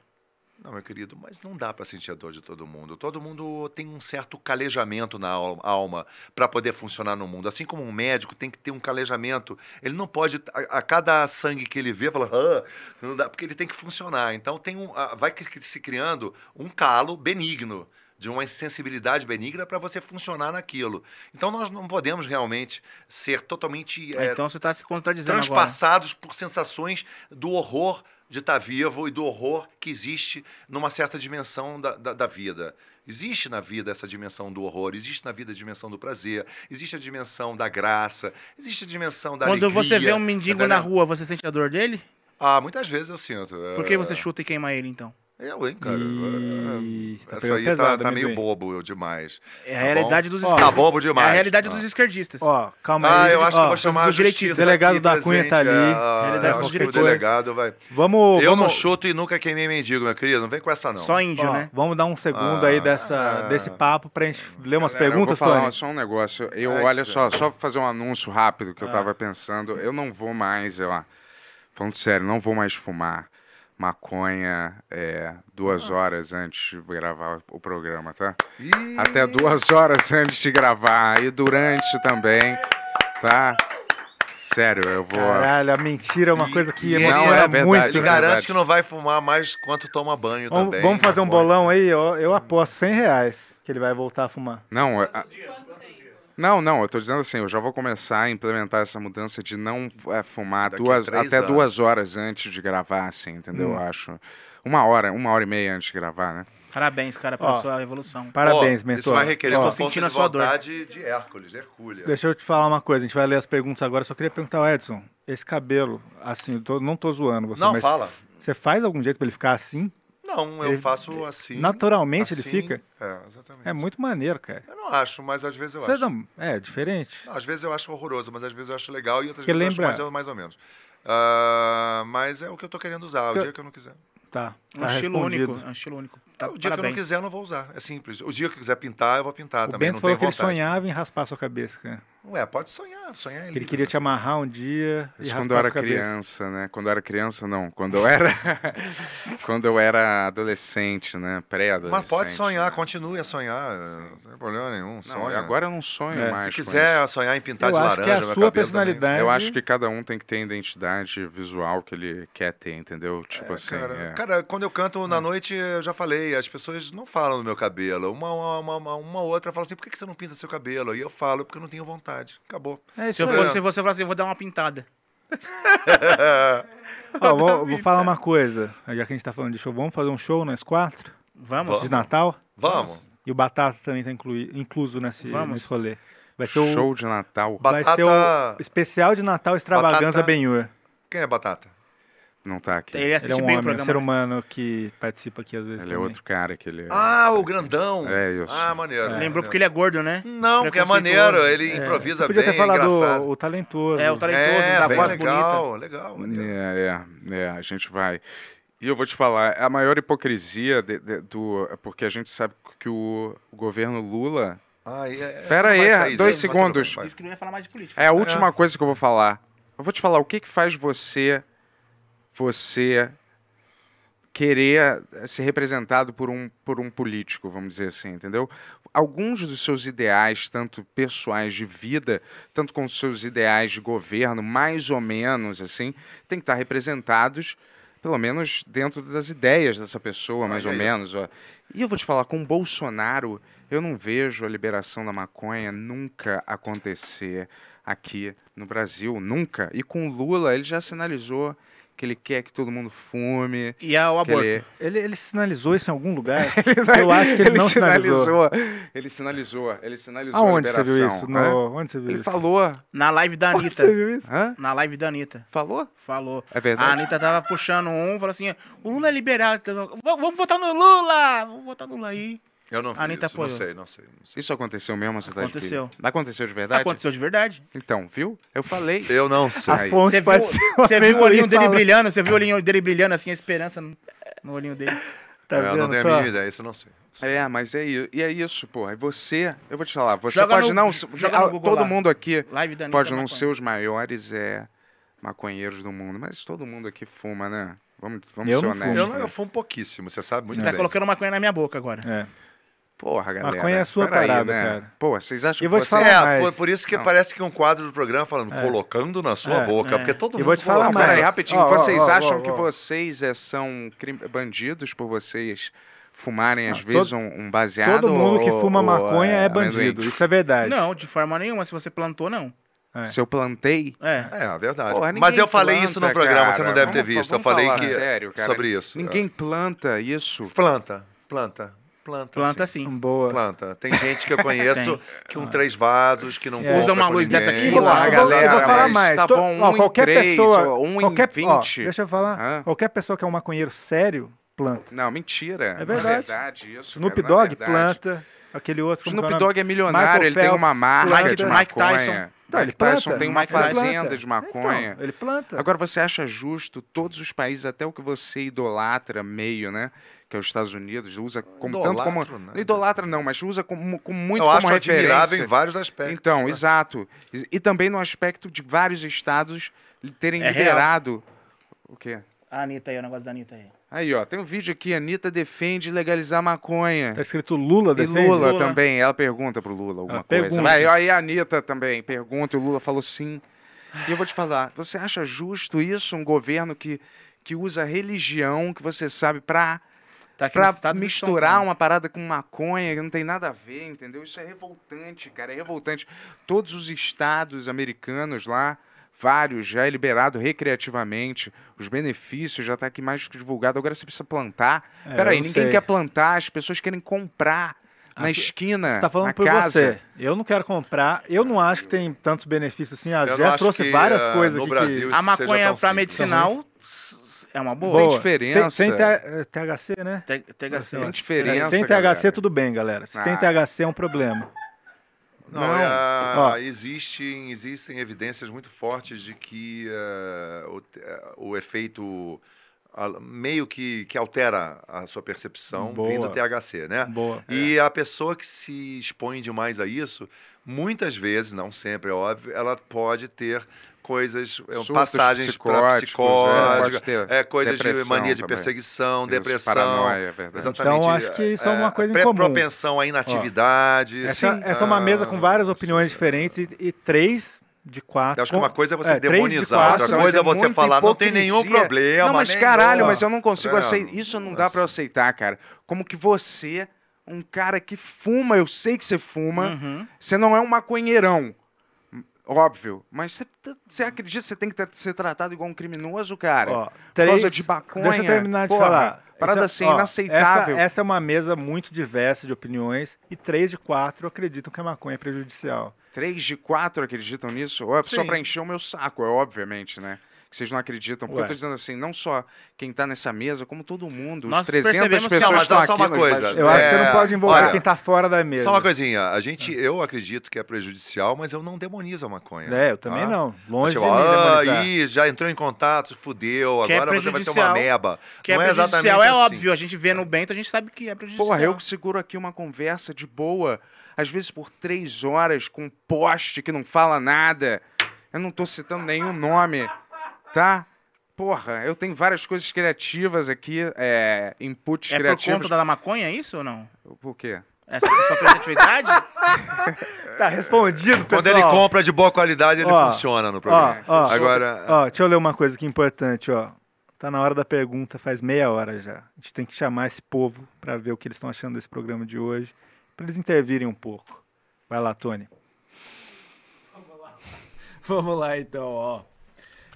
Speaker 3: Não, meu querido, mas não dá pra sentir a dor de todo mundo. Todo mundo tem um certo calejamento na al- alma pra poder funcionar no mundo. Assim como um médico tem que ter um calejamento. Ele não pode, a, a cada sangue que ele vê, falar, ah, não dá, porque ele tem que funcionar. Então tem um, a- vai cri- se criando um calo benigno. De uma insensibilidade benigna pra você funcionar naquilo. Então nós não podemos realmente ser totalmente
Speaker 10: Ah,
Speaker 3: eh,
Speaker 10: então você tá se contradizendo agora.
Speaker 3: transpassados por sensações do horror de estar vivo e do horror que existe numa certa dimensão da, da, da vida. Existe na vida essa dimensão do horror, existe na vida a dimensão do prazer, existe a dimensão da graça, existe a dimensão da
Speaker 10: Quando
Speaker 3: alegria. né,
Speaker 10: você vê um mendigo
Speaker 3: entendeu?
Speaker 10: na rua, você sente a dor dele?
Speaker 3: Ah, muitas vezes eu sinto. é
Speaker 10: Por que você chuta e queima ele, então?
Speaker 3: Eu, hein, cara.
Speaker 10: tá
Speaker 3: Essa
Speaker 10: pegando
Speaker 3: aí
Speaker 10: pesado,
Speaker 3: tá, tá meio
Speaker 10: amendoim.
Speaker 3: bobo eu demais. Tá
Speaker 10: É a
Speaker 3: bom?
Speaker 10: realidade dos
Speaker 3: Tá
Speaker 10: esquerdistas.
Speaker 3: bobo demais.
Speaker 10: É a realidade
Speaker 3: Ah.
Speaker 10: dos esquerdistas.
Speaker 5: Ó, calma
Speaker 3: Ah,
Speaker 5: aí.
Speaker 3: eu acho que
Speaker 5: ó,
Speaker 3: eu vou chamar a
Speaker 5: do
Speaker 3: justiça
Speaker 5: direitista. O delegado
Speaker 3: aqui
Speaker 5: da Cunha tá ali.
Speaker 3: presente, ah,
Speaker 5: Realidade
Speaker 3: eu acho que o
Speaker 5: qualquer coisa.
Speaker 3: delegado vai.
Speaker 5: Vamos-
Speaker 3: eu não
Speaker 5: vamos-
Speaker 3: chuto e nunca queimei mendigo, meu querido. Não vem com essa, não.
Speaker 5: Ó, Vamos dar um segundo
Speaker 3: Ah,
Speaker 5: aí dessa,
Speaker 3: ah.
Speaker 5: desse papo pra gente ler umas
Speaker 6: Galera,
Speaker 5: perguntas,
Speaker 6: eu vou falar
Speaker 5: Tony.
Speaker 6: só um negócio. Eu,
Speaker 5: Antes,
Speaker 6: olha só,
Speaker 5: velho.
Speaker 6: só fazer um anúncio rápido que eu
Speaker 5: Ah.
Speaker 6: tava pensando. Eu não vou mais, ó. Falando sério, não vou mais fumar maconha é,
Speaker 5: Ah.
Speaker 6: duas horas antes de gravar o programa, tá? Até duas horas antes de gravar e durante também, tá? Sério, eu vou.
Speaker 5: Caralho, a mentira é uma coisa que
Speaker 6: e-
Speaker 5: emociona
Speaker 6: não, é verdade,
Speaker 5: muito.
Speaker 3: Ele
Speaker 6: é
Speaker 5: né?
Speaker 3: garante que não vai fumar mais quanto toma banho
Speaker 5: Vamos,
Speaker 3: também.
Speaker 5: vamos fazer um
Speaker 3: maconha.
Speaker 5: bolão aí, ó. Eu aposto 100 reais que ele vai voltar a fumar.
Speaker 6: Não, é- a- não, não, eu tô dizendo assim, eu já vou começar a implementar essa mudança de não é, fumar
Speaker 3: Daqui
Speaker 6: duas,
Speaker 3: três
Speaker 6: até
Speaker 3: anos.
Speaker 6: duas horas antes de gravar, assim, entendeu?
Speaker 5: Hum.
Speaker 6: Eu acho. Uma hora, uma hora e meia antes de gravar, né?
Speaker 10: Parabéns, cara, pela
Speaker 5: Ó,
Speaker 10: sua evolução.
Speaker 5: Parabéns,
Speaker 3: Ó,
Speaker 5: mentor.
Speaker 3: Isso vai requerer
Speaker 5: Ó,
Speaker 3: uma
Speaker 5: tô sentindo
Speaker 3: força
Speaker 5: a
Speaker 3: de
Speaker 5: sua dor.
Speaker 3: vontade de Hércules, de Hercúlea.
Speaker 5: Deixa eu te falar uma coisa, a gente vai ler as perguntas agora. Só queria perguntar ao Edson, esse cabelo, assim, eu tô- não tô zoando você,
Speaker 3: Não,
Speaker 5: mas
Speaker 3: fala.
Speaker 5: Você faz algum jeito pra ele ficar assim?
Speaker 3: Não, eu
Speaker 5: Ele-
Speaker 3: faço assim.
Speaker 5: Naturalmente ele
Speaker 3: assim.
Speaker 5: fica?
Speaker 3: É, exatamente.
Speaker 5: É muito maneiro, cara.
Speaker 3: Eu não acho, mas às vezes eu
Speaker 5: Você
Speaker 3: acho.
Speaker 5: não... É, diferente.
Speaker 3: Não, às vezes eu acho horroroso, mas às vezes eu acho legal e outras
Speaker 5: Porque
Speaker 3: vezes eu
Speaker 5: lembra-
Speaker 3: acho mais ou- mais, ou menos. Ah, mas é o que eu tô querendo usar, o
Speaker 5: Eu-
Speaker 3: dia que eu não quiser.
Speaker 5: Tá,
Speaker 10: É
Speaker 5: tá
Speaker 10: um estilo
Speaker 5: respondido.
Speaker 10: único. É um estilo único. Tá,
Speaker 3: Ah, O dia que eu não
Speaker 10: parabéns.
Speaker 3: quiser, eu não vou usar. É simples. O dia que eu quiser pintar, eu vou pintar
Speaker 5: O
Speaker 3: também.
Speaker 5: Bento
Speaker 3: não
Speaker 5: falou
Speaker 3: tenho
Speaker 5: que ele
Speaker 3: vontade.
Speaker 5: sonhava em raspar sua cabeça, cara.
Speaker 3: Ué, pode sonhar, sonhar é
Speaker 5: Que ele
Speaker 3: livre.
Speaker 5: queria te amarrar um dia e
Speaker 6: Isso
Speaker 5: raspar
Speaker 6: quando eu
Speaker 5: sua
Speaker 6: era
Speaker 5: cabeça.
Speaker 6: criança, né? Quando eu era criança, não. Quando eu era. quando eu era adolescente, né? Pré-adolescente.
Speaker 3: Mas pode sonhar, continue a sonhar. Não tem problema nenhum. Sonha.
Speaker 6: agora eu não sonho
Speaker 3: É.
Speaker 6: mais
Speaker 3: Se
Speaker 6: com
Speaker 3: quiser
Speaker 6: isso.
Speaker 3: sonhar em pintar
Speaker 5: Eu
Speaker 3: de
Speaker 5: acho
Speaker 3: laranja,
Speaker 5: que é a
Speaker 3: meu
Speaker 5: sua
Speaker 3: cabelo também.
Speaker 5: personalidade.
Speaker 6: Eu acho que cada um tem que ter a identidade visual que ele quer ter, entendeu? Tipo assim.
Speaker 3: Cara,
Speaker 6: é.
Speaker 3: cara, quando eu canto na noite, eu já falei, as pessoas não falam do meu cabelo. Uma, uma, uma- uma, uma outra fala assim, por que que você não pinta seu cabelo? E eu falo, porque eu não tenho vontade. Acabou.
Speaker 5: É
Speaker 10: Se eu fosse você, eu falaria assim, eu vou dar uma pintada.
Speaker 5: Ó, vou, vou falar uma coisa, já que a gente tá falando de show, vamos fazer um show nós quatro?
Speaker 10: Vamos.
Speaker 5: De Natal?
Speaker 3: Vamos.
Speaker 5: E o Batata também tá inclui, incluso nesse,
Speaker 10: Vamos.
Speaker 5: nesse rolê. Vai ser o,
Speaker 6: Show de Natal.
Speaker 5: vai ser o especial de Natal extravaganza
Speaker 3: Batata-
Speaker 5: Benhur.
Speaker 3: Quem é Batata?
Speaker 6: Não tá aqui.
Speaker 10: Ele assiste
Speaker 5: Ele é um
Speaker 10: bem
Speaker 5: homem,
Speaker 10: o programa.
Speaker 5: ser humano que participa aqui às vezes
Speaker 6: Ele é
Speaker 5: também.
Speaker 6: outro cara que ele.
Speaker 3: Ah, o grandão.
Speaker 6: É, isso.
Speaker 3: Ah, maneiro.
Speaker 10: Lembrou porque ele é gordo, né?
Speaker 3: Não, porque é maneiro, ele
Speaker 5: É,
Speaker 3: improvisa
Speaker 5: você podia
Speaker 3: bem,
Speaker 5: ter
Speaker 3: é
Speaker 5: falado
Speaker 3: engraçado.
Speaker 5: o talentoso.
Speaker 10: É, o talentoso,
Speaker 3: é,
Speaker 10: da
Speaker 3: bem
Speaker 10: voz
Speaker 3: legal,
Speaker 10: bonita.
Speaker 3: legal.
Speaker 6: É, é, é, a gente vai. E eu vou te falar, a maior hipocrisia de- de- do. é Porque a gente sabe que o governo Lula.
Speaker 3: Ah, e- é-
Speaker 6: Pera
Speaker 3: não vai
Speaker 6: aí,
Speaker 3: sair, gente,
Speaker 6: dois
Speaker 3: mas tudo bem,
Speaker 6: segundos.
Speaker 3: vai.
Speaker 10: Isso que não ia falar mais de política.
Speaker 6: É a última coisa que eu vou falar. Eu vou te falar o que, que faz você. Você. Querer eh, ser representado por um, por um político, vamos dizer assim, entendeu? Alguns dos seus ideais, tanto pessoais de vida, tanto com os seus ideais de governo, mais ou menos, assim, tem que estar representados, pelo menos dentro das ideias dessa pessoa, mais
Speaker 3: Olha
Speaker 6: ou
Speaker 3: aí.
Speaker 6: menos. Ó. E eu vou te falar, com o Bolsonaro, eu não vejo a liberação da maconha nunca acontecer aqui no Brasil, nunca. E com o Lula, ele já sinalizou que ele quer que todo mundo fume.
Speaker 10: E é o
Speaker 6: que ele-
Speaker 10: aborto.
Speaker 5: Ele, ele sinalizou isso em algum lugar?
Speaker 6: Ele-
Speaker 5: Eu acho que ele, não sinalizou.
Speaker 6: Ele sinalizou, ele sinalizou
Speaker 5: Aonde
Speaker 6: a
Speaker 5: você
Speaker 6: liberação.
Speaker 5: viu isso? No-
Speaker 6: né?
Speaker 5: Onde você viu
Speaker 6: Ele
Speaker 5: isso?
Speaker 6: falou.
Speaker 10: Na live da Anitta.
Speaker 5: Você viu isso?
Speaker 6: Hã?
Speaker 10: Na live da Anitta.
Speaker 6: Falou?
Speaker 10: Falou.
Speaker 6: É
Speaker 10: A
Speaker 6: verdade?
Speaker 10: Anitta tava puxando um, falou assim: o Lula é liberado. então, Vou, vou votar no Lula! Vou votar no Lula aí.
Speaker 3: Eu não
Speaker 10: A
Speaker 3: vi
Speaker 10: Anitta
Speaker 3: isso, não
Speaker 10: apoiou.
Speaker 3: sei, não sei. não sei.
Speaker 6: Isso aconteceu mesmo, você tá de
Speaker 10: Aconteceu.
Speaker 6: pilha? Aconteceu de verdade?
Speaker 10: Aconteceu de verdade.
Speaker 6: Então, viu? Eu falei.
Speaker 3: Eu não sei.
Speaker 5: A fonte
Speaker 10: Você viu,
Speaker 5: pode ser
Speaker 10: você viu o
Speaker 5: amendoim
Speaker 10: olhinho dele
Speaker 5: fala.
Speaker 10: brilhando, você viu o olhinho dele brilhando assim, a esperança. no- no olhinho dele. Tá.
Speaker 5: Tá
Speaker 3: eu não tenho a mínima ideia, isso eu não sei.
Speaker 6: É, mas é isso. E é isso, porra. E você, eu vou te falar, você
Speaker 3: Joga
Speaker 6: pode
Speaker 3: no-
Speaker 6: não. ah,
Speaker 3: joga no Google
Speaker 6: todo
Speaker 3: lá.
Speaker 6: mundo aqui
Speaker 3: Live da Anitta
Speaker 10: é
Speaker 6: pode não
Speaker 3: maconha.
Speaker 6: ser os maiores é, maconheiros do mundo, mas todo mundo aqui fuma, né? Vamos, vamos
Speaker 3: Eu
Speaker 6: ser
Speaker 3: não fumo.
Speaker 6: honestos. né?
Speaker 3: Eu não- eu fumo pouquíssimo, você sabe muito
Speaker 6: Você
Speaker 3: bem.
Speaker 6: tá
Speaker 10: Colocando maconha na minha boca agora.
Speaker 5: É.
Speaker 6: Porra, galera.
Speaker 5: Maconha é a sua
Speaker 6: peraí,
Speaker 5: parada,
Speaker 6: né?
Speaker 5: cara.
Speaker 6: Pô, vocês acham
Speaker 5: E vou
Speaker 6: que
Speaker 5: te
Speaker 6: você... É,
Speaker 5: falar mais.
Speaker 3: é, Por, por isso que
Speaker 6: Não.
Speaker 3: parece que é um quadro do programa falando,
Speaker 6: É.
Speaker 3: colocando na sua
Speaker 6: É.
Speaker 3: boca,
Speaker 6: É.
Speaker 3: porque todo
Speaker 6: E
Speaker 3: mundo
Speaker 6: vou te falar
Speaker 3: colocando.
Speaker 6: mais. Peraí, rapidinho. vocês acham que vocês é, são crim- bandidos por vocês fumarem, às vezes,
Speaker 5: Ah, todo-
Speaker 6: um, um baseado?
Speaker 5: Todo mundo que
Speaker 6: ou-
Speaker 5: fuma
Speaker 6: ou,
Speaker 5: maconha é
Speaker 6: amendoim?
Speaker 5: bandido, isso é verdade.
Speaker 10: Não, de forma nenhuma. Se você plantou, não.
Speaker 6: Se eu plantei...
Speaker 10: É.
Speaker 3: É, a verdade.
Speaker 6: Porra,
Speaker 3: Mas
Speaker 6: ninguém
Speaker 3: eu falei isso no
Speaker 6: planta,
Speaker 3: programa, você
Speaker 6: cara.
Speaker 3: não deve ter
Speaker 6: Vamos fa-
Speaker 3: visto. Eu
Speaker 6: vamos
Speaker 3: falei
Speaker 6: falar
Speaker 3: que
Speaker 6: sério, cara.
Speaker 3: sobre isso. é.
Speaker 6: Ninguém planta isso.
Speaker 3: Planta, planta. Planta,
Speaker 10: Planta sim.
Speaker 5: Boa.
Speaker 3: Planta. Tem gente que eu conheço
Speaker 10: Tem.
Speaker 3: que um três vasos, que não
Speaker 10: É. Usa
Speaker 3: compra
Speaker 10: uma
Speaker 3: com
Speaker 10: luz dessa
Speaker 3: ninguém.
Speaker 10: aqui, Porra,
Speaker 5: Eu vou- eu vou falar mais.
Speaker 6: tá
Speaker 5: To-
Speaker 6: bom,
Speaker 5: ó,
Speaker 6: um em
Speaker 5: qualquer
Speaker 6: três,
Speaker 5: pessoa,
Speaker 6: ou um em
Speaker 5: qualquer, ó,
Speaker 6: 20.
Speaker 5: deixa eu falar. Qualquer pessoa que é um maconheiro sério planta.
Speaker 6: Não, mentira.
Speaker 5: É
Speaker 6: Não
Speaker 5: verdade.
Speaker 6: verdade isso,
Speaker 5: Snoop
Speaker 6: cara, não é
Speaker 5: Dogg
Speaker 6: verdade.
Speaker 5: planta. Aquele outro. como
Speaker 6: Snoop
Speaker 5: que o nome?
Speaker 6: Dogg é milionário,
Speaker 5: Michael
Speaker 6: ele tem
Speaker 5: Phelps
Speaker 6: uma marca
Speaker 5: planta.
Speaker 6: de maconha. Então,
Speaker 5: ele
Speaker 6: Mike Tyson
Speaker 5: planta.
Speaker 6: tem uma
Speaker 5: Ele planta.
Speaker 6: fazenda de maconha.
Speaker 5: Então, ele planta.
Speaker 6: Agora, você acha justo todos os países, até o que você idolatra meio, né? Que é os Estados Unidos, usa como tanto como.
Speaker 3: Idolatro nada.
Speaker 6: Não idolatra, não, mas usa como, com muito
Speaker 3: Eu
Speaker 6: como
Speaker 3: acho
Speaker 6: referência.
Speaker 3: admirável em vários aspectos,
Speaker 6: Então,
Speaker 3: né?
Speaker 6: exato. E, e também no aspecto de vários estados terem
Speaker 10: É real.
Speaker 6: liberado. O quê?
Speaker 10: A Anitta aí, o negócio da Anitta aí.
Speaker 6: Aí, ó, tem um vídeo aqui, Anitta defende legalizar maconha.
Speaker 5: Tá escrito Lula
Speaker 6: E
Speaker 5: defende?
Speaker 6: Lula,
Speaker 5: Lula.
Speaker 6: também, ela pergunta pro Lula alguma
Speaker 5: Ela
Speaker 6: coisa.
Speaker 5: pergunta.
Speaker 6: Vai, aí a Anitta também pergunta, e o Lula falou sim. E eu vou te falar, você acha justo isso, um governo que, que usa religião, que você sabe, pra,
Speaker 10: Tá aqui no
Speaker 6: pra
Speaker 10: estado do São
Speaker 6: misturar
Speaker 10: Paulo.
Speaker 6: uma parada com maconha, que não tem nada a ver, entendeu? Isso é revoltante, cara, é revoltante. Todos os estados americanos lá, vários, já é liberado recreativamente, os benefícios já tá aqui mais que divulgado, agora você precisa plantar.
Speaker 5: É,
Speaker 6: Peraí,
Speaker 5: eu
Speaker 6: ninguém
Speaker 5: sei.
Speaker 6: quer plantar, as pessoas querem comprar na
Speaker 5: Ah,
Speaker 6: esquina,
Speaker 5: Você tá falando
Speaker 6: na
Speaker 5: por
Speaker 6: casa.
Speaker 5: você. Eu não quero comprar. Eu não acho que tem tantos benefícios assim. A
Speaker 6: Eu não
Speaker 5: Jess
Speaker 6: acho
Speaker 5: trouxe
Speaker 6: que,
Speaker 5: várias
Speaker 6: ah,
Speaker 5: coisas
Speaker 6: no
Speaker 5: aqui.
Speaker 6: Brasil
Speaker 5: que...
Speaker 10: A maconha pra medicinal s- é uma Uhum. boa.
Speaker 5: Boa. Sem, sem T- THC, né?
Speaker 10: THC.
Speaker 5: Tem
Speaker 10: diferença,
Speaker 5: Sem THC,
Speaker 10: galera.
Speaker 5: tudo bem, galera. Se tem
Speaker 3: Ah.
Speaker 5: THC é um problema.
Speaker 3: Não,
Speaker 5: Não.
Speaker 3: é,
Speaker 5: Ó.
Speaker 3: existem, existem evidências muito fortes de que eh, o te- eh, o, efeito al- meio que, que altera a sua percepção
Speaker 5: Boa.
Speaker 3: vindo do THC, né?
Speaker 5: Boa. É.
Speaker 3: E a pessoa que se expõe demais a isso, muitas vezes, não sempre, é óbvio, ela pode ter coisas, eh,
Speaker 6: Surtos
Speaker 3: passagens para
Speaker 6: psicóticos, é, pode
Speaker 3: psicóticas,
Speaker 6: ter
Speaker 3: é, coisas de
Speaker 6: depressão
Speaker 3: mania de
Speaker 6: também.
Speaker 3: perseguição,
Speaker 6: Isso,
Speaker 3: depressão.
Speaker 6: paranoia, é verdade.
Speaker 3: Exatamente.
Speaker 5: Então, acho que isso é uma coisa em
Speaker 3: pré-
Speaker 5: comum.
Speaker 3: Propensão à inatividade.
Speaker 5: Essa, essa é uma
Speaker 3: ah,
Speaker 5: mesa com várias opiniões diferentes e, e três de quatro.
Speaker 3: Eu acho que uma coisa é você
Speaker 5: três de
Speaker 3: demonizar,
Speaker 5: quatro
Speaker 3: outra
Speaker 5: são-
Speaker 3: coisa é você
Speaker 5: muita
Speaker 3: falar, não tem nenhum
Speaker 6: hipocrisia.
Speaker 3: problema,
Speaker 6: Não, mas
Speaker 3: nem
Speaker 6: caralho,
Speaker 3: boa.
Speaker 6: mas eu não consigo
Speaker 3: É.
Speaker 6: aceitar. Isso não dá pra eu aceitar, cara. Como que você, um cara que fuma, eu sei que você fuma,
Speaker 10: Uhum.
Speaker 6: você não é um maconheirão. Óbvio, mas você, tá, você acredita que você tem que ter- ser tratado igual um criminoso, cara?
Speaker 5: Ó,
Speaker 6: Por causa
Speaker 5: três-
Speaker 6: de maconha.
Speaker 5: Deixa eu terminar de
Speaker 6: Porra,
Speaker 5: falar.
Speaker 6: Parada
Speaker 5: Isso
Speaker 6: assim,
Speaker 5: é- ó,
Speaker 6: inaceitável.
Speaker 5: Essa, essa é uma mesa muito diversa de opiniões e três de quatro acreditam que a maconha é prejudicial.
Speaker 6: Três de quatro acreditam nisso? Ou é só
Speaker 5: Sim.
Speaker 6: pra encher o meu saco, é obviamente, né? Que vocês não acreditam. Porque
Speaker 5: Ué.
Speaker 6: eu tô dizendo assim, não só quem tá nessa mesa, como todo mundo.
Speaker 3: Nós
Speaker 6: os 300
Speaker 3: percebemos
Speaker 6: pessoas
Speaker 3: que- Não, mas
Speaker 6: que estão
Speaker 3: olha só
Speaker 6: aqui
Speaker 3: uma
Speaker 6: nos
Speaker 3: coisa.
Speaker 6: bastidores.
Speaker 5: Eu acho que você
Speaker 3: É,
Speaker 5: não pode envolver
Speaker 3: olha,
Speaker 5: quem tá fora da mesa. Ah.
Speaker 3: Só uma coisinha, a gente, eu acredito que é prejudicial, mas eu não demonizo a maconha.
Speaker 5: É, eu também não. Longe
Speaker 3: tipo,
Speaker 5: de mim
Speaker 3: ah,
Speaker 5: demonizar."
Speaker 3: aí já entrou em contato, fudeu,
Speaker 10: Que é
Speaker 3: agora você vai ter uma
Speaker 10: prejudicial.
Speaker 3: meba.
Speaker 10: Que
Speaker 3: não
Speaker 10: é
Speaker 3: é exatamente
Speaker 10: prejudicial, é
Speaker 3: assim.
Speaker 10: óbvio. A gente vê no Bento, a gente sabe que é prejudicial.
Speaker 6: Porra, eu
Speaker 14: um-
Speaker 6: que seguro aqui uma conversa de boa, às vezes por três horas, com um poste que não fala nada. Eu não tô citando nenhum nome, tá? Porra, eu tenho várias coisas criativas aqui, é, inputs
Speaker 10: É por
Speaker 6: criativos.
Speaker 10: conta da maconha isso ou não?
Speaker 6: Por quê?
Speaker 10: Essa sua criatividade?
Speaker 5: tá respondido, pessoal.
Speaker 3: Quando ele compra de boa qualidade, ele
Speaker 5: Ó,
Speaker 3: funciona no programa.
Speaker 5: ó, ó,
Speaker 3: Agora,
Speaker 5: ó, deixa eu ler uma coisa que é importante, ó. Tá na hora da pergunta, faz meia hora já. A gente tem que chamar esse povo pra ver o que eles estão achando desse programa de hoje, pra eles intervirem um pouco. Vai lá, Tony.
Speaker 9: Vamos lá então, ó.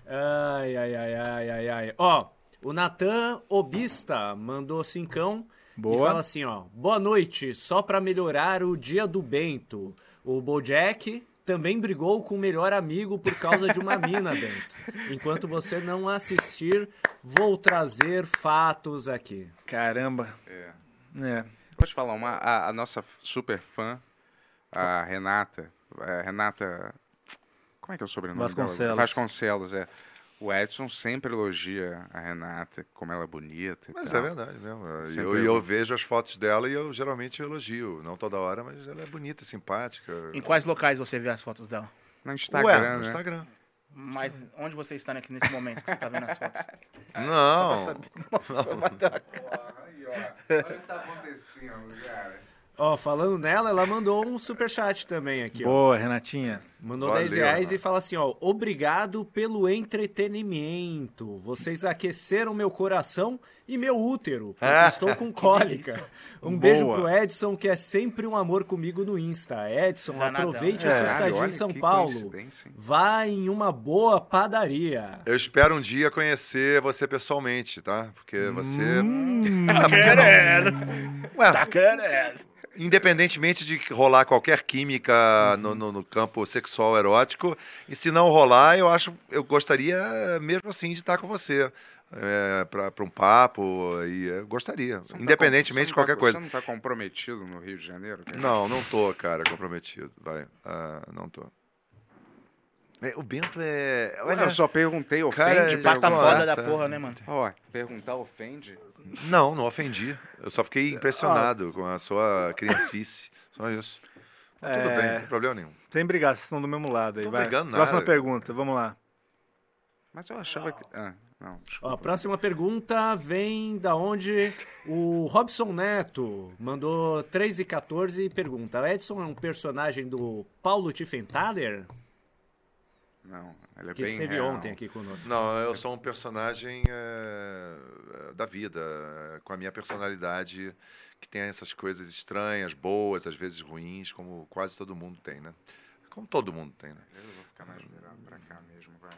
Speaker 9: Ai, ai, ai, ai, ai, ai. Ó, o Natan Obista mandou cincão
Speaker 5: Boa.
Speaker 9: e fala assim, ó. Boa noite, só pra melhorar o dia do Bento. O Bojack também brigou com o melhor amigo por causa de uma mina, Bento. Enquanto você não assistir, vou trazer fatos aqui.
Speaker 5: Caramba.
Speaker 6: É.
Speaker 5: É.
Speaker 6: Vou te falar, uma, a, a nossa super fã, a Renata. é, Renata. Como é que é o sobrenome dela?
Speaker 5: Vasconcelos.
Speaker 6: Vasconcelos, é. O Edson sempre elogia a Renata, como ela é bonita. e
Speaker 3: Mas
Speaker 6: tal.
Speaker 3: é verdade mesmo. E
Speaker 6: Sempre
Speaker 3: eu, e
Speaker 6: elogio.
Speaker 3: eu vejo as fotos dela e eu geralmente elogio. Não toda hora, mas ela é bonita, simpática.
Speaker 14: Em quais locais você vê as fotos dela?
Speaker 6: No né?
Speaker 3: Ué, no Instagram.
Speaker 14: Mas onde você está aqui nesse momento que você tá vendo as fotos?
Speaker 6: Ah,
Speaker 3: Não.
Speaker 14: Só pra saber. Nossa,
Speaker 3: Não.
Speaker 14: bateu a
Speaker 6: Porra, aí, ó. Olha o que tá acontecendo, cara.
Speaker 9: Ó, falando nela, ela mandou um superchat também aqui, ó.
Speaker 5: Boa, Renatinha.
Speaker 9: Mandou
Speaker 5: Valeu,
Speaker 9: 10 reais
Speaker 5: Renato.
Speaker 9: e fala assim, ó, obrigado pelo entretenimento. Vocês aqueceram meu coração e meu útero, porque estou com cólica. Um beijo
Speaker 5: É. Boa.
Speaker 9: pro Edson, que é sempre um amor comigo no Insta. Edson,
Speaker 14: Danadão.
Speaker 9: aproveite a
Speaker 14: É.
Speaker 9: sua
Speaker 14: Caralho,
Speaker 9: estadia em
Speaker 14: olha
Speaker 9: São
Speaker 14: que
Speaker 9: Paulo.
Speaker 14: coincidência,
Speaker 9: Vá em uma boa padaria.
Speaker 3: Eu espero um dia conhecer você pessoalmente, tá? Porque você.
Speaker 5: Hum,
Speaker 9: Tá
Speaker 3: por que não?
Speaker 9: querendo.
Speaker 3: Ué,
Speaker 14: Tá querendo.
Speaker 3: Independentemente de rolar qualquer química
Speaker 6: Uhum.
Speaker 3: no, no- no campo sexual erótico, e se não rolar, eu acho, eu gostaria mesmo assim de estar com você. É, para um papo, e eu gostaria.
Speaker 6: Você não tá
Speaker 3: independentemente
Speaker 6: com-
Speaker 3: de qualquer
Speaker 6: você não tá-
Speaker 3: coisa.
Speaker 6: Você não tá comprometido no Rio de Janeiro? cara?
Speaker 3: Não, não tô, cara, comprometido. Vai. Ah, não tô. É, o Bento é.
Speaker 6: Olha, eu só perguntei, ofende?
Speaker 3: Cara, é
Speaker 6: pergunta.
Speaker 3: pata foda da porra,
Speaker 14: né, mano?
Speaker 6: Ó, perguntar ofende?
Speaker 3: Não, não ofendi. Eu só fiquei impressionado com a sua criancice. Só isso. Mas Tá Tudo
Speaker 5: É.
Speaker 3: bem, não tem problema nenhum.
Speaker 5: Sem brigar, vocês estão do mesmo lado aí.
Speaker 3: Tô
Speaker 5: vai.
Speaker 3: brigando nada.
Speaker 5: Próxima pergunta, vamos lá.
Speaker 6: Mas eu achava que... Ah, não.
Speaker 9: Ó, a próxima pergunta vem da onde o Robson Neto mandou 3 e 14 e pergunta: Edson é um personagem do Paulo Tiffenthaler?
Speaker 6: Não, ele é
Speaker 9: Que
Speaker 6: bem
Speaker 9: esteve
Speaker 6: real.
Speaker 9: ontem aqui conosco.
Speaker 3: Não, eu sou um personagem eh, da vida, eh, com a minha personalidade, que tem essas coisas estranhas, boas, às vezes ruins, como quase todo mundo tem, né? Como todo mundo tem, né?
Speaker 6: Eu vou ficar mais virado pra cá mesmo, vai.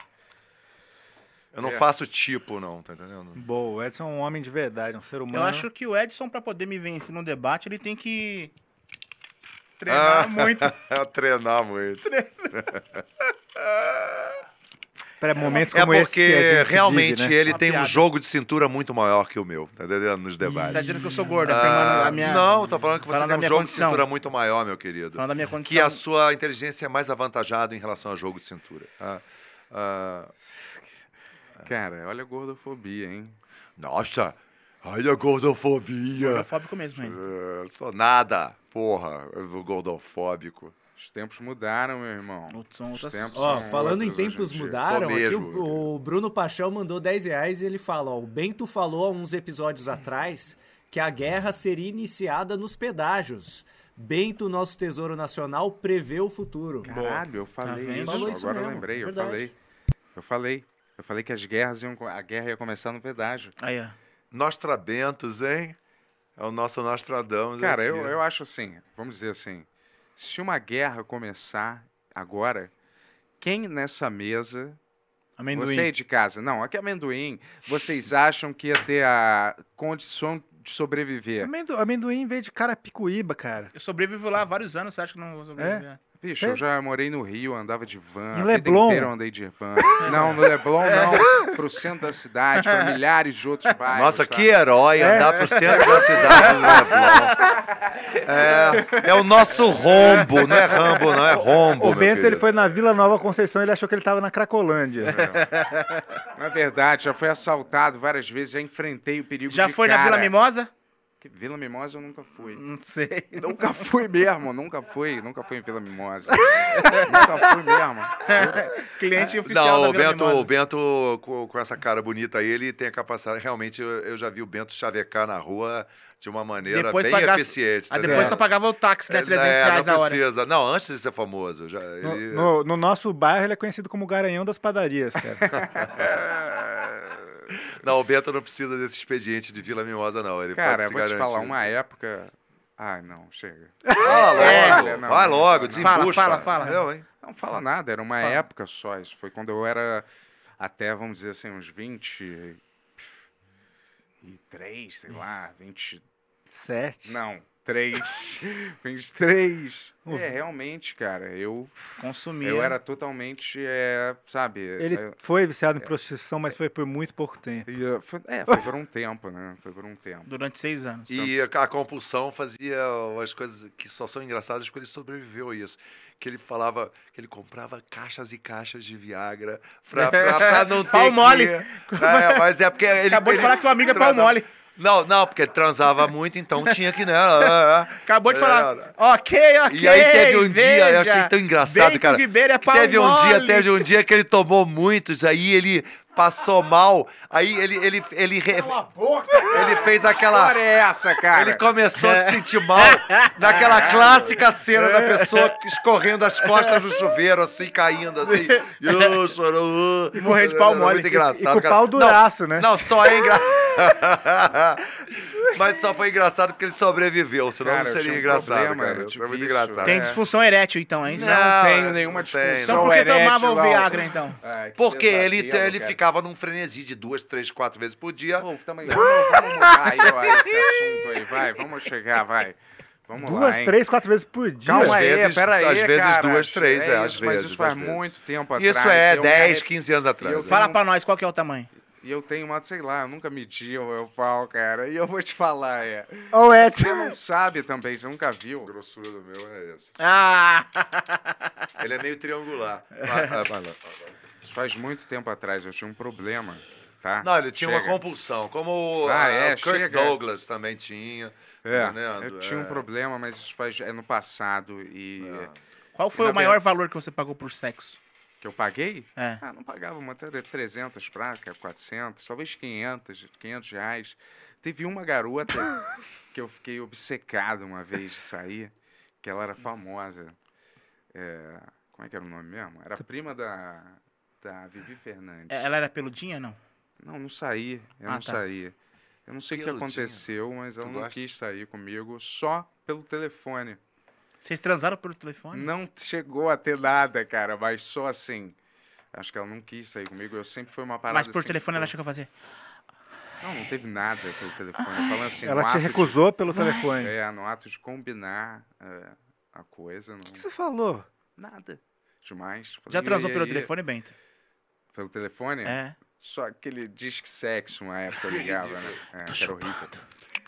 Speaker 3: Eu não
Speaker 5: É.
Speaker 3: faço tipo, não, tá entendendo?
Speaker 5: Boa, o Edson é um homem de verdade, um ser humano.
Speaker 14: Eu acho que o Edson, pra poder me vencer no debate, ele tem que
Speaker 6: Ah.
Speaker 14: treinar muito.
Speaker 3: Treinar muito.
Speaker 5: Para momentos
Speaker 3: É
Speaker 5: como esse que a
Speaker 3: porque
Speaker 5: gente
Speaker 3: realmente
Speaker 5: vive, né?
Speaker 3: ele
Speaker 14: Uma
Speaker 3: tem um
Speaker 14: piada.
Speaker 3: jogo de cintura muito maior que o meu, tá entendendo? Nos debates.
Speaker 14: tá dizendo que eu sou gordo,
Speaker 3: Ah,
Speaker 14: afirmando a minha-
Speaker 3: Não, tô falando que você
Speaker 14: falando da
Speaker 3: tem um
Speaker 14: minha
Speaker 3: jogo
Speaker 14: condição.
Speaker 3: de cintura muito maior, meu querido.
Speaker 14: Falando da minha condição.
Speaker 3: Que a sua inteligência é mais avantajada em relação a jogo de cintura. Ah, ah,
Speaker 6: Cara, olha a gordofobia, hein?
Speaker 3: nossa, olha a gordofobia.
Speaker 14: Gordofóbico mesmo, hein?
Speaker 3: Ah, sou nada, porra, eu- gordofóbico.
Speaker 6: Os tempos mudaram, meu irmão.
Speaker 14: São
Speaker 6: Os tempos
Speaker 9: Ó,
Speaker 6: são
Speaker 9: falando em
Speaker 6: outros hoje
Speaker 9: tempos
Speaker 6: dia.
Speaker 9: mudaram,
Speaker 6: Sou
Speaker 9: aqui
Speaker 6: né, mesmo.
Speaker 9: o, o Bruno Paixão mandou 10 reais e ele fala: ó, o Bento falou há uns episódios atrás que a guerra seria iniciada nos pedágios. Bento, nosso tesouro nacional, prevê o futuro.
Speaker 6: Caralho, eu falei
Speaker 9: Tá vendo?
Speaker 6: isso.
Speaker 9: Falou isso
Speaker 6: Agora
Speaker 9: mesmo,
Speaker 6: eu lembrei,
Speaker 9: verdade.
Speaker 6: eu falei. Eu falei. Eu falei que as guerras iam, co- a guerra ia começar no pedágio.
Speaker 14: Aí, ó.
Speaker 3: Nostrabentos, hein? É o nosso Nostradamus.
Speaker 6: Cara, eu,
Speaker 3: aqui.
Speaker 6: eu acho assim, vamos dizer assim, se uma guerra começar agora, quem nessa mesa...
Speaker 5: Amendoim.
Speaker 6: Você aí de casa, não, aqui é amendoim. Vocês acham que ia ter a condição de sobreviver?
Speaker 5: Amendo, amendoim veio de
Speaker 10: é
Speaker 5: Carapicuíba, cara.
Speaker 14: Eu sobrevivo lá há vários anos, você acha que não vou
Speaker 10: É?
Speaker 14: sobreviver?
Speaker 6: É? Bicho, eu já morei no Rio, andava de van.
Speaker 5: Em
Speaker 6: a
Speaker 5: Leblon.
Speaker 6: Vida inteira eu andei de van. Não, no Leblon
Speaker 14: É.
Speaker 6: não. Pro centro da cidade, pra milhares de outros bairros.
Speaker 3: Nossa,
Speaker 6: tá?
Speaker 3: que herói andar pro centro da cidade do Leblon. É, é o nosso rombo, não é Rambo, não, é rombo.
Speaker 5: O
Speaker 3: meu
Speaker 5: Bento ele
Speaker 3: querido.
Speaker 5: foi na Vila Nova Conceição, ele achou que ele tava na Cracolândia.
Speaker 3: É.
Speaker 6: É. Na verdade, já fui assaltado várias vezes, já enfrentei o perigo
Speaker 14: Já
Speaker 6: de
Speaker 14: foi na
Speaker 6: cara.
Speaker 14: Vila Mimosa?
Speaker 6: Que Vila Mimosa eu nunca fui.
Speaker 14: Não sei.
Speaker 6: Nunca fui mesmo, nunca fui, nunca fui em Vila Mimosa. nunca fui mesmo.
Speaker 14: Cliente
Speaker 3: É. Não,
Speaker 14: oficial da
Speaker 3: o
Speaker 14: Vila
Speaker 3: Bento,
Speaker 14: Mimosa.
Speaker 3: o Bento com, com essa cara bonita aí, ele tem a capacidade. Realmente, eu, eu já vi o Bento chavecar na rua de uma maneira
Speaker 14: Depois
Speaker 3: bem
Speaker 14: pagar-
Speaker 3: eficiente. tá
Speaker 14: Ah, depois só pagava o táxi, né? 300 reais
Speaker 3: é, não
Speaker 14: a hora.
Speaker 3: precisa. Não, antes de ser famoso. Já,
Speaker 5: No,
Speaker 3: ele-
Speaker 5: no- no nosso bairro ele é conhecido como Garanhão das Padarias, cara.
Speaker 3: Não, o Bento não precisa desse expediente de Vila Mimosa, não. Ele
Speaker 6: Cara,
Speaker 3: pode
Speaker 6: eu
Speaker 3: se
Speaker 6: vou te
Speaker 3: garantir.
Speaker 6: falar, uma época... Ai, não, chega. É,
Speaker 3: Fala logo,
Speaker 6: Olha, não,
Speaker 3: vai
Speaker 6: não,
Speaker 3: logo,
Speaker 6: não.
Speaker 3: desembucha. Eu, hein?
Speaker 6: Não fala nada, era uma
Speaker 3: Fala.
Speaker 6: época só. Isso foi quando eu era até, vamos dizer assim, uns 20 e 3, sei lá, 20.
Speaker 5: Sete?
Speaker 6: Não, Três. Fiz três. É, realmente, cara, eu.
Speaker 10: Consumia.
Speaker 6: Eu era totalmente, é, sabe.
Speaker 5: Ele
Speaker 6: é,
Speaker 5: foi viciado em prostituição, mas foi por muito pouco tempo.
Speaker 3: uh,
Speaker 6: é, foi por um tempo, né? Foi por um tempo.
Speaker 10: Durante seis anos. então.
Speaker 3: E a, a compulsão fazia as coisas que só são engraçadas porque ele sobreviveu a isso. Que ele falava que ele comprava caixas e caixas de Viagra pra, pra, pra não ter.
Speaker 10: Pau
Speaker 3: que-
Speaker 10: mole.
Speaker 3: É, mas é porque ele.
Speaker 10: Acabou de falar que o amigo é pau
Speaker 3: Transa-
Speaker 10: mole.
Speaker 3: Não, não, porque transava muito, então tinha que, né? é, é.
Speaker 10: Acabou de falar,
Speaker 3: É,
Speaker 10: ok, ok.
Speaker 3: E aí teve um dia, eu
Speaker 10: veja,
Speaker 3: achei tão engraçado,
Speaker 10: bem
Speaker 3: cara.
Speaker 10: Que Ribeiro é
Speaker 3: que
Speaker 10: pau
Speaker 3: teve um dia,
Speaker 10: mole.
Speaker 3: teve um dia que ele tomou muitos, aí ele passou mal, aí ele ele ele re- ele fez aquela
Speaker 6: Que é essa, cara? É. Ah,
Speaker 3: Ele começou a se sentir mal naquela clássica cena da pessoa escorrendo as costas no chuveiro, assim, caindo, assim. Eu chorou.
Speaker 6: uh.
Speaker 5: E morrer de pau mole.
Speaker 3: Muito engraçado.
Speaker 5: E- e com o
Speaker 3: cara.
Speaker 5: pau
Speaker 3: Não,
Speaker 5: duraço, né?
Speaker 3: Não, só é engraçado. Mas só foi engraçado porque ele sobreviveu, senão
Speaker 6: Cara,
Speaker 3: não
Speaker 6: eu
Speaker 3: seria
Speaker 6: tinha um
Speaker 3: engraçado,
Speaker 6: problema,
Speaker 3: cara.
Speaker 6: eu
Speaker 3: Foi
Speaker 6: tive
Speaker 3: muito
Speaker 6: isso,
Speaker 3: engraçado.
Speaker 10: Tem disfunção erétil, então, é isso?
Speaker 3: Não,
Speaker 6: tenho nenhuma
Speaker 3: não
Speaker 6: disfunção
Speaker 3: tem,
Speaker 10: Então por que tomava o Viagra, então?
Speaker 6: Ai, que
Speaker 3: Porque ele,
Speaker 6: pesadelo,
Speaker 3: ele
Speaker 6: cara.
Speaker 3: ficava num frenesi de duas, três, quatro vezes por dia.
Speaker 6: Bom, também, vamos, vamos mudar aí, ó, esse assunto aí, vai, vamos chegar, vai. Vamos
Speaker 5: Duas,
Speaker 6: lá, hein?
Speaker 5: três, quatro vezes por dia.
Speaker 6: Calma aí, pera aí,
Speaker 3: às vezes
Speaker 6: cara.
Speaker 3: duas, três, é, às vezes,
Speaker 6: isso, Mas isso faz
Speaker 3: às vezes.
Speaker 6: muito tempo atrás.
Speaker 3: Isso é,
Speaker 6: eu
Speaker 3: 10,
Speaker 6: me-
Speaker 3: 15 anos atrás.
Speaker 6: e eu
Speaker 10: Fala
Speaker 6: tenho- um
Speaker 10: pra nós qual que é o tamanho.
Speaker 6: E eu tenho uma, sei lá, eu nunca medi o meu pau, cara. E eu vou te falar, é.
Speaker 5: Ô, Edson.
Speaker 6: Você não sabe também, você nunca viu.
Speaker 3: grossura do meu é essa.
Speaker 10: Ah!
Speaker 3: Ele é meio triangular. ah,
Speaker 6: Isso faz muito tempo atrás, eu tinha um problema, tá?
Speaker 3: Não, ele tinha uma
Speaker 6: Chega.
Speaker 3: compulsão, como
Speaker 6: Ah,
Speaker 3: ah,
Speaker 6: é,
Speaker 3: o Kirk
Speaker 6: chega.
Speaker 3: Douglas também tinha.
Speaker 6: É,
Speaker 3: tá entendendo?
Speaker 6: eu tinha um
Speaker 3: É. Ah.
Speaker 6: problema, mas isso faz é no passado e
Speaker 10: Qual foi
Speaker 6: Na
Speaker 10: o maior
Speaker 6: verdade-
Speaker 10: valor que você pagou por sexo?
Speaker 6: que eu paguei?
Speaker 10: É.
Speaker 6: Ah, não pagava uma até 300 pra cá, 400, talvez 500, 500 reais. Teve uma garota que eu fiquei obcecado uma vez de sair, que ela era famosa. É, como é que era o nome mesmo? Era prima da, da Vivi Fernandes.
Speaker 10: É, Ela era peludinha, não?
Speaker 6: Não, não saí. Eu
Speaker 10: Ah,
Speaker 6: não
Speaker 10: tá.
Speaker 6: saí. Eu não sei o que
Speaker 10: Peludinha.
Speaker 6: aconteceu, mas ela
Speaker 10: Tu
Speaker 6: não
Speaker 10: gosta?
Speaker 6: quis sair comigo só pelo telefone.
Speaker 10: Vocês transaram pelo telefone?
Speaker 6: Não chegou a ter nada, cara, mas só assim. Acho que ela não quis sair comigo. Eu sempre fui uma parada.
Speaker 10: Mas por
Speaker 6: assim,
Speaker 10: telefone ela
Speaker 6: pô,
Speaker 10: chegou a fazer.
Speaker 6: Não, não teve nada pelo telefone. Falando assim,
Speaker 5: Ela
Speaker 6: no
Speaker 5: te
Speaker 6: ato de-
Speaker 5: recusou pelo telefone.
Speaker 6: É, no ato de combinar é, a coisa. Não...
Speaker 5: O que você falou?
Speaker 6: Nada. Demais. Falei,
Speaker 10: Já
Speaker 6: "E
Speaker 10: transou pelo
Speaker 6: aí?"
Speaker 10: telefone, Bento?
Speaker 6: Pelo telefone?
Speaker 10: É.
Speaker 6: Só aquele disque sexo, uma época eu ligava, né? É, que era horrível.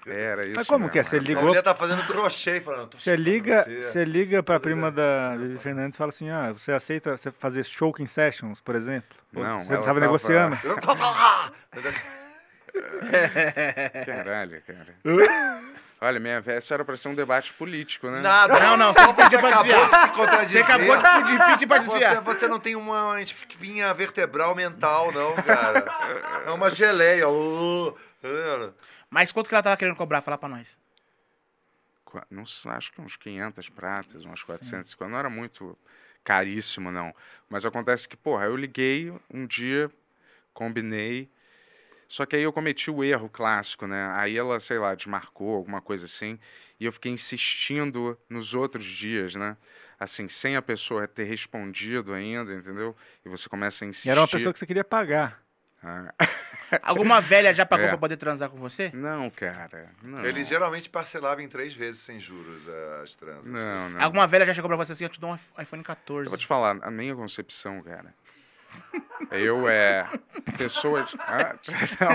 Speaker 6: Era isso.
Speaker 5: Mas como que é?
Speaker 6: mesmo,
Speaker 5: Você
Speaker 6: era-
Speaker 3: A
Speaker 5: ligou?
Speaker 3: mulher tá fazendo crochê falando. tô
Speaker 5: Você
Speaker 3: chupando
Speaker 5: liga,
Speaker 3: você.
Speaker 5: você liga pra
Speaker 3: é.
Speaker 5: prima da Vivi Fernandes e fala assim: ah, você aceita você fazer choking sessions, por exemplo? Ou
Speaker 6: Não,
Speaker 5: você
Speaker 6: ela
Speaker 5: tava negociando.
Speaker 6: Caralho, cara. Olha, minha velha, isso era pra ser um debate político, né?
Speaker 3: Nada.
Speaker 10: Não, não,
Speaker 3: Você
Speaker 10: só pediu pra
Speaker 3: acabou
Speaker 10: desviar.
Speaker 3: de se contradizer.
Speaker 10: Você acabou de pedir- pedir pra desviar.
Speaker 3: Você, você não tem uma espinha vertebral mental, não, cara. É uma geleia. Uh, uh.
Speaker 10: Mas quanto que ela tava querendo cobrar? Fala pra nós.
Speaker 6: Qua- Não sei, acho que uns 500 pratas, umas 450. Não era muito caríssimo, não. Mas acontece que, porra, eu liguei um dia, combinei. Só que aí eu cometi o erro clássico, né? Aí ela, sei lá, desmarcou, alguma coisa assim. E eu fiquei insistindo nos outros dias, né? Assim, sem a pessoa ter respondido ainda, entendeu? E você começa a
Speaker 5: E
Speaker 6: insistir.
Speaker 5: era uma pessoa que você queria pagar.
Speaker 6: Ah.
Speaker 10: Alguma velha já pagou
Speaker 6: É.
Speaker 10: pra poder transar com você?
Speaker 6: Não, cara. Não.
Speaker 3: Ele geralmente parcelava em três vezes sem juros eh, as transas.
Speaker 6: Não, não.
Speaker 10: Alguma velha já chegou pra você assim, eu te dou um iPhone- iPhone
Speaker 6: Eu vou te falar,
Speaker 10: 14.
Speaker 6: a minha concepção, cara. Eu é. Pessoas. Ah,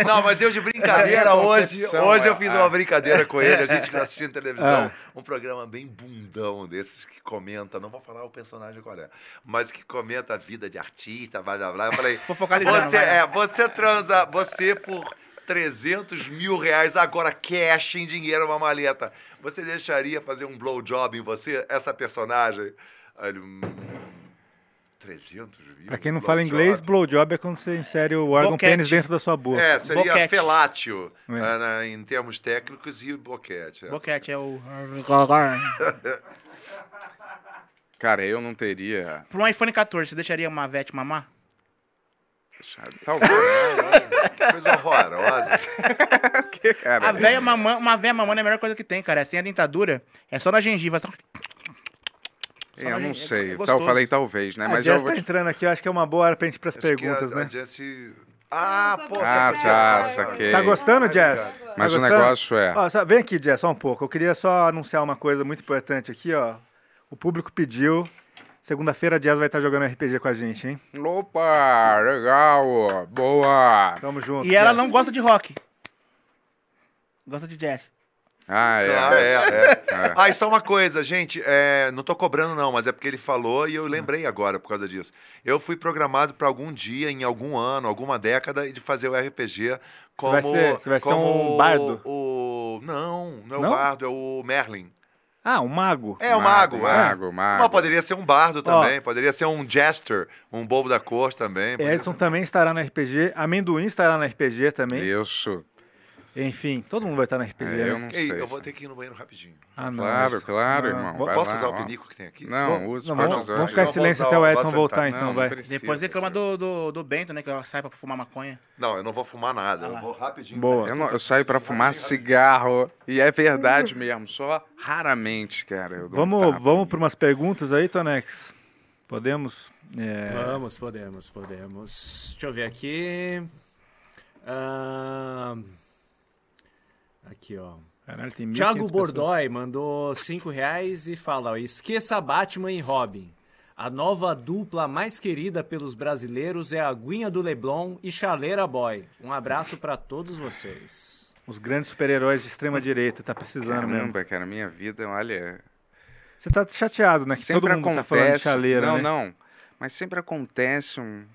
Speaker 3: Não, mas eu de brincadeira
Speaker 6: A minha
Speaker 3: hoje.
Speaker 6: concepção
Speaker 3: Hoje eu
Speaker 6: é-
Speaker 3: fiz
Speaker 6: ah.
Speaker 3: uma brincadeira com ele, a gente que tá assistindo televisão. Um programa bem bundão desses que comenta, não vou falar o personagem qual é, mas que comenta a vida de artista, blá blá blá. Eu falei,
Speaker 10: focalizando,
Speaker 3: você,
Speaker 10: vai.
Speaker 3: é, você transa, você por 300 mil reais agora, cash em dinheiro, uma maleta. Você deixaria fazer um blowjob em você, essa personagem? Aí ele, hum, 300 mil? um
Speaker 5: Pra quem não fala
Speaker 3: blowjob?
Speaker 5: inglês, blowjob é quando você insere o órgão
Speaker 3: Boquete.
Speaker 5: um pênis dentro da sua boca.
Speaker 3: É, seria felátil
Speaker 5: É.
Speaker 3: ah, na- em termos técnicos e boquete. é.
Speaker 10: Boquete é o.
Speaker 6: Cara, eu não teria.
Speaker 10: Pra um iPhone 14, você deixaria uma Vete mamar?
Speaker 6: deixado. Talvez. né?
Speaker 3: Coisa horrorosa.
Speaker 6: O que, cara?
Speaker 10: A véia mamã, uma véia mamando é a melhor coisa que tem, cara. É sem a dentadura, é só na gengiva. Só...
Speaker 6: É, eu não
Speaker 10: é- é
Speaker 6: sei. Tal-
Speaker 10: gostoso.
Speaker 6: falei talvez, né?
Speaker 5: a
Speaker 6: Mas eu
Speaker 5: Jess
Speaker 6: vou.
Speaker 5: tá
Speaker 6: te-
Speaker 5: entrando aqui, eu acho que é uma boa hora pra gente ir pras
Speaker 3: Acho que
Speaker 5: perguntas,
Speaker 3: a,
Speaker 5: né?
Speaker 3: A Jessie Ah, pô,
Speaker 6: Ah,
Speaker 3: saquei
Speaker 6: tá,
Speaker 3: agora.
Speaker 6: saquei.
Speaker 5: Tá gostando, Jess?
Speaker 6: Mas
Speaker 5: Tá
Speaker 6: o
Speaker 5: gostando?
Speaker 6: negócio é-
Speaker 5: Ó, só- vem aqui, Jess, só um pouco. Eu queria só anunciar uma coisa muito importante aqui, ó. O público pediu. Segunda-feira, a Jazz vai estar jogando RPG com a gente, hein?
Speaker 6: Opa, legal, boa.
Speaker 5: Tamo junto.
Speaker 10: E ela não gosta de rock. Gosta de jazz.
Speaker 6: Ah, é.
Speaker 3: Ah, é, é.
Speaker 6: É.
Speaker 3: Ah, e só uma coisa, gente, é, não tô cobrando não, mas é porque ele falou e eu
Speaker 5: Hum.
Speaker 3: lembrei agora por causa disso. Eu fui programado para algum dia, em algum ano, alguma década, de fazer o RPG como...
Speaker 5: vai ser- você vai ser
Speaker 3: como
Speaker 5: um bardo?
Speaker 3: O, não, não é
Speaker 5: Não?
Speaker 3: o bardo, é o Merlin.
Speaker 5: Ah, um mago.
Speaker 3: É, o mago. é.
Speaker 6: mago, mago.
Speaker 3: Mas poderia ser um bardo também, poderia ser um jester, um bobo da cor também. poderia
Speaker 5: É, Edson também estará no RPG. Amendoim estará no RPG também.
Speaker 6: Isso.
Speaker 5: Enfim, todo mundo vai estar no RPG.
Speaker 6: É, eu
Speaker 5: né?
Speaker 6: não
Speaker 3: Ei,
Speaker 6: sei.
Speaker 3: eu vou ter que ir no banheiro rapidinho.
Speaker 5: Ah, não.
Speaker 6: Claro, claro,
Speaker 5: Não,
Speaker 6: irmão.
Speaker 5: não.
Speaker 6: Vai
Speaker 3: Posso
Speaker 6: lá,
Speaker 3: usar o
Speaker 6: ó.
Speaker 3: penico que tem aqui?
Speaker 6: Não,
Speaker 5: Vamos-
Speaker 6: usa,
Speaker 5: não,
Speaker 6: pode
Speaker 5: vamos-
Speaker 6: usar.
Speaker 5: vamos ficar em
Speaker 6: Não,
Speaker 5: silêncio
Speaker 6: vou
Speaker 5: até o
Speaker 6: usar,
Speaker 5: Edson
Speaker 6: vou
Speaker 5: voltar,
Speaker 6: aceitar.
Speaker 5: então,
Speaker 6: Não,
Speaker 5: vai.
Speaker 6: não precisa.
Speaker 10: Depois reclama do, do, do Bento, né? Que ela sai pra fumar maconha.
Speaker 3: Não, eu não vou fumar nada, eu vou rapidinho.
Speaker 6: Eu, não- eu saio pra fumar cigarro. E é verdade mesmo. Só raramente, cara. Eu dou um
Speaker 5: Vamos,
Speaker 6: tapa.
Speaker 5: vamos para umas perguntas aí, Tonex? Podemos? É,
Speaker 9: Vamos, podemos, podemos. Deixa eu ver aqui. Ahn, Aqui, ó.
Speaker 5: Caralho, tem
Speaker 9: Thiago
Speaker 5: 1.500
Speaker 9: Bordói mandou 5 reais e fala: ó, esqueça Batman e Robin. A nova dupla mais querida pelos brasileiros é a Aguinha do Leblon e Chaleira Boy. Um abraço pra todos vocês.
Speaker 5: Os grandes super-heróis de extrema-direita, tá precisando mesmo.
Speaker 6: Caramba, cara, minha vida, olha.
Speaker 5: Você tá chateado, né? Que
Speaker 6: Sempre
Speaker 5: todo mundo
Speaker 6: acontece.
Speaker 5: tá falando de chaleira,
Speaker 6: não,
Speaker 5: né?
Speaker 6: não. Mas sempre acontece um.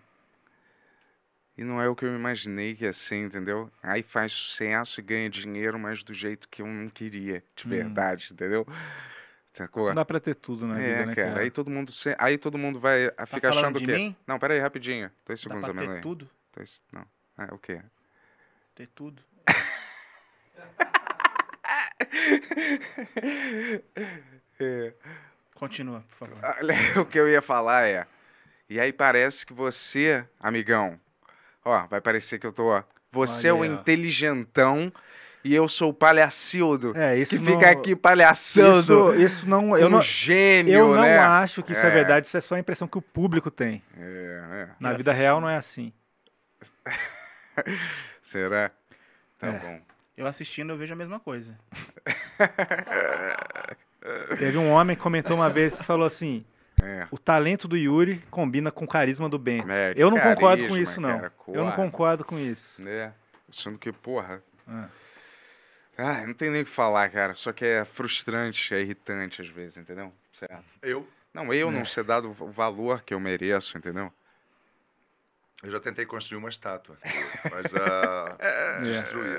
Speaker 6: E não é o que eu imaginei que ia ser, entendeu? Aí faz sucesso e ganha dinheiro, mas do jeito que eu não queria, de
Speaker 5: Hum.
Speaker 6: verdade, entendeu? Sacou?
Speaker 5: Não dá pra ter tudo
Speaker 6: É,
Speaker 5: na vida, né,
Speaker 6: cara,
Speaker 5: cara?
Speaker 6: aí todo mundo se- aí todo mundo vai a- fica
Speaker 10: Tá falando
Speaker 6: achando o
Speaker 10: de
Speaker 6: quê?
Speaker 10: mim?
Speaker 6: Não, pera aí rapidinho. Dois
Speaker 10: Dá
Speaker 6: segundos
Speaker 10: pra
Speaker 6: amendoim.
Speaker 10: ter tudo?
Speaker 6: Dois, não. Ah, o quê?
Speaker 10: Ter tudo.
Speaker 6: É.
Speaker 10: Continua, por favor.
Speaker 6: Ah, o que eu ia falar é. E aí parece que você, amigão, ó, vai parecer que eu tô. Você é
Speaker 5: Olha
Speaker 6: o
Speaker 5: aí, ó.
Speaker 6: inteligentão e eu sou o palhacildo.
Speaker 5: É, isso
Speaker 6: que
Speaker 5: não-
Speaker 6: fica aqui palhaçando.
Speaker 5: Isso, isso não, eu
Speaker 6: como
Speaker 5: não,
Speaker 6: gênio,
Speaker 5: eu não
Speaker 6: né?
Speaker 5: acho que isso é.
Speaker 6: É.
Speaker 5: verdade, isso é só a impressão que o público tem.
Speaker 6: É, é.
Speaker 5: Na vida real não é assim.
Speaker 6: Será? Tá
Speaker 5: É.
Speaker 6: bom.
Speaker 10: Eu assistindo, eu vejo a mesma coisa.
Speaker 5: Teve um homem que comentou uma vez e falou assim:
Speaker 6: É.
Speaker 5: o talento do Yuri combina com o carisma do Bento.
Speaker 6: É,
Speaker 5: eu não
Speaker 6: carisma,
Speaker 5: concordo com isso, não.
Speaker 6: cara,
Speaker 5: eu não
Speaker 6: claro.
Speaker 5: concordo com isso.
Speaker 6: É, sendo que, porra.
Speaker 5: Ah.
Speaker 6: Ah, não tem nem o que falar, cara. Só que é frustrante, é irritante às vezes, entendeu? Certo.
Speaker 3: Eu?
Speaker 6: Não, eu
Speaker 3: É.
Speaker 6: não ser dado o valor que eu mereço, entendeu?
Speaker 3: Eu já tentei construir uma estátua, mas ah,
Speaker 6: É.
Speaker 3: destruí.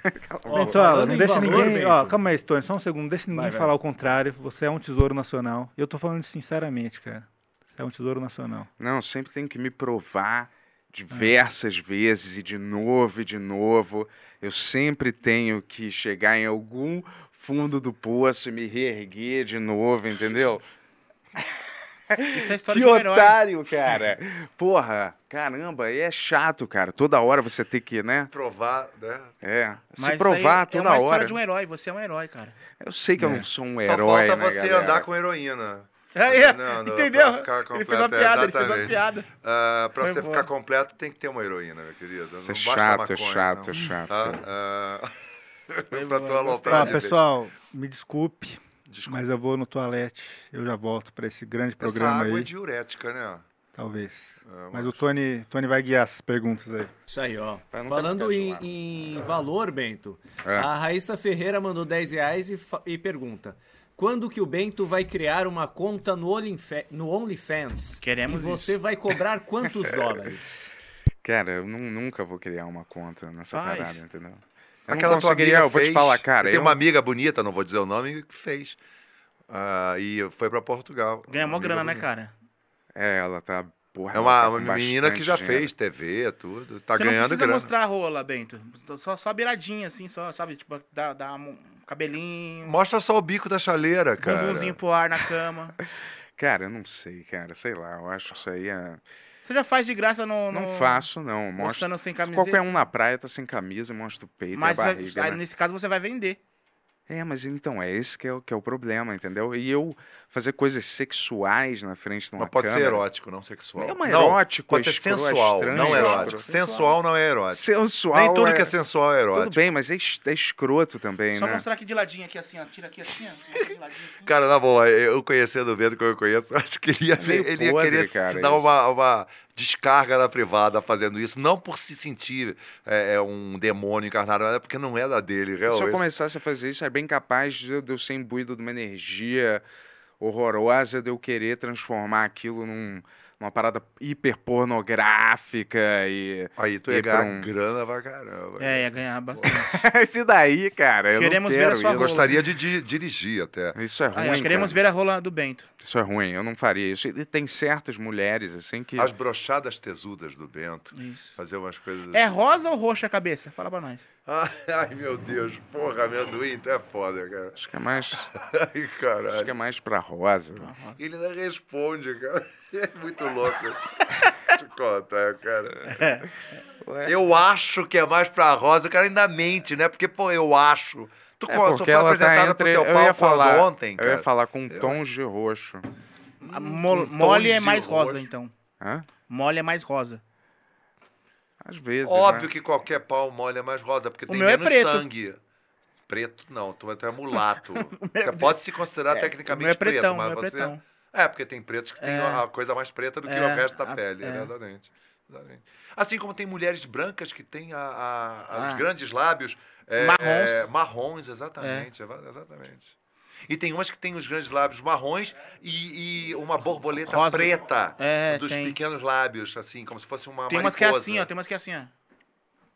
Speaker 9: Ó,
Speaker 5: Bento,
Speaker 9: falando
Speaker 5: ó, Então, não
Speaker 9: em
Speaker 5: deixa
Speaker 9: valor,
Speaker 5: ninguém. ó,
Speaker 9: Bento.
Speaker 5: calma aí, Stone, só um segundo, não deixa ninguém
Speaker 9: Vai, vai.
Speaker 5: falar o contrário. Você é um tesouro nacional. Eu tô falando isso sinceramente, cara. Você é um tesouro nacional.
Speaker 6: Não, sempre tenho que me
Speaker 5: Ah.
Speaker 6: provar diversas vezes e de novo e de novo. Eu sempre tenho que chegar em algum fundo do poço e me reerguer de novo, entendeu?
Speaker 10: Isso é história
Speaker 6: Que
Speaker 10: de um herói.
Speaker 6: otário, cara. Porra, caramba, é chato, cara. Toda hora você tem que, né?
Speaker 3: Provar, né?
Speaker 6: É,
Speaker 10: Mas
Speaker 6: se
Speaker 10: isso
Speaker 6: provar
Speaker 10: aí
Speaker 6: toda
Speaker 10: é uma
Speaker 6: hora.
Speaker 10: história de um herói. Você é um herói, cara.
Speaker 6: Eu sei que eu
Speaker 3: É.
Speaker 6: não sou um
Speaker 3: Só
Speaker 6: herói,
Speaker 3: falta
Speaker 6: né,
Speaker 3: você
Speaker 6: galera?
Speaker 3: andar com
Speaker 6: Ah.
Speaker 3: heroína.
Speaker 10: É, é,
Speaker 3: Fernando,
Speaker 10: entendeu?
Speaker 3: pra ficar
Speaker 10: Ele fez uma
Speaker 3: completo, é,
Speaker 10: piada, ele fez uma
Speaker 3: exatamente.
Speaker 10: piada.
Speaker 3: Ah, pra
Speaker 10: Foi
Speaker 3: você
Speaker 10: boa.
Speaker 3: ficar completo, tem que ter uma heroína, meu querido.
Speaker 6: Isso
Speaker 3: Não
Speaker 6: é
Speaker 3: basta
Speaker 6: chato,
Speaker 3: maconha,
Speaker 6: é chato,
Speaker 3: não.
Speaker 6: é chato,
Speaker 3: Tá?
Speaker 6: cara.
Speaker 3: Ah, pra
Speaker 10: Foi boa,
Speaker 3: tu
Speaker 10: gostei.
Speaker 3: aloprar
Speaker 5: Tá,
Speaker 3: de vez.
Speaker 5: pessoal, me desculpe,
Speaker 3: Desculpa.
Speaker 5: mas eu vou no toalete. Eu já volto pra esse grande
Speaker 3: Essa
Speaker 5: programa
Speaker 3: água
Speaker 5: aí.
Speaker 3: é diurética, né? É,
Speaker 5: Talvez.
Speaker 3: eu
Speaker 5: mas o Tony, Tony vai guiar essas perguntas aí.
Speaker 9: Isso aí, ó.
Speaker 6: nunca
Speaker 9: Falando
Speaker 6: ficar
Speaker 9: em, em valor, Bento,
Speaker 5: É.
Speaker 9: a Raíssa Ferreira mandou 10 reais e, fa- e pergunta: Quando que o Bento vai criar uma conta no, Olinfe- no OnlyFans?
Speaker 10: Queremos
Speaker 9: E você vai cobrar quantos dólares?
Speaker 6: Cara, eu nun- nunca vou criar uma conta nessa
Speaker 9: Faz.
Speaker 6: parada, entendeu? Eu
Speaker 3: Aquela
Speaker 6: não
Speaker 3: tua
Speaker 6: conseguiria,
Speaker 3: amiga
Speaker 6: eu vou te
Speaker 3: fez-
Speaker 6: falar, cara.
Speaker 3: Eu tenho
Speaker 6: eu-
Speaker 3: uma amiga bonita, não vou dizer o nome, que fez. Ah, e foi pra Portugal.
Speaker 10: Ganha mó
Speaker 3: Uma amiga
Speaker 10: grana, né,
Speaker 3: bonita.
Speaker 10: cara?
Speaker 6: É, ela tá. Porra,
Speaker 3: É
Speaker 6: ela
Speaker 3: uma,
Speaker 6: tá com
Speaker 3: uma menina que
Speaker 6: bastante
Speaker 3: já
Speaker 6: dinheiro.
Speaker 3: fez TV, tudo. Tá
Speaker 10: você não
Speaker 3: ganhando
Speaker 10: precisa
Speaker 3: grana.
Speaker 10: mostrar a rola, Bento. Só, só a beiradinha, assim, só, sabe? Tipo, dá, dá um cabelinho, um
Speaker 3: Mostra só o bico da chaleira, cara.
Speaker 10: bumbumzinho pro ar na cama.
Speaker 6: Um Cara, eu não sei, cara. Sei lá, eu acho que isso aí é.
Speaker 10: Você já faz de graça no... no-
Speaker 6: Não faço, não. Mostra.
Speaker 10: Mostrando sem camiseta.
Speaker 6: Qualquer um na praia tá sem camisa e mostra o peito
Speaker 10: Mas
Speaker 6: e a
Speaker 3: ah,
Speaker 10: vai-
Speaker 6: barriga.
Speaker 10: aí,
Speaker 6: né?
Speaker 10: nesse caso você vai vender.
Speaker 6: É, mas então, é esse que é, o- que é o problema, entendeu? E eu fazer coisas sexuais na frente de uma
Speaker 3: Mas pode ser
Speaker 6: câmera-
Speaker 3: erótico, não sexual.
Speaker 6: É uma
Speaker 3: Não,
Speaker 6: erótico,
Speaker 3: pode ser
Speaker 6: escroto, é
Speaker 3: sensual,
Speaker 6: estranho,
Speaker 3: não é
Speaker 6: escroto.
Speaker 3: erótico. Sensual não é erótico.
Speaker 6: Sensual
Speaker 3: Nem tudo que é sensual é erótico.
Speaker 6: Tudo bem, mas é, es- é escroto também,
Speaker 10: Só
Speaker 6: né?
Speaker 10: mostrar aqui de ladinho, aqui assim, ó. Tira aqui assim, ó. de ladinho, assim.
Speaker 3: Cara, na boa, eu conhecendo o Pedro que eu conheço, eu acho que ele ia,
Speaker 6: É meio
Speaker 3: ele ia
Speaker 6: podre,
Speaker 3: querer
Speaker 6: cara,
Speaker 3: se dar
Speaker 6: isso.
Speaker 3: uma, uma descarga na privada fazendo isso, não por se sentir é, é, um demônio encarnado, mas é porque não é da dele,
Speaker 6: Se eu
Speaker 3: realmente.
Speaker 6: começasse a fazer isso, é bem capaz de de eu ser imbuído de uma energia horrorosa, de eu querer transformar aquilo num- numa parada hiperpornográfica e. um
Speaker 3: Aí tu ia ganhar grana pra
Speaker 6: Tá
Speaker 3: caramba.
Speaker 10: É, ia ganhar bastante.
Speaker 6: Esse daí, cara, eu
Speaker 10: Queremos
Speaker 6: não
Speaker 10: ver
Speaker 6: quero
Speaker 10: a sua
Speaker 6: isso.
Speaker 10: rola. Gostaria
Speaker 3: de dirigir até.
Speaker 6: Isso é ruim.
Speaker 10: Aí, nós queremos
Speaker 6: cara.
Speaker 10: ver a rola do Bento.
Speaker 6: Isso é ruim, eu não faria isso. E tem certas mulheres, assim, que.
Speaker 3: As brochadas tesudas do Bento. Fazer umas coisas
Speaker 10: É rosa ou roxa a cabeça? Fala pra nós.
Speaker 3: Ai, meu Deus. Porra, amendoim, então é foda, cara.
Speaker 6: Acho que é mais.
Speaker 3: Ai, caralho.
Speaker 6: Acho que é mais pra rosa. É,
Speaker 3: Ele não responde, cara. É muito louco. Te conta, cara. Eu acho que é mais pra Rosa. O cara ainda mente, né? Porque, pô, eu acho. Tu,
Speaker 6: É
Speaker 3: co- tu
Speaker 6: porque
Speaker 3: foi
Speaker 6: ela tá
Speaker 3: apresentada
Speaker 6: entre.
Speaker 3: pro teu
Speaker 6: eu
Speaker 3: palco
Speaker 6: ia falar,
Speaker 3: ontem, cara.
Speaker 6: Eu ia falar com
Speaker 3: Eu-
Speaker 6: tons de roxo.
Speaker 10: A
Speaker 3: Um
Speaker 10: mol-
Speaker 6: com
Speaker 10: mole
Speaker 6: tons
Speaker 10: é
Speaker 6: de
Speaker 10: mais rosa,
Speaker 6: roxo.
Speaker 10: então.
Speaker 6: Hã?
Speaker 10: Mole é mais rosa.
Speaker 6: Às vezes. né?
Speaker 3: Óbvio que qualquer pau mole é mais rosa, porque
Speaker 10: né? O
Speaker 3: tem
Speaker 10: meu é
Speaker 3: menos
Speaker 10: preto.
Speaker 3: sangue. Preto não, tu, tu é mulato. você pode se considerar
Speaker 10: É, o
Speaker 3: tecnicamente
Speaker 10: meu é
Speaker 3: preto,
Speaker 10: pretão,
Speaker 3: mas
Speaker 10: o meu é
Speaker 3: você.
Speaker 10: pretão.
Speaker 3: É, porque tem pretos que tem
Speaker 10: É.
Speaker 3: uma coisa mais preta do que
Speaker 10: É,
Speaker 3: o resto da
Speaker 10: a-
Speaker 3: pele,
Speaker 10: é.
Speaker 3: verdadeiramente. verdadeiramente. Assim como tem mulheres brancas que têm a- a- a- os
Speaker 10: Ah.
Speaker 3: grandes lábios é,
Speaker 10: Marrons. É.
Speaker 3: é, marrons, exatamente, eva- exatamente. E tem umas que têm os grandes lábios marrons e, e uma borboleta
Speaker 10: Rosa.
Speaker 3: preta
Speaker 10: É,
Speaker 3: dos
Speaker 10: tem.
Speaker 3: pequenos lábios, assim, como se fosse uma
Speaker 10: tem umas que é
Speaker 3: mariposa.
Speaker 10: assim, ó. Tem umas que é assim, ó.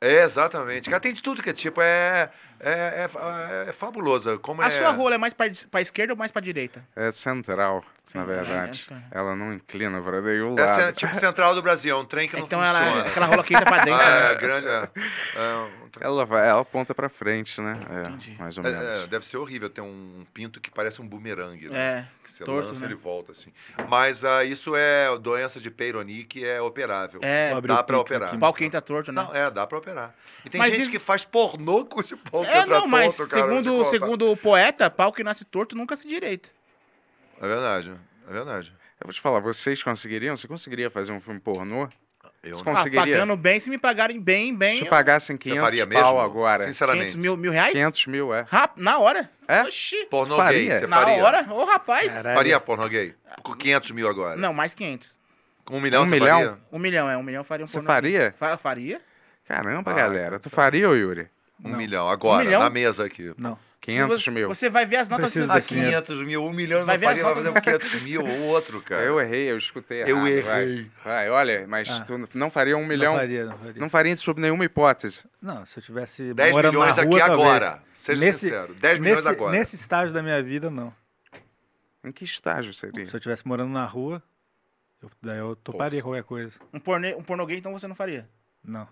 Speaker 3: É, exatamente. Cara, tem de tudo que é tipo. É, é, é, fa- é fabuloso. Como
Speaker 10: A
Speaker 3: é...
Speaker 10: sua rola é mais pra, pra esquerda ou mais pra direita?
Speaker 6: É central, na verdade.
Speaker 10: é.
Speaker 6: Ela não inclina pra nenhum lado.
Speaker 3: Essa é tipo central do Brasil, é um trem que não
Speaker 10: Então ela-
Speaker 3: funciona.
Speaker 10: aquela rola que entra pra dentro,
Speaker 3: Ah,
Speaker 10: né?
Speaker 3: é, grande. É, é, um-
Speaker 6: Ela, vai- ela aponta pra frente, né? É, Mais ou
Speaker 3: é,
Speaker 6: menos.
Speaker 3: é, deve ser horrível ter um pinto que parece um bumerangue.
Speaker 10: É,
Speaker 3: Né? Que você
Speaker 10: torto,
Speaker 3: lança
Speaker 10: né?
Speaker 3: ele volta assim. Mas ah, isso é doença de Peyronie que é operável.
Speaker 10: É,
Speaker 3: dá pra operar.
Speaker 10: Pau que entra torto, né?
Speaker 3: Não, é, dá pra operar. E tem
Speaker 10: Mas
Speaker 3: gente
Speaker 10: isso-
Speaker 3: que faz pornô com esse pau que
Speaker 10: É,
Speaker 3: entra
Speaker 10: não, mas
Speaker 3: torto, cara, eu te
Speaker 10: segundo,
Speaker 3: contar.
Speaker 10: segundo o poeta, pau que nasce torto nunca se direita.
Speaker 3: É verdade, é verdade.
Speaker 6: Eu vou te falar, vocês conseguiriam? Você conseguiria fazer um filme pornô?
Speaker 3: Eu
Speaker 6: Você
Speaker 10: Ah,
Speaker 6: conseguiria?
Speaker 10: pagando bem, se me pagarem bem, bem.
Speaker 6: Se
Speaker 10: eu-
Speaker 6: pagassem
Speaker 3: Você
Speaker 6: 500
Speaker 3: faria
Speaker 6: pau
Speaker 3: mesmo?
Speaker 6: agora.
Speaker 3: Sinceramente. Um
Speaker 10: 500 mil, mil reais?
Speaker 6: 500 mil, é.
Speaker 10: Rap- na hora?
Speaker 6: É?
Speaker 10: Oxi.
Speaker 3: Pornô
Speaker 6: Faria.
Speaker 3: gay, você
Speaker 10: Na
Speaker 3: faria?
Speaker 10: hora? Ô, rapaz.
Speaker 3: Faria pornô gay? Com 500 mil agora.
Speaker 10: Não, mais 500.
Speaker 3: Com um milhão
Speaker 6: Um
Speaker 3: você
Speaker 6: milhão?
Speaker 3: faria?
Speaker 10: Um milhão, é. Um milhão eu faria um
Speaker 6: Você
Speaker 10: pornô.
Speaker 6: faria?
Speaker 10: Fa- faria?
Speaker 6: Caramba,
Speaker 3: Ah,
Speaker 6: galera. Tu faria, ô Yuri?
Speaker 3: Um milhão, agora,
Speaker 10: Um milhão?
Speaker 3: na mesa aqui.
Speaker 5: Não.
Speaker 6: 500
Speaker 10: você,
Speaker 6: mil.
Speaker 10: Você vai ver as notas...
Speaker 6: Precisa
Speaker 3: Ah,
Speaker 6: de 500.
Speaker 3: 500 mil, um milhão,
Speaker 10: tá Vai
Speaker 3: vai
Speaker 10: ver
Speaker 3: não faria,
Speaker 10: as
Speaker 3: vai fazer
Speaker 10: notas-
Speaker 3: 500 mil, o outro, cara.
Speaker 6: Eu errei, eu escutei
Speaker 3: Eu
Speaker 6: errado. vai.
Speaker 3: errei.
Speaker 6: Vai, olha, mas
Speaker 5: Ah.
Speaker 6: tu não faria um milhão?
Speaker 5: faria, não faria.
Speaker 6: Não faria sob nenhuma hipótese.
Speaker 5: Não, se eu tivesse
Speaker 6: 10
Speaker 5: morando
Speaker 6: milhões
Speaker 5: na
Speaker 6: aqui
Speaker 5: rua, talvez.
Speaker 6: agora. Seja sincero, 10 milhões
Speaker 5: nesse-
Speaker 6: agora.
Speaker 5: Nesse estágio da minha vida, não.
Speaker 6: Em que estágio seria?
Speaker 5: Se eu estivesse morando na rua, eu, daí eu toparia qualquer coisa.
Speaker 10: Um pornô, um pornô gay, então você não faria?
Speaker 5: Não.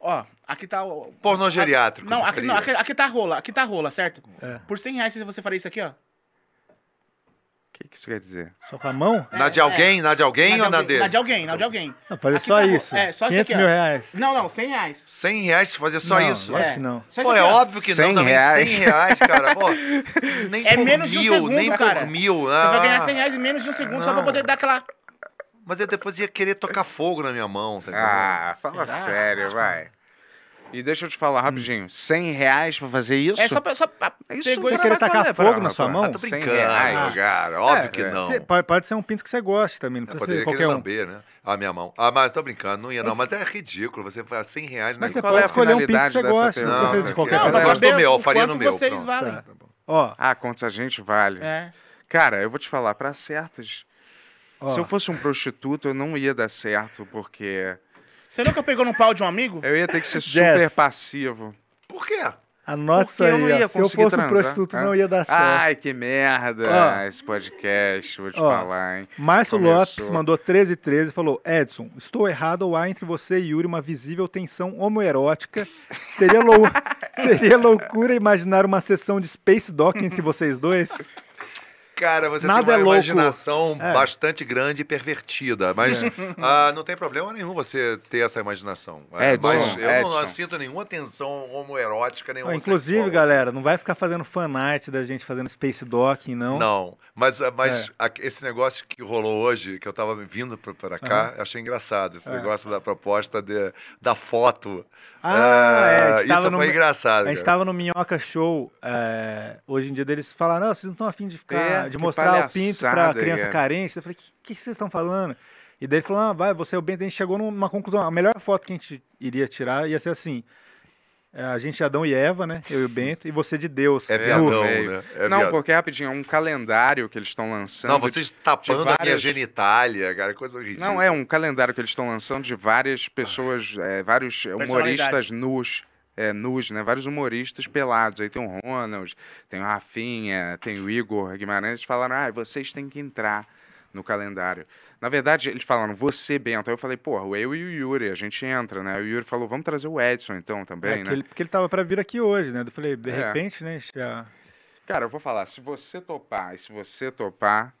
Speaker 10: Ó, aqui tá... o-
Speaker 3: Pornô geriátrico,
Speaker 10: Não,
Speaker 3: você
Speaker 10: aqui,
Speaker 3: faria?
Speaker 10: não aqui, aqui tá rola, aqui tá rola, certo?
Speaker 5: É.
Speaker 10: Por 100 reais você faria isso aqui, ó.
Speaker 6: O que, que isso quer dizer?
Speaker 5: Só com a mão?
Speaker 3: Na de alguém, na de alguém ou na dele?
Speaker 10: É, Na de alguém, na de alguém.
Speaker 5: Não, fazer
Speaker 10: Aqui
Speaker 5: só
Speaker 10: tá ro-
Speaker 5: isso.
Speaker 10: É, só isso
Speaker 5: 500
Speaker 10: aqui, ó.
Speaker 5: mil reais.
Speaker 10: Não, não, 100 reais.
Speaker 3: 100 reais pra fazer só
Speaker 5: Não,
Speaker 3: isso?
Speaker 5: lógico É. que não.
Speaker 10: Só isso
Speaker 3: Pô, é
Speaker 10: aqui, ó.
Speaker 3: óbvio que
Speaker 6: 100
Speaker 3: não, também
Speaker 6: reais.
Speaker 3: 100 reais, cara. Pô, nem
Speaker 10: É
Speaker 3: por
Speaker 10: menos de
Speaker 3: mil,
Speaker 10: um segundo,
Speaker 3: nem
Speaker 10: cara.
Speaker 3: por mil.
Speaker 10: Você vai ganhar
Speaker 3: ah.
Speaker 10: 100 reais em menos de um segundo só pra
Speaker 3: Não.
Speaker 10: poder dar aquela...
Speaker 3: Mas eu depois ia querer tocar fogo na minha mão, tá ligado?
Speaker 6: Ah, fala
Speaker 10: Será?
Speaker 6: sério, vai. E deixa eu te
Speaker 3: Hum.
Speaker 6: falar rapidinho, 100 reais pra fazer isso?
Speaker 10: É só pra... Só pra
Speaker 6: Isso
Speaker 10: pegou
Speaker 5: Você
Speaker 10: e-
Speaker 5: querer
Speaker 3: é,
Speaker 5: tacar
Speaker 6: Não,
Speaker 5: fogo
Speaker 6: não,
Speaker 5: na sua
Speaker 6: não,
Speaker 5: mão?
Speaker 6: não, tô 100
Speaker 3: tá Brincando, é,
Speaker 6: reais.
Speaker 3: cara. Óbvio
Speaker 6: É,
Speaker 3: que
Speaker 6: é.
Speaker 3: não.
Speaker 5: Você- pode, pode ser um pinto que você goste também, não
Speaker 3: Eu
Speaker 5: precisa
Speaker 3: poderia
Speaker 5: ser
Speaker 3: querer
Speaker 5: qualquer
Speaker 3: lamber,
Speaker 5: um.
Speaker 3: né? A minha mão. Ah, mas tô brincando, não ia não. Mas é ridículo, você faz 100 reais.
Speaker 5: Mas
Speaker 3: né?
Speaker 5: você
Speaker 6: Qual
Speaker 5: pode
Speaker 6: é a
Speaker 5: escolher um pinto que
Speaker 6: finalidade
Speaker 5: você
Speaker 6: dessa
Speaker 5: gosta, não precisa ser
Speaker 3: pergunta?
Speaker 5: de qualquer
Speaker 3: Não,
Speaker 5: coisa.
Speaker 3: mas eu gosto do
Speaker 10: saber
Speaker 3: meu,
Speaker 10: o
Speaker 3: faria no
Speaker 10: quanto
Speaker 3: meu.
Speaker 10: vocês
Speaker 3: Pronto.
Speaker 10: valem.
Speaker 3: Tá.
Speaker 5: Ó,
Speaker 6: Ah, quantos a gente vale?
Speaker 10: É.
Speaker 6: Cara, eu vou te falar, pra certas...
Speaker 5: Ó.
Speaker 6: Se eu fosse um prostituto, eu não ia dar certo, porque
Speaker 10: Você nunca pegou no pau de um amigo?
Speaker 6: eu ia ter que ser
Speaker 5: Jeff.
Speaker 6: super passivo.
Speaker 3: Por quê?
Speaker 5: Anota isso
Speaker 6: Porque
Speaker 5: aí.
Speaker 6: eu não
Speaker 5: ó.
Speaker 6: ia
Speaker 5: Se eu
Speaker 6: conseguir
Speaker 5: fosse um
Speaker 6: transar,
Speaker 5: prostituto,
Speaker 6: né?
Speaker 5: não ia dar certo.
Speaker 6: Ai, que merda
Speaker 5: Ó.
Speaker 6: esse podcast, vou te
Speaker 5: Ó,
Speaker 6: falar, hein?
Speaker 5: Márcio
Speaker 6: Começou.
Speaker 5: Lopes mandou 1313 e falou: Edson, estou errado ou há entre você e Yuri uma visível tensão homoerótica? Seria, lou... Seria loucura imaginar uma sessão de Space Dock entre vocês dois?
Speaker 3: Cara, você
Speaker 5: Nada
Speaker 3: tem uma
Speaker 5: é louco.
Speaker 3: imaginação
Speaker 5: É.
Speaker 3: bastante grande e pervertida, mas
Speaker 5: É.
Speaker 3: ah, não tem problema nenhum você ter essa imaginação. Ah,
Speaker 5: Edson,
Speaker 3: mas eu não
Speaker 5: Edson.
Speaker 3: sinto nenhuma tensão homoerótica, nenhuma.
Speaker 5: Ó, Ah, inclusive, galera, não vai ficar fazendo fanart da gente fazendo Space Docking, não.
Speaker 3: Não, mas, eh, mas
Speaker 5: É.
Speaker 3: a- esse negócio que rolou hoje, que eu tava vindo pra, pra cá, eu achei engraçado. Esse
Speaker 5: É.
Speaker 3: negócio da proposta de- da foto.
Speaker 5: Ah, é, a
Speaker 3: Ah,
Speaker 5: gente
Speaker 3: isso
Speaker 5: tava
Speaker 3: foi
Speaker 5: no-
Speaker 3: engraçado.
Speaker 5: A gente
Speaker 3: cara.
Speaker 5: tava no Minhoca Show, é, hoje em dia eles falaram, não, vocês não estão afim de ficar,
Speaker 6: É,
Speaker 5: de
Speaker 6: que
Speaker 5: mostrar o pinto pra
Speaker 6: palhaçada,
Speaker 5: criança
Speaker 6: é.
Speaker 5: carente. Eu falei, o que, que vocês estão falando? E daí ele falou, ah, vai, você é o Bento. A gente chegou numa conclusão, a melhor foto que a gente iria tirar ia ser assim, é, a gente Adão e Eva, né, eu e o Bento, e você de Deus.
Speaker 3: É
Speaker 5: nu.
Speaker 3: viadão,
Speaker 6: Meio.
Speaker 3: né? É
Speaker 6: não,
Speaker 3: viadão.
Speaker 6: porque rapidinho, é um calendário que eles estão lançando.
Speaker 3: Não, vocês
Speaker 6: de- de
Speaker 3: tapando a minha
Speaker 6: várias-
Speaker 3: genitália, cara, coisa ridícula.
Speaker 6: Não, é um calendário que eles estão lançando de várias pessoas, é, vários humoristas
Speaker 3: Personalidades.
Speaker 6: nus. É, nus, né? Vários humoristas pelados. Aí tem o Ronald, tem o Rafinha, tem o Igor Guimarães. Eles falaram, ah, vocês têm que entrar no calendário. Na verdade, eles falaram, você, Bento. Aí eu falei, porra, eu e o Yuri, a gente entra, né? Aí O Yuri falou, vamos trazer o Edson, então,
Speaker 5: É,
Speaker 6: também,
Speaker 5: que
Speaker 6: né?
Speaker 5: ele- porque ele tava pra vir aqui hoje, né, eu falei, de
Speaker 6: É.
Speaker 5: repente, né, já...
Speaker 3: Tá
Speaker 6: Cara, eu vou falar, se você topar e se você topar,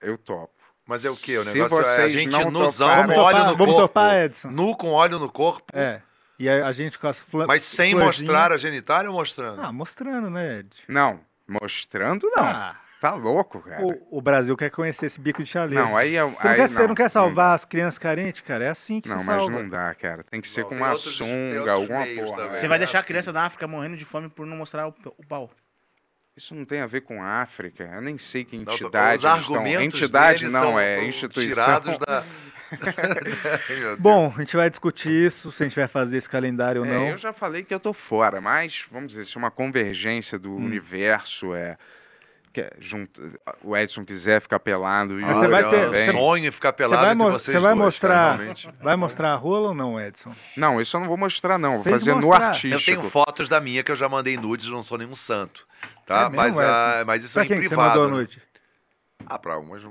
Speaker 6: eu topo.
Speaker 3: Mas é o quê? O
Speaker 6: Se
Speaker 3: negócio é a
Speaker 6: vocês
Speaker 3: gente
Speaker 6: não
Speaker 3: nusão
Speaker 6: toparem-
Speaker 3: com óleo no
Speaker 5: Vamos
Speaker 3: corpo.
Speaker 5: topar, Edson?
Speaker 3: Nu com óleo no corpo.
Speaker 5: É, e a, a gente com as fla-
Speaker 3: Mas sem
Speaker 5: florzinhas.
Speaker 3: mostrar a genitália ou mostrando?
Speaker 5: Ah, mostrando, né, Ed?
Speaker 6: Não, mostrando não.
Speaker 3: Ah,
Speaker 6: Tá louco, cara.
Speaker 5: O, o Brasil quer conhecer esse bico de chaleza.
Speaker 6: Não, aí é-
Speaker 5: Você não,
Speaker 6: aí
Speaker 5: quer, você
Speaker 6: não, Hum.
Speaker 5: não quer salvar as crianças carentes, cara? É assim que
Speaker 6: Não,
Speaker 5: se
Speaker 6: mas
Speaker 5: salva.
Speaker 6: não dá, cara. Tem que ser com
Speaker 3: tem
Speaker 6: uma
Speaker 3: outros- tem
Speaker 6: sunga,
Speaker 3: outros
Speaker 6: alguma
Speaker 3: meios
Speaker 6: porra. né?
Speaker 3: também. né?
Speaker 6: velho.
Speaker 3: Você
Speaker 10: vai deixar a criança da África morrendo de fome por não mostrar o, o pau.
Speaker 6: Isso não tem a ver com África. Eu nem sei que
Speaker 3: tô- os
Speaker 6: entidade eles estão.
Speaker 3: argumentos
Speaker 6: Entidade
Speaker 3: deles
Speaker 6: não,
Speaker 3: são-
Speaker 6: é
Speaker 3: são
Speaker 6: instituição.
Speaker 3: tirados da-
Speaker 5: Bom, a gente vai discutir isso, se a gente vai fazer esse calendário ou
Speaker 6: É,
Speaker 5: não.
Speaker 6: eu já falei que eu tô fora, mas vamos dizer, se uma convergência do universo é que é junto, o Edson quiser ficar pelado e
Speaker 5: Mas você vai ter- você-
Speaker 3: sonho em ficar pelado
Speaker 5: você vai,
Speaker 6: entre
Speaker 5: mo-
Speaker 6: vocês
Speaker 5: você vai
Speaker 6: dois,
Speaker 5: mostrar,
Speaker 6: cara, realmente.
Speaker 5: vai mostrar a rola ou não, Edson?
Speaker 6: Não, isso eu não vou mostrar não, vou
Speaker 5: Tem que
Speaker 6: fazer no
Speaker 5: mostrar.
Speaker 6: artístico.
Speaker 3: Eu tenho fotos da minha que eu já mandei nudes, não sou nenhum santo. Tá?
Speaker 6: É mesmo,
Speaker 3: mas, ah,
Speaker 6: Edson?
Speaker 3: mas isso
Speaker 6: Pra
Speaker 3: é em
Speaker 6: quem que você
Speaker 3: privado.
Speaker 6: mandou a
Speaker 3: né?
Speaker 6: nude?
Speaker 3: Ah, pra umas,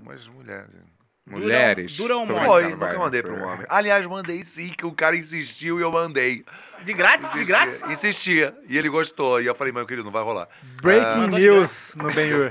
Speaker 3: umas mulheres.
Speaker 6: Mulheres?
Speaker 3: Dura um
Speaker 6: Tô
Speaker 3: Foi,
Speaker 6: brincando,
Speaker 3: nunca
Speaker 6: vai.
Speaker 3: mandei pra um homem. Aliás, mandei sim, que o cara insistiu e eu mandei.
Speaker 10: De grátis? De grátis?
Speaker 3: Insistia. E ele gostou. E eu falei, meu querido, não vai rolar.
Speaker 5: Breaking
Speaker 3: Ah,
Speaker 5: news no Ben-Hur.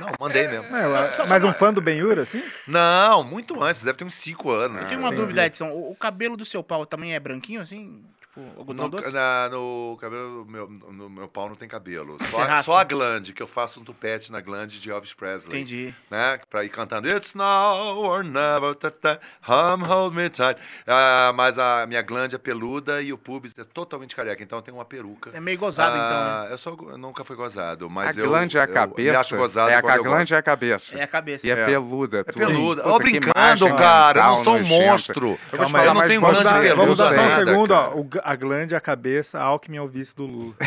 Speaker 3: Não, mandei mesmo.
Speaker 5: Não, eu- mas um fã do Ben-Hur, assim?
Speaker 3: Não, muito antes, deve ter uns 5 anos.
Speaker 6: Ah,
Speaker 3: né?
Speaker 5: Eu
Speaker 10: Tem uma dúvida, Edson. O, o cabelo do seu pau também é branquinho, assim? Tipo, algodão
Speaker 3: No,
Speaker 6: né?
Speaker 10: doce?
Speaker 3: na- no cabelo, do meu, no meu pau não tem cabelo.
Speaker 10: Você raspa?
Speaker 3: Só, só a glande, que eu faço um tupete na glande de Elvis Presley.
Speaker 10: Entendi.
Speaker 3: Né? Pra ir cantando It's now or never, ta, ta, hum, hold me tight. Ah, mas a minha glande é peluda e o pubis é totalmente careca, então eu tenho uma peruca.
Speaker 10: É meio gozado,
Speaker 6: então,
Speaker 3: Ah,
Speaker 6: né?
Speaker 3: Eu, sou, eu nunca fui gozado, mas
Speaker 6: a
Speaker 3: eu...
Speaker 6: glande é a
Speaker 3: eu me acho
Speaker 6: cabeça.
Speaker 3: gozado
Speaker 6: é a,
Speaker 3: quando
Speaker 6: a
Speaker 3: eu
Speaker 6: glande é a cabeça.
Speaker 10: É a cabeça.
Speaker 6: E é,
Speaker 10: É.
Speaker 6: peluda.
Speaker 3: É
Speaker 6: tudo.
Speaker 3: peluda.
Speaker 6: Puta,
Speaker 3: Ó,
Speaker 6: que
Speaker 3: brincando,
Speaker 6: imagem
Speaker 3: cara, eu não
Speaker 6: mental
Speaker 3: sou um
Speaker 6: nojenta.
Speaker 3: monstro. Eu vou te falar, não
Speaker 5: mas
Speaker 3: tenho
Speaker 5: vamos
Speaker 3: grande
Speaker 5: dar-
Speaker 3: peluda,
Speaker 5: Vamos dar só um
Speaker 3: nada,
Speaker 5: segundo, ó.
Speaker 3: cara.
Speaker 5: O g- a glande, a cabeça, a Alckmin é o vice do Lula.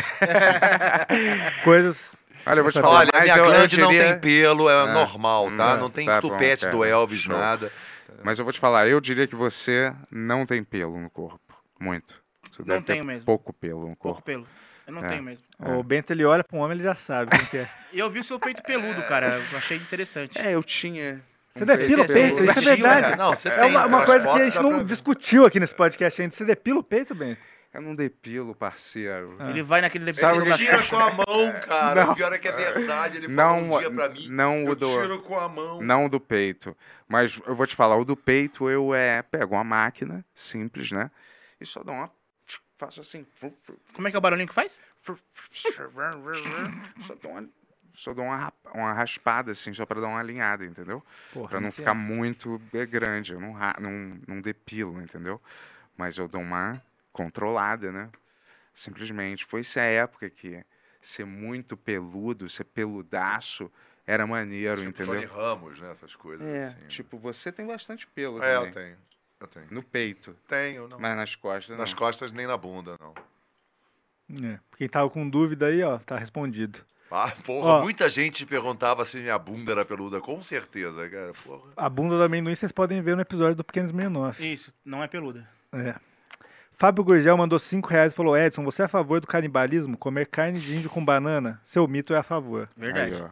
Speaker 5: Coisas...
Speaker 6: Olha, eu vou te falar,
Speaker 3: Olha, a
Speaker 6: mas
Speaker 3: minha
Speaker 6: eu- eu
Speaker 3: glande não
Speaker 6: diria-
Speaker 3: tem pelo, é,
Speaker 6: É,
Speaker 3: normal, tá?
Speaker 6: é,
Speaker 3: Não tem
Speaker 6: tá bom,
Speaker 3: tupete
Speaker 6: cara,
Speaker 3: do Elvis,
Speaker 6: show.
Speaker 3: nada.
Speaker 6: Mas eu vou te falar, eu diria que você não tem pelo no corpo. Muito. Você
Speaker 10: Não
Speaker 6: deve ter
Speaker 10: tenho mesmo.
Speaker 6: pouco pelo no corpo.
Speaker 10: Pouco pelo. Eu não
Speaker 6: É.
Speaker 10: tenho mesmo.
Speaker 5: O Bento, ele olha pra um homem, ele já sabe quem que é.
Speaker 10: E eu vi o seu peito peludo, cara. Eu achei interessante.
Speaker 6: É, eu tinha.
Speaker 5: Você depila o peito, isso é
Speaker 3: né?
Speaker 5: verdade. é uma, uma coisa que a gente não discutiu aqui nesse podcast ainda. Você depila o peito, Bento?
Speaker 6: Eu não depilo, parceiro.
Speaker 10: É. Ele vai naquele
Speaker 6: Sabe
Speaker 10: depilador
Speaker 6: onde-
Speaker 10: da
Speaker 3: com a mão, cara.
Speaker 6: Não.
Speaker 3: O pior é que é verdade. Ele falou
Speaker 6: Não,
Speaker 3: um dia pra mim.
Speaker 6: não o
Speaker 3: eu
Speaker 6: do,
Speaker 3: tiro com a mão.
Speaker 6: não o do peito, mas eu vou te falar, o do peito eu é pego uma máquina simples, né? E só dou uma, faço assim,
Speaker 10: Como é que é o barulhinho que faz?
Speaker 6: só dou uma, só dou uma, rap- uma raspada assim, só pra dar uma alinhada, entendeu?
Speaker 5: Porra,
Speaker 6: Pra não
Speaker 5: que
Speaker 6: ficar
Speaker 5: é.
Speaker 6: muito é, grande, eu não, ra- não, não depilo, entendeu? Mas eu dou uma controlada, né? Simplesmente. Foi essa época que ser muito peludo, ser peludaço, era maneiro, entendeu?
Speaker 3: Tony Ramos, né? Essas coisas
Speaker 6: É,
Speaker 3: assim.
Speaker 6: tipo, você tem bastante pelo
Speaker 3: É,
Speaker 6: também.
Speaker 3: eu tenho. Eu tenho.
Speaker 6: No peito.
Speaker 3: Tenho, não.
Speaker 6: Mas nas costas,
Speaker 3: Nas
Speaker 6: não.
Speaker 3: costas nem na bunda, não.
Speaker 5: É, Quem tava com dúvida aí, ó, tá respondido.
Speaker 3: Ah, porra,
Speaker 5: Ó.
Speaker 3: muita gente perguntava se minha bunda era peluda. Com certeza, cara. Porra.
Speaker 5: A bunda do amendoim vocês podem ver no episódio do Pequenos 69.
Speaker 10: Isso, não é peluda.
Speaker 5: É. Fábio Gurgel mandou 5 reais e falou: Edson, você é a favor do canibalismo? Comer carne de índio com banana? Seu mito é a favor.
Speaker 10: Verdade.
Speaker 6: Aí, ó.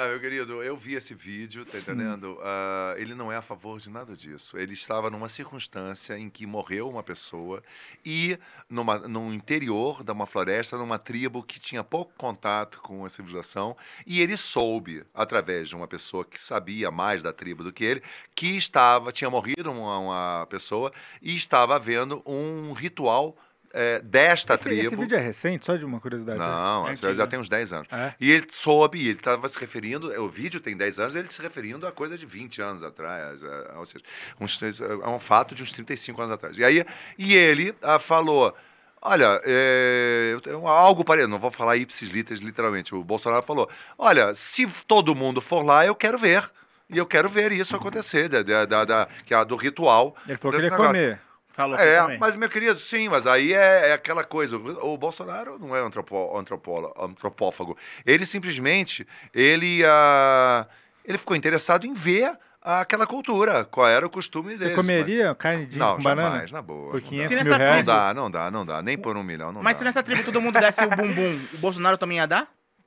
Speaker 3: Ah, meu querido, eu vi esse vídeo, tá entendendo? Ah, ele não é a favor de nada disso. Ele estava numa circunstância em que morreu uma pessoa e numa, no interior de uma floresta, numa tribo que tinha pouco contato com a civilização, e ele soube, através de uma pessoa que sabia mais da tribo do que ele, que estava, tinha morrido uma, uma pessoa e estava havendo um ritual eh, desta
Speaker 5: Esse,
Speaker 3: tribo.
Speaker 5: esse vídeo é recente, só de uma curiosidade.
Speaker 3: Não,
Speaker 5: é
Speaker 3: já, já tem uns 10 anos.
Speaker 5: É?
Speaker 3: E ele soube, ele estava se referindo, é, o vídeo tem 10 anos, ele se referindo a coisa de 20 anos atrás, a- ou seja, uns, três- a um fato de uns 35 anos atrás. E aí, e ele ah, falou, olha, é, eu tenho algo parecido, não vou falar ipsis litteris literalmente, o Bolsonaro falou, olha, se todo mundo for lá, eu quero ver. E eu quero ver isso acontecer, da, da, da- da- que é a do ritual.
Speaker 5: Ele falou que
Speaker 3: desse
Speaker 5: ele ia
Speaker 3: negócio.
Speaker 5: comer.
Speaker 10: Falou
Speaker 3: É, mas meu querido, sim, mas aí é, é aquela coisa. O, o Bolsonaro não é antropo, antropólo- antropófago. Ele simplesmente ele ah, ele ficou interessado em ver aquela cultura, qual era o costume
Speaker 5: Você
Speaker 3: dele.
Speaker 5: comeria carne de
Speaker 3: Não,
Speaker 5: com
Speaker 3: jamais,
Speaker 5: banana?
Speaker 3: na boa. não
Speaker 5: Por
Speaker 3: dá.
Speaker 5: 500
Speaker 10: mil
Speaker 3: Não
Speaker 10: reais?
Speaker 3: dá, não dá, não dá. Nem por um milhão, não dá.
Speaker 10: Mas se nessa tribo todo mundo desse o bumbum, o Bolsonaro também ia dar?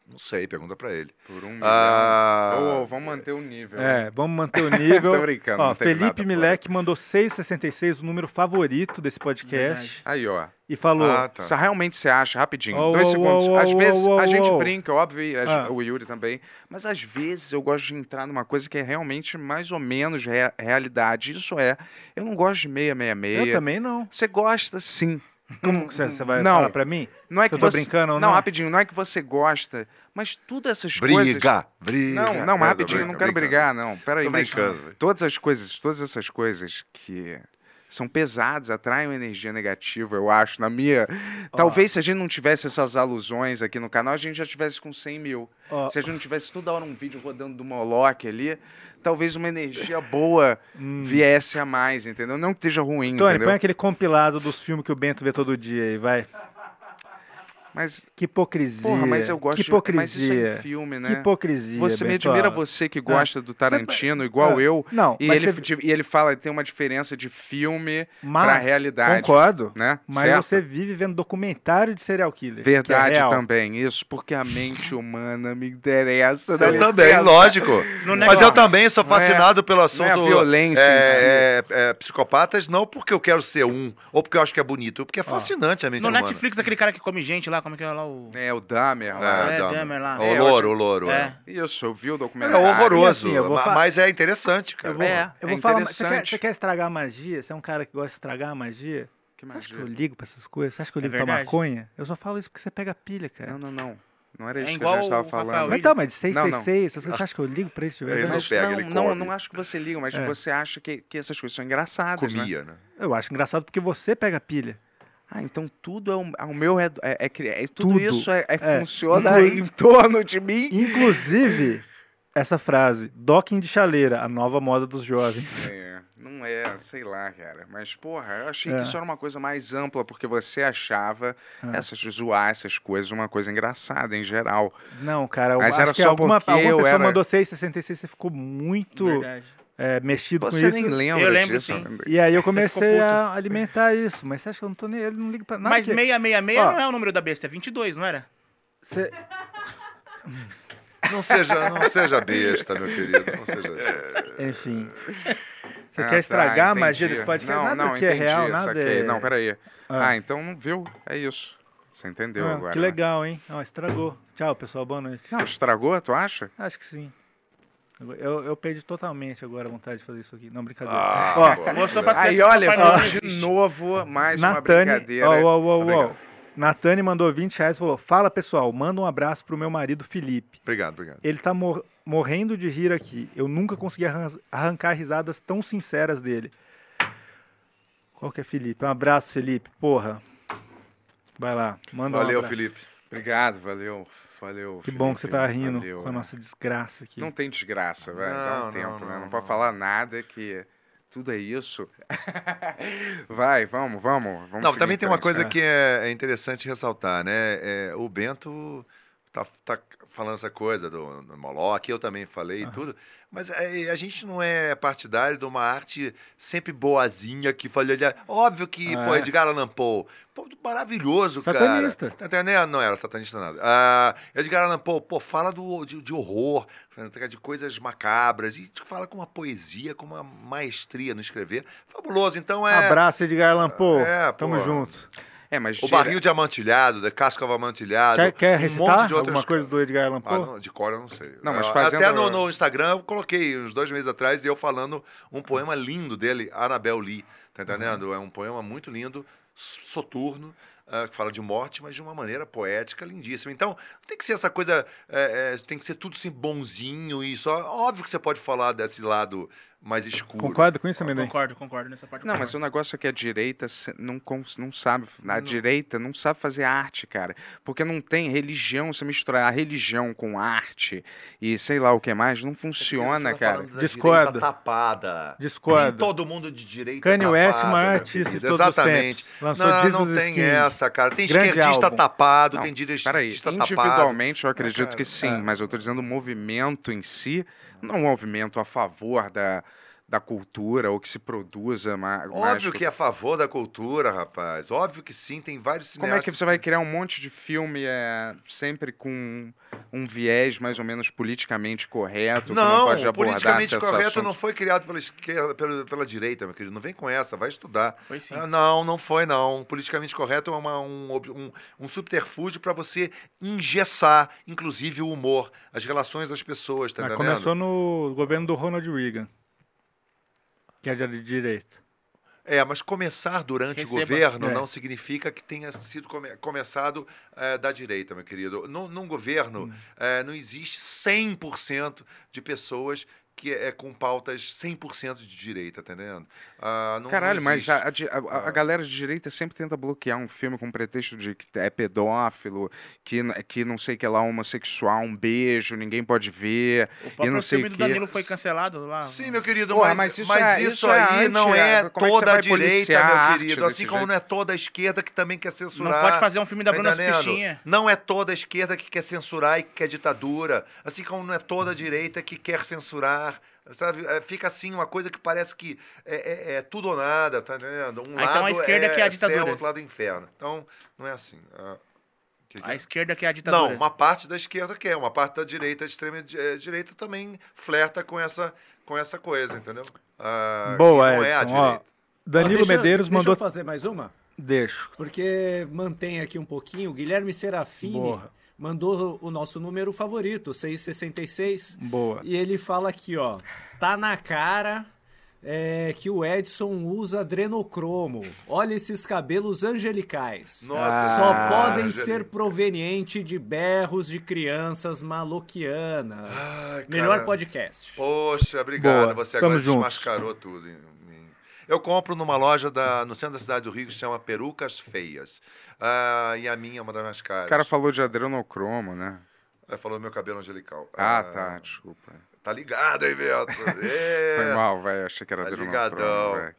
Speaker 3: Não sei, pergunta pra ele.
Speaker 6: Por um
Speaker 3: Ah,
Speaker 6: milhão. Ô, vamos manter o nível.
Speaker 5: É, vamos manter o nível.
Speaker 6: Tô brincando,
Speaker 5: Ó,
Speaker 6: não teve nada,
Speaker 5: Felipe Milek mandou 6,66, o número favorito desse podcast.
Speaker 6: Aí, ó.
Speaker 5: E falou.
Speaker 6: Ah, tá. Isso realmente você acha, rapidinho.
Speaker 5: Oh,
Speaker 6: dois
Speaker 5: oh,
Speaker 6: segundos.
Speaker 5: oh,
Speaker 6: às
Speaker 5: oh,
Speaker 6: vezes
Speaker 5: oh,
Speaker 6: a
Speaker 5: oh,
Speaker 6: gente
Speaker 5: oh.
Speaker 6: brinca, é óbvio, e as-
Speaker 5: Ah.
Speaker 6: o Yuri também. Mas às vezes eu gosto de entrar numa coisa que é realmente mais ou menos rea- realidade. Isso é, eu não gosto de meia, meia, meia.
Speaker 5: Eu também não.
Speaker 6: Você gosta sim.
Speaker 5: Como que você você vai
Speaker 6: Não.
Speaker 5: falar pra mim?
Speaker 6: Não é
Speaker 5: Se
Speaker 6: que
Speaker 5: eu tô
Speaker 6: você...
Speaker 5: brincando ou
Speaker 6: não,
Speaker 5: não?
Speaker 6: rapidinho, não é que você gosta, mas todas essas coisas...
Speaker 3: Briga, briga.
Speaker 6: Não, não,
Speaker 3: Eu tô
Speaker 6: mas rapidinho, eu não quero
Speaker 3: brincando,
Speaker 6: brigar, não. Peraí,
Speaker 3: Tô
Speaker 6: mas
Speaker 3: brincando, velho.
Speaker 6: todas as coisas, todas essas coisas que são pesadas, atraem uma energia negativa, eu acho, na minha... Talvez se a gente não tivesse essas alusões aqui no canal, a gente já tivesse com 100 mil.
Speaker 5: Ó.
Speaker 6: Se a gente não tivesse toda hora um vídeo rodando do Moloch ali, talvez uma energia boa viesse a mais, entendeu? Não que esteja ruim,
Speaker 5: Hum. Tony,
Speaker 6: assim, entendeu?
Speaker 5: põe aquele compilado dos filmes que o Bento vê todo dia aí, vai.
Speaker 6: Mas.
Speaker 5: Que hipocrisia.
Speaker 6: Porra, mas eu gosto
Speaker 5: Que
Speaker 6: de-
Speaker 5: hipocrisia.
Speaker 6: Mas isso é em filme, né?
Speaker 5: Que hipocrisia.
Speaker 6: Você me
Speaker 5: Bento,
Speaker 6: admira
Speaker 5: ó.
Speaker 6: você que
Speaker 5: Ah.
Speaker 6: gosta do Tarantino, igual
Speaker 5: ah,
Speaker 6: eu.
Speaker 5: não,
Speaker 6: E
Speaker 5: mas
Speaker 6: ele,
Speaker 5: você-
Speaker 6: de- e ele fala que tem uma diferença de filme
Speaker 5: Mas,
Speaker 6: pra realidade.
Speaker 5: Concordo.
Speaker 6: Né?
Speaker 5: Mas
Speaker 6: Certo?
Speaker 5: você vive vendo documentário de serial killer. que é
Speaker 6: Verdade
Speaker 5: real.
Speaker 6: também, isso, porque a mente humana me interessa. né?
Speaker 3: Eu
Speaker 6: dá licença.
Speaker 3: também, lógico.
Speaker 6: Não
Speaker 3: Mas
Speaker 6: é-
Speaker 3: eu também sou
Speaker 6: não é-
Speaker 3: fascinado pelo
Speaker 6: não é a
Speaker 3: assunto.
Speaker 6: violência em si.
Speaker 3: é, é, é, psicopatas, não porque eu quero ser um, ou porque eu acho que é bonito, porque é fascinante a mente
Speaker 10: No
Speaker 3: humana.
Speaker 10: Netflix, aquele cara que come gente lá, como é que é lá o...
Speaker 6: É, o Dahmer lá.
Speaker 10: É, Dahmer. Dahmer lá.
Speaker 3: O
Speaker 10: É,
Speaker 3: louro,
Speaker 10: hoje-
Speaker 3: o louro.
Speaker 10: é.
Speaker 3: É,
Speaker 6: Isso, eu vi o
Speaker 3: é
Speaker 6: documentário.
Speaker 3: horroroso,
Speaker 5: E assim, eu vou
Speaker 3: ma-
Speaker 5: fa-
Speaker 3: mas é interessante, cara.
Speaker 5: Eu vou,
Speaker 6: É,
Speaker 5: eu vou
Speaker 6: é
Speaker 5: falar. mas Você quer,
Speaker 6: interessante.
Speaker 5: você quer estragar a magia? Você é um cara que gosta de estragar a magia?
Speaker 6: Que
Speaker 5: Você acha que
Speaker 6: magia?
Speaker 5: eu ligo pra essas coisas? Você acha que eu
Speaker 6: É
Speaker 5: ligo pra
Speaker 6: verdade.
Speaker 5: maconha? Eu só falo isso porque você pega pilha, cara.
Speaker 6: Não, não, não. Não era
Speaker 5: É
Speaker 6: isso que
Speaker 5: igual
Speaker 6: a gente
Speaker 5: o
Speaker 6: estava
Speaker 5: Rafael
Speaker 6: falando.
Speaker 5: Mas tá, mas de
Speaker 6: Não, não.
Speaker 5: 666, essas coisas, você acha que eu ligo pra isso de
Speaker 3: Ele não
Speaker 5: verdade?
Speaker 3: pega, ele
Speaker 6: Tipo, não,
Speaker 3: come.
Speaker 6: não acho que você liga, mas
Speaker 5: É.
Speaker 6: você acha que, que essas coisas são engraçadas, né?
Speaker 3: Comia, né?
Speaker 5: Eu acho engraçado porque você pega pilha.
Speaker 6: Ah, então tudo é o, ao meu redor. É, é, cri- é- tudo,
Speaker 5: Tudo.
Speaker 6: isso é, é
Speaker 5: É.
Speaker 6: funciona
Speaker 5: Inclui-
Speaker 6: em torno de mim.
Speaker 5: Inclusive, essa frase, docking de chaleira, a nova moda dos jovens.
Speaker 6: É, não é, sei lá, cara. Mas, porra, eu achei
Speaker 5: É.
Speaker 6: que isso era uma coisa mais ampla, porque você achava
Speaker 5: É.
Speaker 6: essas zoar essas coisas uma coisa engraçada em geral.
Speaker 5: Não, cara, eu
Speaker 6: Mas
Speaker 5: acho
Speaker 6: era
Speaker 5: que
Speaker 6: só
Speaker 5: alguma,
Speaker 6: porque
Speaker 5: alguma
Speaker 6: eu
Speaker 5: pessoa
Speaker 6: era-
Speaker 5: mandou 666, você ficou muito é, mexido com
Speaker 6: Você
Speaker 5: isso.
Speaker 6: nem lembra disso.
Speaker 5: E aí eu
Speaker 10: Você ficou
Speaker 5: comecei
Speaker 10: puto.
Speaker 5: a alimentar isso, mas você acha que eu não tô nem. Eu não ligo pra nada.
Speaker 10: Mas
Speaker 5: que-
Speaker 10: 666
Speaker 5: Ó,
Speaker 10: não é o número da besta, é 22, não era?
Speaker 5: Cê-
Speaker 3: Não seja, não seja besta, meu querido. Não seja besta.
Speaker 5: Enfim. Você
Speaker 6: Ah,
Speaker 5: quer estragar a
Speaker 6: tá,
Speaker 5: magia desse
Speaker 6: entendi.
Speaker 5: podcast?
Speaker 6: Não,
Speaker 5: nada
Speaker 6: não,
Speaker 5: que é
Speaker 6: entendi,
Speaker 5: real, nada
Speaker 6: saquei.
Speaker 5: é...
Speaker 6: Não, peraí.
Speaker 5: Ah.
Speaker 6: Ah. então não viu. É isso. Você entendeu
Speaker 5: Ah,
Speaker 6: agora.
Speaker 5: Que
Speaker 6: né?
Speaker 5: legal, hein? Ó, estragou. Tchau, pessoal. Boa noite.
Speaker 6: Não, estragou, tu acha?
Speaker 5: Acho que sim. Eu, eu perdi totalmente agora a vontade de fazer isso aqui. Não, brincadeira.
Speaker 6: Ah,
Speaker 5: Ó,
Speaker 6: pô. Aí,
Speaker 5: tá
Speaker 6: olha, de novo, mais uma
Speaker 5: Natane,
Speaker 6: brincadeira.
Speaker 5: ó, ó, ó, ó.
Speaker 6: Obrigado.
Speaker 5: Natane mandou 20 reais e falou: Fala pessoal, manda um abraço pro meu marido Felipe.
Speaker 3: Obrigado, obrigado.
Speaker 5: Ele tá mor- morrendo de rir aqui. Eu nunca consegui arran- arrancar risadas tão sinceras dele. Qual que é Felipe? Um abraço, Felipe. Porra. Vai lá, manda um
Speaker 6: Valeu,
Speaker 5: abraço.
Speaker 3: Felipe.
Speaker 6: Obrigado, valeu. Valeu.
Speaker 5: Que bom que você
Speaker 6: Felipe,
Speaker 5: tá rindo
Speaker 6: valeu,
Speaker 5: com a
Speaker 6: né?
Speaker 5: nossa desgraça aqui.
Speaker 6: Não tem desgraça, vai. Dá
Speaker 3: Não,
Speaker 6: um tempo,
Speaker 3: não,
Speaker 6: né?
Speaker 3: não,
Speaker 6: Não, pode falar nada que tudo é isso. vai, vamos,
Speaker 3: Não,
Speaker 6: vamos. vamos seguir então,
Speaker 3: também
Speaker 6: em é.
Speaker 3: tem uma
Speaker 6: frente,
Speaker 3: coisa
Speaker 6: né?
Speaker 3: que é é interessante ressaltar, né? É, o Bento tá, tá falando essa coisa do, do Moloch, eu também falei e tudo, mas é, a gente não é partidário de uma arte sempre boazinha que falha. olha, Óbvio que,
Speaker 6: É.
Speaker 3: pô, Edgar Allan Poe, pô, maravilhoso,
Speaker 6: Satanista.
Speaker 3: cara. Tá entendendo? Não era satanista nada. Ah, Edgar Allan Poe, pô, fala do, de, de horror, de coisas macabras, e fala com uma poesia, com uma maestria no escrever. Fabuloso, então é...
Speaker 5: Abraço, Edgar Allan Poe.
Speaker 3: É,
Speaker 5: Tamo
Speaker 3: pô.
Speaker 5: junto.
Speaker 6: É, mas
Speaker 3: O barril de amantilhado, da casca amantilhado.
Speaker 5: Quer, quer
Speaker 3: um
Speaker 5: recitar
Speaker 3: monte de outras
Speaker 5: alguma coisa do Edgar Allan Poe?
Speaker 3: ah, não, de cor eu não sei.
Speaker 6: Não, mas
Speaker 3: Eu-
Speaker 6: fazendo-
Speaker 3: Até no, no Instagram eu coloquei uns dois meses atrás eu falando um poema lindo dele, Anabel Lee. Tá entendendo?
Speaker 6: Uhum.
Speaker 3: É um poema muito lindo, soturno, ah, que fala de morte, mas de uma maneira poética lindíssima. Então, não tem que ser essa coisa. é, é, tem que ser tudo assim bonzinho e só. Óbvio que você pode falar desse lado mais escuro.
Speaker 5: Concorda com isso, Mendes?
Speaker 10: Concordo, concordo nessa parte.
Speaker 6: Não, mas o negócio é que a direita se- não, cons- não sabe. A direita não sabe fazer arte, cara. Porque não tem religião. Se misturar a religião com arte e sei lá o que mais, não funciona, cara.
Speaker 3: falando da
Speaker 5: Discordo.
Speaker 3: direita tá Tapada.
Speaker 5: Discordo.
Speaker 3: Nem todo mundo de direita.
Speaker 5: Kanye West,
Speaker 3: tapado,
Speaker 5: maior
Speaker 3: meu
Speaker 5: artista de
Speaker 3: querido.
Speaker 5: todos os
Speaker 3: Exatamente.
Speaker 5: tempos. Lançou
Speaker 3: não, não
Speaker 5: Jesus
Speaker 3: tem
Speaker 5: Skin.
Speaker 3: essa, cara. Tem
Speaker 5: Grande
Speaker 3: esquerdista
Speaker 5: álbum.
Speaker 3: tapado,
Speaker 6: Não,
Speaker 3: tem direitista
Speaker 6: Peraí,
Speaker 3: Tá tapado. É, Né,
Speaker 6: individualmente eu acredito
Speaker 3: cara,
Speaker 6: que sim, mas eu tô dizendo o movimento em si, não um movimento a favor da, da cultura ou que se produza ma- mais.
Speaker 3: Óbvio que é
Speaker 6: é
Speaker 3: a favor da cultura, rapaz. Óbvio que sim, tem vários
Speaker 6: Como é
Speaker 3: cineastas.
Speaker 6: que você vai criar um monte de filme é, sempre com um viés mais ou menos politicamente correto? que não
Speaker 3: Não,
Speaker 6: pode abordar
Speaker 3: politicamente
Speaker 6: certos
Speaker 3: correto
Speaker 6: assuntos?
Speaker 3: não foi criado pela esquerda, pela, é pela direita, meu querido. Não vem com essa, vai estudar.
Speaker 10: Foi sim.
Speaker 3: Ah, não, não foi não. Politicamente correto é uma- um, ob- um- um subterfúgio para você engessar, inclusive o humor, as relações das pessoas, tá
Speaker 5: Mas
Speaker 3: entendendo?
Speaker 5: Ah, começou no governo do Ronald Reagan, que é de direita.
Speaker 3: É, mas começar durante
Speaker 5: Receba.
Speaker 3: o governo
Speaker 5: É.
Speaker 3: não significa que tenha sido come- começado eh, da direita, meu querido. Num, num governo
Speaker 10: Hum.
Speaker 3: eh, não existe 100% de pessoas que é com pautas 100% de direita, tá entendendo? Ah, não- não
Speaker 6: Caralho, mas
Speaker 3: existe.
Speaker 6: a, a di- a- a- a galera de direita sempre tenta bloquear um filme com pretexto de que é pedófilo, que, n- que não sei que lá, homossexual, um beijo, ninguém pode ver,
Speaker 10: O
Speaker 6: e
Speaker 10: próprio
Speaker 6: não sei
Speaker 10: filme
Speaker 6: o
Speaker 10: do
Speaker 6: que.
Speaker 10: Danilo foi cancelado lá.
Speaker 3: é. Sim, meu querido,
Speaker 6: Porra,
Speaker 3: mas, mas
Speaker 6: mas isso
Speaker 3: isso,
Speaker 6: é- isso é
Speaker 3: aí
Speaker 6: arte,
Speaker 3: não é
Speaker 6: Iago. Como é que você
Speaker 3: toda
Speaker 6: vai
Speaker 3: a direita,
Speaker 6: policiar a
Speaker 3: meu
Speaker 6: arte
Speaker 3: querido.
Speaker 6: desse
Speaker 3: Assim como
Speaker 6: jeito?
Speaker 3: não é toda a esquerda que é também quer censurar. tá
Speaker 10: pode fazer um filme da Bruna
Speaker 3: entendendo?
Speaker 10: Fichinha.
Speaker 3: Não é toda a esquerda que quer censurar e que quer ditadura. Assim como não é
Speaker 10: Hum.
Speaker 3: toda a direita que quer censurar. Sabe? É, Fica assim uma coisa que parece que é, é- é tudo ou nada, tá entendendo? Um
Speaker 10: Ah, então a
Speaker 3: lado
Speaker 10: esquerda
Speaker 3: é,
Speaker 10: que é a
Speaker 3: Céu,
Speaker 10: ditadura.
Speaker 3: outro lado é inferno. Então, não é assim. Ah, que que
Speaker 10: A
Speaker 3: é?
Speaker 10: esquerda que é a ditadura.
Speaker 3: Não, uma parte da esquerda quer, uma parte da direita, a extrema di- eh, direita também flerta com essa, com essa coisa, entendeu? Ah,
Speaker 5: Boa,
Speaker 3: que não é a
Speaker 5: Edson. ó,
Speaker 3: direita.
Speaker 5: Danilo
Speaker 9: Ó, deixa-
Speaker 5: Medeiros
Speaker 9: deixa
Speaker 5: mandou...
Speaker 9: eu fazer mais uma?
Speaker 5: Deixo.
Speaker 9: Porque mantém aqui um pouquinho. Guilherme Serafini
Speaker 5: Boa.
Speaker 9: mandou o nosso número favorito, 666.
Speaker 5: Boa.
Speaker 9: E ele fala aqui, ó. Tá na cara é, que o Edson usa adrenocromo. Olha esses cabelos angelicais.
Speaker 3: Nossa,
Speaker 9: Só
Speaker 3: Ah,
Speaker 9: podem
Speaker 3: angelic-
Speaker 9: ser proveniente de berros de crianças maloquianas.
Speaker 3: Ai,
Speaker 9: Melhor
Speaker 3: Ah, cara.
Speaker 9: podcast.
Speaker 3: Poxa, obrigado.
Speaker 5: Boa,
Speaker 3: Você
Speaker 5: tamo
Speaker 3: agora
Speaker 5: junto.
Speaker 3: desmascarou tudo. em mim. Eu compro numa loja da- no centro da cidade do Rio que se chama Perucas Feias. Ah, e a minha é uma das mais caras.
Speaker 6: O cara falou de adrenocromo, né?
Speaker 3: Ela falou meu cabelo angelical.
Speaker 6: Ah, tá, desculpa.
Speaker 3: Tá ligado, hein, Beto?
Speaker 6: Foi
Speaker 3: É.
Speaker 6: mal, velho, achei que era
Speaker 3: Tá
Speaker 6: adrenocromo,
Speaker 3: ligadão.
Speaker 6: velho.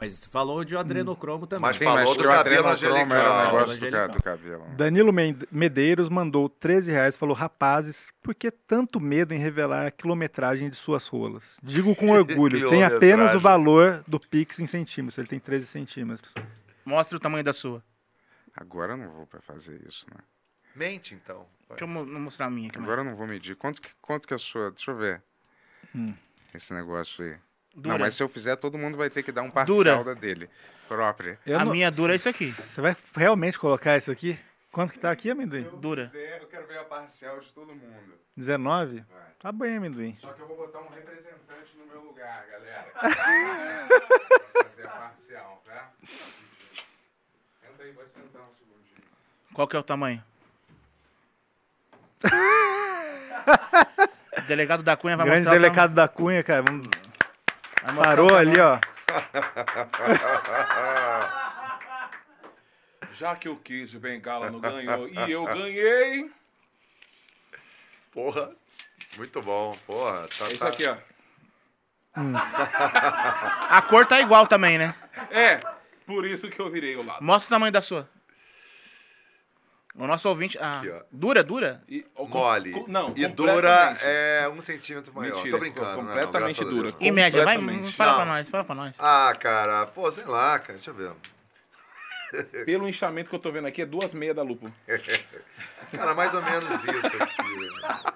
Speaker 9: Mas falou de adrenocromo também.
Speaker 3: Hum. Mas Sim, falou mas do que o cabelo adrenocromo
Speaker 6: era
Speaker 3: angelical.
Speaker 6: um negócio do, ca- do cabelo.
Speaker 5: Danilo Men- Medeiros mandou 13 reais, falou, rapazes, por que tanto medo em revelar a quilometragem de suas rolas? Digo com orgulho, tem apenas o
Speaker 10: Quilometragem.
Speaker 5: valor do Pix em centímetros, ele tem 13 centímetros.
Speaker 10: Mostra o tamanho da sua.
Speaker 6: Agora eu não vou pra fazer isso, né?
Speaker 3: Mente, então. Vai.
Speaker 10: Deixa eu mo- não mostrar a minha aqui.
Speaker 6: Agora eu não vou medir. Quanto que, quanto que eu sou? Deixa eu ver.
Speaker 5: Hum.
Speaker 6: Esse negócio aí. Não,
Speaker 10: Dura.
Speaker 6: mas se eu fizer, todo mundo vai ter que dar um parcial
Speaker 10: Dura.
Speaker 6: da dele. Própria.
Speaker 5: Eu não-
Speaker 10: dura é isso aqui.
Speaker 5: Você vai realmente colocar isso aqui? Quanto que tá aqui, amendoim?
Speaker 10: é Dura.
Speaker 6: Eu quero ver a parcial de todo mundo.
Speaker 5: 19? Tá bem, amendoim.
Speaker 6: Só que eu vou botar um representante no meu lugar, galera. fazer a parcial, tá? Senta aí, vai sentar um segundinho.
Speaker 10: Qual que é o tamanho? o delegado da Cunha vai
Speaker 5: Grande
Speaker 10: mostrar. o tamanho.
Speaker 5: delegado da Cunha, cara. vamos-
Speaker 10: Vai mostrar o é um
Speaker 5: Parou
Speaker 10: tamanho.
Speaker 5: ali, ó.
Speaker 12: Já que eu quis o Bengala não ganhou e eu ganhei.
Speaker 3: Porra, muito bom. Porra, tá.
Speaker 12: É isso
Speaker 3: tá-
Speaker 12: aqui, ó.
Speaker 10: A cor tá igual também, né?
Speaker 12: É, por isso que eu virei o lado.
Speaker 10: Mostra o tamanho da sua. O nosso ouvinte. Ah, Dura, dura?
Speaker 3: Mole.
Speaker 10: com-
Speaker 3: não,
Speaker 10: não,
Speaker 3: e dura
Speaker 10: completamente.
Speaker 3: é um centímetro maior.
Speaker 10: Mentira,
Speaker 3: Tô brincando.
Speaker 10: com-
Speaker 3: né?
Speaker 10: completamente
Speaker 3: Não, graças a
Speaker 10: dura.
Speaker 3: Deus.
Speaker 10: Em média, vai,
Speaker 3: Completamente.
Speaker 10: fala
Speaker 3: Não.
Speaker 10: pra nós, fala pra nós.
Speaker 3: Ah, cara, pô, sei lá, cara, deixa eu ver.
Speaker 12: Pelo inchamento que eu tô vendo aqui, é duas meias da lupa.
Speaker 3: Cara, mais ou menos isso aqui.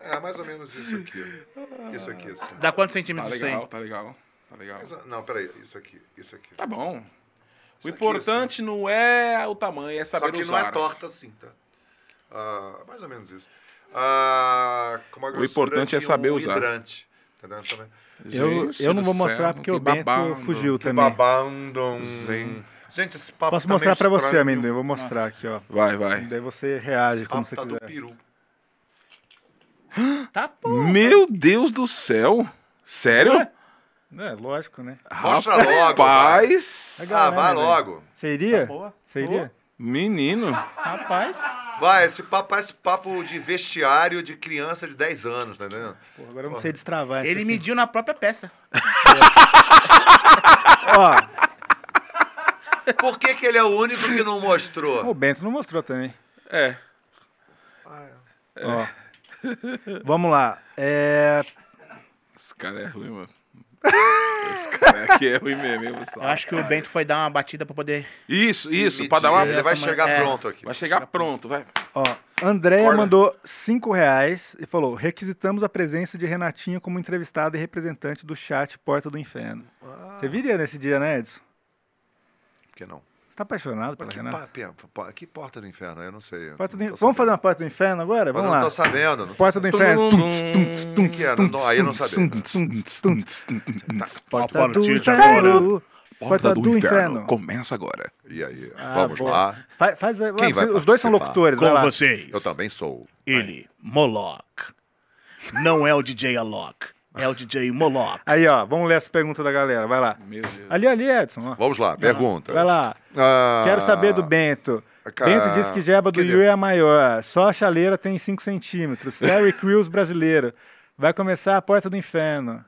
Speaker 3: É, mais ou menos isso aqui. Isso aqui, assim.
Speaker 10: Dá quantos centímetros
Speaker 12: tá
Speaker 10: isso
Speaker 12: legal,
Speaker 10: aí?
Speaker 12: Tá legal, tá legal.
Speaker 3: Mas, Não, peraí, isso aqui, isso aqui.
Speaker 12: Tá bom.
Speaker 3: Isso aqui,
Speaker 12: O importante não é o tamanho, é saber
Speaker 3: Só que
Speaker 12: usar.
Speaker 3: não é torta assim, tá? Ah, mais ou menos isso. Ah, com uma
Speaker 12: O
Speaker 3: grossura
Speaker 12: importante
Speaker 3: de
Speaker 12: é saber
Speaker 3: um
Speaker 12: usar.
Speaker 3: Hidrante, entendeu? Também.
Speaker 5: Eu, eu não vou mostrar porque o Bento fugiu
Speaker 3: que
Speaker 5: também.
Speaker 3: Babando. um- Gente, esse papo
Speaker 5: Posso
Speaker 3: tá
Speaker 5: mostrar
Speaker 3: meio
Speaker 5: pra você,
Speaker 3: estranho.
Speaker 5: amendoim. Eu vou mostrar aqui, ó.
Speaker 6: Vai, vai.
Speaker 5: Daí você é reage como você
Speaker 3: Tá do
Speaker 5: quiser.
Speaker 3: peru.
Speaker 10: Tá
Speaker 6: Meu Deus do céu! Sério?
Speaker 5: É, lógico, né?
Speaker 6: Mostra logo, vai. Rapaz.
Speaker 3: Ah, vai
Speaker 5: né,
Speaker 3: logo.
Speaker 5: velho? Você iria?
Speaker 3: Tá boa.
Speaker 5: Você iria?
Speaker 6: Menino.
Speaker 10: Rapaz.
Speaker 3: Vai, esse papo, esse papo de vestiário de criança de 10 anos, tá entendendo?
Speaker 5: Agora eu não sei destravar.
Speaker 10: Ele mediu na própria peça.
Speaker 5: Ó,
Speaker 3: Por que, que ele é o único que não mostrou?
Speaker 5: o Bento não mostrou também.
Speaker 6: É.
Speaker 5: Ó. Vamos lá. É...
Speaker 6: Esse cara é ruim, mano. Esse cara aqui é ruim mesmo, hein, pessoal?
Speaker 10: Eu acho que o Bento foi dar uma batida pra poder.
Speaker 6: Isso, isso, pra dar uma.
Speaker 10: Ele vai chegar É. pronto
Speaker 3: aqui.
Speaker 6: Vai chegar pronto, vai.
Speaker 5: Ó, Andréia
Speaker 6: Acorda.
Speaker 5: mandou 5 reais e falou: requisitamos a presença de Renatinho como entrevistado e representante do chat Porta do Inferno. Você viria nesse dia, né, Edson?
Speaker 3: Por que não?
Speaker 5: Você tá apaixonado pela
Speaker 3: Que,
Speaker 5: Renata?
Speaker 3: pa- pa- que porta do inferno? Eu não sei. eu
Speaker 5: Porta do
Speaker 3: não
Speaker 5: In-
Speaker 3: tô
Speaker 5: Vamos fazer uma Porta do Inferno agora?
Speaker 3: Eu
Speaker 5: Vamos
Speaker 3: não
Speaker 5: lá.
Speaker 3: tô sabendo, não tô
Speaker 5: Porta do
Speaker 3: sabendo.
Speaker 5: Inferno.
Speaker 3: Tum,
Speaker 5: Tum, tum, tum, tum,
Speaker 3: Que é?
Speaker 5: tum,
Speaker 3: Não, aí eu não
Speaker 5: tum,
Speaker 3: sabia.
Speaker 5: tum, tum, tum, tum, tum, tum.
Speaker 6: Porta
Speaker 5: Porta do
Speaker 6: do
Speaker 5: Inferno.
Speaker 6: Inferno.
Speaker 5: Porta do Inferno.
Speaker 6: Começa agora.
Speaker 3: E aí?
Speaker 5: Ah,
Speaker 3: Vamos
Speaker 5: boa.
Speaker 3: lá.
Speaker 5: Fa- Faz, aí,
Speaker 3: Quem
Speaker 5: vai,
Speaker 3: vai
Speaker 5: os dois são
Speaker 3: participar?
Speaker 5: locutores, vai lá.
Speaker 3: Eu também sou.
Speaker 15: Ele, Moloch. Não é o DJ Alok, é o DJ Moloch.
Speaker 5: Aí, ó, vamos ler as perguntas da galera, vai lá. Ali, ali, Edson. Ó.
Speaker 3: Vamos lá, perguntas.
Speaker 5: Vai lá.
Speaker 3: Ah,
Speaker 5: Quero saber do Bento.
Speaker 3: cara,
Speaker 5: Bento diz que Jeba do
Speaker 3: quer dizer-
Speaker 5: Yuri é a maior. Só a chaleira tem 5 centímetros. Terry Crews brasileiro. Vai começar a Porta do Inferno.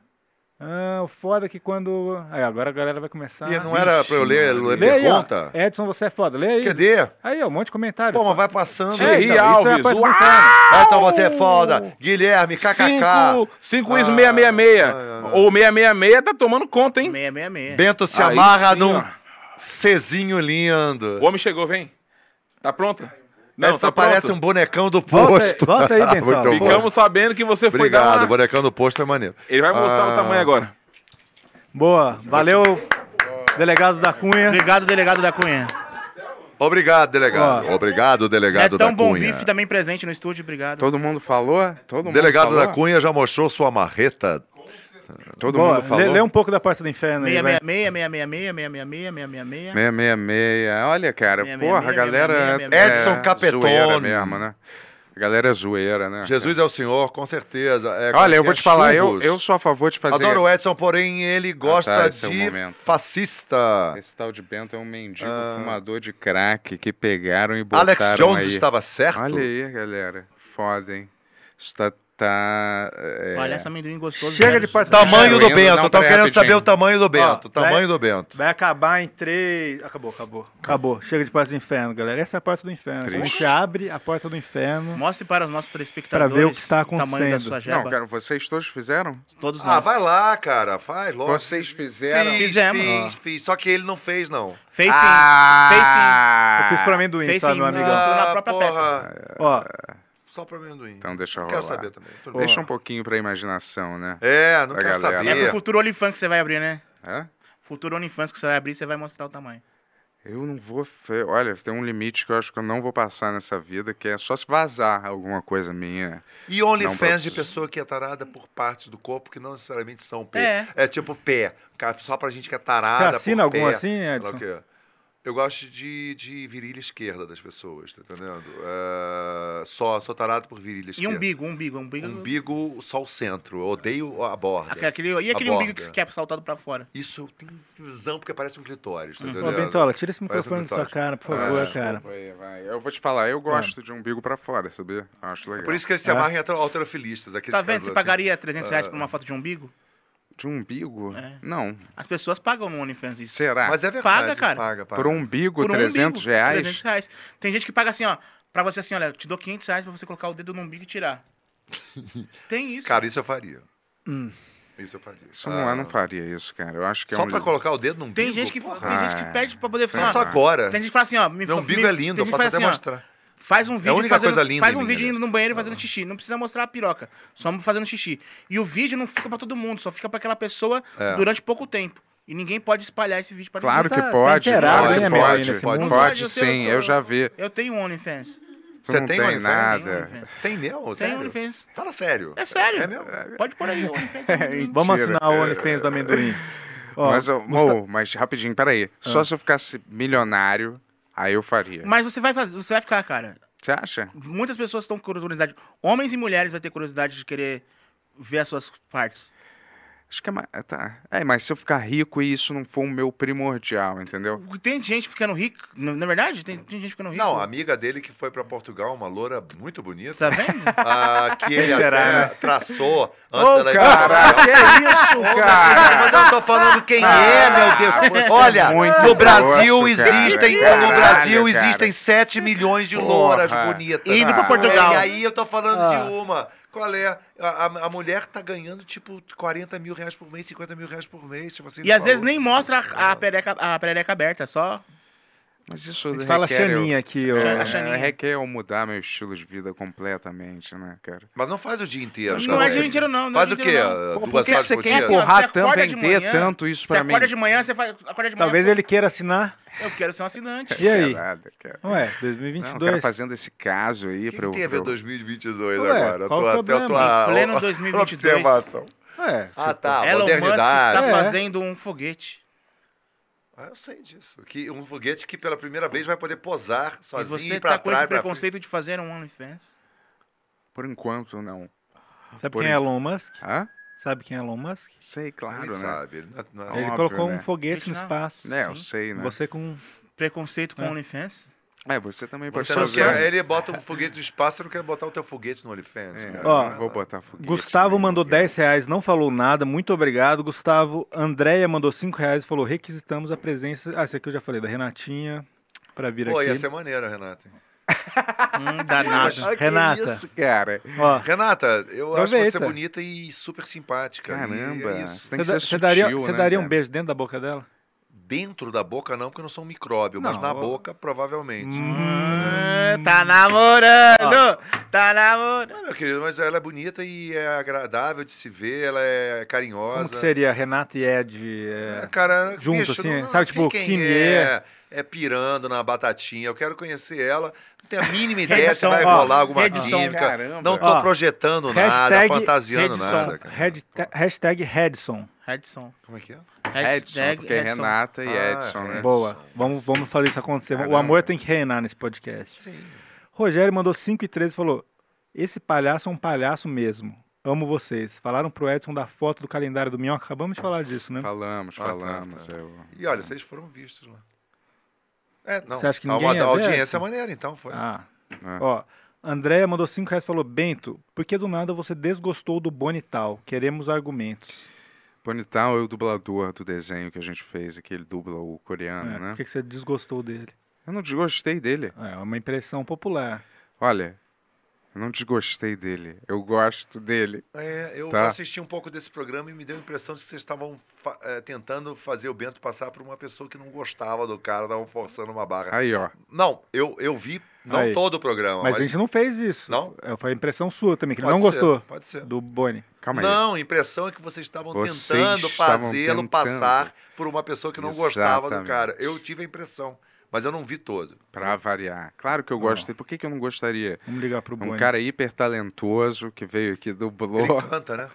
Speaker 5: Ah, o foda é que quando... Aí, agora a galera vai começar...
Speaker 3: E não era pra eu ler-
Speaker 5: Vixe,
Speaker 3: ler
Speaker 5: Lê aí, ó.
Speaker 3: pergunta?
Speaker 5: Edson, você é foda. Lê aí.
Speaker 3: Cadê?
Speaker 5: Aí, ó, um monte de comentário.
Speaker 3: Pô, mas vai passando.
Speaker 5: É,
Speaker 3: Thierry
Speaker 5: então, isso é a
Speaker 3: Alves,
Speaker 5: Porta do
Speaker 3: uau!
Speaker 5: Inferno.
Speaker 3: Edson, você é foda. Guilherme, kkk. Ah,
Speaker 6: 5 isso, 666. Ou 666 tá tomando conta, hein?
Speaker 10: 666.
Speaker 3: Bento se
Speaker 6: Aí
Speaker 3: amarra
Speaker 6: sim,
Speaker 3: num
Speaker 6: ó.
Speaker 3: Czinho lindo.
Speaker 6: O homem chegou, vem. Tá pronta?
Speaker 3: Essa
Speaker 12: tá
Speaker 3: parece um bonecão do
Speaker 6: Volta aí-
Speaker 3: posto.
Speaker 6: volta aí, Bentão.
Speaker 3: Muito bom.
Speaker 6: Ficamos sabendo que você foi
Speaker 3: Obrigado,
Speaker 6: dar uma-
Speaker 3: bonecão do posto é maneiro.
Speaker 6: Ele vai mostrar o tamanho agora.
Speaker 5: Boa, valeu, delegado da Cunha.
Speaker 10: Obrigado, delegado da Cunha.
Speaker 3: Obrigado, delegado. Obrigado, delegado
Speaker 10: é tão
Speaker 3: da
Speaker 10: bom
Speaker 3: Cunha.
Speaker 10: bife também presente no estúdio, obrigado.
Speaker 6: Todo mundo falou? Todo mundo
Speaker 3: Delegado
Speaker 6: falou?
Speaker 3: da Cunha já mostrou sua marreta.
Speaker 6: Todo
Speaker 5: Boa, lê, lê um pouco da Porta do Inferno aí, vai.
Speaker 10: 666-666-666-666.
Speaker 6: 666. Olha, cara,
Speaker 10: Meia, meia,
Speaker 6: porra,
Speaker 10: meia,
Speaker 6: a galera.
Speaker 10: meia, meia, meia,
Speaker 6: é
Speaker 10: meia.
Speaker 3: Edson Capetone.
Speaker 6: Zoeira mesmo, né? A galera é zoeira, né?
Speaker 3: Jesus é o Senhor, com certeza. É,
Speaker 6: Olha, eu vou
Speaker 3: qualquer
Speaker 6: te falar, eu,
Speaker 3: churros.
Speaker 6: eu sou a favor de fazer.
Speaker 3: Adoro o Edson, porém ele gosta
Speaker 6: tá, esse é o
Speaker 3: de
Speaker 6: momento.
Speaker 3: fascista. Ah,
Speaker 6: Esse tal de Bento é um mendigo fumador de crack que pegaram e botaram
Speaker 3: Alex Jones
Speaker 6: aí.
Speaker 3: estava certo?
Speaker 6: Olha aí, galera. Foda, hein? Está, tá, é...
Speaker 10: Olha essa amendoim gostoso.
Speaker 5: Chega
Speaker 10: velho.
Speaker 5: de Porta
Speaker 3: Tamanho do
Speaker 6: Não, peraí,
Speaker 3: Bento, eu tô querendo
Speaker 6: rapidinho.
Speaker 3: saber o tamanho do Bento.
Speaker 5: Ó,
Speaker 3: tamanho
Speaker 5: vai-
Speaker 3: do Bento.
Speaker 5: Vai acabar em três... Acabou, acabou. Acabou, chega de Porta do Inferno, galera. Essa é a Porta do Inferno. A gente
Speaker 6: Triste.
Speaker 5: abre a Porta do Inferno.
Speaker 10: Mostre para os nossos
Speaker 5: Pra
Speaker 10: telespectadores
Speaker 5: ver o que está
Speaker 10: o tamanho da
Speaker 5: acontecendo.
Speaker 10: sua jeba.
Speaker 6: Não, cara, vocês todos fizeram?
Speaker 10: Todos
Speaker 3: Ah,
Speaker 10: nós.
Speaker 3: vai lá, cara, faz logo.
Speaker 6: Vocês fizeram?
Speaker 3: Fiz,
Speaker 10: Fizemos.
Speaker 3: Fiz, fiz, só que ele não fez, não.
Speaker 10: Fez sim.
Speaker 6: Ah!
Speaker 5: Eu fiz pra amendoim,
Speaker 10: Fez
Speaker 5: sabe,
Speaker 10: sim,
Speaker 5: meu amigo?
Speaker 10: mostrou na própria
Speaker 3: Ah, porra.
Speaker 10: peça.
Speaker 5: Ó,
Speaker 3: Só pra amendoim.
Speaker 6: É. Então deixa
Speaker 3: Não
Speaker 6: rolar.
Speaker 3: quero saber também, tudo
Speaker 6: Deixa
Speaker 3: bem.
Speaker 6: um pouquinho pra imaginação, né?
Speaker 3: É, não
Speaker 6: Da
Speaker 3: quero
Speaker 6: galera.
Speaker 10: É pro futuro OnlyFans que você vai abrir, né?
Speaker 6: Hã?
Speaker 10: Futuro OnlyFans que você vai abrir, você vai mostrar o tamanho.
Speaker 6: Eu não vou. fe- Olha, tem um limite que eu acho que eu não vou passar nessa vida, que é só se vazar alguma coisa minha.
Speaker 3: E OnlyFans de pessoa que é tarada por partes do corpo que não necessariamente são pé. É, tipo pé. Cara, Só pra gente que é tarada.
Speaker 5: Você assina
Speaker 3: por
Speaker 5: algum
Speaker 3: pé,
Speaker 5: assim,
Speaker 3: sei lá
Speaker 5: Edson?
Speaker 3: o quê. Eu gosto de, de virilha esquerda das pessoas, tá entendendo? É, só, sou tarado por virilha
Speaker 10: E um
Speaker 3: esquerda. Um
Speaker 10: umbigo, umbigo, umbigo.
Speaker 3: Umbigo, só o centro. Eu odeio a borda.
Speaker 10: Aquele, aquele- e
Speaker 3: A
Speaker 10: aquele umbigo que
Speaker 3: borda.
Speaker 10: que é saltado pra fora? Hum.
Speaker 3: Isso eu tenho visão porque parece um clitóris, tá
Speaker 5: Ô,
Speaker 3: entendendo?
Speaker 5: Bentola, tira esse
Speaker 3: Parece um
Speaker 5: microfone da sua
Speaker 3: clitóris.
Speaker 5: cara, por favor,
Speaker 6: Ah,
Speaker 5: cara.
Speaker 6: desculpa aí, vai. Eu vou te falar, eu
Speaker 10: Ah.
Speaker 6: gosto de umbigo pra fora, sabia? Acho legal.
Speaker 3: Por isso que eles se amarram em altero- alterofilistas. Aqueles
Speaker 10: Tá vendo?
Speaker 3: caras
Speaker 10: Você
Speaker 3: assim.
Speaker 10: pagaria 300 reais por
Speaker 3: Ah.
Speaker 10: uma foto de umbigo?
Speaker 6: De umbigo? Não.
Speaker 10: As pessoas pagam no OnlyFans isso.
Speaker 6: Será?
Speaker 10: Mas é verdade. Ah, Paga, cara.
Speaker 6: paga, paga. Tá. Por um umbigo, 300 reais?
Speaker 10: 300 reais. Tem gente que paga assim, ó. Pra você assim, olha, eu te dou 500 reais pra você colocar o dedo no umbigo e tirar. Tem isso.
Speaker 3: É. Cara, isso eu faria.
Speaker 10: Hum.
Speaker 3: Isso eu faria.
Speaker 6: Isso não,
Speaker 5: é,
Speaker 6: eu não faria isso, cara. Eu acho que é
Speaker 3: Ah. Só
Speaker 6: um...
Speaker 3: pra colocar o dedo num
Speaker 10: Tem gente que, tem gente que
Speaker 6: Ah,
Speaker 10: pede pra poder
Speaker 6: sei
Speaker 10: falar.
Speaker 6: lá. Só agora.
Speaker 10: Tem gente que fala assim, ó. Me,
Speaker 6: Meu
Speaker 10: me-
Speaker 6: umbigo é lindo,
Speaker 10: tem gente
Speaker 6: eu posso
Speaker 10: que fala
Speaker 6: até
Speaker 10: assim, ó,
Speaker 6: mostrar.
Speaker 10: Faz um
Speaker 6: É a
Speaker 10: vídeo
Speaker 6: única
Speaker 10: fazendo,
Speaker 6: coisa linda
Speaker 10: faz
Speaker 6: em
Speaker 10: um
Speaker 6: mim,
Speaker 10: vídeo
Speaker 6: né?
Speaker 10: indo no banheiro e fazendo xixi. Não precisa mostrar a piroca. Só fazendo xixi. E o vídeo não fica pra todo mundo, só fica pra aquela pessoa
Speaker 6: É.
Speaker 10: durante pouco tempo. E ninguém pode espalhar esse vídeo pra
Speaker 6: Claro
Speaker 10: ninguém.
Speaker 6: que pode, claro que pode. Pode,
Speaker 10: eu sei,
Speaker 6: sim,
Speaker 10: sou-
Speaker 6: eu já vi.
Speaker 10: Eu tenho OnlyFans.
Speaker 6: Tu Você não tem tem OnlyFans? nada.
Speaker 3: Tem meu?
Speaker 10: Tem
Speaker 3: Sério?
Speaker 10: OnlyFans.
Speaker 3: Fala sério.
Speaker 10: É sério.
Speaker 3: É mesmo?
Speaker 10: Pode pôr aí, OnlyFans. é meu.
Speaker 5: Vamos
Speaker 6: Mentira. É.
Speaker 5: assinar o OnlyFans do amendoim. Ó,
Speaker 6: mas, ô,
Speaker 5: Musta-
Speaker 6: Mo, mas rapidinho, peraí. Só se eu ficasse milionário, aí eu faria.
Speaker 10: Ah. Mas você vai fazer, você vai ficar, cara.
Speaker 6: Você acha?
Speaker 10: Muitas pessoas estão com curiosidade. Homens e mulheres vão ter curiosidade de querer ver as suas partes.
Speaker 6: Acho que é mais. Tá. É, mas se eu ficar rico e isso não for o meu primordial, entendeu?
Speaker 10: Tem gente ficando rica, na na verdade, tem, tem gente ficando rica.
Speaker 3: Não, a amiga dele que foi pra Portugal, uma loura muito bonita.
Speaker 10: Tá vendo?
Speaker 3: Ah, que ele
Speaker 10: Quem será,
Speaker 3: até
Speaker 10: né?
Speaker 3: traçou antes
Speaker 10: Ô,
Speaker 3: dela ir
Speaker 10: cara,
Speaker 3: pra Portugal.
Speaker 10: que é isso,
Speaker 3: Ô,
Speaker 10: cara? Ah,
Speaker 3: Mas eu não tô falando quem é, meu Deus.
Speaker 10: você
Speaker 3: Olha,
Speaker 10: é muito
Speaker 3: no Brasil
Speaker 10: grosso, cara.
Speaker 3: existem, no
Speaker 10: Caralho,
Speaker 3: Brasil
Speaker 10: cara.
Speaker 3: existem 7 milhões de louras
Speaker 6: Porra.
Speaker 3: bonitas.
Speaker 10: Indo pra
Speaker 3: Ah.
Speaker 10: Portugal.
Speaker 3: E aí eu tô falando
Speaker 10: Ah.
Speaker 3: de uma. Qual é? A, a- a mulher tá ganhando, tipo, 40 mil reais por mês, 50 mil reais por mês. Tipo assim,
Speaker 10: E às vezes
Speaker 3: falou.
Speaker 10: nem mostra a,
Speaker 3: é.
Speaker 10: a, pereca, a perereca aberta, só.
Speaker 6: Mas isso
Speaker 10: gente
Speaker 5: fala
Speaker 6: requer eu-
Speaker 5: Xaninha aqui, ó.
Speaker 6: É,
Speaker 5: A Xaninha.
Speaker 6: requer eu mudar meu estilo de vida completamente, né, cara?
Speaker 3: Mas não faz o dia inteiro.
Speaker 10: Não é dia inteiro, não. não é
Speaker 3: Faz
Speaker 10: dia
Speaker 3: o quê?
Speaker 10: inteiro, não. Pô,
Speaker 3: Duas
Speaker 10: porque
Speaker 3: horas
Speaker 10: você
Speaker 3: por
Speaker 10: quer,
Speaker 3: dia?
Speaker 10: assim, ó,
Speaker 6: Porra,
Speaker 10: você acorda
Speaker 6: também
Speaker 10: de
Speaker 6: ter
Speaker 10: manhã,
Speaker 6: tanto isso pra
Speaker 10: você
Speaker 6: mim.
Speaker 10: acorda de manhã, você faz. Acorda de manhã.
Speaker 5: Talvez ele queira assinar.
Speaker 10: Eu quero ser um assinante.
Speaker 5: E aí?
Speaker 6: Caralho, cara.
Speaker 5: Ué,
Speaker 6: Não,
Speaker 5: 2022.
Speaker 6: o cara fazendo esse caso aí pra eu.
Speaker 3: tem a ver
Speaker 6: pra eu-
Speaker 3: 2022
Speaker 6: Ué,
Speaker 3: agora?
Speaker 6: qual
Speaker 3: Tua-
Speaker 6: o problema?
Speaker 3: teu- tua-
Speaker 6: Em pleno
Speaker 3: o-
Speaker 10: 2022.
Speaker 3: observação.
Speaker 5: É,
Speaker 3: Ah, tá.
Speaker 10: Elon Musk
Speaker 3: modernidade.
Speaker 6: É.
Speaker 10: está fazendo um foguete.
Speaker 3: Ah, eu sei disso. Que um foguete que pela primeira vez vai poder posar
Speaker 10: E
Speaker 3: sozinho
Speaker 10: você
Speaker 3: pra
Speaker 10: tá com
Speaker 3: trás.
Speaker 10: esse
Speaker 3: pra
Speaker 10: preconceito de fazer um OnlyFans?
Speaker 6: Por enquanto, não.
Speaker 5: Sabe
Speaker 6: Por
Speaker 5: quem é
Speaker 6: en-
Speaker 5: Elon Musk?
Speaker 6: Hã?
Speaker 5: Sabe quem é Elon Musk?
Speaker 6: Sei, claro,
Speaker 5: Ele
Speaker 6: né?
Speaker 5: sabe,
Speaker 3: ele não- não-
Speaker 5: Ele é-
Speaker 6: Óbvio,
Speaker 5: colocou
Speaker 6: né?
Speaker 5: um foguete no
Speaker 10: Não.
Speaker 5: espaço.
Speaker 6: É, eu sei, né?
Speaker 5: Você com...
Speaker 10: Preconceito com
Speaker 5: É.
Speaker 10: OnlyFans?
Speaker 6: É, você também
Speaker 3: frente.
Speaker 6: pode
Speaker 3: Você não
Speaker 6: fazer
Speaker 3: quer,
Speaker 6: isso.
Speaker 3: ele bota um foguete no espaço, você não quer botar o teu foguete no OnlyFans. cara.
Speaker 5: É. Ó,
Speaker 6: Vou botar foguete.
Speaker 5: Gustavo mandou 10 reais, não falou nada. Muito obrigado, Gustavo. Andréia mandou 5 reais e falou: requisitamos a presença. Ah, esse aqui eu já falei, da Renatinha, pra vir
Speaker 3: Pô,
Speaker 5: aqui.
Speaker 3: ia ser maneiro, Renata.
Speaker 10: Hum,
Speaker 3: Mas
Speaker 5: danado.
Speaker 3: que
Speaker 5: Renata.
Speaker 3: isso, cara.
Speaker 5: Ó.
Speaker 3: Renata, eu acho
Speaker 5: Aproveita.
Speaker 3: você bonita e super simpática.
Speaker 6: Caramba,
Speaker 3: E, é isso.
Speaker 6: você tem que
Speaker 5: Você
Speaker 6: ser
Speaker 5: da- você
Speaker 6: sutil,
Speaker 5: daria, você
Speaker 6: né,
Speaker 5: daria um
Speaker 6: cara?
Speaker 5: beijo dentro da boca dela?
Speaker 3: Dentro da boca não, porque eu não sou um micróbio, mas
Speaker 5: Não,
Speaker 3: na
Speaker 5: ó. Hum.
Speaker 3: boca provavelmente.
Speaker 10: Ah, tá namorando! Tá namorando!
Speaker 3: Ah, meu querido, mas ela é bonita e é agradável de se ver, ela é carinhosa.
Speaker 5: Como que seria Renata e Ed? é,
Speaker 3: É, cara,
Speaker 5: junto,
Speaker 3: bicho,
Speaker 5: assim?
Speaker 3: não- não
Speaker 5: sabe,
Speaker 3: sei
Speaker 5: tipo,
Speaker 3: quem
Speaker 5: Kim
Speaker 3: é,
Speaker 5: Ye?
Speaker 3: é pirando na batatinha. Eu quero conhecer ela. Não tenho a mínima ideia se
Speaker 5: Redição,
Speaker 3: vai
Speaker 5: ó,
Speaker 3: rolar alguma
Speaker 5: redição.
Speaker 3: química.
Speaker 5: Caramba.
Speaker 3: Não tô
Speaker 5: Ó,
Speaker 3: projetando nada, fantasiando nada. cara.
Speaker 5: Redson- hashtag Redson.
Speaker 10: Redson.
Speaker 3: Como é que é?
Speaker 10: Hashtag
Speaker 6: porque é
Speaker 10: Edson.
Speaker 6: Renata e
Speaker 3: Ah,
Speaker 6: Edson, né?
Speaker 5: Boa. Vamos, vamos fazer isso acontecer. O
Speaker 6: Caramba.
Speaker 5: amor tem que reinar nesse podcast. Rogério mandou 5 e 13 e falou: Esse palhaço é um palhaço mesmo. Amo vocês. Falaram pro Edson da foto do calendário do Minhoca. Acabamos de falar disso, né?
Speaker 6: Falamos,
Speaker 3: Ah, tá,
Speaker 6: falamos. eu-
Speaker 3: E olha, vocês foram vistos lá. É, não.
Speaker 5: Você acha que
Speaker 3: a-
Speaker 5: ninguém
Speaker 3: a,
Speaker 5: ia ver,
Speaker 3: audiência
Speaker 5: Edson?
Speaker 3: é maneira, então foi.
Speaker 5: Ah.
Speaker 6: É.
Speaker 5: Ó, Andréia mandou 5 reais e falou: Bento, por que do nada você desgostou do Boni tal? Queremos argumentos.
Speaker 6: Bonital é o dublador do desenho que a gente fez, aqui, ele dubla o coreano,
Speaker 5: É,
Speaker 6: né?
Speaker 5: Por que que você desgostou dele?
Speaker 6: Eu não desgostei dele.
Speaker 5: É uma impressão popular.
Speaker 6: Olha, eu não desgostei dele. Eu gosto dele.
Speaker 3: É, eu
Speaker 6: Tá.
Speaker 3: assisti um pouco desse programa e me deu a impressão de que vocês estavam fa- eh, tentando fazer o Bento passar por uma pessoa que não gostava do cara, estavam forçando uma barra.
Speaker 6: Aí, ó.
Speaker 3: Não, eu, eu vi não
Speaker 5: Aí.
Speaker 3: todo o programa,
Speaker 5: mas,
Speaker 3: mas,
Speaker 5: a gente não fez isso.
Speaker 3: Não?
Speaker 5: É, Foi a impressão sua também, que ele
Speaker 3: Pode
Speaker 5: não
Speaker 3: ser,
Speaker 5: gostou
Speaker 3: pode ser.
Speaker 5: do Boni.
Speaker 6: Calma
Speaker 3: Não, a impressão é que vocês estavam
Speaker 6: Vocês
Speaker 3: tentando
Speaker 6: estavam
Speaker 3: fazê-lo
Speaker 6: tentando.
Speaker 3: passar por uma pessoa que não gostava do
Speaker 6: Exatamente.
Speaker 3: cara. Eu tive a impressão, mas eu não vi todo.
Speaker 6: Pra variar. Claro que eu
Speaker 3: Vamos lá.
Speaker 6: gosto dele. Por que, que eu não gostaria?
Speaker 5: Vamos ligar pro
Speaker 6: Um
Speaker 5: Boni.
Speaker 6: cara hiper talentoso que veio aqui, dublou.
Speaker 3: Ele canta, né?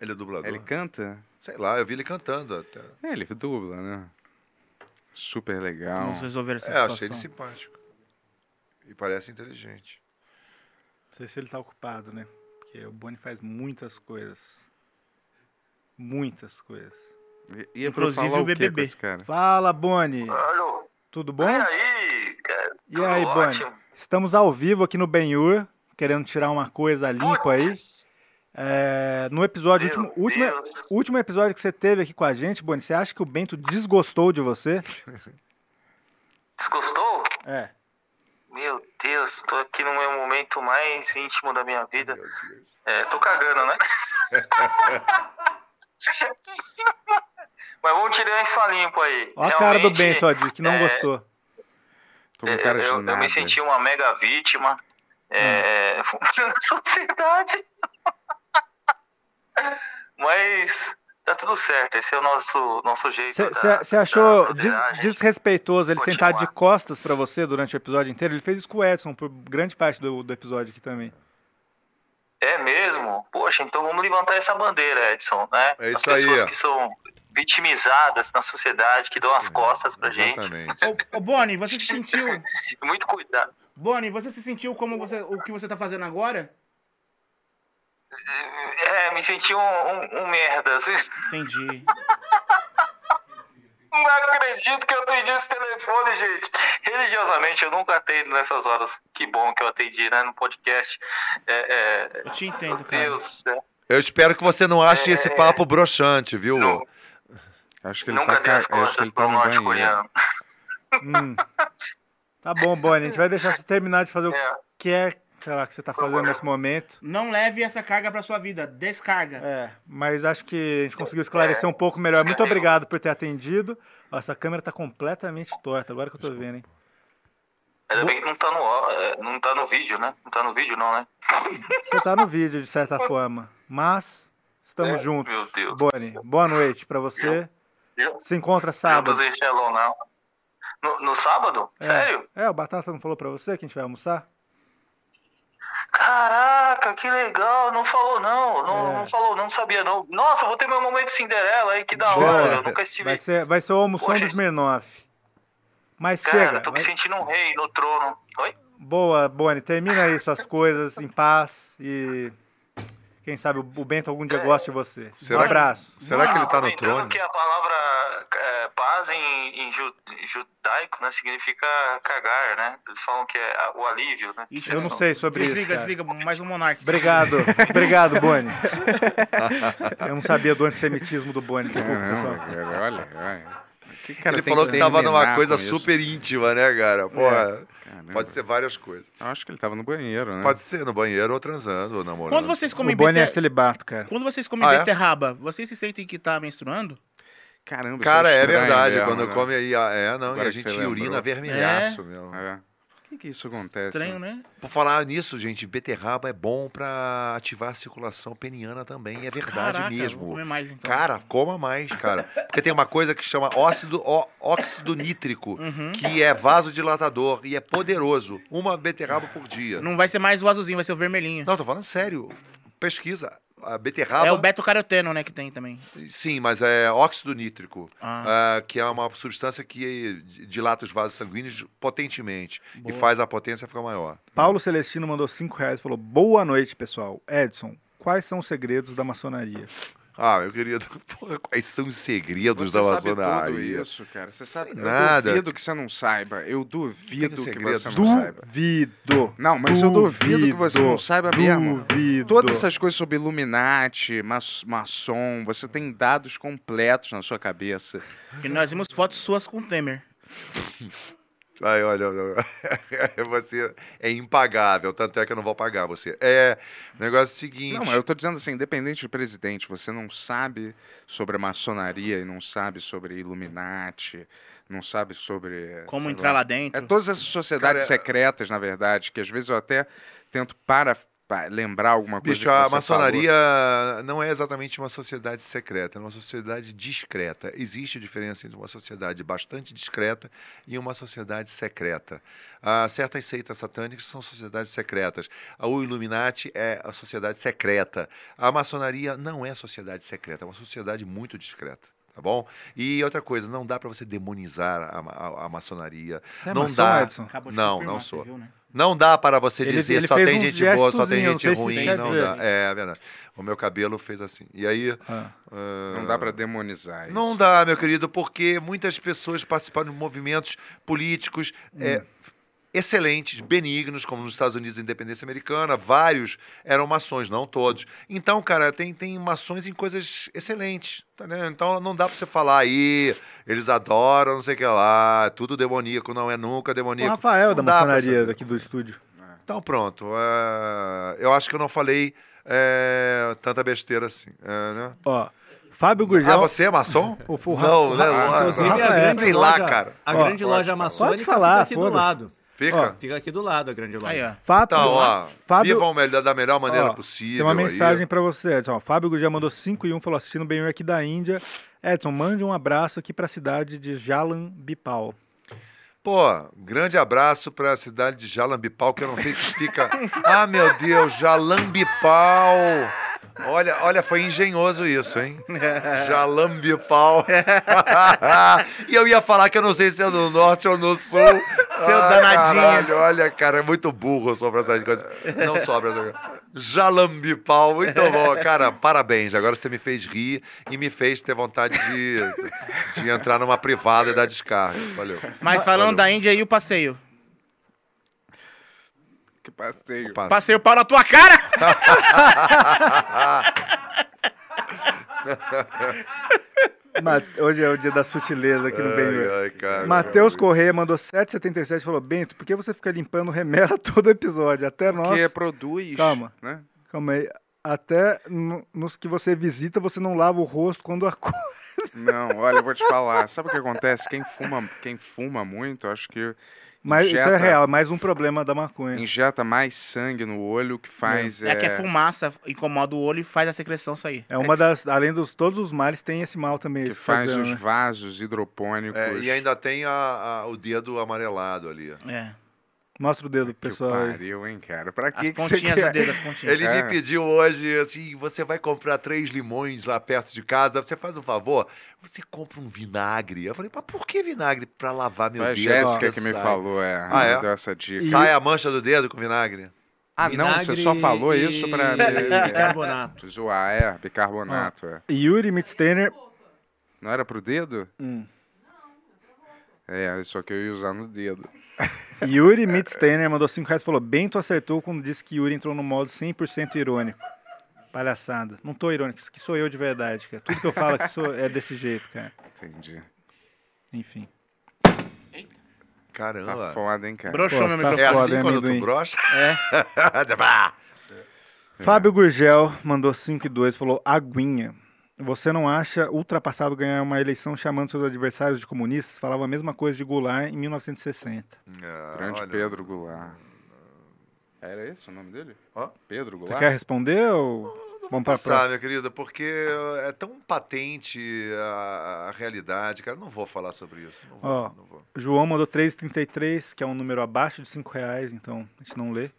Speaker 3: Ele é dublador.
Speaker 6: Ele canta?
Speaker 3: Sei lá, eu vi ele cantando até.
Speaker 6: É, ele dubla, né? Super legal.
Speaker 10: Vamos resolver essa
Speaker 3: é,
Speaker 10: situação.
Speaker 3: achei ele simpático. E parece inteligente.
Speaker 5: Não sei se ele tá ocupado, né? Porque o Boni faz muitas coisas. Muitas coisas.
Speaker 6: E, e é pra eu falar o quê com esse cara?
Speaker 5: Fala, Boni. Alô. Tudo bom? E
Speaker 16: aí, cara?
Speaker 5: E aí, Boni? Estamos ao vivo aqui no Benhur, querendo tirar uma coisa limpa aí. É, no episódio, último, último, último episódio que você teve aqui com a gente, Boni, você acha que o Bento desgostou de você?
Speaker 16: Desgostou?
Speaker 5: É.
Speaker 16: Meu Deus, tô aqui no meu momento mais íntimo da minha vida. É, tô cagando, né? Mas vamos tirar isso a limpo aí.
Speaker 5: Olha a cara do
Speaker 16: Realmente,
Speaker 5: Bento, Adi, que não
Speaker 16: é,
Speaker 5: gostou.
Speaker 6: Tô com
Speaker 16: é,
Speaker 6: cara de
Speaker 16: eu, eu
Speaker 6: nada.
Speaker 16: me senti uma mega vítima.
Speaker 5: Hum.
Speaker 16: É, na sociedade. Mas tá tudo certo, esse é o nosso, nosso jeito. da-
Speaker 5: Você
Speaker 16: tá
Speaker 5: achou des- desrespeitoso ele sentar de costas pra você durante o episódio inteiro? Ele fez isso com o Edson por grande parte do, do episódio aqui também.
Speaker 16: É mesmo? Poxa, então vamos levantar essa bandeira, Edson, né?
Speaker 3: É isso
Speaker 16: As
Speaker 3: aí,
Speaker 16: pessoas
Speaker 3: ó.
Speaker 16: que são vitimizadas na sociedade, que dão as costas pra gente.
Speaker 10: Ô, Boni, você se sentiu.
Speaker 16: Muito cuidado.
Speaker 10: Boni, você se sentiu como você, o que você tá fazendo agora?
Speaker 16: É, me senti um, um, um merda. assim.
Speaker 10: Entendi.
Speaker 16: Não acredito que eu atendi esse telefone, gente. Religiosamente, eu nunca atendo nessas horas. Que bom que eu atendi, né? No podcast. É, é...
Speaker 10: Eu te entendo,
Speaker 16: cara. Deus do céu.
Speaker 3: Eu espero que você não ache esse papo broxante, viu?
Speaker 6: Acho
Speaker 3: que
Speaker 16: ele É. Nunca tá dei ca- as acho que costas ele tá pro no norte banheiro. coreano.
Speaker 5: Hum. Tá bom, Boni, a gente vai deixar você terminar de fazer o que é, sei lá, que você tá fazendo nesse momento.
Speaker 10: Não leve essa carga pra sua vida, descarga.
Speaker 5: É. Mas acho que a gente conseguiu
Speaker 16: É.
Speaker 5: esclarecer um pouco melhor. Muito obrigado por ter atendido. Ó, essa câmera tá completamente torta, agora que eu tô vendo, hein?
Speaker 16: Ainda bem que não tá, no, ó- é, não tá no vídeo, né? Não tá no vídeo, não, né?
Speaker 5: Você tá no vídeo, de certa forma. Mas, estamos
Speaker 16: É,
Speaker 5: juntos.
Speaker 16: meu Deus.
Speaker 5: Boni, boa noite pra você.
Speaker 16: Eu-
Speaker 5: Se encontra
Speaker 16: Juntos
Speaker 5: sábado.
Speaker 16: em Shalom, não. No, no sábado?
Speaker 5: É.
Speaker 16: Sério?
Speaker 5: É, o Batata não falou pra você que a gente vai almoçar?
Speaker 16: Caraca, que legal. Não falou, não. Não,
Speaker 10: É.
Speaker 16: não falou, não sabia, não. Nossa, vou ter meu momento Cinderela aí, que da hora. Eu nunca estive.
Speaker 5: Vai ser, vai ser o almoção do Smirnov. Mas
Speaker 16: Cara,
Speaker 5: chega.
Speaker 16: eu tô me
Speaker 5: vai-
Speaker 16: sentindo um rei no trono. Oi?
Speaker 5: Boa, Boni. Termina aí suas coisas em paz e. Quem sabe o Bento algum dia gosta de você.
Speaker 3: Será
Speaker 5: um
Speaker 3: que-
Speaker 5: abraço.
Speaker 3: será que ele tá no
Speaker 16: Lembrando que a palavra é, paz em, em ju- em judaico né, significa cagar, né? Eles falam que é a- o alívio, né?
Speaker 5: Eu não sei sobre isso,
Speaker 10: desliga,
Speaker 5: cara.
Speaker 10: Desliga, mais um monarca.
Speaker 5: Obrigado, obrigado, Boni. Eu não sabia do antissemitismo do Boni, desculpa,
Speaker 6: Caramba,
Speaker 5: pessoal.
Speaker 6: cara, olha, olha. Que
Speaker 3: ele falou que tava numa coisa super íntima, né, cara? Porra,
Speaker 6: É.
Speaker 3: pode ser várias coisas.
Speaker 6: Acho que ele tava no banheiro, né?
Speaker 3: Pode ser no banheiro ou transando ou namorando.
Speaker 10: Quando vocês comem
Speaker 5: O Boni é
Speaker 10: bete-
Speaker 5: celibato, cara.
Speaker 10: Quando vocês comem
Speaker 3: Ah, é?
Speaker 10: beterraba, vocês se sentem que tá menstruando?
Speaker 6: Caramba,
Speaker 3: Cara, é
Speaker 6: estranho
Speaker 3: verdade.
Speaker 6: mesmo,
Speaker 3: quando
Speaker 6: né?
Speaker 3: come aí, ah, é, não,
Speaker 6: Agora
Speaker 3: e a
Speaker 6: que
Speaker 3: gente
Speaker 6: você lembrou.
Speaker 3: urina vermelhaço, meu.
Speaker 6: É. Por que, que isso acontece?
Speaker 10: Estranho, né?
Speaker 3: Por falar nisso, gente, beterraba é bom pra ativar a circulação peniana também, é verdade
Speaker 10: Caraca,
Speaker 3: mesmo.
Speaker 10: vou comer mais, então.
Speaker 3: Cara, coma mais, cara. Porque tem uma coisa que chama óxido, ó- óxido nítrico,
Speaker 10: Uhum.
Speaker 3: que é vasodilatador e é poderoso. Uma beterraba por dia.
Speaker 10: Não vai ser mais o azulzinho, vai ser o vermelhinho.
Speaker 3: Não, tô falando sério. Pesquisa. A beterraba.
Speaker 10: É o beta-caroteno, né, que tem também.
Speaker 3: Sim, mas é óxido nítrico, ah, que é uma substância que dilata os vasos sanguíneos potentemente
Speaker 5: Boa.
Speaker 3: e faz a potência ficar maior.
Speaker 5: Paulo Celestino mandou 5 reais e falou: Boa noite, pessoal. Edson, quais são os segredos da maçonaria?
Speaker 3: Ah, meu querido, porra, quais são os segredos
Speaker 6: Você
Speaker 3: da
Speaker 6: sabe tudo
Speaker 3: maçonaria?
Speaker 6: isso, cara. Você sabe
Speaker 3: Sei
Speaker 6: eu
Speaker 3: nada.
Speaker 6: duvido que você não saiba. Eu duvido que
Speaker 3: segredo.
Speaker 6: você não saiba.
Speaker 5: Duvido.
Speaker 6: Não, mas eu duvido que você não saiba mesmo.
Speaker 5: Duvido.
Speaker 6: Todas essas coisas sobre Illuminati, mas- maçom, você tem dados completos na sua cabeça.
Speaker 10: E nós vimos fotos suas com o Temer.
Speaker 3: Ai, olha, olha, olha. você é impagável, tanto é que eu não vou pagar você. É, o negócio é o seguinte.
Speaker 6: Não, mas eu tô dizendo assim, independente de presidente, você não sabe sobre a maçonaria e não sabe sobre Illuminati, não sabe sobre...
Speaker 10: Como
Speaker 6: sei
Speaker 10: entrar lá dentro.
Speaker 6: É todas essas sociedades
Speaker 10: Cara, é-
Speaker 6: secretas, na verdade, que às vezes eu até tento para, pa- lembrar alguma coisa
Speaker 3: Bicho,
Speaker 6: que
Speaker 3: a
Speaker 6: você
Speaker 3: maçonaria não é exatamente uma sociedade secreta, é uma sociedade discreta. Existe diferença entre uma sociedade bastante discreta e uma sociedade secreta. Ah, certas seitas satânicas são sociedades secretas. Ah, O Illuminati é a sociedade secreta. A maçonaria não é sociedade secreta, é uma sociedade muito discreta. Tá bom? E outra coisa, não dá para você demonizar a, ma- a- a maçonaria.
Speaker 5: Você é
Speaker 3: não
Speaker 5: maçom,
Speaker 3: dá.
Speaker 5: Edson? Acabou de
Speaker 3: Não,
Speaker 5: confirmar,
Speaker 3: não
Speaker 5: você
Speaker 3: sou.
Speaker 5: viu, né?
Speaker 3: Não dá para você
Speaker 5: Ele-
Speaker 3: dizer
Speaker 5: ele
Speaker 3: só
Speaker 5: fez
Speaker 3: tem
Speaker 5: uns
Speaker 3: gente boa, só tem
Speaker 5: gestozinhos,
Speaker 3: gente
Speaker 5: não sei se
Speaker 3: ruim,
Speaker 5: quer
Speaker 3: não
Speaker 5: dizer.
Speaker 3: dá. É, é verdade. O meu cabelo fez assim. E aí. ah,
Speaker 6: Não dá pra demonizar
Speaker 3: Não dá,
Speaker 5: Hum.
Speaker 3: meu querido, porque muitas pessoas participaram de movimentos políticos. é, excelentes, benignos, como nos Estados Unidos, a independência americana, vários eram maçons, não todos. Então, cara, tem, tem maçons em coisas excelentes, tá entendendo? Então não dá pra você falar aí, eles adoram, não sei o que lá, é tudo demoníaco, não é nunca
Speaker 5: O
Speaker 3: demoníaco.
Speaker 5: Rafael da
Speaker 3: Não dá pra
Speaker 5: maçonaria daqui do estúdio.
Speaker 3: então pronto, é, eu acho que eu não falei é, tanta besteira assim. é, né?
Speaker 5: Ó, Fábio Gurgel.
Speaker 3: Ah, você é maçom?
Speaker 5: O, o Ra-
Speaker 3: não, né?
Speaker 5: Ah,
Speaker 3: Não,
Speaker 5: inclusive,
Speaker 3: não,
Speaker 5: a grande
Speaker 3: sei lá,
Speaker 5: loja-
Speaker 3: cara.
Speaker 9: A
Speaker 5: Ó,
Speaker 9: grande loja
Speaker 5: pode
Speaker 9: maçônica
Speaker 5: falar,
Speaker 9: fica aqui do
Speaker 5: foda-se.
Speaker 9: lado.
Speaker 3: Fica?
Speaker 9: Fica aqui do lado a grande loja.
Speaker 5: Fábio,
Speaker 3: Então, ó,
Speaker 5: Fábio-
Speaker 3: vivam melhor- da melhor maneira
Speaker 5: Ó,
Speaker 3: possível.
Speaker 5: Tem uma
Speaker 3: aí.
Speaker 5: mensagem pra você, Edson. Ó, Fábio Gugel mandou 5 e 1, falou assistindo bem aqui da Índia. Edson, mande um abraço aqui pra cidade de Jalan Bipal.
Speaker 3: Pô, grande abraço pra cidade de Jalambipau, que eu não sei se fica. ah, meu Deus, Jalambipau! Olha, olha, foi engenhoso isso, hein? Jalambipau. e eu ia falar que eu não sei se é no norte ou no sul.
Speaker 15: Seu danadinho.
Speaker 3: caralho, olha, cara, é muito burro eu sou pra essas coisas. Não sobra. essa coisa. Jalambipau, muito bom. Cara, parabéns. Agora você me fez rir e me fez ter vontade de, de entrar numa privada e dar descarga. Valeu.
Speaker 10: Mas falando da Índia aí, o passeio.
Speaker 6: Que passeio.
Speaker 10: Passei o pau na tua cara!
Speaker 5: Ma- Hoje é o dia da sutileza aqui no
Speaker 3: Ai,
Speaker 5: Bem.
Speaker 3: ai, cara.
Speaker 5: Matheus Correia mandou 777 e falou: Bento, por que você fica limpando remela todo episódio? Até nós.
Speaker 6: Porque é produz.
Speaker 5: Calma.
Speaker 6: Né?
Speaker 5: Calma aí. Até no- nos que você visita, você não lava o rosto quando acorda.
Speaker 6: Não, olha, eu vou te falar. Sabe o que acontece? Quem fuma, quem fuma muito, acho que.
Speaker 5: Mas isso é
Speaker 6: injeta-
Speaker 5: real, mais um problema da maconha.
Speaker 6: Injeta mais sangue no olho que faz. eh,
Speaker 10: É, que é fumaça, incomoda o olho e faz a secreção sair.
Speaker 5: É uma das. Além dos todos os males, tem esse mal também.
Speaker 6: Que
Speaker 5: isso que tá
Speaker 6: faz
Speaker 5: dizendo,
Speaker 6: os
Speaker 5: né?
Speaker 6: vasos hidropônicos.
Speaker 3: É, e ainda tem a- a- o dedo amarelado ali.
Speaker 10: É.
Speaker 5: Mostra o dedo, pro pessoal. aí.
Speaker 6: Pariu, hein, cara? Pra
Speaker 5: As
Speaker 6: que, que você
Speaker 5: pontinhas do
Speaker 6: quer?
Speaker 5: dedo, as pontinhas.
Speaker 3: Ele
Speaker 5: É.
Speaker 3: me pediu hoje assim: você vai comprar três limões lá perto de casa, você faz um favor, você compra um vinagre. Eu falei, mas por que vinagre? Pra lavar meu
Speaker 6: Foi a
Speaker 3: dedo.
Speaker 6: Jéssica
Speaker 3: você
Speaker 6: que me
Speaker 3: sai.
Speaker 6: falou, é.
Speaker 3: Ah,
Speaker 6: me
Speaker 3: é?
Speaker 6: deu essa dica.
Speaker 3: Sai a mancha do dedo com vinagre?
Speaker 6: Ah, não, você só falou isso pra.
Speaker 9: bicarbonato.
Speaker 6: Zoar, é, bicarbonato,
Speaker 5: Ah.
Speaker 6: é.
Speaker 5: Yuri Mitsteiner.
Speaker 6: Não era pro dedo?
Speaker 5: Hum.
Speaker 6: É, só que eu ia usar no dedo.
Speaker 5: Yuri Mitsteiner mandou 5 reais e falou: Bento acertou quando disse que Yuri entrou no modo 100% irônico. Palhaçada. Não tô irônico, isso aqui sou eu de verdade, cara. Tudo que eu falo aqui sou, é desse jeito, cara.
Speaker 6: Entendi.
Speaker 5: Enfim.
Speaker 3: Caramba.
Speaker 6: Tá foda, hein, cara?
Speaker 5: Broxou Pô, meu tá microfone.
Speaker 3: É assim
Speaker 5: foda, hein,
Speaker 3: quando
Speaker 5: amendoim?
Speaker 3: tu brocha?
Speaker 6: É.
Speaker 5: Fábio Gurgel mandou 5 e 2 falou: Aguinha. Você não acha ultrapassado ganhar uma eleição chamando seus adversários de comunistas? Falava a mesma coisa de Goulart em 1960.
Speaker 6: Grande
Speaker 3: Ah, olha.
Speaker 6: Pedro Goulart. Era É esse o nome dele?
Speaker 3: Ó.
Speaker 6: Pedro Goulart?
Speaker 5: Você quer responder ou vamos para a
Speaker 3: Passar,
Speaker 5: próxima?
Speaker 3: meu querido, porque é tão patente a, a realidade, cara. Não vou falar sobre isso. Não vou,
Speaker 5: Ó,
Speaker 3: não vou.
Speaker 5: João mandou 3,33, que é um número abaixo de 5 reais, então a gente não lê.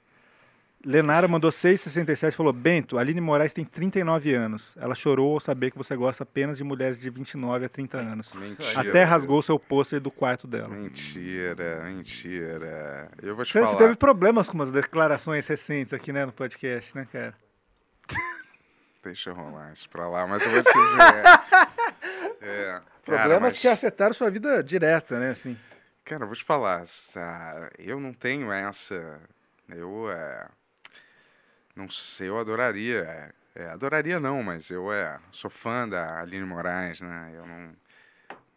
Speaker 5: Lenara mandou 6,67 falou: Bento, Aline Moraes tem 39 anos. Ela chorou ao saber que você gosta apenas de mulheres de 29 a 30 anos.
Speaker 6: Mentira.
Speaker 5: Até rasgou seu pôster do quarto dela.
Speaker 6: Mentira, mentira. Eu vou te
Speaker 5: Você,
Speaker 6: falar.
Speaker 5: você teve problemas com umas declarações recentes aqui, né, no podcast, né, cara?
Speaker 6: Deixa rolar isso pra lá, mas eu vou te dizer. é, cara,
Speaker 5: Problemas
Speaker 6: mas-
Speaker 5: que afetaram sua vida direta, né, assim.
Speaker 6: Cara, eu vou te falar, essa- eu não tenho essa. Eu é, não sei, eu adoraria. é, é, adoraria não, mas eu é, sou fã da Aline Moraes, né? Eu não,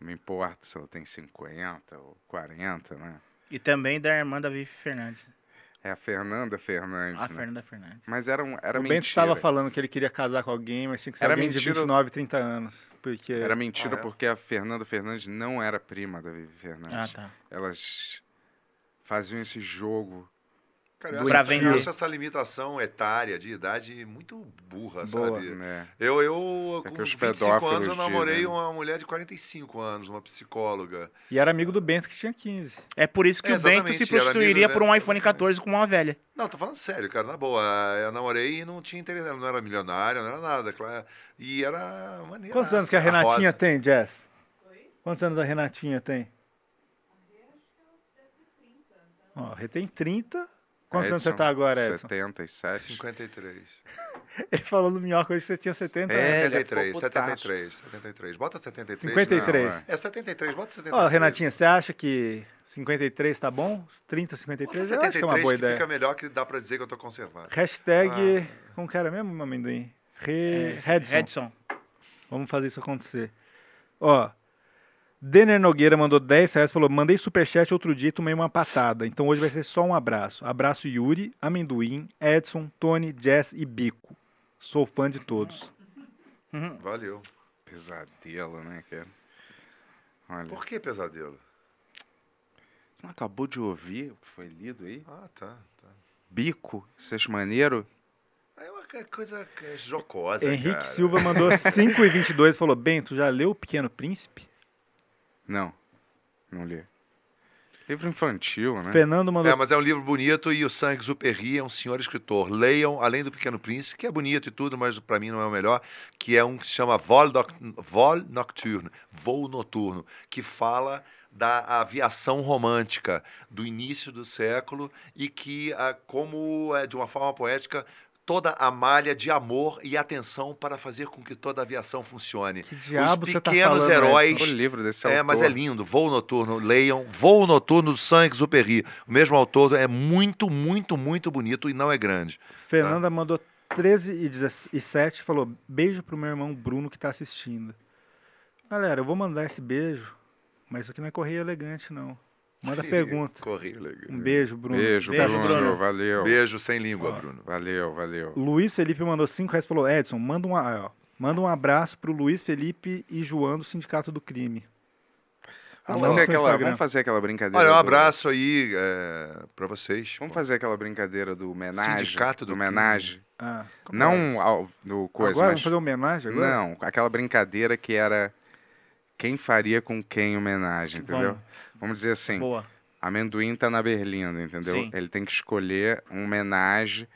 Speaker 6: não me importo se ela tem 50 ou 40, né?
Speaker 10: E também da irmã da Vivi Fernandes.
Speaker 6: É a Fernanda Fernandes.
Speaker 10: A
Speaker 6: né?
Speaker 10: Fernanda Fernandes.
Speaker 6: Mas era, um, era
Speaker 5: o
Speaker 6: mentira.
Speaker 5: Bento estava falando que ele queria casar com alguém, mas tinha que ser
Speaker 6: Era
Speaker 5: alguém
Speaker 6: mentira-
Speaker 5: de 29, 30 anos. Porque...
Speaker 6: Era mentira
Speaker 5: Ah, é?
Speaker 6: porque a Fernanda Fernandes não era prima da Vivi Fernandes.
Speaker 10: Ah, tá.
Speaker 6: Elas faziam esse jogo.
Speaker 3: Cara, eu
Speaker 6: do
Speaker 3: acho, eu
Speaker 6: inferno.
Speaker 3: acho essa limitação etária de idade muito burra,
Speaker 6: Boa.
Speaker 3: sabe?
Speaker 6: Né?
Speaker 3: Eu, eu
Speaker 6: É
Speaker 3: com
Speaker 6: que os
Speaker 3: 25 anos, eu
Speaker 6: pedófilos
Speaker 3: namorei
Speaker 6: dizem.
Speaker 3: uma mulher de 45 anos, uma psicóloga.
Speaker 5: E era amigo do Bento que tinha 15.
Speaker 10: É por isso que
Speaker 3: É,
Speaker 10: o Bento
Speaker 3: exatamente,
Speaker 10: se
Speaker 3: era amigo do
Speaker 10: prostituiria por um
Speaker 3: Bento,
Speaker 10: iPhone 14 com uma velha.
Speaker 3: Não, tô falando sério, cara, na boa. Eu namorei e não tinha interesse, ela não era milionária, não era nada, claro. E era maneira.
Speaker 5: Quantos anos que a Renatinha tem, Jess? Quantos anos a Renatinha tem? Ó, a Rê tem 30 Quantos
Speaker 3: É,
Speaker 5: anos você tá agora, Edson?
Speaker 6: 77.
Speaker 3: 53.
Speaker 5: Ele falou no Minhoca hoje que você tinha 70 anos.
Speaker 3: É, 73, 73, 73. Bota 73.
Speaker 5: 53.
Speaker 3: Não, é. é 73, bota 73.
Speaker 5: Ó, Renatinha, você acha que 53 tá bom? 30, 53?
Speaker 3: Bota
Speaker 5: eu acho que é uma
Speaker 3: 73
Speaker 5: boa
Speaker 3: que
Speaker 5: ideia.
Speaker 3: fica melhor que dá pra dizer que eu tô conservado. Ah.
Speaker 5: Hashtag. Como que era mesmo o amendoim? Re...
Speaker 3: É,
Speaker 5: Redson.
Speaker 3: Redson.
Speaker 5: Vamos fazer isso acontecer. Ó. Denner Nogueira mandou 10 reais falou: mandei superchat outro dia e tomei uma patada. Então hoje vai ser só um abraço. Abraço Yuri, Amendoim, Edson, Tony, Jess e Bico. Sou fã de todos. Uhum.
Speaker 3: Valeu.
Speaker 6: Pesadelo, né, cara? Olha.
Speaker 3: Por que pesadelo?
Speaker 6: Você não acabou de ouvir o que foi lido aí?
Speaker 3: Ah, tá. tá.
Speaker 6: Bico, vocês maneiro?
Speaker 3: É uma ca- coisa é, jocosa.
Speaker 5: Henrique
Speaker 3: cara.
Speaker 5: Silva mandou 5 e 22 falou: Bento, já leu O Pequeno Príncipe?
Speaker 6: Não, não li. Livro infantil, né?
Speaker 5: Fernando mandou-
Speaker 3: É, mas é um livro bonito e o Saint-Exupéry é um senhor escritor. Leiam, além do Pequeno Príncipe, que é bonito e tudo, mas pra mim não é o melhor, que é um que se chama Vol, Noc- Vol Nocturne, Voo Noturno, que fala da aviação romântica do início do século e que, ah, como é, de uma forma poética, toda a malha de amor e atenção para fazer com que toda a aviação funcione. Que
Speaker 5: diabo
Speaker 3: Os
Speaker 5: você tá
Speaker 3: pequenos
Speaker 5: falando,
Speaker 3: heróis.
Speaker 5: Edson?
Speaker 6: O livro desse
Speaker 3: É, mas é
Speaker 6: autor.
Speaker 3: lindo lindo, Voo Noturno, leiam. Voo Noturno do Saint-Exupéry. O mesmo autor é muito, muito, muito bonito e não é grande.
Speaker 5: Fernanda mandou 13 e 17 falou: beijo pro meu irmão Bruno que tá assistindo. Galera, eu vou mandar esse beijo, mas isso aqui não é correio elegante, não. Manda pergunta.
Speaker 3: Corri, legal.
Speaker 5: Um beijo, Bruno.
Speaker 6: Beijo,
Speaker 5: Beijo,
Speaker 6: Bruno.
Speaker 5: Bruno.
Speaker 6: Valeu.
Speaker 3: Beijo sem língua, Bruno.
Speaker 6: Valeu, valeu.
Speaker 5: Luiz Felipe mandou 5 reais e falou: Edson, manda um, ah, ó, manda um abraço pro Luiz Felipe e João do Sindicato do Crime.
Speaker 6: Vamos
Speaker 5: Tá lá no
Speaker 6: fazer,
Speaker 5: seu
Speaker 6: aquela,
Speaker 5: Instagram.
Speaker 6: vamos fazer aquela brincadeira.
Speaker 3: Olha, um
Speaker 6: do-
Speaker 3: abraço aí é, para vocês.
Speaker 6: Vamos fazer aquela brincadeira do homenagem.
Speaker 3: Sindicato do é?
Speaker 6: homenagem.
Speaker 5: Ah.
Speaker 6: Não ao, do coisa,
Speaker 5: Agora?
Speaker 6: mas...
Speaker 5: Vamos fazer homenagem agora?
Speaker 6: Não, aquela brincadeira que era quem faria com quem homenagem, entendeu?
Speaker 5: Vamos.
Speaker 6: Vamos dizer assim.
Speaker 5: Boa.
Speaker 6: Amendoim tá na Berlinda, entendeu?
Speaker 5: Sim.
Speaker 6: Ele tem que escolher um homenagem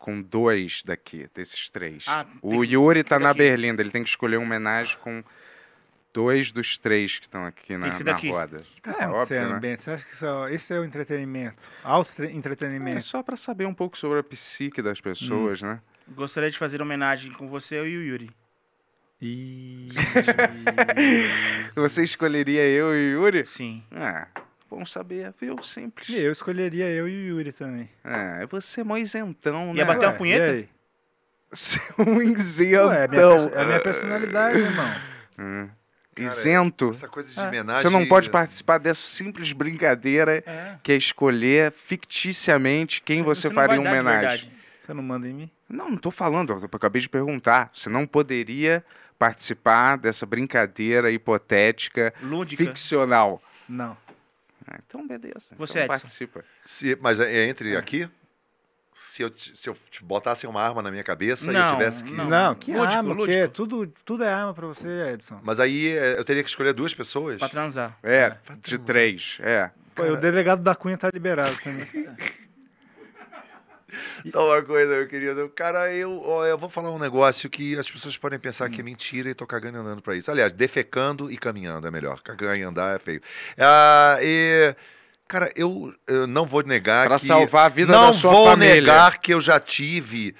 Speaker 6: com dois daqui, desses três.
Speaker 15: Ah, tem
Speaker 6: o
Speaker 15: que-
Speaker 6: Yuri tá
Speaker 15: tem
Speaker 6: na
Speaker 15: daqui.
Speaker 6: Berlinda, ele tem que escolher um homenagem com dois dos três que estão aqui na,
Speaker 5: que ser
Speaker 6: na
Speaker 5: daqui.
Speaker 6: roda.
Speaker 5: O que tá acontecendo,
Speaker 6: né?
Speaker 5: Bento? Você acha que isso é, isso é o entretenimento? Alto tre- entretenimento.
Speaker 6: É só pra saber um pouco sobre a psique
Speaker 5: Hum.
Speaker 6: das pessoas, né?
Speaker 10: Gostaria de fazer homenagem com você eu e o Yuri.
Speaker 6: Você escolheria eu e o Yuri?
Speaker 10: Sim.
Speaker 6: É, bom saber, viu? Simples.
Speaker 5: E eu escolheria eu e o Yuri também.
Speaker 6: É, você é mó isentão, né?
Speaker 5: Ia bater uma punheta?
Speaker 6: Você é um isentão.
Speaker 5: Ué, é minha perso- é
Speaker 6: eh,
Speaker 5: a minha personalidade, irmão. Ah.
Speaker 6: Hum. Isento.
Speaker 3: essa coisa de
Speaker 6: É.
Speaker 3: homenagem-
Speaker 6: Você não pode participar dessa simples brincadeira que é escolher ficticiamente quem você,
Speaker 5: não
Speaker 6: faria
Speaker 5: vai
Speaker 6: uma
Speaker 5: dar de
Speaker 6: homenagem.
Speaker 5: Você não manda em mim?
Speaker 6: Não, não tô falando, eu acabei de perguntar. Você não poderia participar dessa brincadeira hipotética,
Speaker 10: Lúdica.
Speaker 6: ficcional.
Speaker 5: Não.
Speaker 6: Ah, então, beleza.
Speaker 10: Você,
Speaker 6: então
Speaker 10: Edson.
Speaker 6: participa.
Speaker 3: Se, mas é entre aqui? Se eu, te- se eu te botasse uma arma na minha cabeça e eu
Speaker 5: Não,
Speaker 3: tivesse que.
Speaker 5: Não, que arma, o quê? Tudo, tudo é arma pra você, Edson.
Speaker 3: Mas aí é, eu teria que escolher duas pessoas? Pra
Speaker 10: transar.
Speaker 6: É, de três, é.
Speaker 5: Pô, o delegado da Cunha tá liberado também.
Speaker 3: Só uma coisa, meu querido. Cara, eu, ó, eu vou falar um negócio que as pessoas podem pensar
Speaker 6: Hum.
Speaker 3: que é mentira e tô cagando e andando pra isso. Aliás, defecando e caminhando é melhor. Cagar e andar é feio. Ah, e, cara, eu, eu não vou negar
Speaker 6: Pra
Speaker 3: que...
Speaker 6: salvar a vida
Speaker 3: não
Speaker 6: da sua
Speaker 3: vou
Speaker 6: família.
Speaker 3: negar que eu já tive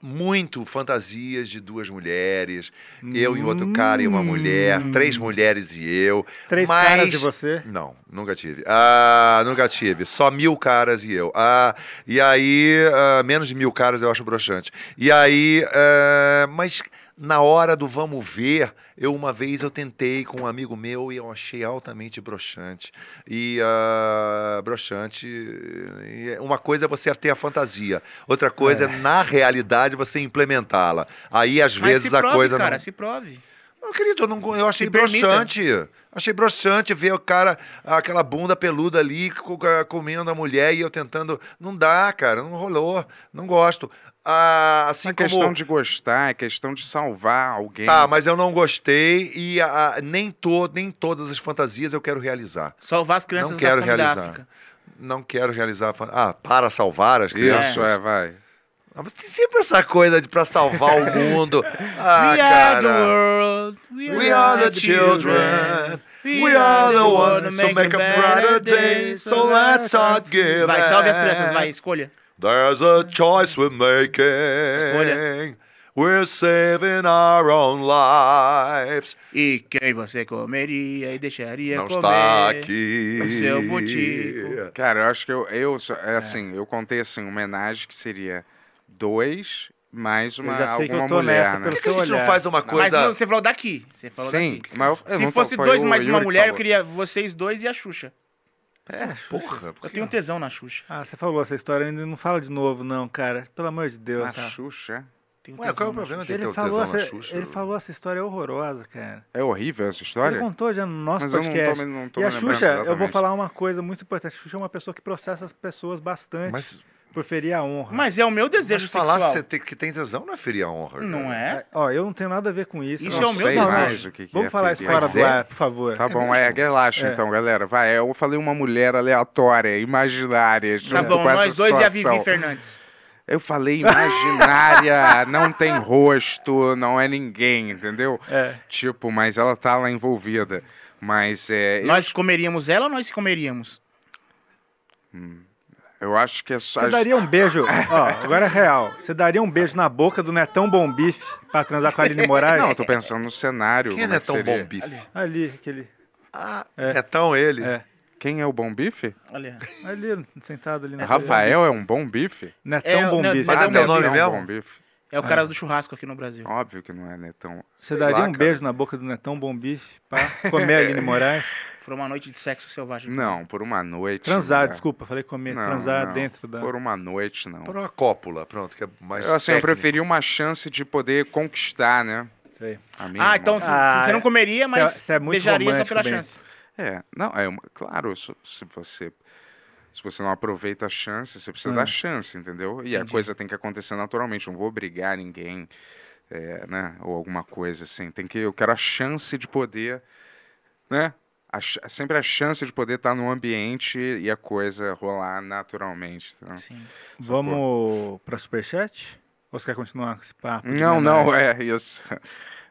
Speaker 3: muito fantasias de duas mulheres, eu e outro cara e uma mulher, três
Speaker 6: Hum.
Speaker 3: mulheres e eu.
Speaker 5: Três
Speaker 3: mas...
Speaker 5: caras e você?
Speaker 3: Não, nunca tive. Ah, nunca tive. Só mil caras e eu. Ah, e aí, ah, menos de mil caras eu acho broxante. E aí, ah, mas na hora do vamos ver, eu uma vez eu tentei com um amigo meu e eu achei altamente broxante. E ah, broxante, e é- uma coisa é você ter a fantasia, outra coisa é, na realidade você implementá-la. Aí às
Speaker 10: Mas
Speaker 3: vezes
Speaker 10: se prove,
Speaker 3: a coisa
Speaker 10: cara,
Speaker 3: não
Speaker 10: se prove.
Speaker 3: Não, querido, eu, não, eu achei
Speaker 10: Se permita.
Speaker 3: broxante. Achei broxante ver o cara, aquela bunda peluda ali, co- a- comendo a mulher e eu tentando. Não dá, cara, não rolou. Não gosto. Ah, assim
Speaker 6: é
Speaker 3: como.
Speaker 6: questão de gostar, é questão de salvar alguém.
Speaker 3: Tá, mas eu não gostei e ah, ah, nem, to, nem todas as fantasias eu quero realizar.
Speaker 10: Salvar as crianças
Speaker 3: Não
Speaker 10: da
Speaker 3: quero
Speaker 10: fome da
Speaker 3: realizar.
Speaker 10: África.
Speaker 3: Não quero realizar. a fan- Ah, para salvar as crianças?
Speaker 6: Isso, é, vai.
Speaker 3: Ah, mas tem sempre essa coisa de pra salvar o mundo. Ah,
Speaker 10: We
Speaker 3: cara.
Speaker 10: are the world.
Speaker 3: We are the children. We are the ones to make a brighter day, so let's not give
Speaker 10: Vai, salve as
Speaker 3: in.
Speaker 10: crianças, vai, escolha.
Speaker 3: There's a choice we're making. We're saving our own lives.
Speaker 10: E quem você comeria e deixaria
Speaker 3: Não
Speaker 10: comer?
Speaker 3: está aqui.
Speaker 10: O seu botico.
Speaker 6: Cara, eu acho que eu, eu só- é assim, eu contei assim, homenagem que seria dois mais uma
Speaker 10: Eu já sei que
Speaker 6: alguma
Speaker 10: eu tô
Speaker 6: mulher,
Speaker 10: nessa
Speaker 6: né?
Speaker 10: pelo Por que que a seu gente não olhar. faz uma coisa- Ah, Mas não, você falou daqui, você falou
Speaker 6: Sim,
Speaker 10: daqui.
Speaker 6: mas eu- eu
Speaker 10: Se
Speaker 6: não tô-
Speaker 10: fosse
Speaker 6: foi
Speaker 10: dois
Speaker 6: o
Speaker 10: mais uma
Speaker 6: Yuri que
Speaker 10: mulher, eu
Speaker 6: falou.
Speaker 10: queria vocês dois e a Xuxa. É,
Speaker 3: porra.
Speaker 10: Eu tenho tesão na Xuxa.
Speaker 5: Ah, você falou essa história ainda, não fala de novo, não, cara. Pelo amor de Deus.
Speaker 6: A
Speaker 5: tá?
Speaker 6: Xuxa?
Speaker 10: Tenho um
Speaker 3: Ué, qual é o problema de ter
Speaker 5: Ele
Speaker 3: o
Speaker 5: falou,
Speaker 3: tesão
Speaker 5: essa,
Speaker 3: na Xuxa?
Speaker 5: ele falou essa história horrorosa, cara.
Speaker 6: É horrível essa história?
Speaker 5: Ele contou já no nosso
Speaker 6: Mas eu não tô
Speaker 5: podcast.
Speaker 6: me- não tô
Speaker 5: e a
Speaker 6: me lembrando
Speaker 5: Xuxa, eu vou
Speaker 6: exatamente.
Speaker 5: falar uma coisa muito importante. A Xuxa é uma pessoa que processa as pessoas bastante por ferir a honra.
Speaker 10: Mas é o meu
Speaker 3: Mas
Speaker 10: desejo
Speaker 3: falar
Speaker 10: sexual.
Speaker 3: cê tem- que tem tesão não é ferir a honra.
Speaker 10: Não é?
Speaker 5: Ó, eu não tenho nada a ver com isso.
Speaker 10: Isso
Speaker 5: Eu
Speaker 10: é o
Speaker 5: não
Speaker 10: meu
Speaker 5: sei
Speaker 10: desejo.
Speaker 6: mais o que que
Speaker 5: Vamos
Speaker 6: é
Speaker 5: falar isso
Speaker 6: ferir.
Speaker 5: fora
Speaker 6: Mas
Speaker 5: do
Speaker 6: é?
Speaker 5: ar, por favor.
Speaker 6: Tá bom, é, relaxa
Speaker 5: É.
Speaker 6: então, galera. Vai, eu falei uma mulher aleatória, imaginária.
Speaker 10: Tá
Speaker 6: junto
Speaker 10: bom,
Speaker 6: com essa
Speaker 10: nós dois e a Vivi
Speaker 6: situação.
Speaker 10: Fernandes.
Speaker 6: Eu falei imaginária, não tem rosto, não é ninguém, entendeu?
Speaker 5: É.
Speaker 6: Tipo, mas ela tá lá envolvida. Mas é, eu,
Speaker 10: Nós comeríamos ela ou nós comeríamos?
Speaker 6: Hum, eu acho que é só.
Speaker 5: Você daria um beijo, ó, agora é real. Você daria um beijo na boca do Netão Bom Bife pra transar com a Aline Moraes?
Speaker 6: Não, eu tô pensando no cenário.
Speaker 5: Quem é
Speaker 6: como
Speaker 5: Netão
Speaker 6: que seria.
Speaker 5: Bom Bife? Ali, É. aquele.
Speaker 3: Ah,
Speaker 6: Netão ele. Quem é o bom bife?
Speaker 10: Ali,
Speaker 5: ali, sentado ali na
Speaker 6: Rafael é um bom bife?
Speaker 5: Netão
Speaker 10: É, Bom não, Bife. mas é
Speaker 6: Ah,
Speaker 10: um bom
Speaker 6: Netão
Speaker 10: bife.
Speaker 6: é um bom bife.
Speaker 10: É o cara do churrasco aqui no Brasil.
Speaker 6: Óbvio que não é Netão.
Speaker 5: Você
Speaker 6: Sei
Speaker 5: daria
Speaker 6: lá,
Speaker 5: um
Speaker 6: cara.
Speaker 5: beijo na boca do Netão Bom Bife pra comer a Aline Moraes?
Speaker 10: Por uma noite de sexo selvagem.
Speaker 6: Não, por uma noite.
Speaker 5: Transar,
Speaker 6: né?
Speaker 5: desculpa, falei comer.
Speaker 6: Não,
Speaker 5: transar
Speaker 6: não.
Speaker 5: Tá dentro da...
Speaker 6: Por uma noite, não.
Speaker 3: Por uma cópula, pronto, que é mais
Speaker 6: Eu, assim, eu
Speaker 3: técnico.
Speaker 6: preferi uma chance de poder conquistar, né?
Speaker 5: Sei.
Speaker 6: A minha
Speaker 10: Ah,
Speaker 6: irmã.
Speaker 10: então você não comeria, mas
Speaker 6: cê é- cê é muito
Speaker 10: beijaria só
Speaker 6: romântico,
Speaker 10: pela
Speaker 6: Ben.
Speaker 10: chance.
Speaker 6: É, não, é uma- claro, se se você se você não aproveita a chance, você precisa
Speaker 10: Ah.
Speaker 6: dar chance, entendeu? E a
Speaker 10: Entendi.
Speaker 6: coisa tem que acontecer naturalmente, eu não vou obrigar ninguém, é, né, ou alguma coisa assim. Tem que eu quero a chance de poder, né? a ch- sempre a chance de poder estar num ambiente e a coisa rolar naturalmente. Então.
Speaker 10: Sim.
Speaker 5: Vamos pra Superchat? Ou você quer continuar com esse papo? de
Speaker 6: Não, não,
Speaker 5: homenagem?
Speaker 6: é isso.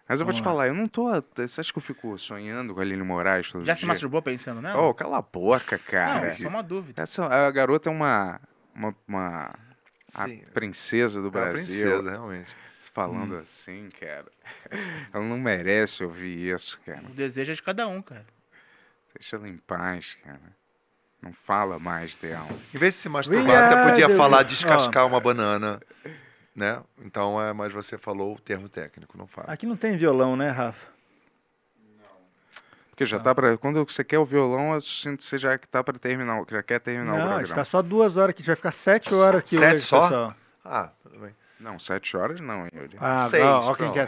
Speaker 6: Mas eu vou
Speaker 5: Vamos
Speaker 6: te
Speaker 5: lá.
Speaker 6: falar, eu não tô. Você acha que eu fico sonhando com a Aline Moraes todo
Speaker 10: Já se
Speaker 6: dia?
Speaker 10: masturbou pensando nela?
Speaker 6: Oh, cala a boca, cara.
Speaker 10: Não, só uma dúvida.
Speaker 6: Essa, a garota é uma. uma, uma- a
Speaker 10: Sim.
Speaker 6: princesa
Speaker 3: É
Speaker 6: do
Speaker 3: uma
Speaker 6: Brasil.
Speaker 3: princesa, realmente.
Speaker 6: Falando
Speaker 3: Hum.
Speaker 6: assim, cara. Ela não merece ouvir isso, cara.
Speaker 10: O desejo é de cada um, cara.
Speaker 6: Deixa ela em paz, cara. Não fala mais dela. Ah.
Speaker 3: Em vez de se masturbar, você podia falar descascar
Speaker 5: Ah.
Speaker 3: uma banana, né? Então, é, mas você falou o termo técnico, não fala.
Speaker 5: Aqui não tem violão, né, Rafa?
Speaker 6: Porque já tá pra. Quando você quer o violão, eu sinto que você já que tá pra terminar. o- Já quer terminar o
Speaker 5: não, a
Speaker 6: programa.
Speaker 5: gente tá só duas horas aqui. A gente vai ficar sete horas aqui
Speaker 6: Sete
Speaker 5: hoje,
Speaker 6: só?
Speaker 5: pessoal.
Speaker 3: Ah, tudo bem.
Speaker 6: Não, sete horas não, Yuri.
Speaker 5: Ah, Seis, ó, ó quem pronto. quer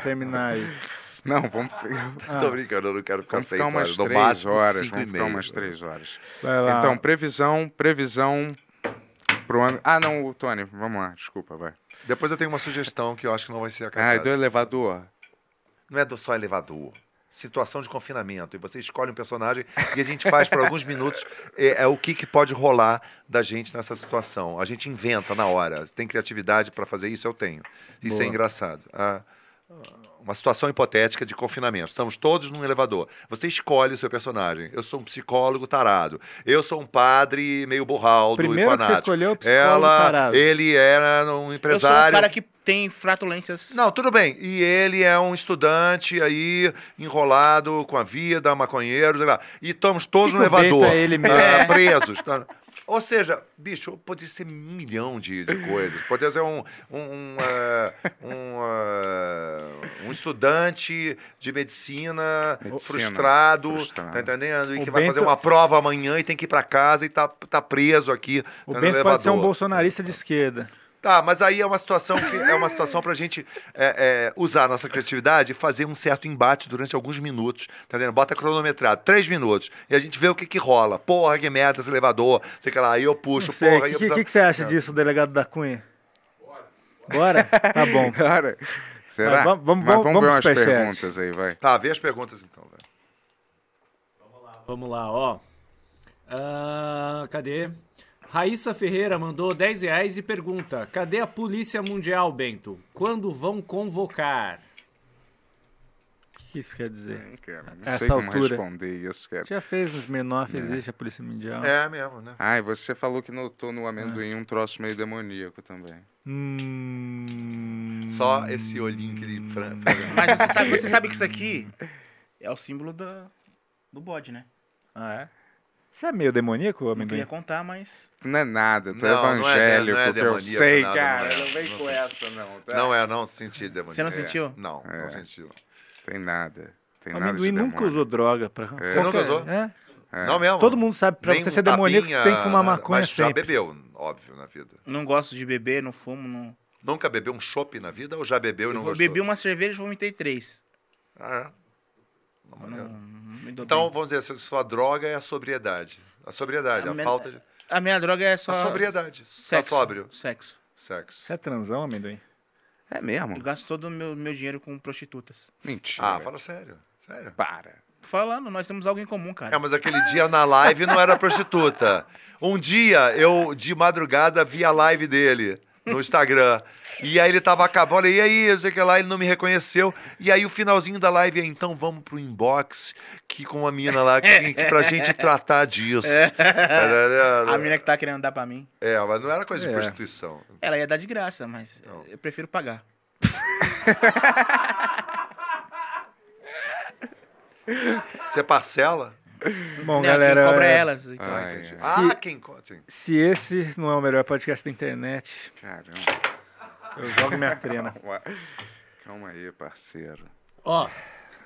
Speaker 5: terminar aí.
Speaker 6: Não, vamos.
Speaker 5: Ah.
Speaker 3: Tô brincando, eu não quero ficar
Speaker 6: Vamos
Speaker 3: seis
Speaker 6: ficar umas
Speaker 3: horas, no
Speaker 6: três
Speaker 3: máximo
Speaker 6: horas,
Speaker 3: cinco e né?
Speaker 6: vamos ficar
Speaker 3: meio.
Speaker 6: umas três horas.
Speaker 5: Vai lá.
Speaker 6: Então, previsão, previsão pro ano. Ah, não, o Tony, vamos lá, desculpa, vai.
Speaker 3: Depois eu tenho uma sugestão que eu acho que não vai ser
Speaker 6: Ah,
Speaker 3: acatada.
Speaker 6: do elevador.
Speaker 3: Não é do- só elevador. Situação de confinamento. E você escolhe um personagem e a gente faz por alguns minutos é, é o que, que pode rolar da gente nessa situação. A gente inventa na hora. Tem criatividade para fazer isso? Eu tenho. Isso é
Speaker 11: Boa.
Speaker 3: engraçado. Ah, uma situação hipotética de confinamento. Estamos todos num elevador. Você escolhe o seu personagem. Eu sou um psicólogo tarado. Eu sou um padre meio borraldo
Speaker 5: Primeiro
Speaker 3: e
Speaker 5: que você
Speaker 3: fanático.
Speaker 5: escolheu é o psicólogo
Speaker 3: Ela,
Speaker 5: tarado.
Speaker 3: Ele era um empresário.
Speaker 10: Eu sou um cara que tem fratulências.
Speaker 3: Não, tudo bem. E ele é um estudante aí, enrolado com a vida, maconheiro, sei lá. E estamos todos
Speaker 5: Que
Speaker 3: no
Speaker 5: que o Bento
Speaker 3: elevador.
Speaker 5: é ele mesmo?
Speaker 3: ah,
Speaker 5: É.
Speaker 3: presos. tá? Ou seja, bicho, pode ser um milhão de, de coisas. Pode ser um, um, um, eh, um, eh, um estudante de medicina,
Speaker 6: Medicina,
Speaker 3: frustrado,
Speaker 6: frustrado.
Speaker 3: tá entendendo? E
Speaker 5: O
Speaker 3: que vai fazer
Speaker 5: Bento-
Speaker 3: uma prova amanhã e tem que ir pra casa e tá, tá preso aqui
Speaker 5: O
Speaker 3: tá no
Speaker 5: Bento
Speaker 3: elevador.
Speaker 5: pode ser um bolsonarista de esquerda.
Speaker 3: Tá, mas aí é uma situação que é uma situação pra gente é, é, usar a nossa criatividade e fazer um certo embate durante alguns minutos, tá vendo? Bota cronometrado, três minutos, e a gente vê o que que rola. Porra, que merda esse elevador, sei que lá, aí eu puxo,
Speaker 5: Não sei,
Speaker 3: porra, aí
Speaker 5: O
Speaker 3: eu
Speaker 5: que,
Speaker 3: preciso- Tá.
Speaker 5: que, que você acha disso, delegado da Cunha? Bora. Tá bom.
Speaker 6: Cara, será?
Speaker 5: Mas Tá, vamos- vamos-
Speaker 6: Mas
Speaker 5: vamos-
Speaker 6: ver
Speaker 5: vamos
Speaker 6: umas
Speaker 5: pro superchat.
Speaker 6: perguntas aí, vai.
Speaker 3: Tá, vê as perguntas então, velho.
Speaker 9: Vamos lá, ó. Ah, cadê? Raíssa Ferreira mandou 10 reais e pergunta: Cadê a Polícia Mundial, Bento? Quando vão convocar?
Speaker 5: que isso quer dizer?
Speaker 6: cara, não
Speaker 5: A
Speaker 6: sei como responder isso, cara.
Speaker 5: Já fez os menores,
Speaker 6: É.
Speaker 5: existe a Polícia Mundial.
Speaker 3: É né?
Speaker 6: Ah, e você falou que notou no
Speaker 5: É.
Speaker 6: amendoim um troço meio demoníaco também.
Speaker 3: Só esse olhinho que ele... fran-
Speaker 5: Hum.
Speaker 3: fran-
Speaker 10: Mas você sabe, você sabe que isso aqui é o símbolo da, do bode, né?
Speaker 5: Ah, é? Você é meio demoníaco,
Speaker 10: Não
Speaker 5: amendoim?
Speaker 10: queria contar, mas.
Speaker 6: Não é nada, tu é
Speaker 3: Não, não é-
Speaker 6: evangélico,
Speaker 3: não é
Speaker 6: que eu
Speaker 3: demoníaco,
Speaker 6: sei,
Speaker 3: nada,
Speaker 6: cara.
Speaker 3: não é.
Speaker 6: Não vem
Speaker 3: Não
Speaker 6: com
Speaker 3: sei.
Speaker 6: essa, não. tá?
Speaker 3: Não é, não senti demoníaco.
Speaker 6: Você não
Speaker 3: É.
Speaker 6: sentiu?
Speaker 3: Não,
Speaker 6: É.
Speaker 3: não senti. não.
Speaker 6: Tem nada. Tem
Speaker 5: O
Speaker 6: nada de
Speaker 5: amendoim nunca
Speaker 6: demônio.
Speaker 5: usou droga pra.
Speaker 6: É.
Speaker 5: Qualquer-
Speaker 3: Nunca usou?
Speaker 5: É.
Speaker 6: É.
Speaker 3: Não mesmo.
Speaker 5: Todo mundo sabe que pra
Speaker 3: Nem
Speaker 5: você
Speaker 3: um
Speaker 5: ser demoníaco, você tem que fumar
Speaker 3: tapinha,
Speaker 5: maconha
Speaker 3: mas já
Speaker 5: sempre.
Speaker 3: bebeu, óbvio, na vida.
Speaker 10: Não gosto de beber, não fumo, não.
Speaker 3: Nunca bebeu um chopp na vida ou já bebeu e não
Speaker 10: Eu
Speaker 3: gostou?
Speaker 10: bebi uma cerveja e vomitei três.
Speaker 3: Ah,
Speaker 10: é? me dou
Speaker 3: Então,
Speaker 10: bem.
Speaker 3: vamos dizer assim, sua droga é a sobriedade. A sobriedade, é? a,
Speaker 10: minha-
Speaker 3: falta de...
Speaker 10: A minha droga é só.
Speaker 3: A sobriedade. Sexo.
Speaker 10: Sexo.
Speaker 3: Tá sóbrio.
Speaker 10: Sexo.
Speaker 3: Sexo.
Speaker 5: Você é transão, amendoim?
Speaker 6: É mesmo?
Speaker 10: Eu gasto todo o meu, meu dinheiro com prostitutas.
Speaker 6: Mentira.
Speaker 3: Ah, fala sério. Sério.
Speaker 6: Para.
Speaker 10: Tô Falando, nós temos algo em comum, cara.
Speaker 3: É, mas aquele dia na live não era prostituta. Um dia eu, de madrugada, vi a live dele no Instagram. E aí ele tava acabando, e aí, eu sei que lá, ele não me reconheceu. E aí o finalzinho da live é, então vamos pro inbox, que com a mina lá, que, que pra gente tratar é disso.
Speaker 10: É.
Speaker 3: Tá
Speaker 10: A mina que tá querendo dar pra mim.
Speaker 3: É, mas não era coisa de
Speaker 10: É.
Speaker 3: prostituição. Então.
Speaker 10: Ela ia dar de graça, mas eu prefiro pagar.
Speaker 3: Você parcela?
Speaker 5: Bom,
Speaker 10: Né,
Speaker 5: galera.
Speaker 10: quem cobra
Speaker 5: é-
Speaker 10: é elas, então.
Speaker 3: Ah,
Speaker 10: entendi.
Speaker 3: entendi.
Speaker 5: Se-
Speaker 3: Ah, quem... co- sim.
Speaker 5: Se esse não é o melhor podcast da internet.
Speaker 6: Caramba.
Speaker 5: Eu jogo minha trena.
Speaker 6: Calma- Calma aí, parceiro.
Speaker 9: Ó,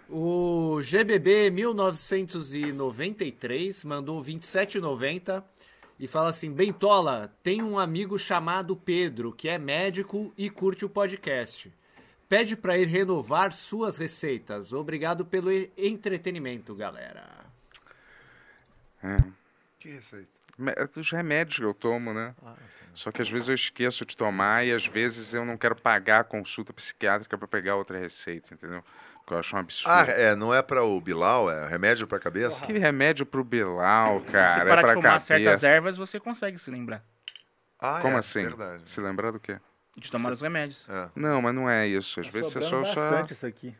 Speaker 9: o GBB 1993 mandou 27,90 e fala assim: Bentola, tem um amigo chamado Pedro que é médico e curte o podcast. Pede pra ir renovar suas receitas. Obrigado pelo e- entretenimento, galera.
Speaker 6: É.
Speaker 3: Que receita?
Speaker 6: Me- é Dos remédios que eu tomo, né?
Speaker 3: Ah,
Speaker 6: Só que às vezes eu esqueço de tomar e às vezes eu não quero pagar a consulta psiquiátrica pra pegar outra receita, entendeu? Porque eu acho um absurdo.
Speaker 3: Ah, é, não é pra o Bilal, é remédio pra cabeça?
Speaker 6: Que remédio pro Bilal,
Speaker 10: Se
Speaker 6: cara?
Speaker 10: parar
Speaker 6: é pra
Speaker 10: de fumar
Speaker 6: cabeça.
Speaker 10: certas ervas, você consegue se lembrar
Speaker 3: Ah,
Speaker 6: Como
Speaker 3: é,
Speaker 6: assim?
Speaker 3: verdade.
Speaker 6: Se lembrar do quê?
Speaker 10: de tomar Tá os remédios.
Speaker 6: Não, mas não é isso. Às vezes você só, só-
Speaker 5: bastante isso aqui.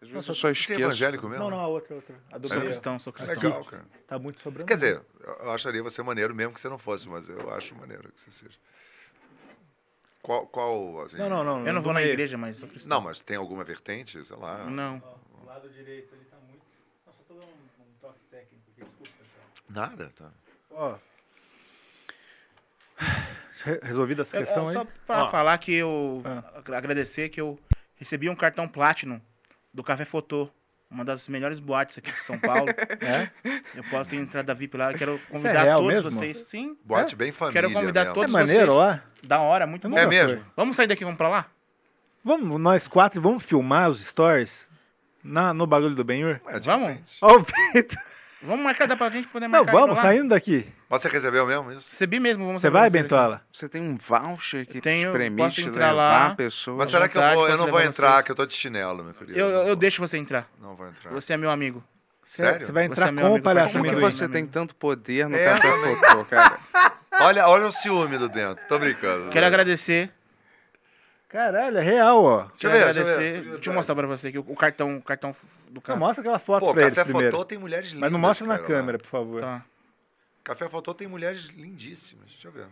Speaker 6: Às vezes eu só
Speaker 3: Você é
Speaker 6: esqueço. É?
Speaker 3: evangélico mesmo?
Speaker 5: Não, não, a outra, a outra. A do
Speaker 3: Sou
Speaker 5: Gabriel.
Speaker 10: cristão, sou cristão.
Speaker 3: Legal, cara.
Speaker 5: É Tá muito sobrando.
Speaker 3: Quer dizer, eu eu acharia você maneiro mesmo que você não fosse, mas eu acho maneiro que você seja. Qual. qual assim-
Speaker 5: Não, não, não, Eu não não vou do na meio. igreja, mas sou cristão.
Speaker 3: Não, mas tem alguma vertente, sei
Speaker 10: Ah.
Speaker 3: lá.
Speaker 5: O lado direito ali tá muito. Nossa, tô dando um, toque técnico aqui, desculpa, pessoal.
Speaker 3: Nada, tá.
Speaker 5: Ó. Re- Resolvida essa
Speaker 10: Eu- eu
Speaker 5: questão
Speaker 10: É, só
Speaker 5: aí? Ah.
Speaker 10: pra
Speaker 5: Ó.
Speaker 10: falar que eu agra- agradecer que eu recebi um cartão Platinum do Café Fotô, uma das melhores boates aqui de São Paulo.
Speaker 5: É?
Speaker 10: Eu posso ter entrada VIP lá, eu quero
Speaker 5: é
Speaker 10: convidar
Speaker 5: real
Speaker 10: todos
Speaker 5: mesmo?
Speaker 10: vocês. Sim.
Speaker 3: Boate bem família
Speaker 10: Quero convidar
Speaker 3: mesmo.
Speaker 10: todos
Speaker 5: É maneiro,
Speaker 10: vocês.
Speaker 5: ó.
Speaker 10: Da hora, muito
Speaker 5: Eu
Speaker 10: bom.
Speaker 5: nunca É mesmo? fui.
Speaker 10: Vamos sair daqui, vamos pra lá?
Speaker 5: Vamos, nós quatro, vamos filmar os stories na, no bagulho do Benhur?
Speaker 6: É,
Speaker 10: Vamos?
Speaker 5: Ó, o Pedro.
Speaker 10: Vamos marcar, dá pra gente poder
Speaker 5: Não,
Speaker 10: marcar.
Speaker 5: vamos,
Speaker 10: pra lá?
Speaker 5: saindo daqui.
Speaker 3: Mas você recebeu mesmo isso?
Speaker 10: Recebi mesmo, vamos
Speaker 5: Você
Speaker 10: saber
Speaker 5: vai,
Speaker 10: vocês.
Speaker 5: Bentola?
Speaker 6: Você tem um voucher que
Speaker 10: Tenho,
Speaker 6: te
Speaker 10: posso
Speaker 6: permite
Speaker 10: entrar
Speaker 6: levar
Speaker 10: lá.
Speaker 6: a pessoa.
Speaker 3: Mas será que eu,
Speaker 10: vontade,
Speaker 3: vou, eu
Speaker 10: posso
Speaker 3: não vou
Speaker 10: levar
Speaker 3: entrar,
Speaker 10: vocês.
Speaker 3: que eu tô de chinelo, meu querido.
Speaker 10: Eu, eu deixo você entrar.
Speaker 3: Não vou entrar.
Speaker 10: Você é meu amigo.
Speaker 3: Sério? Você vai
Speaker 10: é
Speaker 3: entrar
Speaker 10: meu
Speaker 3: com o
Speaker 10: amigo,
Speaker 3: palhaço
Speaker 10: pode
Speaker 6: Como que
Speaker 10: entrar.
Speaker 5: né?
Speaker 6: você tem tanto poder no
Speaker 3: É,
Speaker 6: café
Speaker 3: também.
Speaker 6: fotô, cara?
Speaker 3: Olha, olha o ciúme do Bento. Tô brincando.
Speaker 10: Quero agradecer.
Speaker 5: Caralho, é real, ó.
Speaker 10: Deixa eu agradecer. Deixa, eu mostrar pra você aqui o o cartão, o cartão do
Speaker 5: Não,
Speaker 10: carro.
Speaker 5: mostra aquela foto
Speaker 3: Pô,
Speaker 5: pra eles
Speaker 3: Café Fotô
Speaker 5: primeiro.
Speaker 3: tem mulheres
Speaker 5: Mas não
Speaker 3: lindas,
Speaker 5: mostra na
Speaker 3: cara, lá.
Speaker 5: câmera, por favor.
Speaker 10: Tá.
Speaker 3: Café Faltou tem mulheres lindíssimas. Deixa eu ver.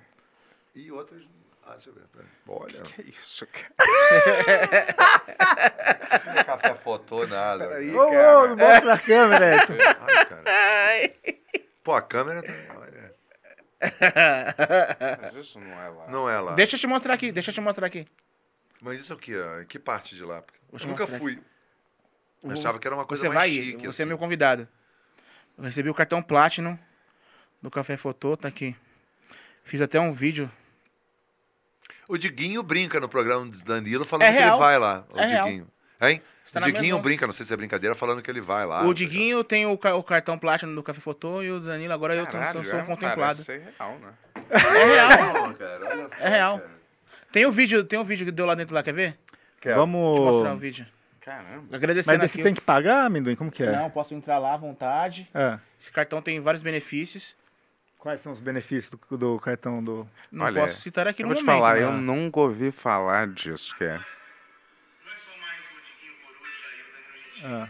Speaker 3: E outras. Ah, deixa eu ver. pera. Olha.
Speaker 6: Que isso, cara?
Speaker 3: Isso não é Café Fotô, nada.
Speaker 5: Ô, ô, não mostra na câmera, Edson.
Speaker 3: Ai, cara. Pô, a câmera tá. Olha.
Speaker 6: Mas isso não é lá.
Speaker 3: Não é lá.
Speaker 10: Deixa eu te mostrar aqui, deixa eu te mostrar aqui.
Speaker 3: Mas isso é o quê? Em Que parte de lá? Porque
Speaker 10: Vou te
Speaker 3: Eu nunca
Speaker 10: mostrar
Speaker 3: fui.
Speaker 10: aqui.
Speaker 3: Eu achava que era uma coisa
Speaker 10: né? você
Speaker 3: mais
Speaker 10: vai, ir,
Speaker 3: chique.
Speaker 10: Você
Speaker 3: assim.
Speaker 10: é meu convidado. Eu recebi o cartão Platinum do Café Fotô, tá aqui. Fiz até um vídeo.
Speaker 3: O Diguinho brinca no programa do Danilo falando
Speaker 10: É
Speaker 3: que
Speaker 10: real.
Speaker 3: ele vai lá. O
Speaker 10: É real.
Speaker 3: Diguinho. Hein?
Speaker 10: Está
Speaker 3: o
Speaker 10: nas minhas
Speaker 3: Diguinho
Speaker 10: mãos.
Speaker 3: brinca, não sei se é brincadeira, falando que ele vai lá.
Speaker 10: o Diguinho tem o, ca- o cartão Platinum do Café Fotô e o Danilo agora eu tô-
Speaker 6: Caralho,
Speaker 10: sou, sou
Speaker 6: é, parece
Speaker 10: contemplado.
Speaker 6: ser real, né?
Speaker 10: É real.
Speaker 3: Não, cara, olha só,
Speaker 10: É real.
Speaker 3: cara.
Speaker 10: Tem o vídeo, tem o vídeo que deu lá dentro lá, quer ver?
Speaker 5: Quero. Vamos-
Speaker 10: Vou te mostrar o vídeo.
Speaker 6: Caramba.
Speaker 10: Agradecendo
Speaker 5: Mas esse
Speaker 10: aqui.
Speaker 5: tem que pagar, amendoim? Como que é?
Speaker 10: Não, posso entrar lá à vontade.
Speaker 5: É.
Speaker 10: Esse cartão tem vários benefícios.
Speaker 5: Quais são os benefícios do, do cartão do.
Speaker 10: Não posso citar aqui
Speaker 6: eu
Speaker 10: no
Speaker 6: vou te
Speaker 10: momento. né?
Speaker 6: falar,
Speaker 10: mas-
Speaker 6: eu é. nunca ouvi falar disso, cara.
Speaker 5: Ah.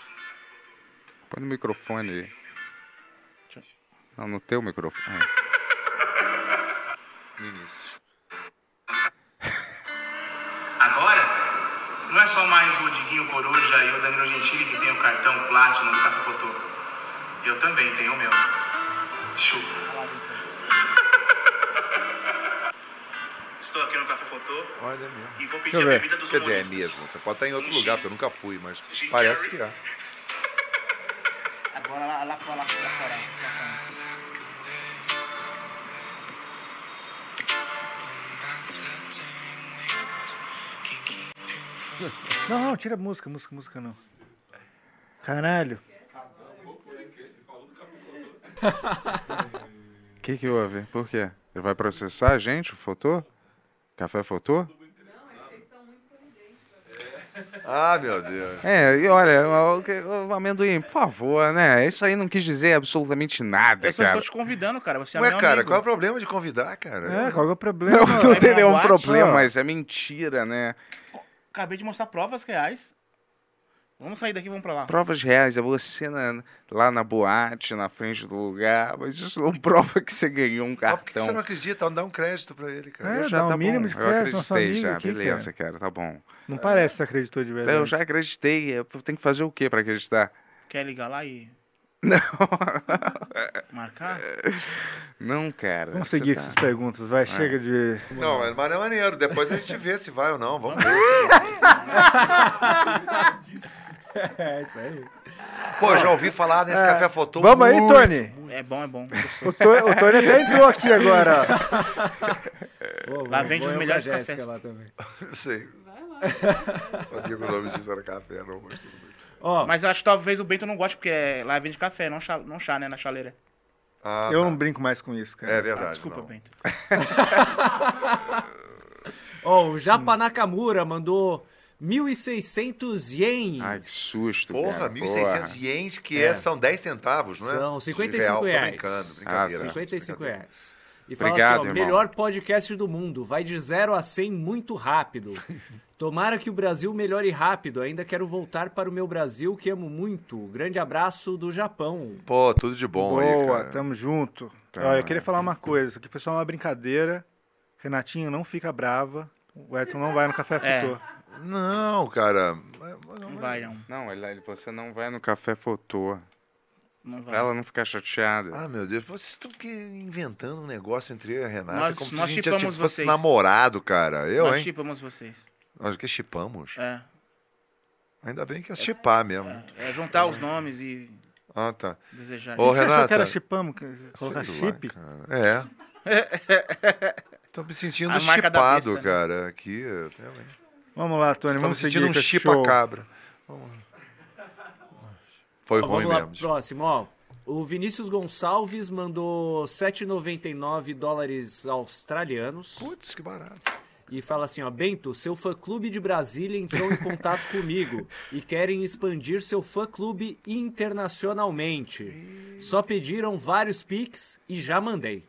Speaker 6: Põe no microfone. aí. Não, no teu microfone. Ah. Início.
Speaker 13: Agora, não é só mais o Diguinho Coruja e o Danilo Gentili que tem o cartão Platinum do Café Fotô. Eu também tenho o meu. Chupa. Estou aqui no Café Fotô
Speaker 3: Olha mesmo.
Speaker 13: e vou pedir
Speaker 3: Deixa eu
Speaker 13: a
Speaker 3: ver.
Speaker 13: bebida dos
Speaker 3: Quer dizer, é
Speaker 13: humoristas.
Speaker 3: mesmo. Você pode estar em outro lugar, porque eu nunca fui, mas parece que é.
Speaker 14: Agora lá, lá, lá, lá, fora.
Speaker 5: Não, não, tira a música, música, música não. Caralho.
Speaker 6: O que, que houve? Por quê? Ele vai processar a gente, o Fotô? Café Fotô?
Speaker 3: Ah, meu Deus.
Speaker 6: É, e olha, o, que- o amendoim, por favor, né? Isso aí não quis dizer absolutamente nada,
Speaker 14: Eu só
Speaker 6: cara.
Speaker 14: estou te convidando, cara. Você é
Speaker 3: Ué,
Speaker 14: meu
Speaker 3: cara,
Speaker 14: amigo.
Speaker 3: qual é o problema de convidar, cara?
Speaker 6: É,
Speaker 5: qual é o problema?
Speaker 6: Não, não tem nenhum
Speaker 14: boate?
Speaker 6: problema,
Speaker 14: Não.
Speaker 6: mas é mentira, né?
Speaker 14: Acabei de mostrar provas reais. Vamos sair daqui e vamos pra lá.
Speaker 6: Provas reais, é você na- lá na boate, na frente do lugar, mas isso não prova que você ganhou um
Speaker 3: Por que
Speaker 6: cartão.
Speaker 10: então.
Speaker 3: você não acredita? Dá um crédito pra ele, cara.
Speaker 5: É,
Speaker 3: Eu
Speaker 5: dá
Speaker 3: já
Speaker 5: um
Speaker 3: tá bom.
Speaker 5: mínimo de
Speaker 6: Eu
Speaker 5: crédito, nosso
Speaker 6: acreditei
Speaker 5: amigo
Speaker 6: já,
Speaker 5: aqui,
Speaker 6: beleza, cara, tá bom.
Speaker 5: Não parece que você acreditou de verdade.
Speaker 6: Eu já acreditei, eu tenho que fazer o que pra acreditar?
Speaker 14: Quer ligar lá e
Speaker 6: Não.
Speaker 14: marcar?
Speaker 3: É,
Speaker 6: Não, cara.
Speaker 5: Vamos
Speaker 6: você
Speaker 5: seguir
Speaker 6: tá-
Speaker 5: com essas perguntas, vai,
Speaker 6: É.
Speaker 5: chega de...
Speaker 3: Não, mas mas é maneiro. Depois a gente vê se vai ou não. Vamos ver.
Speaker 9: É, isso aí.
Speaker 3: Pô, já ouvi falar nesse
Speaker 5: É.
Speaker 3: café fotô.
Speaker 5: Vamos aí,
Speaker 3: muito,
Speaker 5: Tony.
Speaker 14: É bom, é bom.
Speaker 5: O Tony, o Tony até entrou aqui agora. é
Speaker 14: Lá vende
Speaker 3: um
Speaker 9: vou
Speaker 14: os
Speaker 9: eu
Speaker 14: melhores
Speaker 9: com a Jéssica
Speaker 14: cafés.
Speaker 9: é lá também.
Speaker 3: Sei. Não digo o nome disso era café, não, mas tudo bem.
Speaker 14: Mas acho que talvez o Bento não goste, porque é- lá vende café, não chá, não chá né? Na chaleira.
Speaker 5: eu não brinco mais com isso, cara.
Speaker 3: Ah, tá. É verdade,
Speaker 14: Ah, desculpa,
Speaker 3: não.
Speaker 14: Bento.
Speaker 9: Ó, o Japa Nakamura mandou 1.600 ienes.
Speaker 6: Ai, que susto,
Speaker 3: Porra,
Speaker 6: cara.
Speaker 3: 1.600
Speaker 6: porra.
Speaker 3: ienes, que
Speaker 9: É.
Speaker 3: é, são 10 centavos, não é?
Speaker 9: São
Speaker 3: De
Speaker 9: 55
Speaker 3: real, tô
Speaker 9: reais.
Speaker 5: Ah,
Speaker 3: brincando, brincadeira.
Speaker 6: tá.
Speaker 9: 55 reais. E
Speaker 6: Obrigado,
Speaker 9: fala assim, ó,
Speaker 6: irmão.
Speaker 9: melhor podcast do mundo. Vai de 0 a 100 muito rápido. Tomara que o Brasil melhore rápido. Ainda quero voltar para o meu Brasil, que amo muito. Grande abraço do Japão.
Speaker 3: Pô, tudo de bom aí,
Speaker 5: Boa,
Speaker 3: cara.
Speaker 5: tamo junto.
Speaker 6: Tá.
Speaker 5: Ó, eu queria falar uma coisa, isso aqui foi só uma brincadeira. Renatinho, não fica brava. O Edson não vai no Café
Speaker 14: É.
Speaker 5: Futuro.
Speaker 3: Não, cara.
Speaker 14: Não vai, não.
Speaker 6: Não, ele- ele- você não vai no café fotô.
Speaker 14: Não vai.
Speaker 6: Pra ela não ficar chateada.
Speaker 3: Ah, meu Deus, vocês estão que inventando um negócio entre eu e a Renata,
Speaker 14: Nós-
Speaker 3: é como se a
Speaker 14: nós
Speaker 3: gente já
Speaker 14: chipamos
Speaker 3: tivesse fosse
Speaker 14: vocês.
Speaker 3: namorado, cara. Eu,
Speaker 14: Nós
Speaker 3: hein?
Speaker 14: chipamos vocês.
Speaker 3: Nós que chipamos.
Speaker 14: É.
Speaker 3: Ainda bem que é chipar mesmo.
Speaker 14: É juntar os nomes e
Speaker 3: Ah, tá.
Speaker 14: desejar.
Speaker 3: Ô,
Speaker 5: Você achou que
Speaker 3: Renata.
Speaker 5: era chipamo? que- Colocar
Speaker 3: Sei lá,
Speaker 5: chip?
Speaker 3: cara. É. Tô me sentindo
Speaker 14: A marca da besta,
Speaker 3: chipado,
Speaker 14: né?
Speaker 3: cara. Aqui, realmente.
Speaker 5: Vamos lá, Tony,
Speaker 3: Tô me
Speaker 5: vamos seguir
Speaker 3: sentindo um
Speaker 5: com esse
Speaker 3: chipa
Speaker 5: show.
Speaker 3: cabra. Vamos lá. Foi
Speaker 9: Ó,
Speaker 3: ruim
Speaker 9: vamos lá,
Speaker 3: mesmo.
Speaker 9: pro próximo, ó. O Vinícius Gonçalves mandou 7,99 dólares australianos.
Speaker 3: Putz, que barato.
Speaker 9: E fala assim, ó, Bento, seu fã-clube de Brasília entrou em contato comigo e querem expandir seu fã-clube internacionalmente. Só pediram vários pics e já mandei.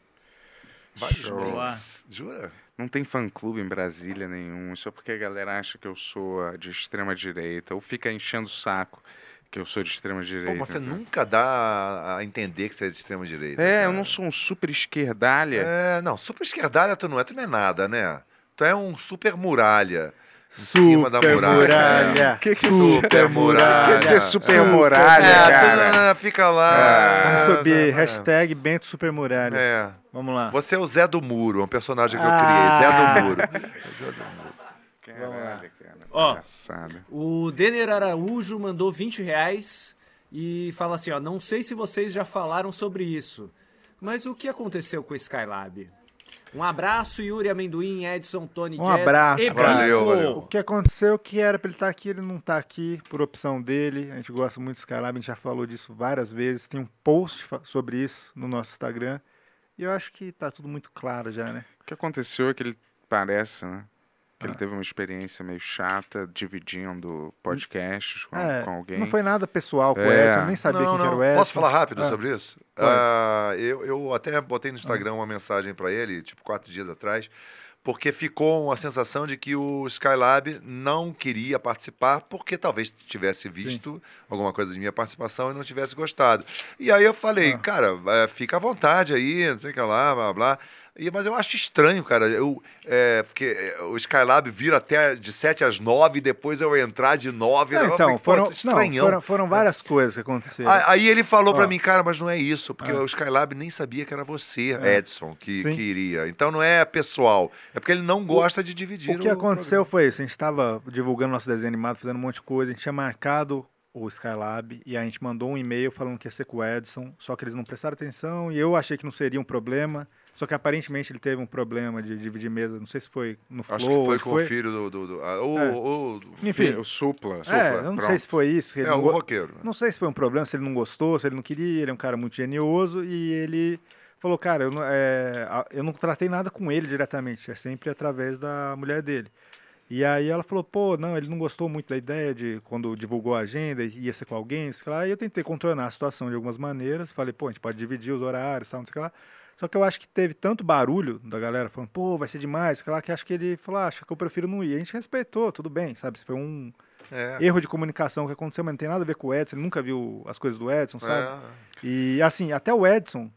Speaker 3: Vários
Speaker 6: Show.
Speaker 3: brindes. Jura?
Speaker 6: Não tem fã-clube em Brasília nenhum. Isso é porque a galera acha que eu sou ah, de extrema-direita. Ou fica enchendo o saco que eu sou de
Speaker 3: Pô,
Speaker 6: extrema-direita.
Speaker 3: mas você
Speaker 6: entendeu?
Speaker 3: nunca dá a entender que você é de extrema direita.
Speaker 6: É, eu não sou um super esquerdalha.
Speaker 3: É, não, super esquerdalha tu não é, tu não é nada, né? Tu é um super muralha. Em cima da
Speaker 5: Super
Speaker 3: muralha.
Speaker 5: muralha.
Speaker 3: Que que é
Speaker 5: Super
Speaker 3: super muralha?
Speaker 5: muralha.
Speaker 6: Quer dizer, super
Speaker 5: Super
Speaker 6: muralha,
Speaker 3: É,
Speaker 6: cara. Ah.
Speaker 3: tu, ah, fica lá.
Speaker 5: Vamos subir,
Speaker 3: É.
Speaker 5: hashtag Bento Supermuralha.
Speaker 3: É.
Speaker 5: Vamos lá.
Speaker 3: Você é o Zé do Muro, é um personagem que eu
Speaker 5: Ah.
Speaker 3: criei. Zé do Muro.
Speaker 6: Caralho, cara.
Speaker 9: Ó.
Speaker 6: Engraçado.
Speaker 9: O Denner Araújo mandou 20 reais e fala assim, ó, não sei se vocês já falaram sobre isso, mas o que aconteceu com o Skylab? Um abraço, Yuri Amendoim, Edson, Tony,
Speaker 5: Um
Speaker 9: Jazz
Speaker 5: abraço,
Speaker 9: e
Speaker 5: cara.
Speaker 3: Valeu,
Speaker 9: Branco.
Speaker 3: valeu.
Speaker 5: O que aconteceu que era pra ele estar aqui, ele não tá aqui por opção dele. A gente gosta muito do Skylab, a gente já falou disso várias vezes. Tem um post fa- sobre isso no nosso Instagram. E eu acho que tá tudo muito claro já, né?
Speaker 6: O que aconteceu é que ele parece, né? Que
Speaker 5: Ah.
Speaker 6: ele teve uma experiência meio chata dividindo podcasts com,
Speaker 5: É,
Speaker 6: com alguém.
Speaker 5: Não foi nada pessoal com o
Speaker 6: É.
Speaker 5: Edson, eu nem sabia
Speaker 3: Não,
Speaker 5: quem que era
Speaker 3: não.
Speaker 5: o Edson.
Speaker 3: Posso falar rápido
Speaker 5: Ah,
Speaker 3: sobre isso?
Speaker 5: Pode. Uhum.
Speaker 3: Ah, eu, eu até botei no Instagram uma mensagem pra ele, tipo, quatro dias atrás, porque ficou a sensação de que o Skylab não queria participar porque talvez tivesse visto alguma coisa de minha participação e não tivesse gostado. E aí eu falei,
Speaker 5: Ah.
Speaker 3: cara, é, fica à vontade aí, não sei o que lá, blá blá. E, mas eu acho estranho, cara. Eu, é, porque é, o Skylab vira até de 7 às 9 e depois eu entrar de 9.
Speaker 5: Não,
Speaker 3: eu
Speaker 5: então,
Speaker 3: falei, pô,
Speaker 5: foram,
Speaker 3: tô
Speaker 5: não,
Speaker 3: estranhão.
Speaker 5: foram, foram várias coisas que aconteceram.
Speaker 3: A- Aí ele falou pra
Speaker 5: Ó.
Speaker 3: mim, cara, mas não é isso, porque o Skylab nem sabia que era você,
Speaker 5: É.
Speaker 3: Edson, que, que iria. Então não é pessoal, é porque ele não gosta de dividir.
Speaker 5: O que aconteceu foi isso, a gente estava divulgando nosso desenho animado, fazendo um monte de coisa, a gente tinha marcado o Skylab e a gente mandou um e-mail falando que ia ser com o Edson, só que eles não prestaram atenção e eu achei que não seria um problema, só que aparentemente ele teve um problema de dividir mesa, não sei se foi no Flow.
Speaker 3: Acho que foi
Speaker 5: ou
Speaker 3: com o filho do. do, do ah, o,
Speaker 5: É.
Speaker 3: o-
Speaker 5: Enfim.
Speaker 3: o
Speaker 6: Supla.
Speaker 5: É, eu não sei se foi isso. que ele
Speaker 3: é,
Speaker 5: não
Speaker 3: o
Speaker 5: go-
Speaker 3: roqueiro.
Speaker 5: Não sei se foi um problema, se ele não gostou, se ele não queria, ele é um cara muito genioso e ele falou, cara, eu não, é, a- eu não tratei nada com ele diretamente, é sempre através da mulher dele. E aí ela falou, pô, não, ele não gostou muito da ideia de quando divulgou a agenda, ia ser com alguém, sei lá. E eu tentei contornar a situação de algumas maneiras, falei, pô, a gente pode dividir os horários, tal, não sei o que lá. Só que eu acho que teve tanto barulho da galera falando, pô, vai ser demais, sei lá, que acho que ele falou, ah, acho que eu prefiro não ir. A gente respeitou, tudo bem, sabe? Foi um
Speaker 3: É.
Speaker 5: erro de comunicação que aconteceu, mas não tem nada a ver com o Edson, ele nunca viu as coisas do Edson,
Speaker 3: É.
Speaker 5: sabe? E assim, até o Edson,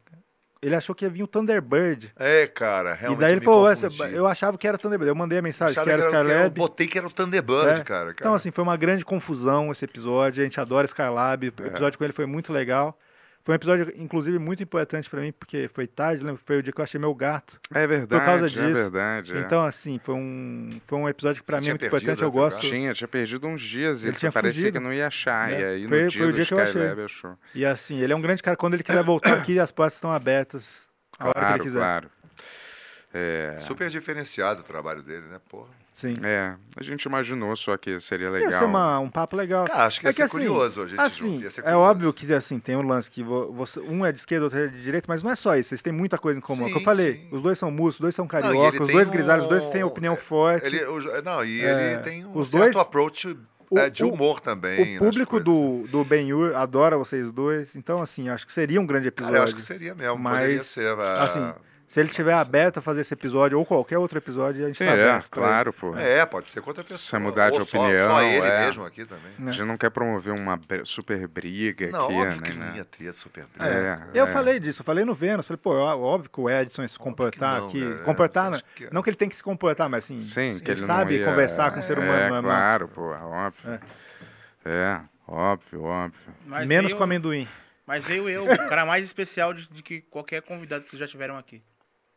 Speaker 5: ele achou que ia vir o Thunderbird.
Speaker 3: É, cara, realmente.
Speaker 5: e daí ele
Speaker 3: me
Speaker 5: falou,
Speaker 3: confundi.
Speaker 5: "Essa- eu achava que era Thunderbird. Eu mandei a mensagem
Speaker 3: Achava
Speaker 5: que era
Speaker 3: que era- que era- eu
Speaker 5: Skylab.
Speaker 3: botei que era o Thunderbird, cara,
Speaker 5: Então, assim, foi uma grande confusão esse episódio. A gente adora Skylab. O
Speaker 3: É.
Speaker 5: episódio com ele foi muito legal. Foi um episódio, inclusive, muito importante pra mim, porque foi tarde, lembra? Foi o dia que eu achei meu gato.
Speaker 6: É
Speaker 5: Por causa
Speaker 6: verdade,
Speaker 5: disso.
Speaker 6: é verdade, é.
Speaker 5: Então, assim, foi um, foi um episódio que pra
Speaker 6: Você
Speaker 5: mim é
Speaker 6: tinha
Speaker 5: muito
Speaker 6: perdido,
Speaker 5: importante. Eu
Speaker 6: né, teu
Speaker 5: gosto.
Speaker 6: gato? Tinha, tinha perdido uns dias.
Speaker 5: Ele
Speaker 6: Ele,
Speaker 5: tinha
Speaker 6: parecia
Speaker 5: fugido.
Speaker 6: que não ia achar.
Speaker 5: É,
Speaker 6: E aí no
Speaker 5: foi-
Speaker 6: dia
Speaker 5: foi o
Speaker 6: do
Speaker 5: dia que eu achei.
Speaker 6: Skylab achou.
Speaker 5: E assim, ele é um grande cara. Quando ele quiser voltar aqui, as portas estão abertas. A hora que ele
Speaker 6: Claro,
Speaker 5: quiser.
Speaker 6: claro. É...
Speaker 3: Super diferenciado o trabalho dele, né, porra?
Speaker 5: Sim.
Speaker 6: É, a gente imaginou só que seria
Speaker 5: Ia ser
Speaker 6: legal.
Speaker 5: uma- um papo legal.
Speaker 3: Ah,
Speaker 6: Cara, acho que ia
Speaker 5: É
Speaker 6: ser curioso a gente
Speaker 5: assim,
Speaker 6: junto, ia ser
Speaker 5: É óbvio que assim, tem um lance que vo- você, um é de esquerda, outro é de direita, mas não é só isso. Vocês têm muita coisa em comum. É o que eu
Speaker 3: Sim,
Speaker 5: falei, os dois são músicos, os dois são
Speaker 3: Não, e ele
Speaker 5: cariocas, os
Speaker 3: tem
Speaker 5: dois grisalhos, os dois
Speaker 3: um-
Speaker 5: têm opinião forte.
Speaker 3: Ele, o- não, e
Speaker 5: É,
Speaker 3: ele tem um
Speaker 5: os
Speaker 3: certo
Speaker 5: dois-
Speaker 3: approach é, de humor também. né,
Speaker 5: O
Speaker 3: nas
Speaker 5: público do,
Speaker 3: assim.
Speaker 5: do Ben-Hur adora vocês dois, então assim, acho que seria um grande episódio.
Speaker 3: Cara, eu acho que seria mesmo, poderia
Speaker 5: Mas,
Speaker 3: ser, ah,
Speaker 5: assim, se ele tiver aberto a fazer esse episódio ou qualquer outro episódio, a gente tá
Speaker 6: É,
Speaker 5: aberto. pra
Speaker 6: claro,
Speaker 5: ele.
Speaker 6: pô.
Speaker 3: É, pode ser contra a pessoa.
Speaker 6: Se você mudar de
Speaker 3: Ou só-
Speaker 6: opinião.
Speaker 3: só ele
Speaker 6: é.
Speaker 3: mesmo aqui também.
Speaker 5: Né?
Speaker 6: A gente não quer promover uma br- super briga
Speaker 3: Não,
Speaker 6: aqui,
Speaker 3: óbvio que
Speaker 6: né?
Speaker 3: não ia ter super briga.
Speaker 5: É,
Speaker 6: É,
Speaker 5: eu
Speaker 6: é.
Speaker 5: falei disso, eu falei no Vênus, falei, pô, ó- óbvio que o Edson ia se comportar
Speaker 6: não,
Speaker 5: aqui.
Speaker 6: né?
Speaker 5: Comportar, não, não que ele tem que se comportar, mas assim,
Speaker 6: Sim, que ele não
Speaker 5: sabe
Speaker 6: ia-
Speaker 5: conversar com o ser humano,
Speaker 6: É,
Speaker 5: não é, mano?
Speaker 6: claro, pô, é óbvio.
Speaker 5: É.
Speaker 6: É, óbvio, óbvio.
Speaker 14: Mas
Speaker 5: Menos
Speaker 14: veio-
Speaker 5: com amendoim.
Speaker 14: Mas veio eu, o cara mais especial de, de que qualquer convidado que vocês já tiveram aqui.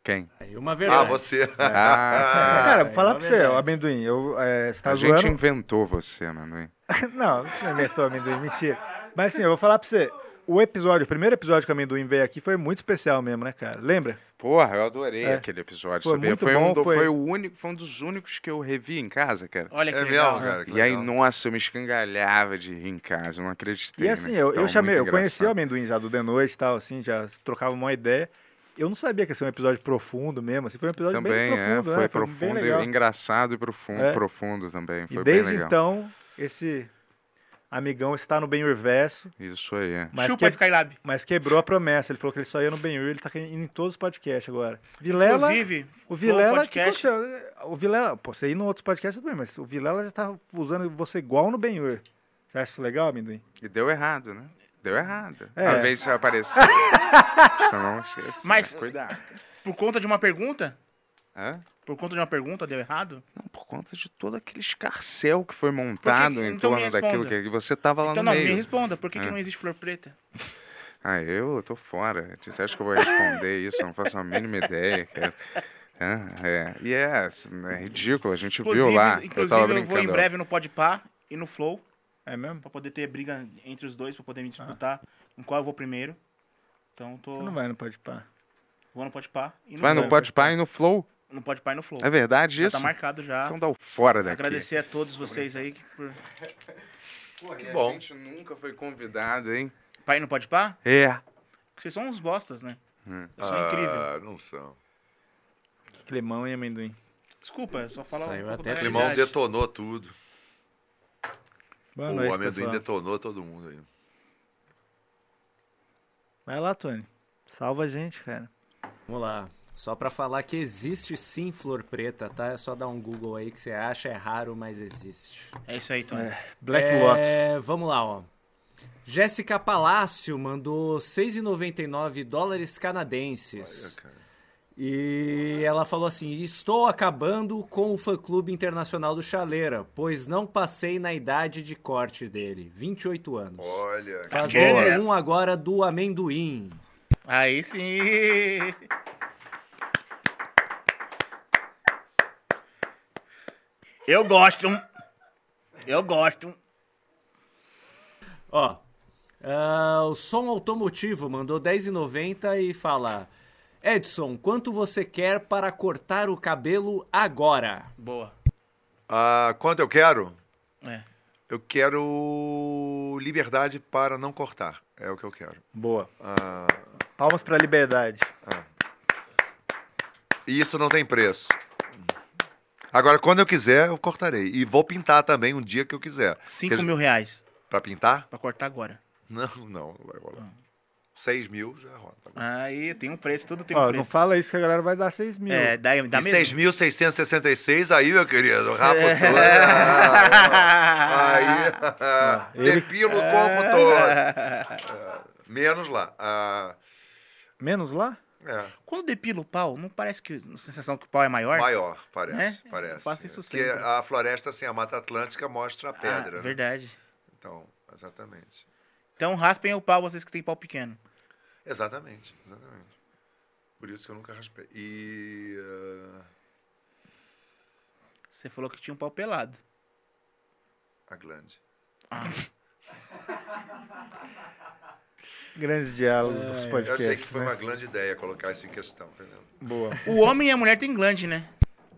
Speaker 6: Quem?
Speaker 9: uma
Speaker 14: verdade.
Speaker 3: Ah, você.
Speaker 6: Ah, sim.
Speaker 5: É, Cara, vou falar pra você, ó, amendoim, eu, é, você tá
Speaker 6: a
Speaker 5: zoando.
Speaker 6: gente inventou você, amendoim.
Speaker 5: Não, você inventou amendoim, mentira. Mas assim, eu vou falar pra você. O episódio, o primeiro episódio que o amendoim veio aqui foi muito especial mesmo, né, cara? Lembra?
Speaker 6: Porra, eu adorei
Speaker 5: É.
Speaker 6: aquele episódio,
Speaker 5: Foi
Speaker 6: sabia?
Speaker 5: muito
Speaker 6: Foi,
Speaker 5: bom,
Speaker 6: um do-
Speaker 5: foi-
Speaker 6: foi o único, foi um dos únicos que eu revi em casa, cara.
Speaker 14: Olha que
Speaker 3: É
Speaker 14: legal.
Speaker 3: mesmo, cara, que
Speaker 6: E aí,
Speaker 3: legal.
Speaker 6: nossa, eu me escangalhava de rir em casa, eu não acreditei.
Speaker 5: E assim,
Speaker 6: né?
Speaker 5: eu,
Speaker 6: Tava
Speaker 5: eu chamei, eu
Speaker 6: muito
Speaker 5: conheci o
Speaker 6: engraçado.
Speaker 5: amendoim já do The Noite e tal, assim, já trocava uma ideia. Eu não sabia que ia ser um episódio profundo mesmo, assim, foi um episódio bem
Speaker 6: Também, é,
Speaker 5: profundo,
Speaker 6: foi,
Speaker 5: né? bem
Speaker 6: profundo,
Speaker 5: legal.
Speaker 6: e engraçado e profundo,
Speaker 5: É.
Speaker 6: profundo também. Foi
Speaker 5: E
Speaker 6: bem
Speaker 5: desde
Speaker 6: legal.
Speaker 5: então, esse amigão está no Ben Verso.
Speaker 6: Isso aí. é.
Speaker 5: Mas
Speaker 14: Chupa, Skylab.
Speaker 5: Mas quebrou a promessa. Ele falou que ele só ia no Ben ele tá indo em todos os podcasts agora. Vilela.
Speaker 14: Inclusive, foi um
Speaker 5: o Vilela. que
Speaker 14: podcast-
Speaker 5: aconteceu? o Vilela. Pô, você ir no outro podcast tudo bem, mas o Vilela já tá usando você igual no Ben Hur. Você acha isso legal, amendoim?
Speaker 6: E deu errado, né? Deu errado.
Speaker 5: É.
Speaker 6: A vez apareceu. Você não esqueça.
Speaker 14: Mas-
Speaker 6: né? Cuidado.
Speaker 14: Por conta de uma pergunta?
Speaker 6: Hã?
Speaker 14: Por conta de uma pergunta, deu errado?
Speaker 6: Por conta de todo aquele escarcel que foi montado em
Speaker 14: então me
Speaker 6: torno
Speaker 14: responda.
Speaker 6: daquilo que você tava Tá lá
Speaker 14: Então
Speaker 6: no
Speaker 14: não,
Speaker 6: meio.
Speaker 14: me responda, por que, que
Speaker 6: É.
Speaker 14: não existe flor preta?
Speaker 6: Ah, eu tô fora. Você acha que eu vou responder isso? Eu não faço a mínima ideia, cara. É, é. E é, assim, é ridículo, a gente viu lá. eu
Speaker 14: inclusive
Speaker 6: tava
Speaker 14: eu, vou
Speaker 6: brincando.
Speaker 14: em breve no Podpah e no Flow.
Speaker 5: É mesmo?
Speaker 14: Pra poder ter briga entre os dois, pra
Speaker 6: Ah.
Speaker 14: poder me disputar em qual eu vou primeiro. Então tô...
Speaker 5: Você não vai no Podpah.
Speaker 14: Vou no Podpah e no
Speaker 6: Vai no
Speaker 14: Flow.
Speaker 6: Podpah e no Flow?
Speaker 14: No Podpah e no Flow.
Speaker 6: É verdade
Speaker 14: já
Speaker 6: isso?
Speaker 14: Tá marcado já.
Speaker 6: Então dá o fora daqui.
Speaker 14: Agradecer a todos vocês aí que por...
Speaker 6: Porra,
Speaker 14: Que
Speaker 6: e
Speaker 14: bom.
Speaker 6: a gente nunca foi convidado, hein?
Speaker 14: Pai no Podpah?
Speaker 6: É.
Speaker 14: Vocês são uns bostas, né?
Speaker 6: Hum.
Speaker 14: Eu sou incrível.
Speaker 3: Ah, não são.
Speaker 5: Clemão e amendoim.
Speaker 14: Desculpa, eu só
Speaker 5: Ah,
Speaker 14: falo um pouco da
Speaker 3: O Climão
Speaker 14: realidade.
Speaker 3: detonou tudo.
Speaker 10: Ah,
Speaker 5: Boa
Speaker 3: o
Speaker 5: noite,
Speaker 3: amendoim
Speaker 5: pessoal.
Speaker 3: detonou todo mundo aí.
Speaker 5: Vai lá, Tony. Salva a gente, cara.
Speaker 9: Vamos lá. Só pra falar que existe sim flor preta, tá? É só dar um Google aí que você acha, é raro, mas existe.
Speaker 10: É isso aí, Tony.
Speaker 5: Black
Speaker 9: é, Vamos lá, ó. Jéssica Palácio mandou 6,99 dólares canadenses. E ela falou assim: Estou acabando com o fã-clube internacional do Chaleira, pois não passei na idade de corte dele, 28 anos.
Speaker 3: Olha,
Speaker 9: Fazendo um agora do amendoim.
Speaker 10: Aí sim.
Speaker 15: Eu gosto. Eu gosto.
Speaker 9: Ó, ah, o Som Automotivo mandou 10,90 e fala: Edson, quanto você quer para cortar o cabelo agora?
Speaker 10: Boa.
Speaker 3: Ah, quanto eu quero?
Speaker 10: É.
Speaker 3: Eu quero liberdade para não cortar. É o que eu quero.
Speaker 5: Boa.
Speaker 3: Ah,
Speaker 5: Palmas pra liberdade.
Speaker 6: É.
Speaker 3: e isso não tem preço. Agora, quando eu quiser, eu cortarei. E vou pintar também um dia que eu quiser.
Speaker 10: 5 mil reais
Speaker 3: Pra pintar?
Speaker 10: pra cortar agora.
Speaker 3: Não, não, não vai rolar. 6 mil já rola. tá
Speaker 10: Aí tem um preço, tudo tem um
Speaker 5: Ó,
Speaker 10: preço.
Speaker 5: não fala isso que a galera vai dar 6 mil.
Speaker 10: É, dá, dá
Speaker 3: e
Speaker 10: mesmo.
Speaker 3: 6.666, aí, meu querido, rapa
Speaker 10: É.
Speaker 3: tudo. Ah, aí,
Speaker 5: ele-
Speaker 3: depilo o
Speaker 5: É.
Speaker 3: corpo todo. Ah, Menos lá. Ah,
Speaker 5: Menos lá?
Speaker 3: é,
Speaker 10: Quando depila o pau, não parece que a sensação que o pau é maior?
Speaker 3: maior, parece,
Speaker 10: Né?
Speaker 3: parece.
Speaker 10: Eu faço isso
Speaker 3: Porque
Speaker 10: sempre. Ah,
Speaker 3: a floresta, assim, a Mata Atlântica mostra a pedra. né?
Speaker 10: verdade.
Speaker 3: Então, exatamente.
Speaker 10: Então raspem o pau, vocês que têm pau pequeno.
Speaker 3: Exatamente, exatamente. Por isso que eu nunca raspei. E... ah,
Speaker 10: Você falou que tinha um pau pelado.
Speaker 3: a glande.
Speaker 5: Ah, Grandes diálogos
Speaker 10: É.
Speaker 3: É,
Speaker 5: dos
Speaker 3: eu achei que
Speaker 5: é, podcasts,
Speaker 3: foi
Speaker 5: né?
Speaker 3: uma grande ideia colocar isso em questão, entendeu?
Speaker 5: Boa.
Speaker 10: O homem e a mulher têm glande, né?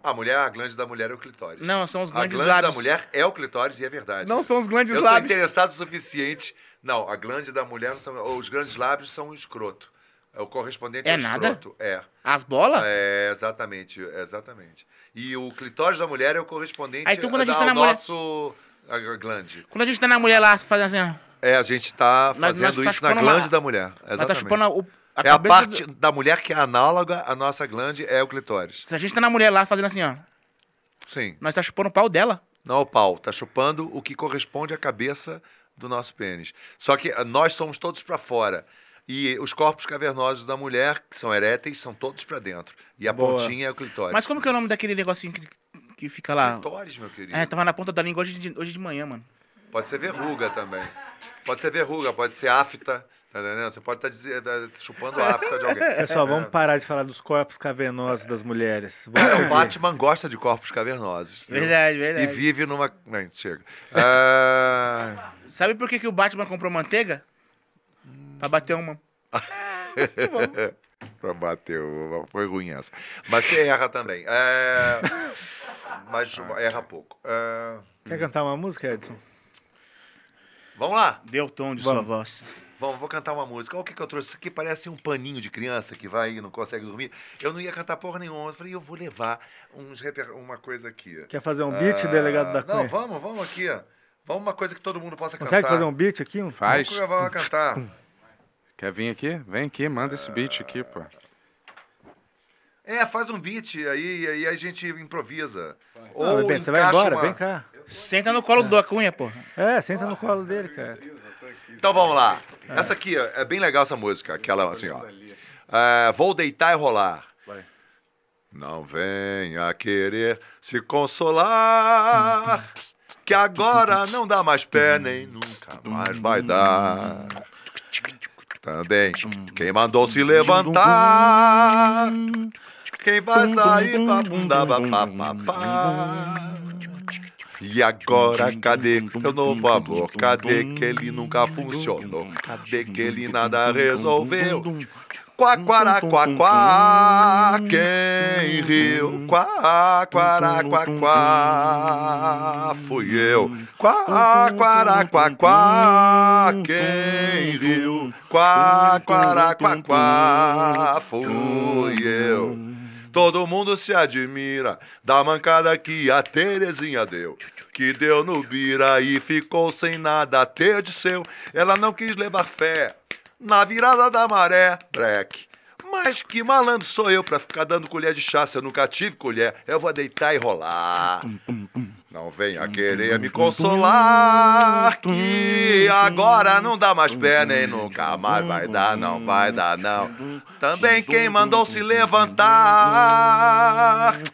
Speaker 3: A mulher, a glande da mulher é o clitóris.
Speaker 10: Não, são os
Speaker 3: A
Speaker 10: glandes
Speaker 3: glande
Speaker 10: lábios.
Speaker 3: da mulher é o clitóris e é verdade.
Speaker 10: Não são os glandes
Speaker 3: Eu
Speaker 10: lábios.
Speaker 3: sou interessado o suficiente. Não, a glande da mulher, não são, ou os grandes lábios são o escroto. É o correspondente
Speaker 10: É
Speaker 3: ao
Speaker 10: nada?
Speaker 3: escroto. É.
Speaker 10: As bolas?
Speaker 3: É, exatamente, exatamente. E o clitóris da mulher é o correspondente
Speaker 10: Aí, então, quando a gente
Speaker 3: ao
Speaker 10: tá na mulher-
Speaker 3: nosso a a glande.
Speaker 10: Quando a gente tá na mulher lá fazendo assim, ó,
Speaker 3: É, a gente tá
Speaker 10: Nós- nós
Speaker 3: fazendo
Speaker 10: tá
Speaker 3: isso na
Speaker 10: chupando uma-
Speaker 3: glande da mulher.
Speaker 10: ela tá
Speaker 3: Exatamente.
Speaker 10: chupando a- o- a
Speaker 3: é a
Speaker 10: cabeça
Speaker 3: parte
Speaker 10: do-
Speaker 3: da mulher que é análoga à nossa glande, é o clitóris.
Speaker 10: Se a gente tá na mulher lá fazendo assim, ó,
Speaker 3: Sim.
Speaker 10: nós tá chupando o pau dela.
Speaker 3: Não, o pau. Tá chupando o que corresponde à cabeça do nosso pênis. Só que ah, nós somos todos para fora. E os corpos cavernosos da mulher, que são eréteis, são todos para dentro. E a
Speaker 5: Boa.
Speaker 3: pontinha é o clitóris.
Speaker 10: Mas como que é o nome daquele negocinho que, que fica lá?
Speaker 3: Clitóris, meu querido.
Speaker 10: É, tava na ponta da língua hoje de, hoje de manhã, mano.
Speaker 3: Pode ser verruga também. Pode ser verruga, pode ser afta. Tá entendendo? Você pode estar chupando a afta de alguém.
Speaker 5: Pessoal,
Speaker 3: É.
Speaker 5: vamos parar de falar dos corpos cavernosos das mulheres. Vamos
Speaker 3: É, O
Speaker 5: seguir.
Speaker 3: Batman gosta de corpos cavernosos. viu?
Speaker 10: Verdade, verdade.
Speaker 3: E vive numa... Não, chega. Ah,
Speaker 10: Sabe por que, que o Batman comprou manteiga?
Speaker 3: Hum.
Speaker 10: Pra bater uma.
Speaker 3: pra bater, uma- foi ruim essa. Mas você erra também. É, Mas
Speaker 5: Ah,
Speaker 3: erra pouco. É,
Speaker 5: Quer cantar uma música, Edson?
Speaker 3: Vamos lá.
Speaker 10: Deu o tom de
Speaker 5: Vamos.
Speaker 10: sua voz.
Speaker 3: Vamos, vou cantar uma música. Olha o que, que eu trouxe. Isso aqui parece um paninho de criança que vai e não consegue dormir. Eu não ia cantar porra nenhuma. Eu falei, eu vou levar uns reper- uma coisa aqui.
Speaker 5: Quer fazer um beat,
Speaker 3: Ah,
Speaker 5: delegado da
Speaker 3: Não,
Speaker 5: Cunha?
Speaker 3: vamos, vamos aqui. ó. Vamos uma coisa que todo mundo possa cantar.
Speaker 5: Consegue fazer um beat aqui? Um...
Speaker 6: Faz.
Speaker 3: Vamos gravar, vamos cantar.
Speaker 6: Quer vir aqui? Vem aqui, manda esse beat aqui, pô.
Speaker 3: É, faz um beat aí, aí a gente improvisa.
Speaker 5: Ô, Bebeto, você vai
Speaker 3: encaixa
Speaker 5: embora?
Speaker 3: uma-
Speaker 5: Vem cá.
Speaker 10: Senta no colo do Acunha, porra.
Speaker 5: É, senta no colo dele, cara.
Speaker 3: Então vamos lá. Essa aqui ó, é bem legal essa música, aquela assim, ó. É, vou deitar e rolar. Não venha querer se consolar, que agora não dá mais pé nem nunca mais vai dar. Também quem mandou se levantar, quem vai sair da bunda ba- ba- ba- ba. E agora cadê teu novo amor? Cadê que ele nunca funcionou? Cadê que ele nada resolveu? Quá, quará, quá, quá, quem riu? Quá, quará, quá, quá, fui eu. Quá, quará, quá, quá, quem riu? Quá, quará, quá, quá, fui eu. Todo mundo se admira da mancada que a Terezinha deu. Que deu no Bira e ficou sem nada ter de seu. Ela não quis levar fé na virada da maré, breque. Mas que malandro sou eu pra ficar dando colher de chá se eu nunca tive colher? Eu vou deitar e rolar. Não venha querer me consolar que agora não dá mais pé nem nunca mais vai dar, não vai dar não. Também quem mandou se
Speaker 10: Ah.
Speaker 3: levantar.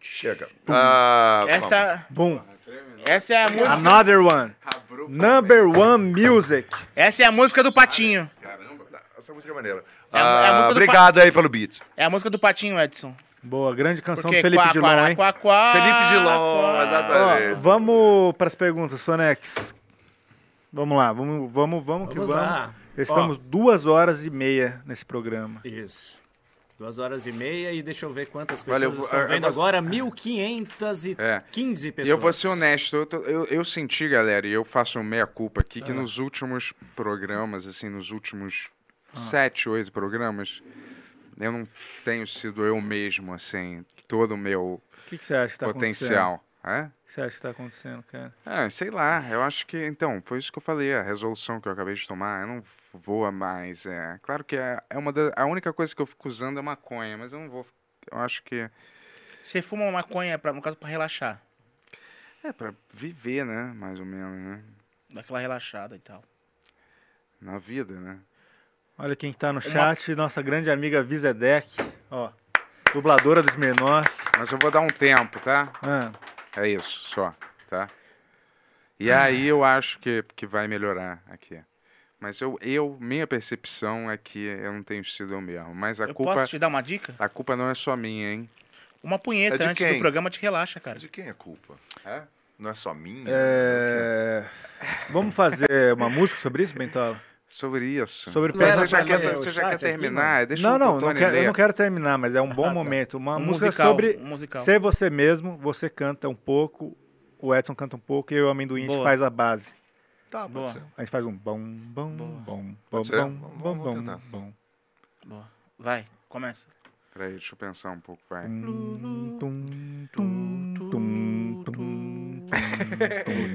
Speaker 3: Chega. Ah,
Speaker 10: Essa.
Speaker 5: Bom.
Speaker 10: Essa é a música.
Speaker 15: Another one.
Speaker 5: Number one music.
Speaker 10: Essa é a música do Patinho.
Speaker 3: Essa música é maneira.
Speaker 10: É a- é a música do
Speaker 3: Ah, obrigado
Speaker 10: Pa-
Speaker 3: aí pelo beat.
Speaker 10: É a música do Patinho, Edson.
Speaker 5: Boa, grande canção
Speaker 10: Porque
Speaker 5: do Felipe
Speaker 10: quá,
Speaker 5: Dilon,
Speaker 10: quá,
Speaker 5: hein?
Speaker 10: quá, quá,
Speaker 3: Felipe Dilon,
Speaker 10: quá.
Speaker 3: exatamente.
Speaker 5: Ó, vamos para as perguntas, Sonex. Vamos lá, vamos, vamos, vamos que
Speaker 9: Vamos
Speaker 5: vamos.
Speaker 9: lá.
Speaker 5: Estamos duas horas e meia nesse programa.
Speaker 9: Isso. Duas horas e meia e deixa eu ver quantas pessoas
Speaker 6: Olha, eu vou-
Speaker 9: estão
Speaker 6: eu- eu
Speaker 9: vendo
Speaker 6: vou-
Speaker 9: agora. 1.515 pessoas.
Speaker 6: É. E eu vou ser honesto, eu, tô- eu, eu senti, galera, e eu faço meia-culpa aqui,
Speaker 5: É.
Speaker 6: que
Speaker 9: Ah.
Speaker 6: nos últimos programas, assim, nos últimos
Speaker 9: Ah.
Speaker 6: sete, oito programas, eu não tenho sido eu mesmo, assim, todo o meu
Speaker 5: O que, que você acha que tá
Speaker 6: potencial. É?
Speaker 5: acontecendo? O que você acha que tá acontecendo, cara?
Speaker 6: Ah, sei lá, eu acho que. Então, foi isso que eu falei, a resolução que eu acabei de tomar. Eu não voa mais. É. Claro que é, é uma da, a única coisa que eu fico usando é maconha, mas eu não vou. Eu acho que.
Speaker 10: Você fuma uma maconha, É pra, no caso, pra relaxar.
Speaker 6: É pra viver, né? Mais ou menos, né?
Speaker 10: Dar aquela relaxada e tal.
Speaker 6: Na vida, né?
Speaker 5: Olha quem tá no chat, nossa grande amiga Vizedec, ó, dubladora do Smirnoff.
Speaker 6: Mas eu vou dar um tempo, tá?
Speaker 5: Ah.
Speaker 6: É isso, só, tá? E
Speaker 10: Ah.
Speaker 6: aí eu acho que, que vai melhorar aqui. Mas eu, eu, minha percepção é que eu não tenho sido eu mesmo. Mas a
Speaker 10: Eu
Speaker 6: culpa.
Speaker 10: posso te dar uma dica?
Speaker 6: A culpa não é só minha, hein?
Speaker 10: Uma punheta antes do programa te relaxa, cara.
Speaker 3: De quem é culpa? Não é só minha?
Speaker 5: É, Vamos fazer uma música sobre isso, Bentola?
Speaker 6: Sobre isso.
Speaker 5: Sobre
Speaker 6: Não era
Speaker 5: peça-
Speaker 6: pra Você já quer- ler o você
Speaker 10: Ah,
Speaker 6: já chat quer aqui, terminar? mano? Deixa
Speaker 5: não,
Speaker 6: o
Speaker 5: não, não
Speaker 6: Tony
Speaker 5: quero, eu
Speaker 6: ler.
Speaker 5: não quero terminar, mas é um bom momento. Uma
Speaker 10: Um
Speaker 5: música
Speaker 10: musical,
Speaker 5: sobre
Speaker 10: um musical.
Speaker 5: ser você mesmo, você canta um pouco, o Edson canta um pouco e o amendoim a gente
Speaker 10: Boa.
Speaker 5: faz a base.
Speaker 10: Tá, pode Boa. ser.
Speaker 5: A gente faz um bom, bom, bom, bom,
Speaker 6: Pode ser.
Speaker 5: bom,
Speaker 6: Vamos-
Speaker 5: bom,
Speaker 6: vamos
Speaker 5: bom,
Speaker 6: tentar.
Speaker 5: bom.
Speaker 10: Vai, começa.
Speaker 6: Peraí, deixa eu pensar um pouco, vai.
Speaker 10: Hum.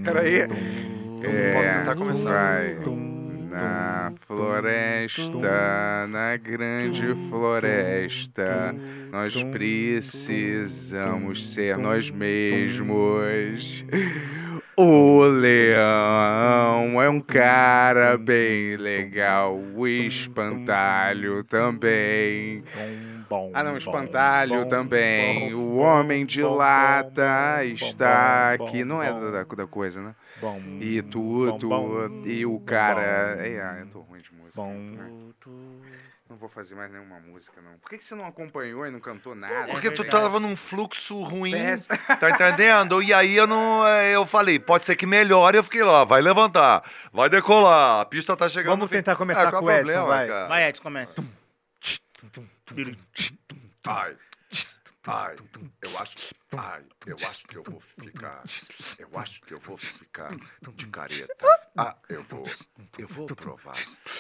Speaker 6: Peraí.
Speaker 3: posso tentar começar.
Speaker 6: Vai. Na floresta, na grande floresta, nós precisamos ser nós mesmos. O leão é um cara bem legal, o espantalho também. Ah, não, espantalho também. O homem de lata está aqui. Não é da, da coisa, né? E tudo. E o cara. Ei, ah, eu tô ruim de música. né? Não vou fazer mais nenhuma música, não. Por que, que você não acompanhou e não cantou nada?
Speaker 3: É Porque tu
Speaker 6: Né?
Speaker 3: tava num fluxo ruim,
Speaker 6: Péssimo.
Speaker 3: tá entendendo? E aí eu não, eh, eu falei, pode ser que melhore, eu fiquei lá, vai levantar, vai decolar, a pista tá chegando.
Speaker 5: Vamos
Speaker 3: no fim.
Speaker 5: tentar começar
Speaker 3: Ah, qual
Speaker 5: com
Speaker 3: é
Speaker 5: o Edson,
Speaker 3: problema,
Speaker 5: vai.
Speaker 3: cara?
Speaker 10: Vai, Edson, começa.
Speaker 13: Ai, ai, eu acho, ai, eu acho que eu vou ficar, eu acho que eu vou ficar de careta.
Speaker 3: Ah, eu vou, eu vou provar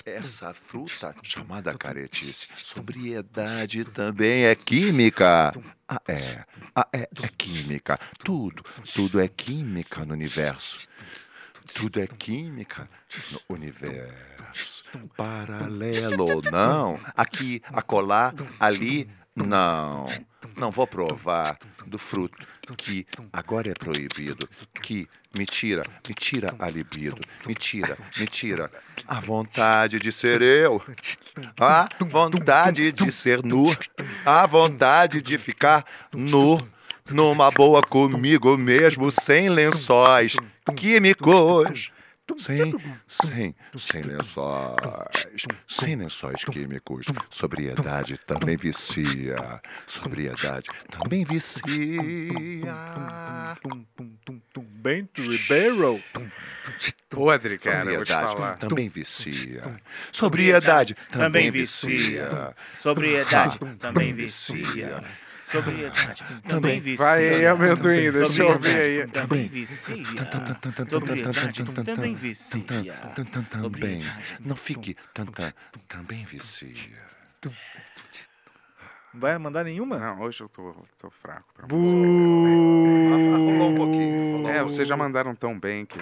Speaker 15: É,
Speaker 3: essa fruta chamada caretice. Sobriedade também é química. Ah, é, ah, é, é química. Tudo, tudo é química no universo. Tudo é química no universo. Paralelo, não. Aqui, acolá, ali, não. Não vou provar do fruto que agora é proibido, que me tira, me tira a libido, me tira, me tira a vontade de ser eu, a vontade de ser nu, a vontade de ficar nu, numa boa comigo mesmo, sem lençóis químicos. Sem, sem, sem lençóis, sem lençóis químicos. Sobriedade também vicia. Sobriedade também vicia.
Speaker 5: Bento Ribeiro.
Speaker 6: Podre, cara, eu vou te
Speaker 3: Sobriedade
Speaker 6: falar.
Speaker 3: também vicia. Sobriedade também
Speaker 10: também
Speaker 3: vicia.
Speaker 10: vicia. Sobriedade
Speaker 3: Ah,
Speaker 10: também vicia. Sobriedade também vicia.
Speaker 3: é,
Speaker 6: Vai, amendoim, deixa eu ouvir
Speaker 10: Sobriedade
Speaker 6: aí.
Speaker 10: Também vicia. Sobriedade também vicia.
Speaker 3: Também. Não fique. tan, tan, Também vicia.
Speaker 5: Não vai mandar nenhuma?
Speaker 6: Não, hoje eu tô, tô fraco pra
Speaker 5: Rolou
Speaker 3: um pouquinho.
Speaker 6: É, vocês já mandaram tão bem que.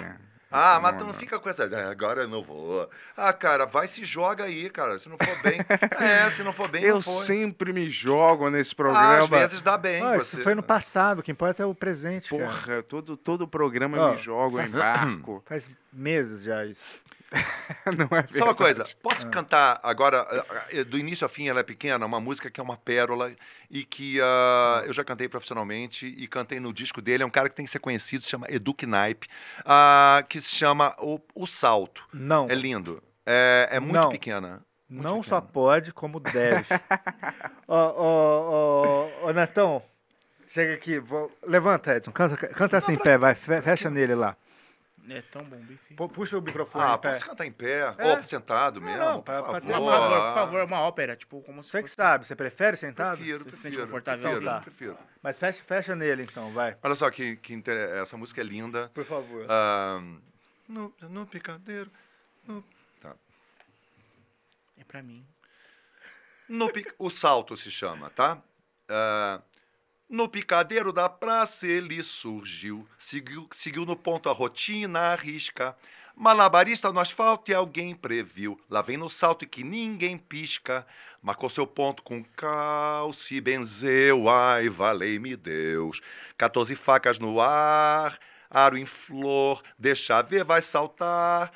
Speaker 3: Ah, mas tu não fica com essa. "Ah, Agora eu não vou. Ah, cara, vai se joga aí, cara. Se não for bem. é, se não for bem,
Speaker 6: Eu
Speaker 3: não foi.
Speaker 6: sempre me jogo nesse programa.
Speaker 3: às vezes dá bem,
Speaker 5: Ah, isso foi no passado, o que importa é o presente, cara.
Speaker 6: Porra, todo, todo programa eu
Speaker 5: Ó,
Speaker 6: me jogo, eu
Speaker 5: faz-
Speaker 6: embarco.
Speaker 5: Faz meses já isso.
Speaker 3: Só uma coisa,
Speaker 6: verdade.
Speaker 3: posso cantar agora, eh, eh, do início ao fim, ela é pequena, uma música que é uma pérola e que ah, eu já cantei profissionalmente e cantei no disco dele. É um cara que tem que ser conhecido, se chama Edu Knaip, ah, que se chama O, O Salto.
Speaker 5: Não.
Speaker 3: É lindo. É, é muito
Speaker 5: Não.
Speaker 3: pequena.
Speaker 5: Não só pode, como deve. Ó, ó, ó, ó, Netão, chega aqui. vou- Levanta, Edson. Canta, canta essa em pé, vai. fe- Fecha nele lá.
Speaker 10: É tão bom, bife.
Speaker 5: Puxa o microfone
Speaker 3: Ah,
Speaker 5: em pé.
Speaker 3: posso cantar em pé?
Speaker 5: É.
Speaker 3: Ou sentado mesmo?
Speaker 5: não,
Speaker 3: por,
Speaker 5: pra- pra
Speaker 3: favor.
Speaker 5: ter-
Speaker 10: Por favor, por favor, é uma ópera, tipo, como se
Speaker 5: Você que sabe, você prefere sentado?
Speaker 3: Prefiro,
Speaker 5: Você se
Speaker 3: prefiro,
Speaker 5: confortável?
Speaker 3: prefiro,
Speaker 10: assim?
Speaker 5: Então tá.
Speaker 3: prefiro.
Speaker 5: Mas fecha, fecha nele então, vai.
Speaker 3: Olha só que, que inter- essa música é linda.
Speaker 5: Por favor.
Speaker 3: Ah, No, no picadeiro. No... Tá.
Speaker 10: É pra mim.
Speaker 3: No pic- O salto se chama, tá? Ah, no picadeiro da praça ele surgiu, seguiu, seguiu no ponto a rotina, a risca. Malabarista no asfalto e alguém previu. Lá vem no salto que ninguém pisca. Marcou seu ponto com calce, benzeu, ai, valei-me Deus. 14 facas no ar, aro em flor, deixa ver, vai saltar.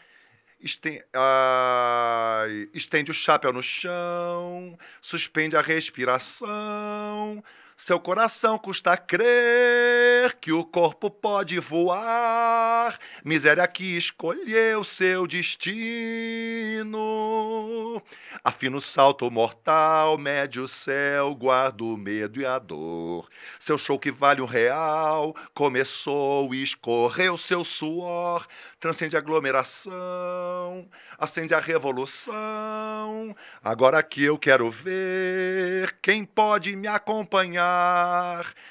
Speaker 3: Esten- ai, estende o chapéu no chão, suspende a respiração. Seu coração custa crer que o corpo pode voar. Miséria que escolheu seu destino. Afina o salto mortal, mede o céu, guarda o medo e a dor. Seu show que vale um real começou, escorreu seu suor, transcende a aglomeração, acende a revolução. Agora que eu quero ver quem pode me acompanhar,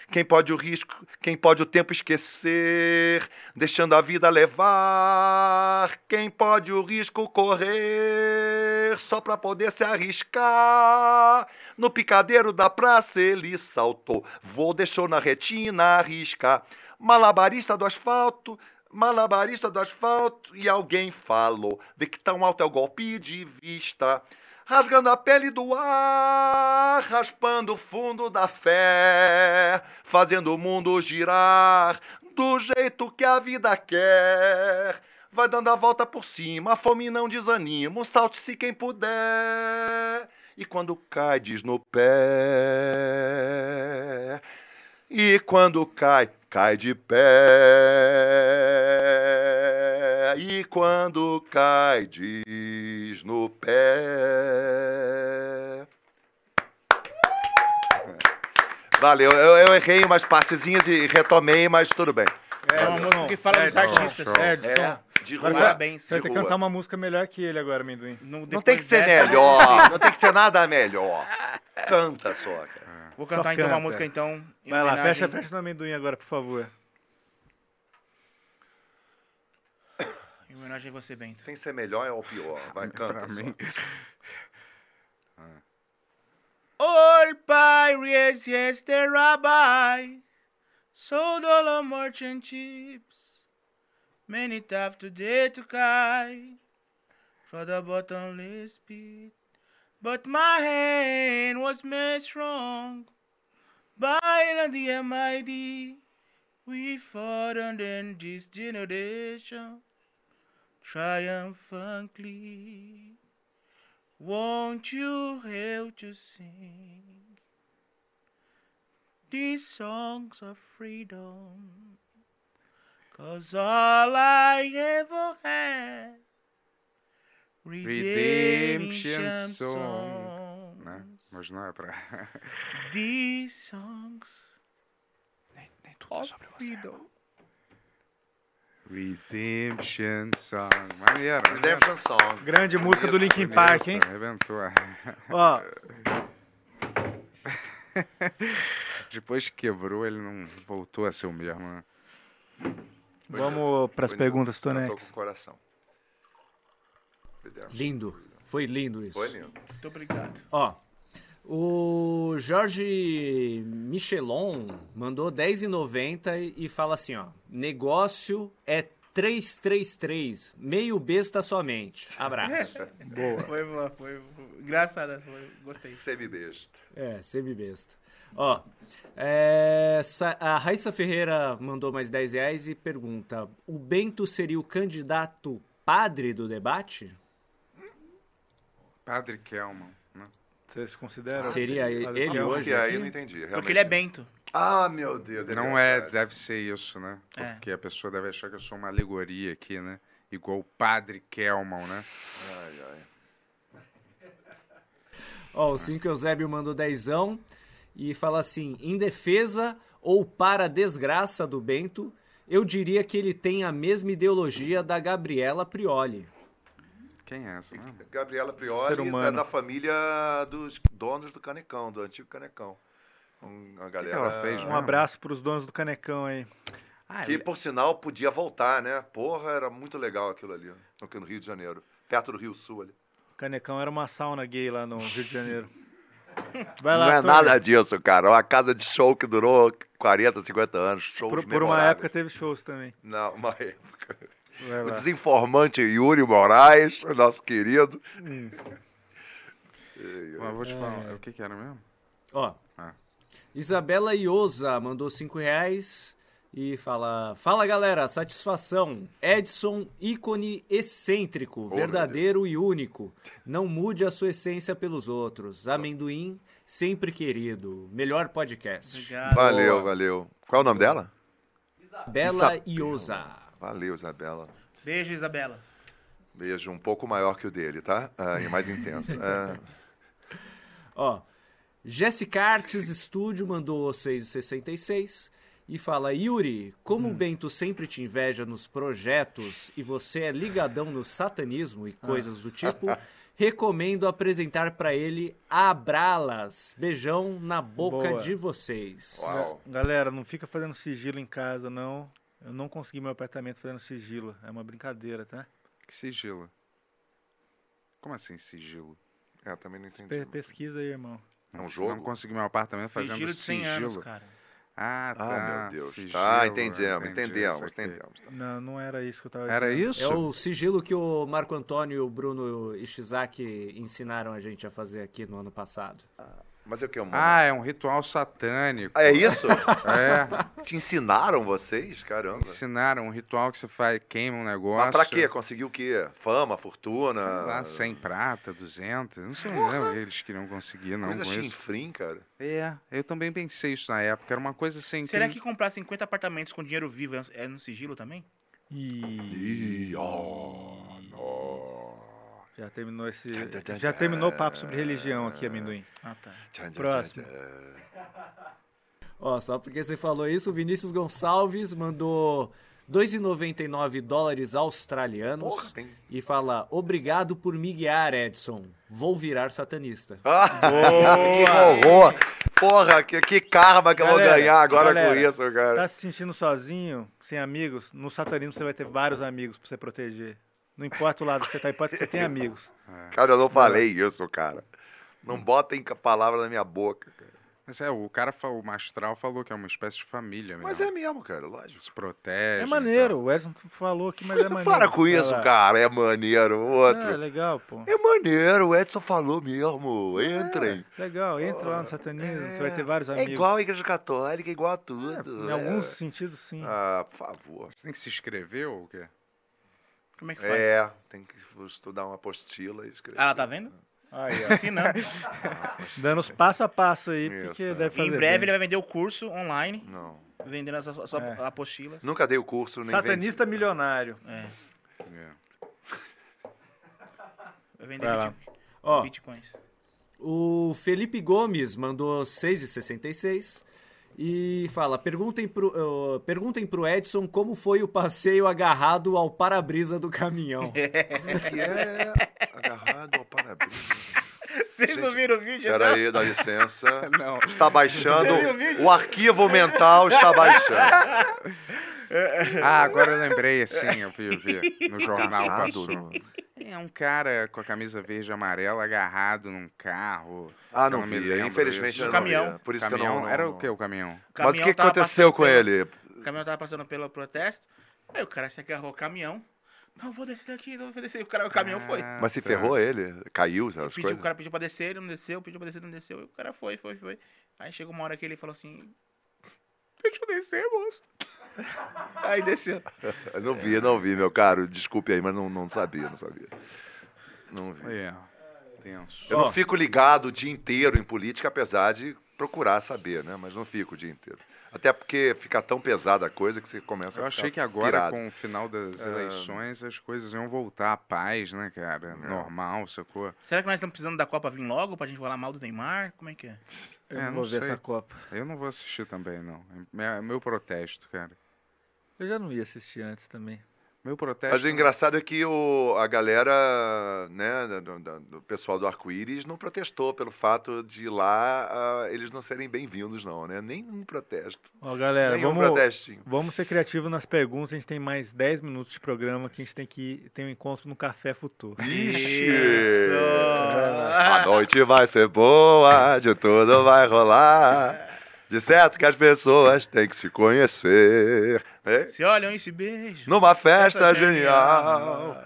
Speaker 3: quem pode o risco, quem pode o tempo esquecer, deixando a vida levar, quem pode o risco correr só pra poder se arriscar. No picadeiro da praça ele saltou, voo deixou na retina arrisca. Malabarista do asfalto, malabarista do asfalto e alguém falou, vê que tão alto é o golpe de vista. Rasgando a pele do ar, raspando o fundo da fé, fazendo o mundo girar do jeito que a vida quer. Vai dando a volta por cima, a fome não desanima, salte-se quem puder. E quando cai, diz no pé. E quando cai, cai de pé. E quando cai, diz no pé. É. Valeu, eu, eu errei umas partezinhas e retomei, mas tudo bem.
Speaker 10: É uma música que fala dos artistas.
Speaker 5: Edson.
Speaker 3: É, de
Speaker 5: Agora
Speaker 3: rua.
Speaker 5: vai-
Speaker 3: Parabéns,
Speaker 5: Você vai ter
Speaker 3: de
Speaker 5: que
Speaker 3: rua.
Speaker 5: cantar uma música melhor que ele agora, amendoim.
Speaker 3: Não tem que ser melhor, não tem que ser nada melhor. Canta só, cara.
Speaker 10: Vou cantar então uma música então. em
Speaker 5: Vai lá,
Speaker 10: homenagem-
Speaker 5: fecha, fecha no amendoim agora, por favor.
Speaker 10: Em homenagem a você, Bento.
Speaker 3: Sem ser melhor é o pior. Vai, canta só.
Speaker 10: All pirates, yes, the rabbi sold all our merchant ships. Many times today to cry for the bottomless pit. But my hand was made strong by the Almighty. We fought and then this generation triumphantly. Won't you help to sing these songs of freedom? Cause all I ever had
Speaker 6: Redemption
Speaker 10: redemption
Speaker 6: Song.
Speaker 10: song.
Speaker 6: Né? Mas não é pra.
Speaker 10: These songs of freedom.
Speaker 6: Redemption Song. Maneiro. né?
Speaker 3: Redemption Song.
Speaker 5: Grande música do Linkin Park, hein?
Speaker 6: Arrebentou.
Speaker 5: Ó,
Speaker 6: Depois que quebrou, ele não voltou a ser o mesmo. né?
Speaker 5: vamos pras
Speaker 6: Bonito.
Speaker 5: perguntas, Tonex.
Speaker 3: com Tá o coração.
Speaker 9: Lindo. Foi lindo isso.
Speaker 3: Foi lindo.
Speaker 10: Muito obrigado.
Speaker 9: Ó, o Jorge Michelon mandou R$10,90 e fala assim, ó. Negócio é 333, meio besta somente. Abraço.
Speaker 10: Boa. Foi boa, foi engraçada essa, foi- gostei.
Speaker 3: Semi-beijo.
Speaker 9: É, semi-besta. Ó, é, Sa- a Raissa Ferreira mandou mais 10 reais e pergunta: o Bento seria o candidato padre do debate?
Speaker 6: Padre Kelman. Né?
Speaker 5: Você se considera?
Speaker 9: Seria ele, hoje?
Speaker 6: aí
Speaker 9: aqui?
Speaker 6: eu não entendi, realmente.
Speaker 10: Porque ele é bento.
Speaker 3: Ah, meu Deus.
Speaker 6: Não é, deve ser isso, né?
Speaker 10: É.
Speaker 6: Porque a pessoa deve achar que eu sou uma alegoria aqui, né? Igual o padre Kelman, né?
Speaker 3: Ai, ai.
Speaker 9: Ó, o 5 Eusébio mandou dezão e fala assim: em defesa ou para a desgraça do Bento, eu diria que ele tem a mesma ideologia da Gabriela Prioli.
Speaker 6: Quem é essa?
Speaker 3: Gabriela
Speaker 6: Ser
Speaker 3: Prioli
Speaker 6: humano.
Speaker 3: é da família dos donos do Canecão, do antigo Canecão. Um- Uma galera...
Speaker 6: ela fez
Speaker 5: Um abraço pros donos do Canecão aí.
Speaker 10: Ah,
Speaker 3: Que, por sinal, podia voltar, né? Porra, era muito legal aquilo ali, no no Rio de Janeiro. Perto do Rio Sul ali.
Speaker 5: Canecão era uma sauna gay lá no Rio de Janeiro. Vai lá,
Speaker 3: não é
Speaker 5: Tony.
Speaker 3: nada disso, cara. É uma casa de show que durou 40, 50 anos. Shows
Speaker 5: Por, por uma
Speaker 3: memoráveis.
Speaker 5: época teve shows também.
Speaker 3: Não, uma época.
Speaker 5: Vai
Speaker 3: O
Speaker 5: lá.
Speaker 3: desinformante Yuri Moraes, o nosso querido.
Speaker 5: Hum.
Speaker 6: Mas eu vou te falar, o que que era mesmo?
Speaker 9: Ó.
Speaker 6: Ah.
Speaker 9: Isabela Iosa mandou 5 reais e fala: Fala galera, satisfação. Edson, ícone excêntrico,
Speaker 6: meu
Speaker 9: verdadeiro e único. Não mude a sua essência pelos outros. Amendoim, sempre querido. Melhor podcast.
Speaker 3: Valeu, valeu. Qual é o nome dela?
Speaker 9: Isabela Iosa.
Speaker 3: Valeu, Isabela.
Speaker 10: Beijo, Isabela.
Speaker 3: Beijo um pouco maior que o dele, tá? Ah, e mais intenso. Ah,
Speaker 9: Ó, Jessica Artes Studio mandou 6,66 e fala: Yuri,
Speaker 3: Hum.
Speaker 9: como o Bento sempre te inveja nos projetos e você é ligadão no satanismo e
Speaker 3: Ah.
Speaker 9: coisas do tipo, recomendo apresentar pra ele Abralas. Beijão na boca
Speaker 5: Boa.
Speaker 9: de vocês.
Speaker 5: Galera, não fica fazendo sigilo em casa, não. Eu não consegui meu apartamento fazendo sigilo. É uma brincadeira, tá?
Speaker 6: Que sigilo? Como assim sigilo?
Speaker 3: eu também não entendi.
Speaker 5: Pe- pesquisa aí, irmão.
Speaker 6: É um jogo? Não consegui meu apartamento fazendo
Speaker 5: Sigilo de cem
Speaker 6: sigilo.
Speaker 5: anos, cara.
Speaker 6: Ah,
Speaker 3: Ah,
Speaker 6: tá.
Speaker 3: meu Deus.
Speaker 6: Sigilo,
Speaker 3: Tá, entendemos,
Speaker 6: entendi,
Speaker 3: entendemos,
Speaker 6: saquei.
Speaker 3: entendemos.
Speaker 5: Não, não era isso que eu tava
Speaker 6: Era
Speaker 5: dizendo.
Speaker 6: isso?
Speaker 9: É o sigilo que o Marco Antônio e o Bruno Ishizaki ensinaram a gente a fazer aqui no ano passado.
Speaker 3: Mas é o que? Mano?
Speaker 6: Ah, é um ritual satânico.
Speaker 3: Ah, é isso?
Speaker 6: É.
Speaker 3: Te ensinaram vocês? Caramba.
Speaker 6: Ensinaram um ritual que você faz, queima um negócio.
Speaker 3: Mas pra quê? Conseguiu o quê? Fama, fortuna?
Speaker 6: Sei lá, 100 prata, 200. Não sei não, eles queriam conseguir, não.
Speaker 3: Coisa
Speaker 6: com isso.
Speaker 3: chinfrim, cara.
Speaker 6: É, eu também pensei isso na época. Era uma coisa assim.
Speaker 10: Será que comprar 50 apartamentos com dinheiro vivo é- é no sigilo também?
Speaker 5: Ih,
Speaker 3: ó,
Speaker 5: Oh. Já terminou esse.
Speaker 10: Tchan, tchan,
Speaker 5: Já
Speaker 10: tchan.
Speaker 5: terminou o papo sobre religião aqui, amendoim.
Speaker 10: Ah, tá.
Speaker 5: Próximo.
Speaker 9: Ó, só porque você falou isso, o Vinícius Gonçalves mandou 2,99 dólares australianos
Speaker 3: Porra, tem-
Speaker 9: e fala: Obrigado por me guiar, Edson. Vou virar satanista.
Speaker 3: que horror! Porra, que, que karma que eu vou
Speaker 5: Galera,
Speaker 3: ganhar agora
Speaker 5: galera,
Speaker 3: com isso, cara.
Speaker 5: Tá se sentindo sozinho, sem amigos? No satanismo você vai ter vários amigos pra você proteger. Não importa o lado que você tá, importa que você tem amigos.
Speaker 3: Cara, eu não falei
Speaker 6: é.
Speaker 3: isso, cara. Não botem ca- palavra na minha boca.
Speaker 6: Hum. Mas é, o cara, fa- o mastral falou que é uma espécie de família mesmo.
Speaker 3: Mas é mesmo, cara, lógico.
Speaker 6: Se protege.
Speaker 5: É maneiro, o Edson falou aqui, mas é maneiro.
Speaker 3: Para tá. com
Speaker 5: Vai
Speaker 3: isso,
Speaker 5: lá.
Speaker 3: cara. É maneiro. Outro.
Speaker 5: Ah, É legal, pô.
Speaker 3: É maneiro, o Edson falou mesmo.
Speaker 5: É.
Speaker 3: Entrem.
Speaker 5: Legal, entra lá no satanismo, você vai ter vários
Speaker 3: É
Speaker 5: amigos. É,
Speaker 3: igual a Igreja Católica, é igual a tudo. é.
Speaker 5: Em alguns sentidos, sim.
Speaker 3: Ah, por favor.
Speaker 6: Você tem que se inscrever ou o quê?
Speaker 10: Como é que faz?
Speaker 3: É, tem que estudar uma apostila e escrever.
Speaker 10: Ah, tá vendo?
Speaker 5: Aí,
Speaker 10: ó. Assim não.
Speaker 5: Dando os passo a passo aí,
Speaker 3: Isso,
Speaker 5: porque
Speaker 3: é.
Speaker 5: deve fazer
Speaker 10: Em breve
Speaker 5: bem.
Speaker 10: ele vai vender o curso online.
Speaker 3: Não.
Speaker 10: Vendendo as, as, as apostilas.
Speaker 3: Nunca dei o curso, nem
Speaker 5: É. Satanista milionário.
Speaker 10: É. Vai vender
Speaker 9: Vai lá.
Speaker 10: Bitcoin.
Speaker 9: Ó.
Speaker 10: bitcoins.
Speaker 9: O Felipe Gomes mandou 6,66 e fala: perguntem pro, eh, perguntem pro Edson como foi o passeio agarrado ao para-brisa do caminhão.
Speaker 3: Que é agarrado ao parabéns.
Speaker 10: Vocês não viram o vídeo? não?
Speaker 3: Peraí, dá licença.
Speaker 6: Não.
Speaker 3: Está baixando.
Speaker 10: Você viu o vídeo?
Speaker 3: O arquivo mental está tá baixando.
Speaker 6: Ah, agora eu lembrei, assim, eu vi, eu vi. No jornal
Speaker 3: Agarrado,
Speaker 6: passou. É um cara com a camisa verde e amarela agarrado num carro.
Speaker 3: Ah,
Speaker 6: Eu
Speaker 3: não
Speaker 6: me
Speaker 3: vi.
Speaker 6: lembro
Speaker 3: Infelizmente,
Speaker 6: isso.
Speaker 3: eu não Caminhão. vi. Por isso que eu
Speaker 6: Caminhão.
Speaker 3: não-
Speaker 6: Era o que o caminhão?
Speaker 10: O caminhão tava passando pelo-
Speaker 3: ele?
Speaker 10: O caminhão tava passando pelo protesto. Aí o cara se agarrou o caminhão. Não, eu vou descer daqui, não vou descer. O, cara, o caminhão foi.
Speaker 3: Mas se ferrou ele? Caiu, essas
Speaker 10: Pediu,
Speaker 3: coisas?
Speaker 10: o cara pediu pra descer, ele não desceu, pediu pra descer, ele não desceu. E o cara foi, foi, foi. Aí chegou uma hora que ele falou assim: Deixa eu descer, moço. Aí desceu.
Speaker 3: não
Speaker 10: É.
Speaker 3: vi, não vi, meu caro. Desculpe aí, mas não, não sabia, não sabia. Não vi.
Speaker 6: É. Tenso.
Speaker 3: Eu não fico ligado o dia inteiro em política, apesar de procurar saber, né? Mas não fico o dia inteiro. Até porque fica tão pesada a coisa que você começa
Speaker 6: Eu
Speaker 3: a ficar
Speaker 6: achei que agora,
Speaker 3: Tá pirado.
Speaker 6: com o final das
Speaker 3: É.
Speaker 6: eleições, as coisas iam voltar à paz, né, cara? Normal, sacou?
Speaker 10: Será que nós estamos precisando da Copa vir logo pra gente falar mal do Neymar? Como é que é?
Speaker 6: É, sei. Eu não vou assistir também, não. É meu- É meu protesto, cara.
Speaker 5: Eu já não ia assistir antes também.
Speaker 6: Meu protesto.
Speaker 3: Mas o engraçado é que o, a galera, né, da- da- da- do pessoal do Arco-Íris não protestou pelo fato de lá ah, eles não serem bem-vindos, não, né? Nenhum protesto.
Speaker 5: Ó, galera,
Speaker 3: Nenhum
Speaker 5: vamos,
Speaker 3: protestinho.
Speaker 5: vamos ser criativos nas perguntas. A gente tem mais 10 minutos de programa que a gente tem que ter um encontro no Café Futuro.
Speaker 3: Ixi! A noite vai ser boa, de tudo vai rolar. De certo que as pessoas têm que se conhecer. né?
Speaker 10: Se olham e se beijam.
Speaker 3: Numa festa
Speaker 10: Festa
Speaker 3: genial.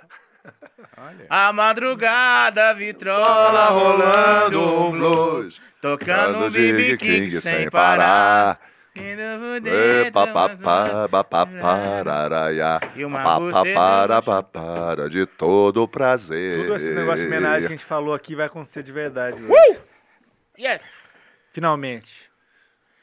Speaker 10: A madrugada, vitrola
Speaker 3: Bola
Speaker 10: rolando um blues.
Speaker 3: blues.
Speaker 10: Tocando um BB King sem parar.
Speaker 3: Ê, pá, pá, pá, pá, pá, pararaiá.
Speaker 10: E uma
Speaker 3: Pá, pá,
Speaker 5: buceta
Speaker 3: para, pá, para, de todo prazer.
Speaker 5: Tudo esse negócio de homenagem que a gente falou aqui vai acontecer de verdade. hoje.
Speaker 10: Uh! Yes!
Speaker 5: Finalmente.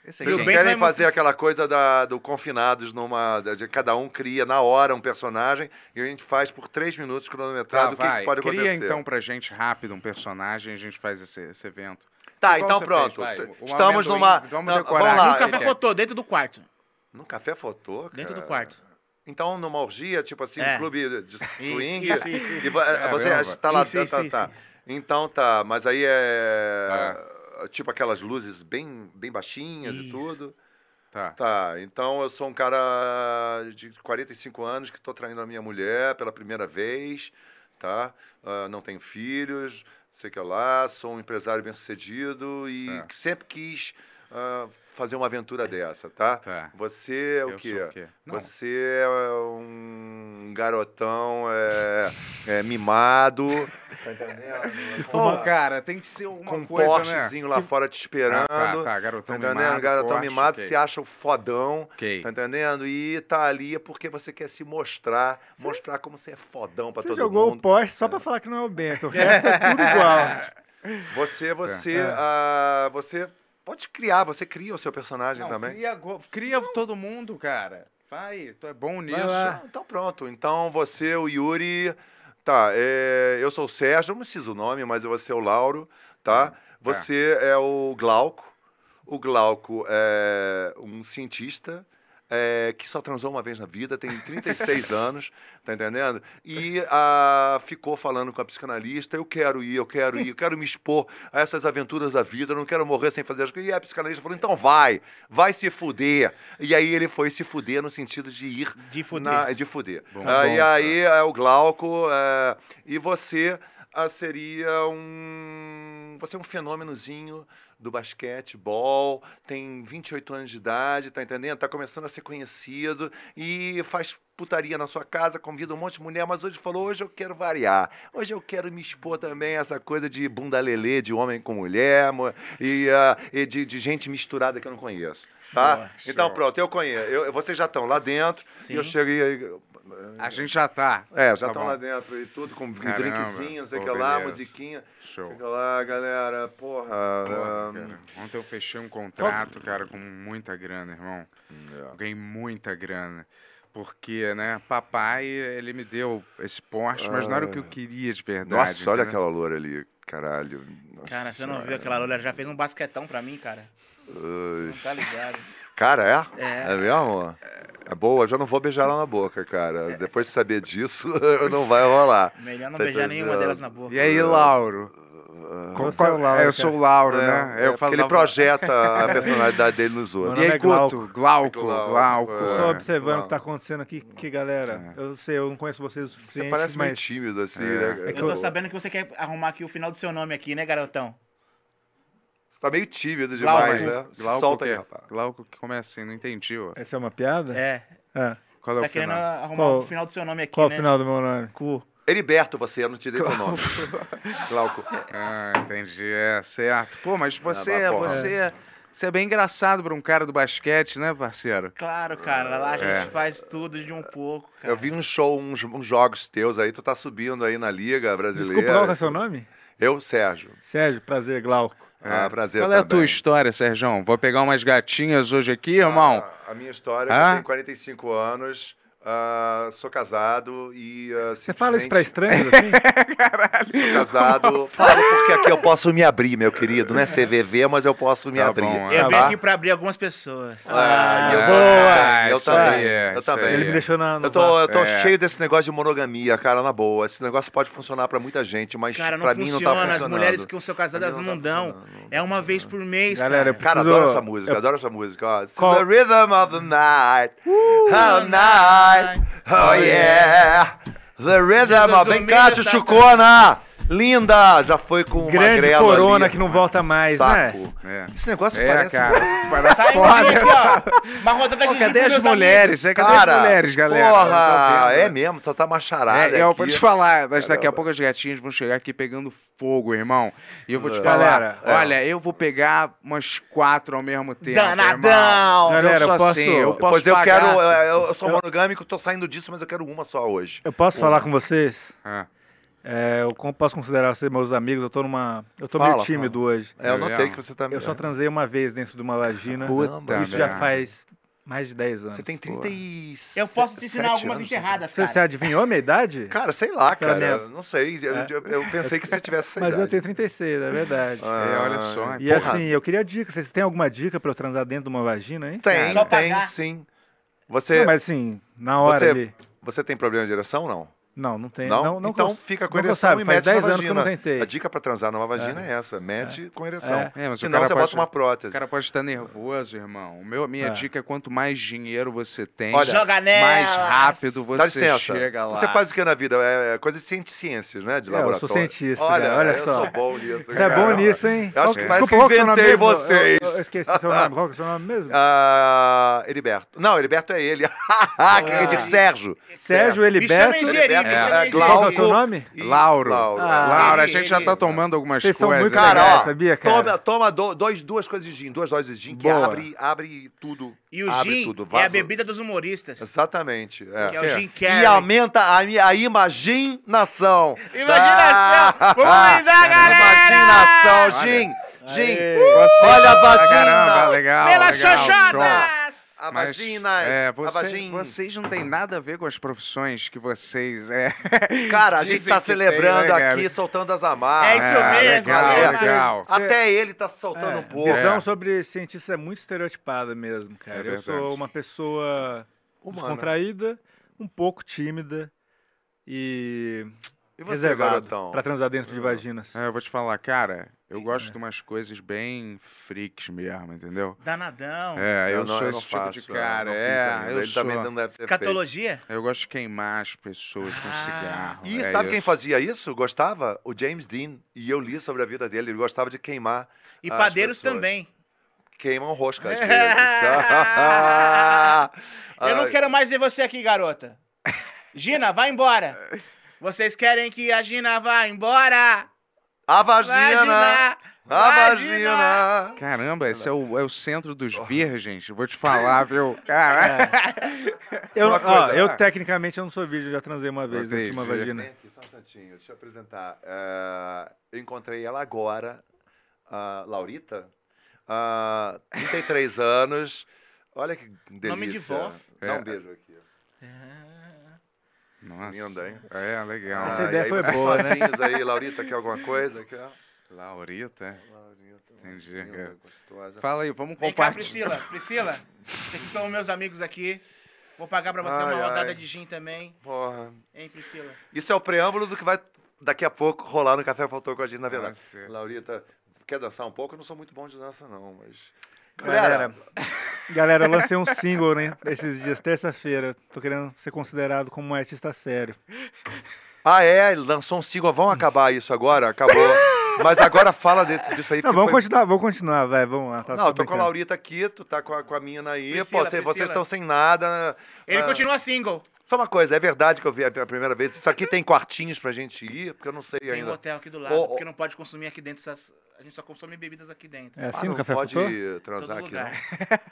Speaker 3: Vocês não querem fazer aquela coisa da, do confinados numa. da- de cada um cria na hora um personagem e a gente faz por três minutos
Speaker 6: Tá,
Speaker 3: cronometrado o que, que
Speaker 6: vai.
Speaker 3: pode
Speaker 6: Cria
Speaker 3: acontecer.
Speaker 6: então pra gente rápido um personagem a gente faz esse, esse evento.
Speaker 3: Tá,
Speaker 6: Igual
Speaker 3: então
Speaker 6: você
Speaker 3: pronto.
Speaker 6: fez, vai.
Speaker 3: T-
Speaker 6: O
Speaker 3: Estamos
Speaker 6: amendoim,
Speaker 3: numa.
Speaker 6: Vamos
Speaker 3: não,
Speaker 6: decorar.
Speaker 3: vamos lá. é?
Speaker 6: aqui.
Speaker 10: Café fotô, dentro do quarto.
Speaker 3: No café fotô? Cara.
Speaker 10: Dentro do quarto.
Speaker 3: Então, numa orgia, tipo assim,
Speaker 10: É.
Speaker 3: um clube de swing.
Speaker 10: isso, isso.
Speaker 3: E vo-
Speaker 10: É,
Speaker 3: você
Speaker 10: mesmo,
Speaker 3: está lá.
Speaker 10: isso, isso,
Speaker 3: tá,
Speaker 10: isso,
Speaker 3: tá. Então tá, mas aí é. Tipo aquelas luzes bem, bem baixinhas e
Speaker 6: Isso.
Speaker 3: tudo.
Speaker 6: Tá.
Speaker 3: então eu sou um cara de 45 anos que estou traindo a minha mulher pela primeira vez, tá? Ah, não tenho filhos, sei que é lá, sou um empresário bem sucedido e
Speaker 6: Certo.
Speaker 3: que sempre quis ah, fazer uma aventura dessa, tá? Você é o
Speaker 6: Eu
Speaker 3: quê?
Speaker 6: sou o quê? Não.
Speaker 3: Você é um garotão é, é, mimado. tá entendendo?
Speaker 6: Pô, cara, tem que ser uma
Speaker 3: Com um
Speaker 6: coisa,
Speaker 3: Porschezinho
Speaker 6: né?
Speaker 3: lá fora te esperando.
Speaker 6: Ah, tá, tá, garotão
Speaker 3: tá entendendo?
Speaker 6: mimado,
Speaker 3: Garotão
Speaker 6: Porsche,
Speaker 3: mimado,
Speaker 6: ok.
Speaker 3: se acha o fodão.
Speaker 6: Ok.
Speaker 3: Tá entendendo? E tá ali é porque você quer se mostrar, mostrar como você é fodão pra
Speaker 5: Você
Speaker 3: todo
Speaker 5: jogou
Speaker 3: mundo.
Speaker 5: o Porsche só pra falar que não é o Bento. O resto é tudo igual.
Speaker 3: Você, você,
Speaker 5: É.
Speaker 3: ah, você pode criar, você cria o seu personagem
Speaker 6: Não,
Speaker 3: também.
Speaker 6: Cria, go- cria todo mundo, cara. Vai, tu é bom nisso.
Speaker 3: Ah, Então pronto, então você, o Yuri, tá, é, eu sou o Sérgio, não preciso o nome, mas você é o Lauro, tá?
Speaker 6: Hum,
Speaker 3: Você é o Glauco, o Glauco é um cientista é, que só transou uma vez na vida, tem 36 anos, tá entendendo? E ah, ficou falando com a psicanalista, eu quero ir, eu quero ir, eu quero me expor a essas aventuras da vida, eu não quero morrer sem fazer as coisas. E a psicanalista falou, então vai, vai se fuder. E aí ele foi se fuder no sentido de ir...
Speaker 10: De
Speaker 3: fuder. Na, de fuder.
Speaker 6: Bom,
Speaker 3: Ah,
Speaker 6: bom,
Speaker 3: e
Speaker 6: cara.
Speaker 3: aí é o Glauco, é, e você ah, seria um... Você é um fenômenozinho do basquetebol, tem 28 anos de idade, tá entendendo? Tá começando a ser conhecido e faz putaria na sua casa, convida um monte de mulher, mas hoje falou, hoje eu quero variar. Hoje eu quero me expor também a essa coisa de bunda lelê, de homem com mulher mo- e, ah, e de, de gente misturada que eu não conheço, tá?
Speaker 6: Boa,
Speaker 3: então
Speaker 6: show.
Speaker 3: pronto, eu conheço. Eu- vocês já estão lá dentro e eu
Speaker 6: Sim.
Speaker 3: chego e... aí- eh,
Speaker 6: A gente já tá.
Speaker 3: É, já
Speaker 6: Tá
Speaker 3: estão
Speaker 6: bom.
Speaker 3: lá dentro e tudo, com
Speaker 6: Caramba,
Speaker 3: drinkzinho, não sei o que
Speaker 6: pô,
Speaker 3: lá,
Speaker 6: beleza.
Speaker 3: musiquinha.
Speaker 6: Show.
Speaker 3: Sei que lá, galera, porra...
Speaker 6: Porra,
Speaker 3: ah,
Speaker 6: cara. Ontem eu fechei um contrato, cara, com muita grana, irmão.
Speaker 3: É.
Speaker 6: Eu ganhei muita grana. Porque, né, papai, ele me deu esse Porsche, mas não era o que eu
Speaker 3: Ah.
Speaker 6: queria de verdade.
Speaker 3: Nossa, olha
Speaker 6: entendeu?
Speaker 3: aquela loura ali, caralho. Nossa
Speaker 10: Cara, você não
Speaker 3: senhora.
Speaker 10: viu aquela loira? Ela já fez um basquetão pra mim, cara.
Speaker 3: Ui.
Speaker 10: Não tá ligado.
Speaker 3: Cara, é?
Speaker 10: É.
Speaker 3: mesmo? É boa, já não vou beijar ela na boca, cara. Depois de saber disso, não vai rolar.
Speaker 10: É. Melhor não
Speaker 3: Tá
Speaker 10: beijar nenhuma
Speaker 3: entendendo?
Speaker 10: delas na boca.
Speaker 6: E aí, Lauro? Qual-
Speaker 5: Você é o Lauro,
Speaker 6: é, eu sou o
Speaker 5: cara.
Speaker 6: Lauro,
Speaker 5: É,
Speaker 6: né?
Speaker 5: é
Speaker 6: eu
Speaker 5: porque
Speaker 6: falava-
Speaker 5: ele projeta a personalidade
Speaker 3: dele nos
Speaker 5: Meu
Speaker 3: outros.
Speaker 6: E aí,
Speaker 5: nome é Glauco.
Speaker 6: Guto? Glauco, Glauco.
Speaker 5: Tô
Speaker 6: é.
Speaker 5: só observando o que
Speaker 6: Glauco.
Speaker 5: tá acontecendo aqui, que galera, eu sei, eu não conheço vocês o suficiente,
Speaker 3: É. parece meio
Speaker 5: mas...
Speaker 3: tímido, assim,
Speaker 6: É.
Speaker 3: né?
Speaker 5: É que
Speaker 10: Eu tô
Speaker 5: eu-
Speaker 10: sabendo que você quer arrumar aqui o final do seu nome aqui, né, garotão?
Speaker 3: Você tá meio tímido
Speaker 10: Glauco.
Speaker 3: demais, né? Se
Speaker 6: Glauco
Speaker 3: solta
Speaker 6: o
Speaker 3: aí,
Speaker 6: quê?
Speaker 3: rapaz.
Speaker 6: Glauco, como é assim? Não entendi, ó.
Speaker 5: Essa é uma piada?
Speaker 10: É.
Speaker 5: Ah.
Speaker 6: Qual é
Speaker 10: tá
Speaker 6: o
Speaker 10: querendo
Speaker 6: final?
Speaker 10: arrumar
Speaker 5: Qual-
Speaker 10: o final do seu nome aqui,
Speaker 5: Qual
Speaker 10: né?
Speaker 5: o final do meu nome?
Speaker 3: Heriberto, você, eu não te dei teu nome. Glauco.
Speaker 6: Ah, entendi. É, certo. Pô, mas você,
Speaker 3: mas, porra.
Speaker 6: você, você é bem engraçado pra um cara do basquete, né, parceiro?
Speaker 10: Claro, cara, lá a gente
Speaker 6: É.
Speaker 10: faz tudo de um pouco.
Speaker 3: Eu vi um show, uns, uns jogos teus aí, tu tá subindo aí na Liga Brasileira.
Speaker 5: Desculpa, qual é o seu nome?
Speaker 3: Eu, Sérgio.
Speaker 5: Sérgio, prazer, Glauco.
Speaker 3: Ah, prazer
Speaker 6: Qual é a
Speaker 3: também.
Speaker 6: tua história, Serjão? Vou pegar umas gatinhas hoje aqui, irmão?
Speaker 3: A minha história, é eu
Speaker 6: Hã?
Speaker 3: tenho 45 anos, ah, sou casado e... ah,
Speaker 5: Você fala isso pra
Speaker 3: simplesmente
Speaker 5: estranhos assim?
Speaker 3: Sou casado, falo porque aqui eu posso me abrir, meu querido. Não é CVV, mas eu posso me abrir.
Speaker 10: Eu vim
Speaker 3: Tá?
Speaker 10: aqui pra abrir algumas pessoas.
Speaker 3: Ah, eu,
Speaker 5: boa!
Speaker 3: eu
Speaker 5: Isso
Speaker 3: também.
Speaker 5: aí, é,
Speaker 3: eu
Speaker 5: isso aí.
Speaker 3: também.
Speaker 5: Ele me deixou na- no
Speaker 3: Eu tô, eu
Speaker 5: vácuo.
Speaker 3: tô
Speaker 5: É.
Speaker 3: cheio desse negócio de monogamia, cara, na boa. Esse negócio pode funcionar pra muita gente, mas
Speaker 10: Cara, não
Speaker 3: pra mim
Speaker 10: funciona.
Speaker 3: não tá funcionando.
Speaker 10: As mulheres que são casadas, elas não dão. É uma vez por mês,
Speaker 3: Galera,
Speaker 10: cara.
Speaker 3: cara, adoro essa música, adoro essa música. Ó. This is
Speaker 10: Qual-
Speaker 3: The rhythm of the night,
Speaker 10: Uh,
Speaker 3: oh night, oh yeah. The rhythm
Speaker 5: Jesus,
Speaker 3: of... Vem
Speaker 5: o
Speaker 3: cá,
Speaker 5: milho tá-
Speaker 3: Chuchucona! Linda! Já foi com uma
Speaker 5: Grande
Speaker 3: grela
Speaker 5: corona
Speaker 3: ali.
Speaker 5: que não volta mais,
Speaker 3: Saco.
Speaker 6: né?
Speaker 3: Esse negócio
Speaker 6: É,
Speaker 3: parece...
Speaker 6: cara, isso parece
Speaker 10: Sai
Speaker 6: foda.
Speaker 10: daqui, ó. Uma rodada de
Speaker 6: cadê
Speaker 10: giro
Speaker 6: as
Speaker 10: com meus
Speaker 6: mulheres?
Speaker 10: amigos.
Speaker 6: É, cadê as mulheres, galera? Não tô
Speaker 3: Porra,
Speaker 6: vendo. né?
Speaker 3: é mesmo, só tá macharada
Speaker 6: É, eu
Speaker 3: aqui.
Speaker 6: vou te falar, mas daqui a pouco as gatinhas vão chegar aqui pegando fogo, irmão. E eu vou te
Speaker 3: É.
Speaker 6: falar,
Speaker 3: Galera,
Speaker 6: olha, eu vou pegar umas quatro ao mesmo tempo,
Speaker 3: Danadão!
Speaker 6: irmão.
Speaker 3: Galera,
Speaker 6: eu sou
Speaker 3: eu posso-
Speaker 6: assim, eu posso
Speaker 3: Pois eu
Speaker 6: pagar.
Speaker 3: quero, é, eu, eu sou
Speaker 6: Eu-
Speaker 3: monogâmico, tô saindo disso, mas eu quero uma só hoje.
Speaker 5: Eu posso
Speaker 3: Uma.
Speaker 5: falar com vocês?
Speaker 6: Ah.
Speaker 5: É, eu con- posso considerar vocês meus amigos, eu tô numa. Eu tô
Speaker 3: Fala,
Speaker 5: meio tímido
Speaker 3: fala.
Speaker 5: hoje.
Speaker 3: É, eu notei que você tá-
Speaker 5: Eu só transei uma vez dentro de uma vagina.
Speaker 3: Puta
Speaker 5: isso
Speaker 3: merda.
Speaker 5: já faz mais de 10 anos. Você
Speaker 3: tem
Speaker 5: 36.
Speaker 10: Eu posso te ensinar algumas enterradas,
Speaker 5: Você,
Speaker 10: cara.
Speaker 5: você adivinhou a minha idade?
Speaker 3: né? Cara, sei lá, cara.
Speaker 5: Pela minha-
Speaker 3: eu Não sei. Eu,
Speaker 5: É.
Speaker 3: eu- eu pensei que você tivesse essa
Speaker 5: Mas eu
Speaker 3: idade.
Speaker 5: tenho 36, é verdade.
Speaker 3: Ah, É, olha só,
Speaker 5: E
Speaker 3: porra.
Speaker 5: assim, eu queria dica. Vocês têm alguma dica pra eu transar dentro de uma vagina, hein?
Speaker 3: Tem,
Speaker 5: Cara.
Speaker 3: tem sim. Você.
Speaker 5: Não, mas assim, na hora
Speaker 3: você,
Speaker 5: ali.
Speaker 3: Você tem problema de ereção não?
Speaker 5: Não, não tem.
Speaker 3: Não?
Speaker 5: não, não
Speaker 3: então
Speaker 5: cons-
Speaker 3: fica com
Speaker 5: não
Speaker 3: ereção
Speaker 5: sabe,
Speaker 3: e
Speaker 5: faz
Speaker 3: mete na
Speaker 5: 10 anos que eu não
Speaker 3: vagina.
Speaker 5: tentei.
Speaker 3: A dica pra transar numa vagina é,
Speaker 6: É.
Speaker 3: essa. Mete com ereção.
Speaker 6: É. É, mas
Speaker 3: Senão
Speaker 6: o cara
Speaker 3: você
Speaker 6: pode,
Speaker 3: bota uma prótese.
Speaker 6: O cara pode estar nervoso, irmão. O meu, minha
Speaker 3: É.
Speaker 6: dica é quanto mais dinheiro você tem,
Speaker 3: Olha, Joga
Speaker 6: mais
Speaker 3: nelas!
Speaker 6: rápido você
Speaker 3: Dá licença.
Speaker 6: chega lá.
Speaker 3: Você faz o que na vida? É é coisa de cienti- ciências, né? De
Speaker 5: É, eu sou
Speaker 3: laboratório.
Speaker 5: cientista,
Speaker 3: olha,
Speaker 5: cara, olha
Speaker 3: eu
Speaker 5: só.
Speaker 3: sou bom nisso.
Speaker 5: Você é bom
Speaker 3: cara.
Speaker 5: nisso, hein?
Speaker 3: Eu
Speaker 5: Qual-
Speaker 3: acho que parece que
Speaker 5: Desculpa, qual é o seu nome
Speaker 3: inventei
Speaker 5: mesmo? Eu-
Speaker 3: vocês.
Speaker 5: Eu, eu esqueci seu nome. Qual que é o seu nome mesmo?
Speaker 3: Ah, Heriberto. Não, Heriberto é ele. que eu disse Sérgio.
Speaker 5: Ah. Sérgio Heliberto.
Speaker 3: Me chama Heriberto, me chama Heriberto.
Speaker 5: Qual que é o seu nome?
Speaker 3: E-
Speaker 6: Lauro.
Speaker 3: Lauro,
Speaker 5: Ah,
Speaker 6: Lauro, a
Speaker 5: ele,
Speaker 6: gente já tá tomando algumas
Speaker 5: Vocês são
Speaker 6: coisas.
Speaker 5: muito
Speaker 6: né?
Speaker 5: legais, sabia, cara?
Speaker 3: Toma, toma do- dois, duas coisas de gin, duas doses de gin que
Speaker 6: Boa.
Speaker 3: abre, abre tudo.
Speaker 10: E o
Speaker 3: abre
Speaker 10: gin
Speaker 3: tudo,
Speaker 10: é a
Speaker 3: vaso-
Speaker 10: bebida dos humoristas.
Speaker 3: Exatamente. É.
Speaker 10: Que é o gin
Speaker 3: E
Speaker 10: carry.
Speaker 3: aumenta a, mi- a imaginação.
Speaker 10: Imaginação!
Speaker 3: Da-
Speaker 10: Vamos
Speaker 3: então,
Speaker 10: brindar, galera!
Speaker 3: Ah! Imaginação, gin! Gin!
Speaker 6: Você
Speaker 3: Olha a
Speaker 6: pra
Speaker 3: vagina!
Speaker 6: Caramba, legal.
Speaker 3: Pelas
Speaker 6: legal,
Speaker 3: xoxotas!
Speaker 6: show.
Speaker 3: A
Speaker 6: Mas,
Speaker 3: vagina,
Speaker 6: é,
Speaker 3: a
Speaker 6: você-
Speaker 3: vagin.
Speaker 6: vocês não têm nada a ver com as profissões que vocês. É,
Speaker 3: Cara, a gente
Speaker 6: dizem
Speaker 3: tá
Speaker 6: que tem,
Speaker 3: celebrando
Speaker 6: né, cara?
Speaker 3: aqui, soltando as amarras.
Speaker 6: É isso É, mesmo, legal, é isso legal. mesmo.
Speaker 3: Até ele tá soltando um pouco.
Speaker 5: É. Visão sobre cientista é muito estereotipada mesmo, cara.
Speaker 6: É
Speaker 5: eu
Speaker 6: verdade.
Speaker 5: sou uma pessoa
Speaker 3: Humana.
Speaker 5: descontraída, um pouco tímida e,
Speaker 3: E você,
Speaker 5: reservado
Speaker 3: garotão?
Speaker 5: pra transar dentro de vaginas. é.
Speaker 6: É, eu vou te falar, cara, eu gosto de umas coisas bem freaks mesmo, entendeu?
Speaker 10: Danadão.
Speaker 6: É, eu,
Speaker 3: Eu não-
Speaker 6: sou
Speaker 3: eu não
Speaker 6: esse tipo de
Speaker 3: faço,
Speaker 6: cara.
Speaker 3: eu não fiz
Speaker 6: É,
Speaker 3: ainda,
Speaker 6: eu
Speaker 3: ele
Speaker 6: sou.
Speaker 3: também não deve ter
Speaker 10: Escatologia?
Speaker 6: Eu gosto de queimar as pessoas
Speaker 5: Ah.
Speaker 6: com cigarro.
Speaker 3: E
Speaker 6: é
Speaker 3: sabe quem
Speaker 6: isso.
Speaker 3: fazia isso? Gostava? O James Dean. E eu li sobre a vida dele. Ele gostava de queimar.
Speaker 10: E
Speaker 3: as
Speaker 10: padeiros
Speaker 3: pessoas.
Speaker 10: também.
Speaker 3: Queimam rosca às
Speaker 10: É.
Speaker 3: vezes.
Speaker 10: Eu não
Speaker 3: Ai.
Speaker 10: quero mais ver você aqui, garota. Gina, vai embora. Vocês querem que a Gina vá embora?
Speaker 3: A Ah,
Speaker 10: vagina.
Speaker 3: A
Speaker 10: vagina.
Speaker 6: Caramba, esse é o, é o centro dos
Speaker 5: Oh.
Speaker 6: virgens. Vou te falar, viu? Cara,
Speaker 3: Só
Speaker 5: Eu,
Speaker 3: uma
Speaker 5: ó,
Speaker 3: coisa,
Speaker 5: eu,
Speaker 3: ah.
Speaker 5: É. tecnicamente eu não sou vídeo, já transei uma vez dentro de uma
Speaker 3: Vem
Speaker 5: vagina.
Speaker 3: aqui, só um instantinho, deixa eu apresentar. Eh, eu encontrei ela agora, a Laurita, ah, 33 anos. Olha que delícia.
Speaker 10: Nome de vó.
Speaker 3: Dá
Speaker 6: É.
Speaker 3: um beijo aqui.
Speaker 6: Nossa.
Speaker 3: Linda, hein?
Speaker 6: É, legal.
Speaker 5: Essa
Speaker 3: Ah, e
Speaker 5: ideia
Speaker 3: aí
Speaker 5: foi
Speaker 3: vocês
Speaker 5: boa, né?
Speaker 3: sozinhos aí, Laurita, quer alguma coisa? Quer?
Speaker 5: é.
Speaker 6: Laurita?
Speaker 3: Laurita,
Speaker 6: Entendi.
Speaker 3: linda, gostosa.
Speaker 6: Fala aí, vamos
Speaker 10: Vem cá,
Speaker 6: compartilhar.
Speaker 10: Priscila. Priscila, vocês que são meus amigos aqui. Vou pagar pra você
Speaker 3: Ai,
Speaker 10: uma
Speaker 3: ai.
Speaker 10: rodada de gin também.
Speaker 3: Porra.
Speaker 10: Hein, Priscila?
Speaker 3: Isso é o preâmbulo do que vai daqui a pouco rolar no Café Faltou com a gente, na verdade.
Speaker 6: Nossa.
Speaker 3: Laurita, quer dançar um pouco? Eu não sou muito bom de dança, não, mas.
Speaker 5: Galera, galera, eu lancei um single né, esses dias, terça-feira. Tô querendo ser considerado como um artista sério.
Speaker 3: Ah, é? Ele lançou um single. Vamos acabar isso agora? Acabou. Mas agora fala desse- disso aí.
Speaker 5: Não,
Speaker 3: porque
Speaker 5: vamos
Speaker 3: foi-
Speaker 5: continuar, vamos continuar, vai, vamos lá. tá
Speaker 3: Não, eu tô com a
Speaker 5: brincando.
Speaker 3: Laurita aqui, tu tá com a, com a mina aí.
Speaker 5: Priscila,
Speaker 3: pô, cê- vocês
Speaker 5: Priscila.
Speaker 3: estão sem nada.
Speaker 10: Ele
Speaker 3: Ah,
Speaker 10: continua single.
Speaker 3: Só uma coisa, é verdade que eu vi a a primeira vez. Isso aqui tem quartinhos pra gente ir, porque eu não sei
Speaker 10: Tem
Speaker 3: ainda.
Speaker 10: um hotel aqui do lado,
Speaker 3: Ô, ô,
Speaker 10: porque não pode consumir aqui dentro essas. A gente só consome bebidas aqui dentro.
Speaker 6: É
Speaker 3: Ah,
Speaker 6: assim
Speaker 3: não pode transar
Speaker 10: Todo
Speaker 3: aqui,
Speaker 10: lugar.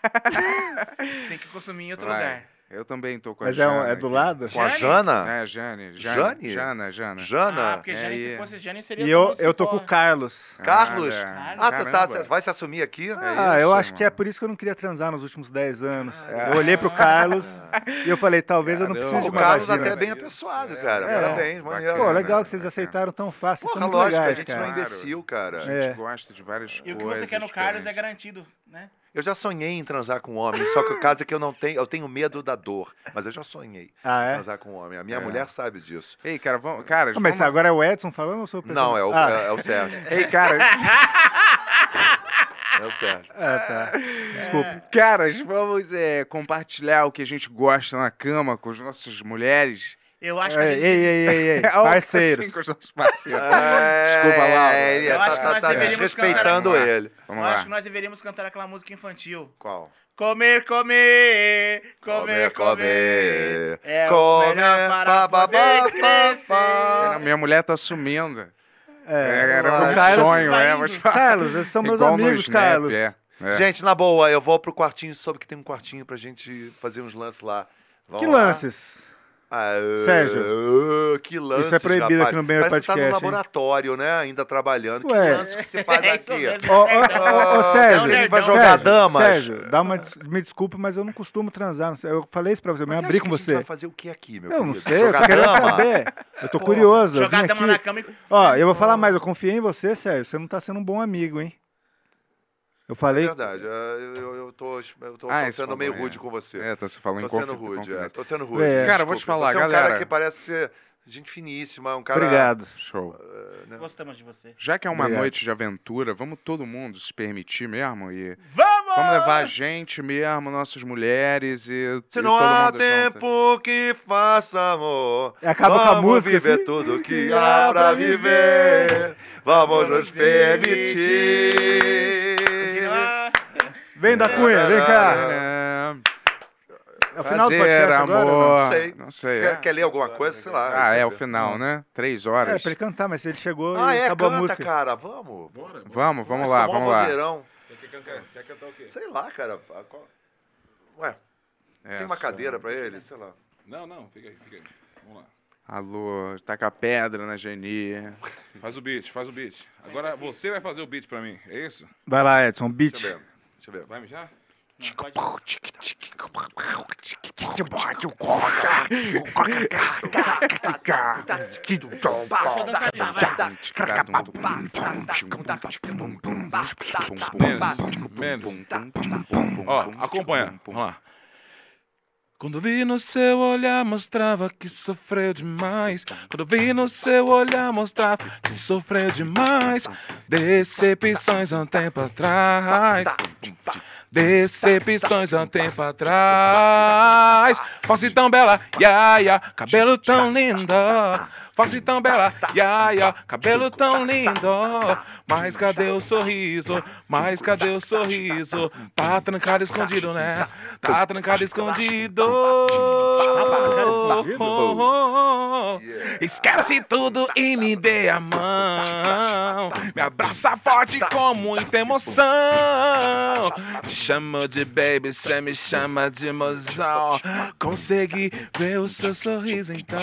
Speaker 10: Tem que consumir em outro
Speaker 6: Vai.
Speaker 10: lugar.
Speaker 6: Eu também tô com a
Speaker 5: Mas é,
Speaker 6: Jana.
Speaker 5: um- é do lado?
Speaker 6: Com a Jane? Jana? É, Jane, Jane,
Speaker 3: Jane?
Speaker 6: Jana, Jana. É
Speaker 3: Jana? Ah, porque
Speaker 10: Jane, se
Speaker 6: aí.
Speaker 10: fosse Jane, seria
Speaker 5: E eu,
Speaker 10: todo
Speaker 5: eu tô com o
Speaker 10: cipó.
Speaker 5: Carlos.
Speaker 3: Carlos?
Speaker 6: Caralho.
Speaker 3: Ah, tu tá,
Speaker 6: Caramba.
Speaker 3: vai se assumir aqui?
Speaker 5: Ah, eu acho que é por isso que eu não queria transar nos últimos 10 anos. Eu olhei pro Carlos e eu falei, talvez eu não
Speaker 3: Ah. Caramba.
Speaker 5: precise de
Speaker 3: O
Speaker 5: uma
Speaker 3: Carlos
Speaker 5: vagina.
Speaker 3: até é bem apessoado, cara.
Speaker 5: É.
Speaker 3: Parabéns, maneiro. né?
Speaker 5: Pô, legal que vocês aceitaram tão fácil.
Speaker 3: Porra,
Speaker 5: Porra, muito
Speaker 3: lógico,
Speaker 5: legais,
Speaker 3: a gente
Speaker 5: cara.
Speaker 3: não é imbecil, cara.
Speaker 5: É.
Speaker 6: A gente gosta de várias
Speaker 10: E o
Speaker 6: coisas.
Speaker 10: que você quer no Carlos é garantido, né?
Speaker 3: Eu já sonhei em transar com um homem, só que o caso é que eu não tenho, eu tenho medo da dor, mas eu já sonhei
Speaker 5: Ah, é?
Speaker 3: em transar com um homem. A minha
Speaker 5: É.
Speaker 3: mulher sabe disso.
Speaker 6: Ei, cara, vamos, cara,
Speaker 5: Ah, mas agora é o Edson falando ou sou o
Speaker 3: Não, é o,
Speaker 5: Ah.
Speaker 3: é, é o Sérgio.
Speaker 6: Ei, cara.
Speaker 3: É o Sérgio.
Speaker 5: Ah, tá. Desculpa.
Speaker 6: é. Caras, vamos é, compartilhar o que a gente gosta na cama com as nossas mulheres. um
Speaker 10: Eu acho que a
Speaker 6: Ei,
Speaker 10: gente...
Speaker 6: É, ei, ei, ei, ei,
Speaker 10: Ou assim
Speaker 6: parceiros. Ah,
Speaker 10: com os
Speaker 6: nossos parceiros.
Speaker 3: Desculpa, Laura.
Speaker 6: é,
Speaker 10: Eu
Speaker 6: tá-
Speaker 10: acho que
Speaker 6: tá-
Speaker 10: nós
Speaker 6: tá
Speaker 10: deveríamos
Speaker 6: desrespeitando
Speaker 10: cantar...
Speaker 6: ele. Vamos
Speaker 10: Eu
Speaker 6: lá.
Speaker 10: acho que nós deveríamos cantar aquela música infantil.
Speaker 3: Qual?
Speaker 10: Comer, comer, comer, comer. É o melhor para poder crescer.
Speaker 6: Cara, minha mulher tá sumindo.
Speaker 3: É,
Speaker 6: era
Speaker 3: eu
Speaker 6: um
Speaker 3: acho. Carlos
Speaker 6: sonho,
Speaker 3: vai
Speaker 6: é,
Speaker 3: indo.
Speaker 6: mas fala.
Speaker 5: Carlos, esses são meus
Speaker 6: Igual no
Speaker 5: amigos,
Speaker 6: Snap,
Speaker 5: Carlos.
Speaker 6: É, é.
Speaker 3: Gente, na boa, eu vou pro quartinho, soube que tem um quartinho pra gente fazer uns lances lá. Vamos
Speaker 5: Que
Speaker 3: lá?
Speaker 5: lances?
Speaker 3: Ah, ah,
Speaker 5: Sérgio.
Speaker 3: ah, que lances,
Speaker 5: Isso é proibido
Speaker 3: rapaz.
Speaker 5: aqui no Banheiro
Speaker 3: Parece que tá no
Speaker 5: Podcast, hein?
Speaker 3: laboratório, né? Ainda trabalhando. Que
Speaker 5: Ué.
Speaker 3: lances que se faz
Speaker 10: É
Speaker 3: aqui?
Speaker 10: isso mesmo.
Speaker 5: Ô, ô, ô, ô, Sérgio,
Speaker 3: Ele vai
Speaker 5: é um Sérgio,
Speaker 3: jogar damas.
Speaker 5: Sérgio, dá uma, des- me desculpa, mas eu não costumo transar. não sei, Eu falei isso pra você, eu me
Speaker 3: Mas
Speaker 5: abri
Speaker 3: acha
Speaker 5: com
Speaker 3: que a gente
Speaker 5: você.
Speaker 3: vai fazer o que aqui, meu
Speaker 5: Eu não
Speaker 3: querido?
Speaker 5: sei, eu tô
Speaker 3: Jogar
Speaker 5: querendo
Speaker 3: dama?
Speaker 5: saber. Eu tô
Speaker 3: Pô,
Speaker 5: curioso. eu
Speaker 10: jogar
Speaker 5: vim
Speaker 10: dama
Speaker 5: aqui-
Speaker 10: na cama e-
Speaker 5: Ó, eu vou falar mais, eu confiei em você, Sérgio. Você não tá sendo um bom amigo, hein? Eu falei.
Speaker 3: É verdade, é, eu, eu, eu tô, eu tô,
Speaker 6: Ah,
Speaker 3: tô
Speaker 6: esse
Speaker 3: sendo
Speaker 6: falou,
Speaker 3: meio
Speaker 6: é.
Speaker 3: rude com você.
Speaker 6: É, tá se falando em
Speaker 3: Tô sendo
Speaker 6: confi-
Speaker 3: rude,
Speaker 6: confiança.
Speaker 3: é, tô sendo rude.
Speaker 6: É. Cara, eu vou te
Speaker 3: desculpa.
Speaker 6: falar,
Speaker 3: você é um
Speaker 6: galera.
Speaker 3: cara que parece ser gente finíssima, um cara...
Speaker 6: Obrigado. Show.
Speaker 3: eh, né?
Speaker 10: Gostamos de você.
Speaker 6: Já que é uma
Speaker 3: Obrigado.
Speaker 6: noite de aventura, vamos todo mundo se permitir mesmo e... Vamos! levar a gente mesmo, nossas mulheres e,
Speaker 3: Se
Speaker 6: e
Speaker 3: não
Speaker 6: todo
Speaker 3: há
Speaker 6: mundo junto.
Speaker 3: tempo que faça amor,
Speaker 6: Acaba com a
Speaker 3: vamos
Speaker 6: música,
Speaker 3: viver
Speaker 6: assim?
Speaker 3: tudo que há pra viver, vamos nos permitir.
Speaker 5: Vem
Speaker 3: É.
Speaker 5: da Cunha, vem cá. É o final do podcast agora,
Speaker 6: amor.
Speaker 5: não?
Speaker 3: Não sei.
Speaker 6: Não sei,
Speaker 3: Quer,
Speaker 6: é.
Speaker 3: quer ler alguma coisa? Sei lá.
Speaker 6: Ah, é o
Speaker 3: sabe?
Speaker 6: final, né? Três
Speaker 5: Era
Speaker 6: horas.
Speaker 5: É, pra ele cantar, mas ele chegou
Speaker 3: Ah,
Speaker 5: e
Speaker 3: é,
Speaker 5: acabou
Speaker 3: canta,
Speaker 5: a música.
Speaker 3: cara, vamos.
Speaker 6: Vamos, vamos
Speaker 3: Mas
Speaker 6: lá,
Speaker 3: tomar um
Speaker 6: vamos lá.
Speaker 3: vozeirão. Quer cantar o quê? Sei lá, cara. a qual- Ué, tem uma
Speaker 6: Essa-
Speaker 3: cadeira pra ele? Sei lá.
Speaker 12: Não, não, fica aí, fica aí. Vamos lá.
Speaker 6: Alô, taca pedra na Genia.
Speaker 12: Faz o beat, faz o beat. Agora você vai fazer o beat pra mim, é isso?
Speaker 5: Vai lá, Edson, beat.
Speaker 12: Deixa eu ver. Deixa eu ver. Vai mijar? Ó, acompanha. Vamos lá. Quando vi no seu olhar, mostrava que sofreu demais. Quando vi no seu olhar, mostrava que sofreu demais. Decepções há um tempo atrás. Decepções há um tempo atrás. Face tão bela, ia, ia, cabelo tão lindo. Face tão bela, ia, ia, cabelo tão lindo. Mas cadê o sorriso? Mas cadê o sorriso? Tá trancado escondido, né? Tá trancado escondido. Esquece tudo e me dê a mão. Me abraça forte com muita emoção. Te chamo de baby, cê me chama de mozão. Consegui ver o seu sorriso então.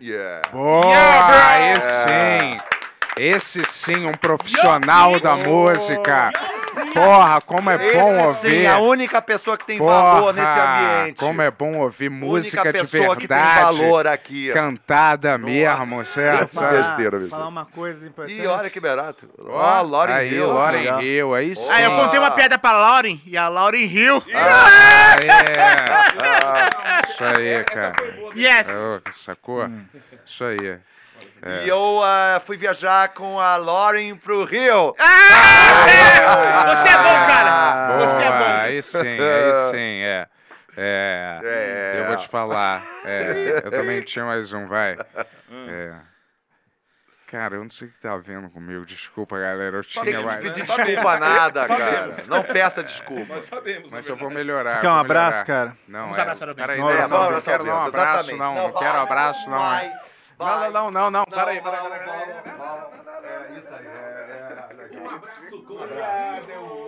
Speaker 3: Yeah.
Speaker 6: Boa!
Speaker 12: Yeah, é
Speaker 6: esse sim! Esse sim, um profissional da música. Porra, como é
Speaker 3: Esse
Speaker 6: bom
Speaker 3: sim,
Speaker 6: ouvir.
Speaker 3: a única pessoa que tem
Speaker 6: Porra,
Speaker 3: valor nesse ambiente.
Speaker 6: Como é bom ouvir música de
Speaker 3: pessoa
Speaker 6: verdade.
Speaker 3: que tem valor aqui.
Speaker 6: Cantada mesmo, certo?
Speaker 5: Falar-
Speaker 6: Sabe?
Speaker 5: Falar uma coisa importante.
Speaker 3: Ih, olha que barato. Ó,
Speaker 6: Ó,
Speaker 3: Lauren
Speaker 6: aí, é
Speaker 3: Hill.
Speaker 6: Lauren
Speaker 3: Legal.
Speaker 6: Hill, aí sim.
Speaker 10: Ah, eu contei uma piada pra Lauren e a Lauren riu.
Speaker 6: Ah,
Speaker 3: Ah,
Speaker 6: é. Isso aí, cara.
Speaker 10: Yes.
Speaker 6: Ô, sacou? Isso aí. É.
Speaker 3: Hum. E eu ah, fui viajar com a Lauren pro Rio.
Speaker 10: Você é bom, cara.
Speaker 6: Ah! Boa,
Speaker 10: Você é bom.
Speaker 6: aí sim, aí sim, é. É, eu
Speaker 16: Hum.
Speaker 6: vou te falar. é, eu também tinha mais um, vai. É.
Speaker 12: Cara, eu não sei o que tá vendo comigo. Desculpa, galera. Eu tinha
Speaker 3: Tem que
Speaker 12: lá-
Speaker 3: pedir desculpa nada,
Speaker 12: Sabemos,
Speaker 3: cara.
Speaker 12: sabemos.
Speaker 3: Não peça desculpa.
Speaker 17: Nós sabemos.
Speaker 12: Mas eu vou melhorar.
Speaker 16: Tu quer um
Speaker 12: vou melhorar.
Speaker 16: abraço, cara?
Speaker 12: Não,
Speaker 16: Vamos
Speaker 12: é,
Speaker 16: abraçar o Bento.
Speaker 12: peraí,
Speaker 16: Não,
Speaker 12: não,
Speaker 16: não,
Speaker 12: não,
Speaker 16: vamos
Speaker 12: não
Speaker 16: abraçar
Speaker 12: quero
Speaker 16: o
Speaker 12: não um
Speaker 16: Bento,
Speaker 12: abraço,
Speaker 16: exatamente.
Speaker 12: não.
Speaker 16: Não,
Speaker 12: Não quero
Speaker 16: vai,
Speaker 12: abraço, não.
Speaker 16: vai,
Speaker 12: é. Não, não, não, não, não. Peraí, peraí, peraí.
Speaker 3: É isso aí. Um abraço com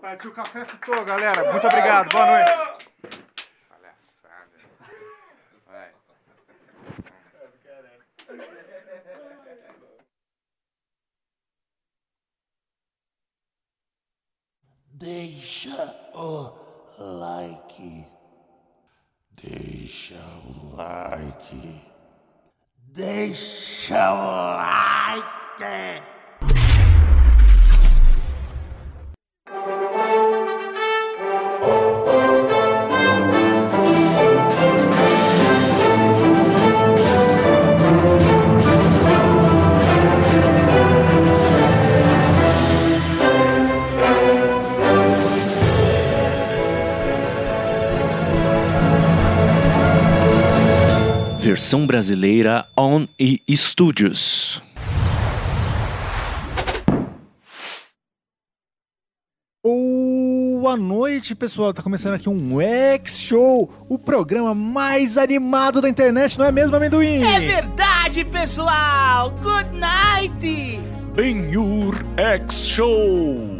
Speaker 16: Partiu o café fritou, galera. Muito obrigado. Boa noite.
Speaker 12: Palhaçada. Vai.
Speaker 18: Deixa o like. Deixa o like. Deixa o like.
Speaker 9: Versão brasileira On e Studios.
Speaker 5: Boa noite, pessoal. Tá começando aqui um X-Show, o programa mais animado da internet, não é mesmo, amendoim?
Speaker 19: É verdade, pessoal! Good night!
Speaker 5: Benhur X-Show.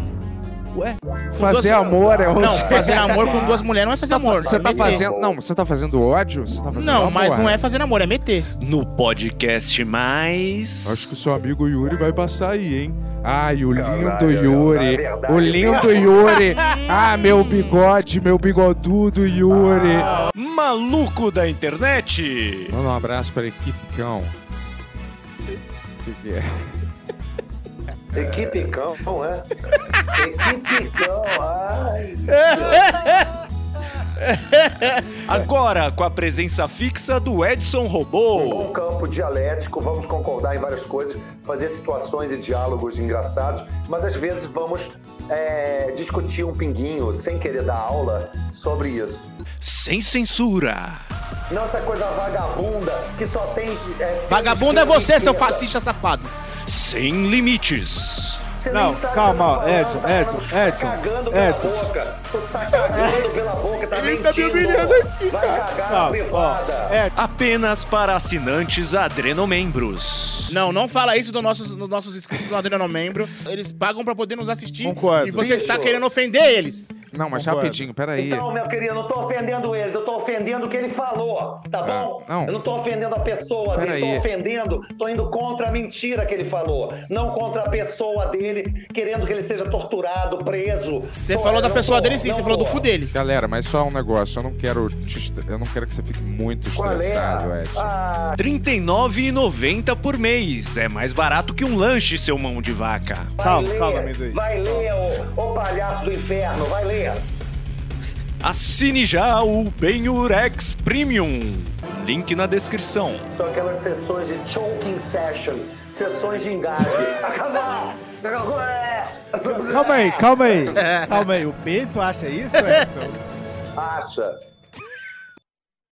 Speaker 19: Ué?
Speaker 6: Fazer amor é
Speaker 10: Não,
Speaker 6: onde...
Speaker 10: fazer amor com duas mulheres não é fazer amor.
Speaker 6: Você tá
Speaker 10: é meter.
Speaker 6: fazendo... Não, você tá fazendo ódio? Você tá fazendo
Speaker 10: Não,
Speaker 6: amor?
Speaker 10: mas não é fazer amor, é meter.
Speaker 9: No podcast mais.
Speaker 6: Acho que o seu amigo Yuri vai passar aí, hein? Ai, o lindo
Speaker 12: Caralho,
Speaker 6: Yuri.
Speaker 12: é verdade.
Speaker 6: O lindo Yuri. Ah, meu bigode, meu bigodudo Yuri.
Speaker 12: Ah.
Speaker 9: Maluco da internet!
Speaker 6: Manda um abraço pra Equipicão. Que que é?
Speaker 11: Equipe Cão, não é? Equipe Cão, ai.
Speaker 9: Agora, com a presença fixa do Edson Robô.
Speaker 11: Um campo dialético, vamos concordar em várias coisas, fazer situações e diálogos engraçados, mas às vezes vamos é, discutir um pinguinho, sem querer dar aula, sobre isso.
Speaker 9: Sem censura.
Speaker 11: Não essa coisa vagabunda que só tem. É,
Speaker 10: Vagabundo é você, seu fascista safado.
Speaker 9: Sem limites.
Speaker 16: Não, calma, ó, Edson, Edson, Edson, Edson.
Speaker 11: Ele tá me
Speaker 16: humilhando
Speaker 11: aqui, cara.
Speaker 9: Não, Apenas para assinantes adrenomembros.
Speaker 10: Não, não fala isso dos nossos, dos nossos inscritos do Adriano Membro. Eles pagam pra poder nos assistir.
Speaker 6: Concordo.
Speaker 10: E você está
Speaker 6: Isso.
Speaker 10: querendo ofender eles.
Speaker 6: Não, mas rapidinho, peraí.
Speaker 12: Então,
Speaker 11: Não, meu querido, eu não tô ofendendo eles, eu tô ofendendo o que ele falou, tá bom?
Speaker 6: Ah, não.
Speaker 11: Eu não tô ofendendo a pessoa
Speaker 6: Pera
Speaker 11: dele, tô
Speaker 6: aí.
Speaker 11: ofendendo, tô indo contra a mentira que ele falou, não contra a pessoa dele, querendo que ele seja torturado, preso. Tô- não tô, não
Speaker 12: um
Speaker 11: tô.
Speaker 10: dele.
Speaker 6: Galera, mas só um negócio, eu não quero te estre- eu não quero que você fique muito
Speaker 11: Qual é? Ah,
Speaker 6: estressado, Edson.
Speaker 9: R$ 39,90 por mês. É mais barato que um lanche, seu mão de vaca.
Speaker 11: Vai ler, Vai ler, ô, ô palhaço do inferno, vai ler.
Speaker 9: Assine já o Benurex Premium. Link na descrição.
Speaker 11: São aquelas sessões de choking session, sessões de engasgo. Acabou! Acabou! é. Ah,
Speaker 5: Calma aí, calma aí. Calma aí, o Bento acha isso, Edson?
Speaker 11: Acha.